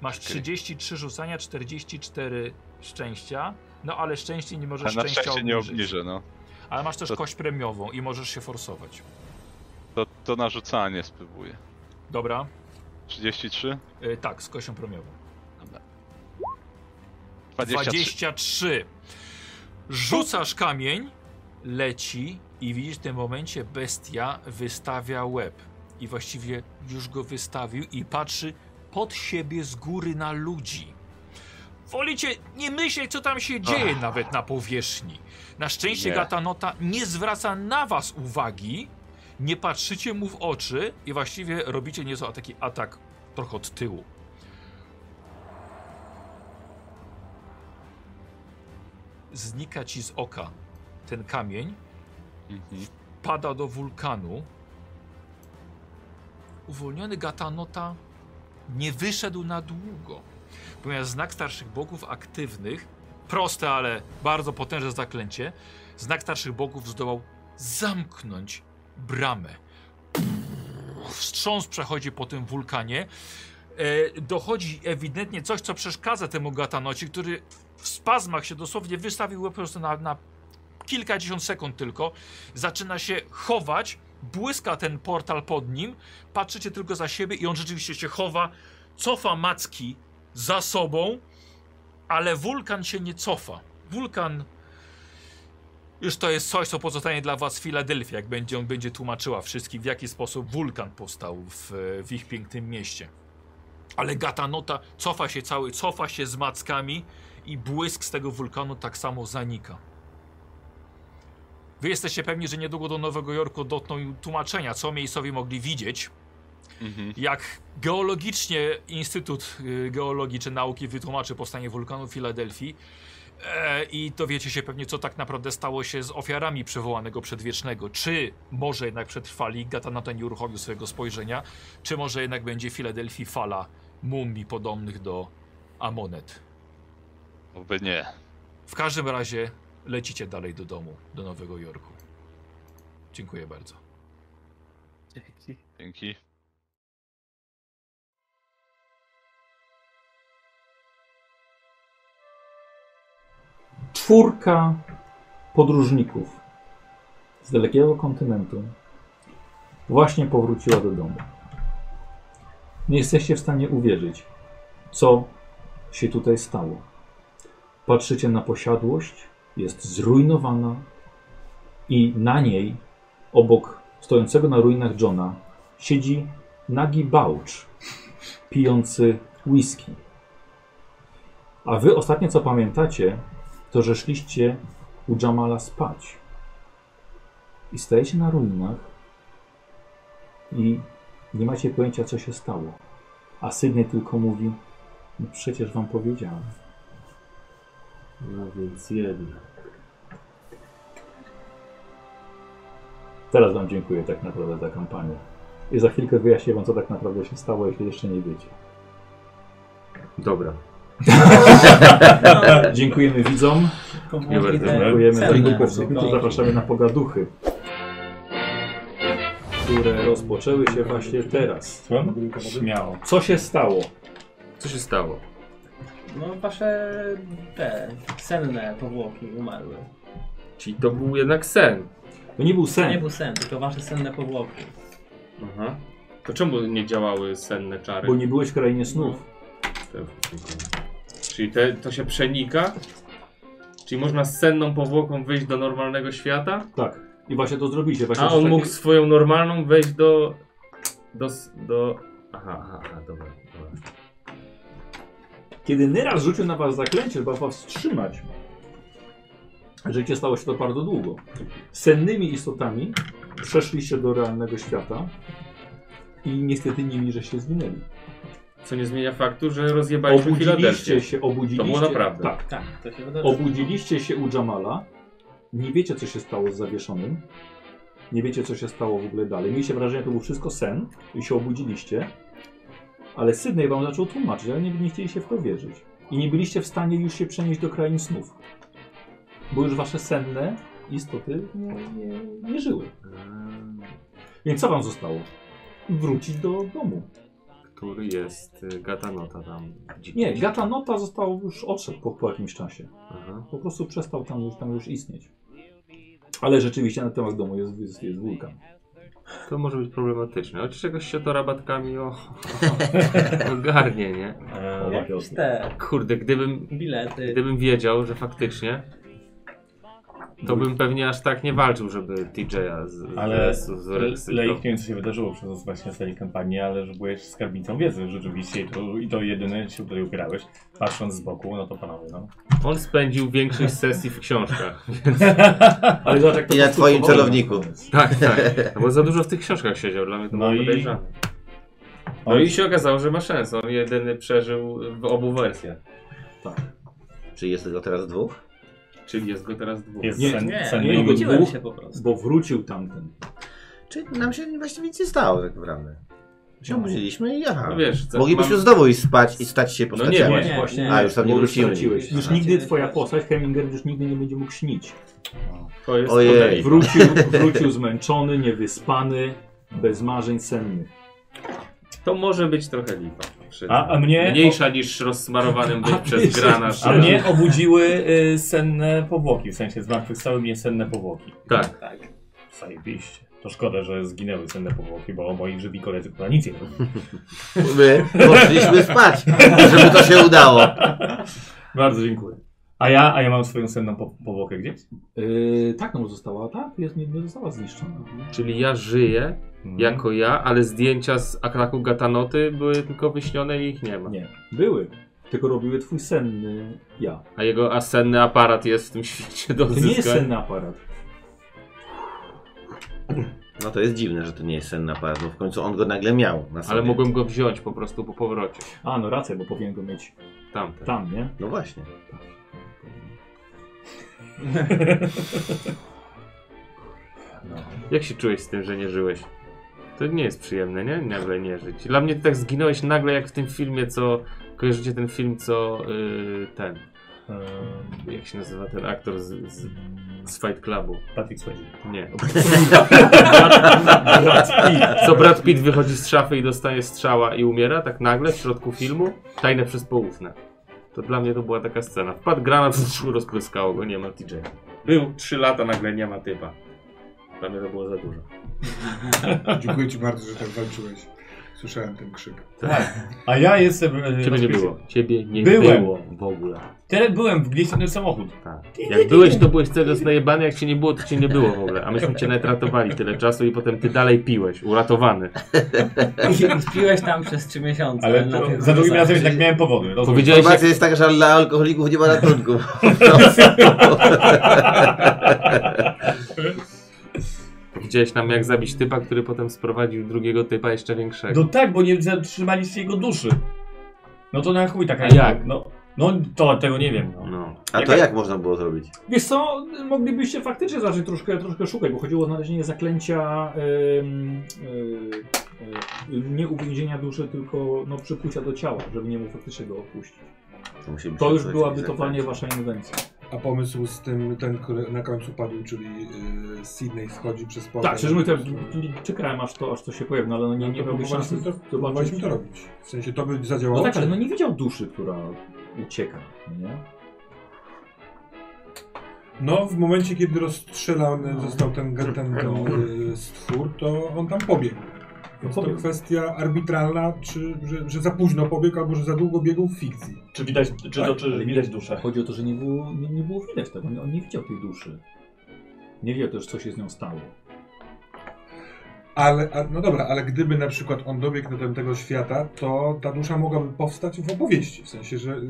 [SPEAKER 1] Masz 33 rzucania, 44 szczęścia, no ale szczęście nie
[SPEAKER 28] A
[SPEAKER 1] możesz
[SPEAKER 28] na
[SPEAKER 1] szczęścia
[SPEAKER 28] szczęście nie
[SPEAKER 1] obniżyć.
[SPEAKER 28] obniżę, no.
[SPEAKER 1] Ale masz też
[SPEAKER 28] To-
[SPEAKER 1] kość premiową i możesz się forsować.
[SPEAKER 28] To, to narzucanie spróbuję.
[SPEAKER 1] Dobra,
[SPEAKER 28] 33?
[SPEAKER 1] y, tak, z kością premiową.
[SPEAKER 28] 23.
[SPEAKER 1] 23. Rzucasz kamień, leci i widzisz w tym momencie bestia wystawia łeb. I właściwie już go wystawił i patrzy pod siebie z góry na ludzi. Wolicie nie myśleć, co tam się dzieje nawet na powierzchni. Na szczęście
[SPEAKER 28] Nie.
[SPEAKER 1] Gatanota nie zwraca na was uwagi, nie patrzycie mu w oczy i właściwie robicie nieco taki atak trochę od tyłu. Znika ci z oka ten kamień, pada do wulkanu. Uwolniony Gatanota nie wyszedł na długo, ponieważ znak starszych bogów aktywnych, proste, ale bardzo potężne zaklęcie, znak starszych bogów zdołał zamknąć bramę. Wstrząs przechodzi po tym wulkanie. E, dochodzi ewidentnie coś, co przeszkadza temu Gatanoci, który w spazmach się dosłownie wystawił łeb po prostu na, na kilkadziesiąt sekund tylko. Zaczyna się chować, błyska ten portal pod nim, patrzycie tylko za siebie i on rzeczywiście się chowa, cofa macki za sobą, ale wulkan się nie cofa. Wulkan już to jest coś, co pozostanie dla was Filadelfia, jak będzie on będzie tłumaczyła wszystkim, w jaki sposób wulkan powstał w, w ich pięknym mieście. Ale Gatanota cofa się cały, cofa się z mackami i błysk z tego wulkanu tak samo zanika. Wy jesteście pewni, że niedługo do Nowego Jorku dotkną i tłumaczenia, co miejscowi mogli widzieć. Jak geologicznie Instytut y, Geologii czy Nauki wytłumaczy powstanie wulkanu w Filadelfii e, i dowiecie się pewnie, co tak naprawdę stało się z ofiarami przywołanego przedwiecznego. Czy może jednak przetrwali, Gatanata nie uruchomił swojego spojrzenia, czy może jednak będzie w Filadelfii fala mumii podobnych do Amonet.
[SPEAKER 28] Oby nie.
[SPEAKER 1] W każdym razie lecicie dalej do domu, do Nowego Jorku. Dziękuję bardzo.
[SPEAKER 28] Dzięki.
[SPEAKER 29] czwórka podróżników z dalekiego kontynentu właśnie powróciła do domu. Nie jesteście w stanie uwierzyć, co się tutaj stało. Patrzycie na posiadłość, jest zrujnowana i na niej, obok stojącego na ruinach Johna, siedzi nagi bałcz, pijący whisky. A wy ostatnie co pamiętacie, to że szliście u Jamala spać. I stajecie na ruinach i nie macie pojęcia, co się stało. A Sydney tylko mówi, no przecież wam powiedziałem.
[SPEAKER 30] No więc jednak.
[SPEAKER 29] Teraz wam dziękuję tak naprawdę za kampanię.
[SPEAKER 1] I za chwilkę wyjaśnię wam, co tak naprawdę się stało, jeśli jeszcze nie wiecie.
[SPEAKER 2] Dobra.
[SPEAKER 1] Dziękujemy widzom.
[SPEAKER 2] Dziękuję bardzo.
[SPEAKER 1] Dziękujemy
[SPEAKER 2] Dziękuję.
[SPEAKER 1] Dziękuję. Zapraszamy na pogaduchy, które rozpoczęły się właśnie teraz.
[SPEAKER 31] Śmiało.
[SPEAKER 1] Co się stało?
[SPEAKER 2] Co się stało?
[SPEAKER 5] No wasze te senne powłoki umarły.
[SPEAKER 2] Czyli to był jednak sen.
[SPEAKER 1] To nie był
[SPEAKER 5] To nie był sen, tylko wasze senne powłoki.
[SPEAKER 2] Aha. To czemu nie działały senne czary?
[SPEAKER 1] Bo nie byłeś w krainie snów.
[SPEAKER 2] Czyli te, to się przenika? Czyli można z senną powłoką wyjść do normalnego świata?
[SPEAKER 1] Tak. I właśnie to zrobiliście. Właśnie
[SPEAKER 2] A
[SPEAKER 1] coś
[SPEAKER 2] on mógł
[SPEAKER 1] takiego-
[SPEAKER 2] swoją normalną wejść do... do... s- do... Aha, aha, aha, dobra. dobra.
[SPEAKER 1] Kiedy Neral rzucił na was zaklęcie, żeby was wstrzymać, życie stało się to bardzo długo. Sennymi istotami przeszliście do realnego świata i niestety nimi, że się zginęli.
[SPEAKER 2] Co nie zmienia faktu, że rozjebaliśmy Filadelfię.
[SPEAKER 1] Obudziliście się, obudziliście.
[SPEAKER 2] To było naprawdę.
[SPEAKER 1] Tak.
[SPEAKER 5] Tak, to się wydarzyło.
[SPEAKER 1] Obudziliście się u Jamala. Nie wiecie, co się stało z zawieszonym. Nie wiecie, co się stało w ogóle dalej. Mieliście wrażenie, że to był wszystko sen i się obudziliście. Ale Sydney wam zaczął tłumaczyć, ale nie, nie chcieliście w to wierzyć. I nie byliście w stanie już się przenieść do krain snów. Bo już wasze senne istoty nie, nie, nie żyły.
[SPEAKER 2] Mm.
[SPEAKER 1] Więc co wam zostało? Wrócić do domu.
[SPEAKER 2] Który jest y, Gatanota tam. dziki.
[SPEAKER 1] Nie, Gata Nota został już odszedł po, po jakimś czasie.
[SPEAKER 2] Aha.
[SPEAKER 1] Po prostu przestał tam już, tam już istnieć. Ale rzeczywiście na temat domu jest, jest, jest wulkan.
[SPEAKER 2] To może być problematyczne. Od czegoś się to rabatkami o... ogarnie, nie?
[SPEAKER 5] E, Jakieś te
[SPEAKER 2] Kurde, gdybym,
[SPEAKER 5] bilety.
[SPEAKER 2] gdybym wiedział, że faktycznie, to bym pewnie aż tak nie walczył, żeby TJ-a z, z,
[SPEAKER 7] Ale
[SPEAKER 2] z, no. z, z
[SPEAKER 7] Leik nie wiem co się wydarzyło przez właśnie ostatnie kampanię, ale że byłeś skarbnicą wiedzy rzeczywiście i to, i to jedyne się tutaj ugrałeś. Patrząc z boku, no to panowie, no.
[SPEAKER 2] On spędził większość sesji w książkach. Więc...
[SPEAKER 1] Ale zobacz, jak to I na
[SPEAKER 3] twoim celowniku.
[SPEAKER 2] Tak, tak. No bo za dużo w tych książkach siedział, dla mnie to
[SPEAKER 7] No
[SPEAKER 2] było
[SPEAKER 7] i-
[SPEAKER 2] podejrzane. No i się okazało, że ma szansę. On jedyny przeżył w obu wersjach.
[SPEAKER 3] Czy jest tylko teraz dwóch?
[SPEAKER 2] Czyli jest go teraz dwóch.
[SPEAKER 7] Jest
[SPEAKER 1] Nie,
[SPEAKER 7] sen,
[SPEAKER 1] nie,
[SPEAKER 7] sen
[SPEAKER 1] nie,
[SPEAKER 7] Leiku.
[SPEAKER 1] obudziłem
[SPEAKER 5] się po prostu.
[SPEAKER 1] Bo wrócił tamten.
[SPEAKER 3] Czy nam się właściwie nic nie stało tak naprawdę? Się obudziliśmy i aha.
[SPEAKER 2] No wiesz, co,
[SPEAKER 3] Moglibyśmy
[SPEAKER 2] mam- No
[SPEAKER 3] znowu iść spać i stać się postaciami.
[SPEAKER 2] nie,
[SPEAKER 1] Znaczy, Nie, właśnie.
[SPEAKER 3] No A, już tam nie
[SPEAKER 1] bo
[SPEAKER 3] wrócimy.
[SPEAKER 1] straciłeś. Znaczy, Już
[SPEAKER 3] Aha.
[SPEAKER 1] nigdy twoja postać, Hemingway, już nigdy nie będzie mógł śnić.
[SPEAKER 2] To jest
[SPEAKER 3] Ojej.
[SPEAKER 2] podejście.
[SPEAKER 1] Wrócił, wrócił zmęczony, niewyspany, bez marzeń sennych.
[SPEAKER 2] To może być trochę lipa.
[SPEAKER 7] A- a mnie-
[SPEAKER 2] Mniejsza niż rozsmarowanym być przez granat.
[SPEAKER 7] A mnie obudziły y, senne powłoki, w sensie zmartwychwstały mnie senne powłoki.
[SPEAKER 2] Tak.
[SPEAKER 7] Tak. Zajebiście. To szkoda, że zginęły senne powłoki, bo moi żywi koledzy chyba nic nie robią.
[SPEAKER 3] My poszliśmy spać, żeby to się udało.
[SPEAKER 7] Bardzo dziękuję. A ja, a ja mam swoją senną po powłokę gdzieś?
[SPEAKER 1] Yy, tak, no bo została, tak? Jest, nie, nie została zniszczona.
[SPEAKER 2] Czyli ja żyję
[SPEAKER 1] Mhm.
[SPEAKER 2] jako ja, ale zdjęcia z aklaku Gatanoty były tylko wyśnione i ich nie ma.
[SPEAKER 1] Nie. Były. Tylko robiły twój senny ja.
[SPEAKER 2] A jego asenny aparat jest w tym świecie do
[SPEAKER 1] To nie
[SPEAKER 2] odzyskania.
[SPEAKER 1] jest senny aparat.
[SPEAKER 3] No to jest dziwne, że to nie jest sen na pewno. W końcu on go nagle miał na sobie.
[SPEAKER 2] Ale mogłem go wziąć po prostu po powrocie.
[SPEAKER 1] A, no racja, bo powinien go mieć
[SPEAKER 2] Tamten.
[SPEAKER 1] tam, nie?
[SPEAKER 3] No właśnie.
[SPEAKER 2] Jak się czułeś z tym, że nie żyłeś? To nie jest przyjemne, nie? Nagle nie żyć. Dla mnie ty tak zginąłeś nagle jak w tym filmie, co... Kojarzycie ten film, co... Yy, ten...
[SPEAKER 7] Ehm.
[SPEAKER 2] Yy, jak się nazywa ten aktor z, z, z Fight Clubu?
[SPEAKER 7] Patrick Swayze.
[SPEAKER 2] Nie. Co Brad Pitt wychodzi z szafy i dostaje strzała i umiera tak nagle w środku filmu? Tajne przez poufne. To dla mnie to była taka scena. Wpadł granat, zszło, rozpryskało go, nie ma TJ. Był 3 lata, nagle nie ma typa. Dla mnie to było za dużo.
[SPEAKER 4] Dziękuję Ci bardzo, że tak walczyłeś. Słyszałem ten krzyk.
[SPEAKER 7] Tak. A ja jestem...
[SPEAKER 2] Ciebie
[SPEAKER 7] e,
[SPEAKER 2] nie
[SPEAKER 7] rozpisie-
[SPEAKER 2] było. Ciebie nie
[SPEAKER 7] Byłem.
[SPEAKER 2] było w ogóle.
[SPEAKER 7] Tyle byłem, wgliście ten samochód.
[SPEAKER 2] Tak. Jak byłeś, to byłeś tego znajebany, jak cię nie było, to cię nie było w ogóle. A myśmy cię nawet ratowali tyle czasu i potem ty dalej piłeś, uratowany. Tak.
[SPEAKER 5] I Piłeś tam przez 3 miesiące.
[SPEAKER 7] Ale
[SPEAKER 5] na
[SPEAKER 7] to,
[SPEAKER 5] tych
[SPEAKER 7] za drugim
[SPEAKER 5] gruzach.
[SPEAKER 7] razem
[SPEAKER 1] tak
[SPEAKER 7] jednak miałem powody. rozumiem.
[SPEAKER 2] Powiedziałeś-
[SPEAKER 3] Informacja jest taka, że dla alkoholików nie ma ratunku.
[SPEAKER 2] Widziałeś nam, jak zabić typa, który potem sprowadził drugiego typa jeszcze większego.
[SPEAKER 7] No tak, bo nie zatrzymaliście jego duszy. No to na chuj taka...
[SPEAKER 2] A jak?
[SPEAKER 7] No, no to tego nie wiem. No.
[SPEAKER 2] No.
[SPEAKER 3] A to jak można było zrobić?
[SPEAKER 1] Wiesz co, moglibyście faktycznie zacząć troszkę, troszkę szukać, bo chodziło o znalezienie zaklęcia em, e, Y, Nie uwięzienia duszy, tylko no, przykucia do ciała, żeby nie mógł faktycznie go opuścić.
[SPEAKER 3] To musi być
[SPEAKER 1] To już
[SPEAKER 3] odpowiedź
[SPEAKER 1] byłaby
[SPEAKER 3] egzekwencji.
[SPEAKER 1] totalnie wasza inwencja.
[SPEAKER 4] A pomysł z tym, ten, który na końcu padł, czyli y, Sydney wchodzi przez portal.
[SPEAKER 1] Tak, przecież my też czekałem aż to, aż to się pojawi, no ale no, nie,
[SPEAKER 4] No
[SPEAKER 1] nie
[SPEAKER 4] to
[SPEAKER 1] miałem
[SPEAKER 4] próbowaliśmy
[SPEAKER 1] szansy
[SPEAKER 4] to-
[SPEAKER 1] zobaczyć.
[SPEAKER 4] próbowaliśmy to robić. W sensie to by zadziałało.
[SPEAKER 1] No tak,
[SPEAKER 4] czy-
[SPEAKER 1] ale no nie widział duszy, która ucieka, no nie?
[SPEAKER 4] No, w momencie, kiedy
[SPEAKER 1] No.
[SPEAKER 4] rozstrzelany został ten, ten, ten y, stwór, to on tam pobiegł. Więc to
[SPEAKER 1] pobiegł.
[SPEAKER 4] kwestia arbitralna, czy że, że za późno pobiegł, albo że za długo biegł w fikcji. Tak.
[SPEAKER 1] Czy widać, czy,
[SPEAKER 4] to- czy
[SPEAKER 1] widać duszę? Chodzi o to, że nie było, nie, nie było widać tego, on, on nie widział tej duszy. Nie wiedział też, co się z nią stało.
[SPEAKER 4] Ale, a, no dobra, ale gdyby na przykład on dobiegł do tamtego świata, to ta dusza mogłaby powstać w opowieści. W sensie, że y,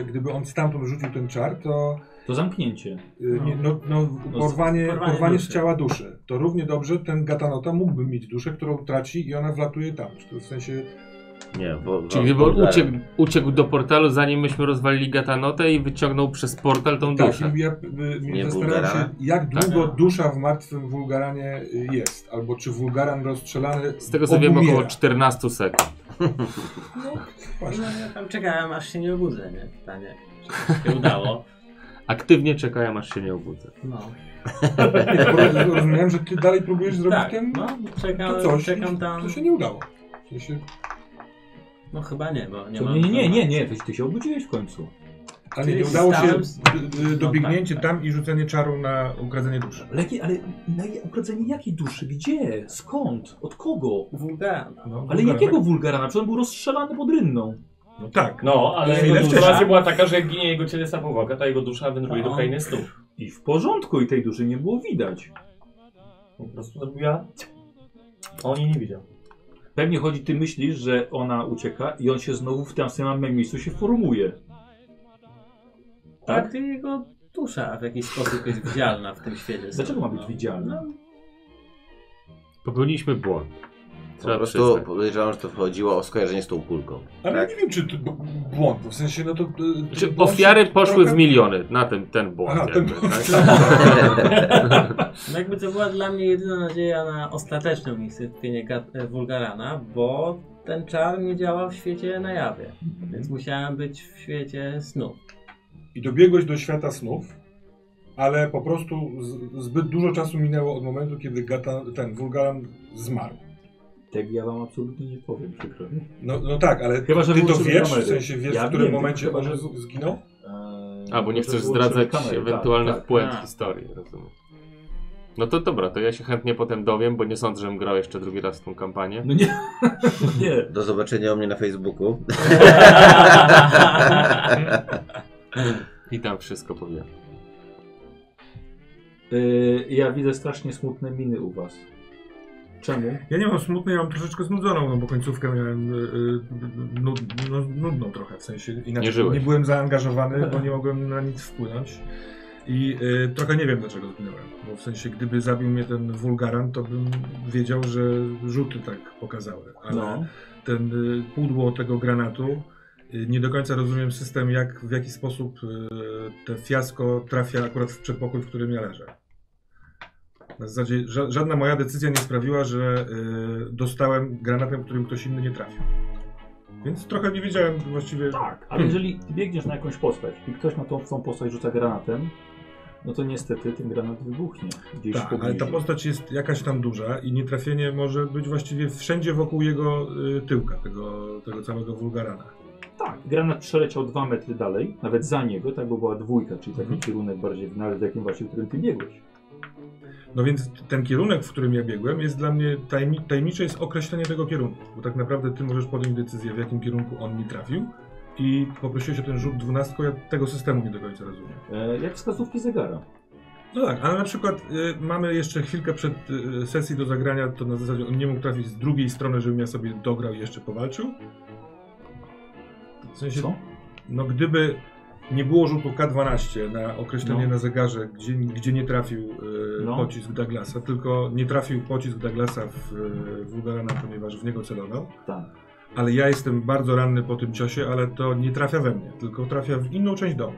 [SPEAKER 4] y, gdyby on stamtąd rzucił ten czar, to...
[SPEAKER 1] To zamknięcie.
[SPEAKER 4] Y, nie, no, no,
[SPEAKER 1] No,
[SPEAKER 4] porwanie,
[SPEAKER 1] porwanie
[SPEAKER 4] porwanie z
[SPEAKER 1] duszy.
[SPEAKER 4] ciała duszy. To równie dobrze ten Gatanota mógłby mieć duszę, którą traci i ona wlatuje tam. Czy to W sensie...
[SPEAKER 3] Nie, bo...
[SPEAKER 5] No,
[SPEAKER 2] Czyli gdyby on uciekł, uciekł do portalu, zanim myśmy rozwalili Gatanotę i wyciągnął przez portal tą
[SPEAKER 4] Tak,
[SPEAKER 2] duszę.
[SPEAKER 4] ja y,
[SPEAKER 2] Nie
[SPEAKER 4] zastanawiam
[SPEAKER 2] Wulgarana?
[SPEAKER 4] się, jak
[SPEAKER 2] Tak.
[SPEAKER 4] długo dusza w martwym wulgaranie y, jest, albo czy wulgaran rozstrzelany
[SPEAKER 2] Z tego co wiem,
[SPEAKER 4] obumiera.
[SPEAKER 2] około 14 sekund.
[SPEAKER 5] No, ja tam czekałem aż się nie obudzę, nie? Pytanie. Czy to się udało?
[SPEAKER 2] Aktywnie czekałem, aż się nie obudzę.
[SPEAKER 5] No.
[SPEAKER 4] Bo Rozumiem, że ty dalej próbujesz zrobić
[SPEAKER 5] Tak,
[SPEAKER 4] ten...
[SPEAKER 5] no, czekam-
[SPEAKER 4] to coś,
[SPEAKER 5] czekam tam.
[SPEAKER 4] To się nie udało. W sensie...
[SPEAKER 5] No chyba nie, bo nie
[SPEAKER 1] To
[SPEAKER 5] mam...
[SPEAKER 1] nie, nie, nie, nie, nie, ty, ty się obudziłeś w końcu.
[SPEAKER 4] Ale
[SPEAKER 5] Czyli
[SPEAKER 4] nie udało się
[SPEAKER 5] stałem
[SPEAKER 4] d-
[SPEAKER 5] z-
[SPEAKER 4] d- dobiegnięcie
[SPEAKER 5] No tak,
[SPEAKER 4] tam i rzucenie czaru na ukradzenie duszy.
[SPEAKER 1] Ale, jaki- ale na je- ukradzenie jakiej duszy? Gdzie? Skąd? Od kogo?
[SPEAKER 5] Wulgarana.
[SPEAKER 1] ale jakiego wulgarana? Przecież on był rozstrzelany pod rynną.
[SPEAKER 4] No tak.
[SPEAKER 7] No, ale
[SPEAKER 1] Chwilę
[SPEAKER 7] jego
[SPEAKER 1] wcześniej.
[SPEAKER 7] sytuacja była taka, że jak ginie jego cielesna powłoka, to jego dusza wędruje do
[SPEAKER 1] No.
[SPEAKER 7] krainy snów.
[SPEAKER 1] I w porządku, i tej duszy nie było widać.
[SPEAKER 7] Po prostu zrobiła... Oni nie widział.
[SPEAKER 1] Pewnie chodzi, ty myślisz, że ona ucieka i on się znowu w tym samym miejscu się formuje.
[SPEAKER 5] Tak, jego dusza w jakiś sposób jest widzialna w tym świecie. No.
[SPEAKER 1] Dlaczego ma być widzialna?
[SPEAKER 2] Popełniliśmy błąd.
[SPEAKER 3] Po prostu podejrzewam, że to wchodziło o skojarzenie z tą kulką.
[SPEAKER 4] Ale
[SPEAKER 1] Tak.
[SPEAKER 4] nie wiem, czy to b- błąd, bo w sensie no to... y, to
[SPEAKER 2] Czy
[SPEAKER 4] błąd
[SPEAKER 2] ofiary
[SPEAKER 4] się
[SPEAKER 2] poszły
[SPEAKER 4] trochę-
[SPEAKER 2] w miliony na ten, ten błąd.
[SPEAKER 4] Aha, ten
[SPEAKER 2] jakby,
[SPEAKER 4] błąd.
[SPEAKER 2] tak?
[SPEAKER 5] No jakby to była dla mnie jedyna nadzieja na ostateczne unicestwienie Ga- e, Wulgarana, bo ten czar nie działa w świecie na jawie, więc musiałem być w świecie snu.
[SPEAKER 4] I dobiegłeś do świata snów, ale po prostu z, zbyt dużo czasu minęło od momentu, kiedy gata, ten wulgaran zmarł.
[SPEAKER 1] Tak ja wam absolutnie nie powiem, przykro mi.
[SPEAKER 4] No, no tak, ale
[SPEAKER 1] Chyba, że
[SPEAKER 4] ty to
[SPEAKER 1] włączymy
[SPEAKER 4] wiesz,
[SPEAKER 1] kamery.
[SPEAKER 4] w sensie wiesz,
[SPEAKER 1] Ja
[SPEAKER 4] w którym
[SPEAKER 1] wiem,
[SPEAKER 4] momencie
[SPEAKER 1] tylko
[SPEAKER 4] on
[SPEAKER 1] chyba, że-
[SPEAKER 4] z- zginął?
[SPEAKER 2] A, bo nie chcesz
[SPEAKER 1] włączymy
[SPEAKER 2] zdradzać
[SPEAKER 1] kamery, tak,
[SPEAKER 2] ewentualnych
[SPEAKER 1] tak.
[SPEAKER 2] puent
[SPEAKER 1] A.
[SPEAKER 2] historii, rozumiem. No to dobra, to ja się chętnie potem dowiem, bo nie sądzę, żebym grał jeszcze drugi raz w tą kampanię.
[SPEAKER 1] No nie, nie.
[SPEAKER 3] Do zobaczenia u mnie na Facebooku.
[SPEAKER 2] I tam wszystko powiem.
[SPEAKER 1] Yy, ja widzę strasznie smutne miny u was. Czemu?
[SPEAKER 4] Ja nie mam smutnej, ja mam troszeczkę znudzoną, no bo końcówkę miałem y, y, nud, no, nudną trochę, w sensie
[SPEAKER 2] Nie
[SPEAKER 4] inaczej
[SPEAKER 2] żyłeś.
[SPEAKER 4] nie byłem zaangażowany, bo nie mogłem na nic wpłynąć i y, trochę nie wiem dlaczego zginąłem, bo w sensie gdyby zabił mnie ten wulgaran, to bym wiedział, że rzuty tak pokazały, ale
[SPEAKER 1] No.
[SPEAKER 4] ten y, pudło tego granatu, y, nie do końca rozumiem system, jak, w jaki sposób y, te fiasko trafia akurat w przedpokój, w którym ja leżę. Na zasadzie ża- żadna moja decyzja nie sprawiła, że y, dostałem granatem, którym ktoś inny nie trafił. Więc trochę nie wiedziałem właściwie.
[SPEAKER 1] Tak, ale
[SPEAKER 4] Hmm.
[SPEAKER 1] jeżeli ty biegniesz na jakąś postać i ktoś na tą, tą postać rzuca granatem, no to niestety ten granat wybuchnie gdzieś
[SPEAKER 4] Tak,
[SPEAKER 1] w pobliżu.
[SPEAKER 4] ale ta postać jest jakaś tam duża i nietrafienie może być właściwie wszędzie wokół jego y, tyłka, tego, tego całego wulgarana.
[SPEAKER 1] Tak, granat przeleciał dwa metry dalej, nawet za niego, tak bo była dwójka, czyli taki
[SPEAKER 4] Mhm.
[SPEAKER 1] kierunek bardziej, nawet w jakim właśnie, w którym ty biegłeś.
[SPEAKER 4] No więc ten kierunek, w którym ja biegłem, jest dla mnie tajemni- tajemnicze jest określenie tego kierunku, bo tak naprawdę ty możesz podjąć decyzję, w jakim kierunku on mi trafił i poprosiłeś o ten rzut dwunastką, ja tego systemu nie do końca rozumiem.
[SPEAKER 1] E, jak wskazówki zegara.
[SPEAKER 4] No tak, ale na przykład y, mamy jeszcze chwilkę przed y, sesji do zagrania, to na zasadzie on nie mógł trafić z drugiej strony, żebym ja sobie dograł i jeszcze powalczył. W sensie,
[SPEAKER 1] Co?
[SPEAKER 4] no gdyby nie było rzutu K12 na określenie
[SPEAKER 1] No.
[SPEAKER 4] na zegarze, gdzie, gdzie nie trafił y,
[SPEAKER 1] No.
[SPEAKER 4] pocisk Douglasa, tylko nie trafił pocisk Douglasa w y, Wulgarana, ponieważ w niego celował.
[SPEAKER 1] Tak.
[SPEAKER 4] Ale ja jestem bardzo ranny po tym ciosie, ale to nie trafia we mnie, tylko trafia w inną część domu.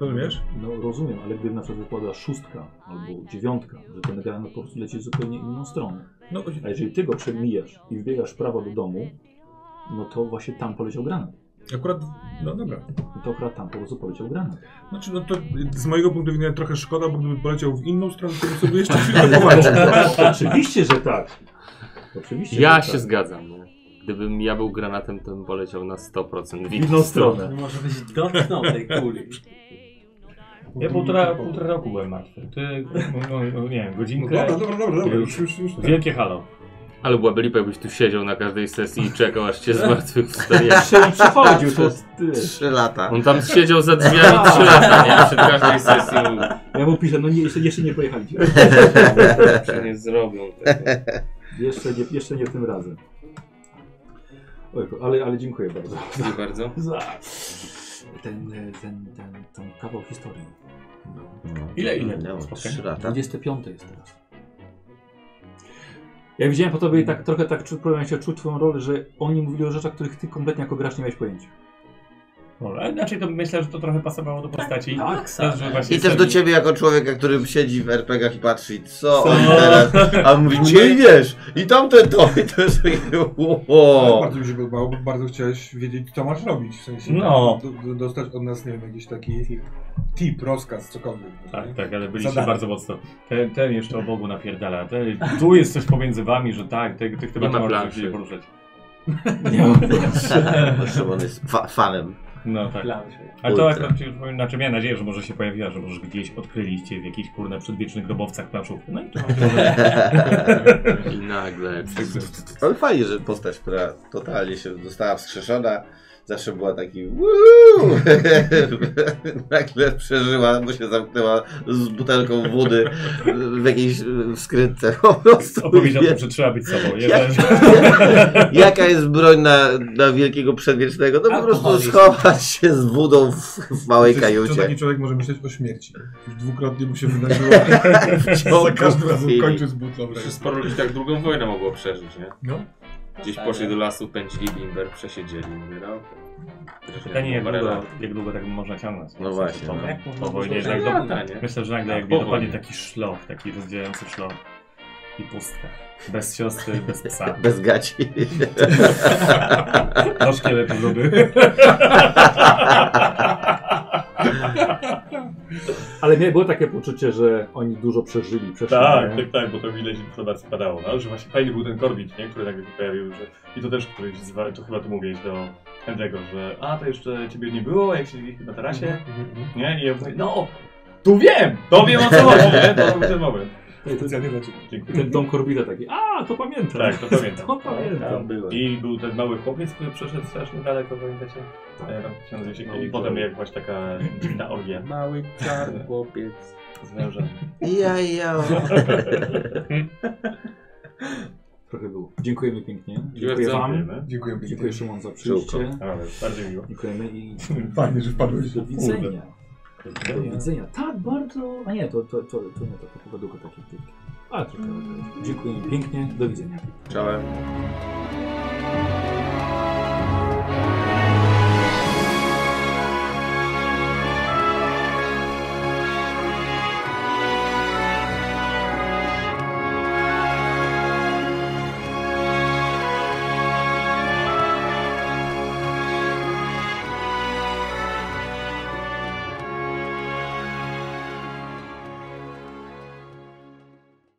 [SPEAKER 4] Rozumiesz?
[SPEAKER 1] No rozumiem, ale gdyby na przykład wypadła szóstka albo dziewiątka, że ten granat po prostu leci w zupełnie inną stronę.
[SPEAKER 4] No,
[SPEAKER 1] A jeżeli ty go przemijasz i wbiegasz w prawo do domu, no to właśnie tam poleciał granat.
[SPEAKER 4] Akurat, no dobra.
[SPEAKER 1] No to akurat tam po prostu poleciał granat.
[SPEAKER 4] Znaczy, no to z mojego punktu widzenia trochę szkoda, bo gdyby poleciał w inną stronę, to bym sobie jeszcze chwilę powalczył.
[SPEAKER 1] Oczywiście, że tak. Oczywiście,
[SPEAKER 2] Ja
[SPEAKER 1] że
[SPEAKER 2] się
[SPEAKER 1] tak.
[SPEAKER 2] zgadzam. No. Gdybym ja był granatem, to bym poleciał na 100% w
[SPEAKER 1] W inną
[SPEAKER 2] inną stronę.
[SPEAKER 1] stronę.
[SPEAKER 5] Może byś dotknął tej kuli.
[SPEAKER 7] Ja półtora, półtora roku byłem martwy. Ty, no, no, nie wiem, godzinkę.
[SPEAKER 4] No dobra, dobra, dobra, dobra,
[SPEAKER 7] Już,
[SPEAKER 4] już, już, tak.
[SPEAKER 7] Wielkie halo.
[SPEAKER 2] Ale byłaby lipa, jakbyś tu siedział na każdej sesji i czekał, aż cię zmartwychwstanie.
[SPEAKER 3] Się przechodził, to jest ty. Trzy lata.
[SPEAKER 2] On tam siedział za drzwiami 3 lata, nie? Przed każdej sesją.
[SPEAKER 27] Ja mu piszę, no nie, jeszcze, jeszcze nie pojechaliście.
[SPEAKER 2] Jeszcze nie zrobią tego.
[SPEAKER 1] Jeszcze nie, jeszcze nie tym razem. Ojku, ale, ale dziękuję bardzo.
[SPEAKER 2] Dziękuję bardzo.
[SPEAKER 1] Za ten, e, ten, ten, ten kawał historii. Mm,
[SPEAKER 3] No.
[SPEAKER 7] Ile, ile?
[SPEAKER 3] No,
[SPEAKER 7] Spotkań?
[SPEAKER 3] trzy lata.
[SPEAKER 1] 25 jest teraz. Ja widziałem po tobie i tak trochę tak czu- próbowałem się czuć twoją rolę, że oni mówili o rzeczach, których ty kompletnie jako gracz nie miałeś pojęcia.
[SPEAKER 7] No, ale inaczej to myślę, że to trochę pasowało do postaci.
[SPEAKER 5] tak,
[SPEAKER 7] Też,
[SPEAKER 5] tak.
[SPEAKER 7] że właśnie
[SPEAKER 3] I też do
[SPEAKER 7] jestem-
[SPEAKER 3] ciebie jako człowieka, który siedzi w RPG-ach i patrzy, co on teraz, a mówi, nie i wiesz, i tamte to, i to jest takie,
[SPEAKER 4] Ale
[SPEAKER 3] o.
[SPEAKER 4] Bardzo mi się podobało, bo bardzo chciałeś wiedzieć, co masz robić. W sensie
[SPEAKER 7] No.
[SPEAKER 4] do, do, dostać od nas, nie wiem, jakiś taki tip, rozkaz, cokolwiek. no nie?
[SPEAKER 7] Tak, tak, ale byliście
[SPEAKER 4] Zadanie.
[SPEAKER 7] bardzo mocno. Ten, ten jeszcze o Bogu napierdala. Ten, tu jest coś pomiędzy wami, że tak, tych, tych
[SPEAKER 2] ma
[SPEAKER 7] tematów można
[SPEAKER 2] planszy.
[SPEAKER 7] się poruszać.
[SPEAKER 1] Nie ma
[SPEAKER 3] Bo Szymon jest fa fanem.
[SPEAKER 7] No tak.
[SPEAKER 5] Planszy.
[SPEAKER 7] A to
[SPEAKER 3] Ultra.
[SPEAKER 7] akurat ci już powiem, znaczy miałem nadzieję, że może się pojawiła, że może gdzieś odkryliście w jakichś kurna przedwiecznych grobowcach planszów. No i to
[SPEAKER 2] I nagle.
[SPEAKER 3] Ale fajnie, że postać, która totalnie się została wskrzeszona, zawsze była taki "Woo!" nagle przeżyła, bo się zamknęła z butelką wody w jakiejś e, skrytce po prostu.
[SPEAKER 7] opowiedział,
[SPEAKER 3] Wie-
[SPEAKER 7] że trzeba być sobą.
[SPEAKER 3] Jak-
[SPEAKER 7] Jeden-
[SPEAKER 3] Jaka jest broń na, na wielkiego przedwiecznego? To po prostu
[SPEAKER 5] Alkoholizm.
[SPEAKER 3] schować się z wodą w, w małej
[SPEAKER 4] To jest- To
[SPEAKER 3] kajucie.
[SPEAKER 4] taki człowiek może myśleć o śmierci. Już dwukrotnie mu się wydarzyło. Za
[SPEAKER 3] ciągu
[SPEAKER 4] każdym razem
[SPEAKER 3] chwili.
[SPEAKER 4] kończy z butlą.
[SPEAKER 2] Przecież sporo ludzi tak drugą wojnę mogło przeżyć, nie?
[SPEAKER 4] No.
[SPEAKER 2] Gdzieś
[SPEAKER 3] Tak,
[SPEAKER 2] poszli do lasu, pędzili bimber, przesiedzieli. Mówię, no. to-
[SPEAKER 7] Pytanie, jak
[SPEAKER 4] no
[SPEAKER 2] Parę
[SPEAKER 7] długo,
[SPEAKER 2] lat.
[SPEAKER 7] jak długo tak można ciągnąć.
[SPEAKER 3] No właśnie,
[SPEAKER 7] Po,
[SPEAKER 3] no.
[SPEAKER 5] Jak można
[SPEAKER 7] po wojnie
[SPEAKER 5] długo
[SPEAKER 7] jednak
[SPEAKER 2] ciągnąć?
[SPEAKER 7] do,
[SPEAKER 2] Tak, nie?
[SPEAKER 7] Myślę, że nagle
[SPEAKER 2] Tak,
[SPEAKER 7] jak
[SPEAKER 2] po
[SPEAKER 7] dopadnie
[SPEAKER 2] wojnie.
[SPEAKER 7] taki szlok, taki rozdzielający szlok i pustka. Bez siostry, bez psa.
[SPEAKER 3] Bez gaci.
[SPEAKER 7] Do szkieletu luby.
[SPEAKER 27] Ale mnie było takie poczucie, że oni dużo przeżyli, przeszli. nie?
[SPEAKER 7] Tak, tak, tak, bo to ileś to bardzo padało, no, że właśnie fajnie był ten Korbit, nie, który nagle się pojawił, że i to też któryś z wa- to chyba tu mówiłeś do Henry'ego, że a, to jeszcze ciebie nie było, jak siedzieliśmy na tarasie,
[SPEAKER 5] Mhm,
[SPEAKER 7] nie, i ja mówię, no, tu wiem, to wiem o co chodzi, nie, to był ten moment.
[SPEAKER 4] Specjalnie dla ciebie.
[SPEAKER 7] Dziękuję.
[SPEAKER 27] Ten dom Korbita taki, a to pamiętam.
[SPEAKER 7] Tak, to pamiętam.
[SPEAKER 27] To
[SPEAKER 1] Tak,
[SPEAKER 27] pamiętam.
[SPEAKER 7] I był ten mały chłopiec, który przeszedł strasznie daleko, pamiętacie? E, tam ksiądz się I potem jakaś taka dziwna orgia
[SPEAKER 2] Mały czarny chłopiec.
[SPEAKER 7] z wężem.
[SPEAKER 3] Ja, ja.
[SPEAKER 27] Trochę było. Dziękujemy pięknie. Dziękuję
[SPEAKER 2] Dziękuję.
[SPEAKER 27] wam.
[SPEAKER 4] Dziękuję pięknie.
[SPEAKER 27] Dziękuję Szymon za przyjście.
[SPEAKER 7] Ale bardzo miło.
[SPEAKER 27] Dziękujemy i
[SPEAKER 4] Fajnie, że wpadłeś.
[SPEAKER 27] do widzenia. Do widzenia. Tak, bardzo. A nie, to, to, to, to nie, to, to chyba długo takie krótkie. A, to, to, to. Dziękuję pięknie. Do widzenia.
[SPEAKER 3] Czołem.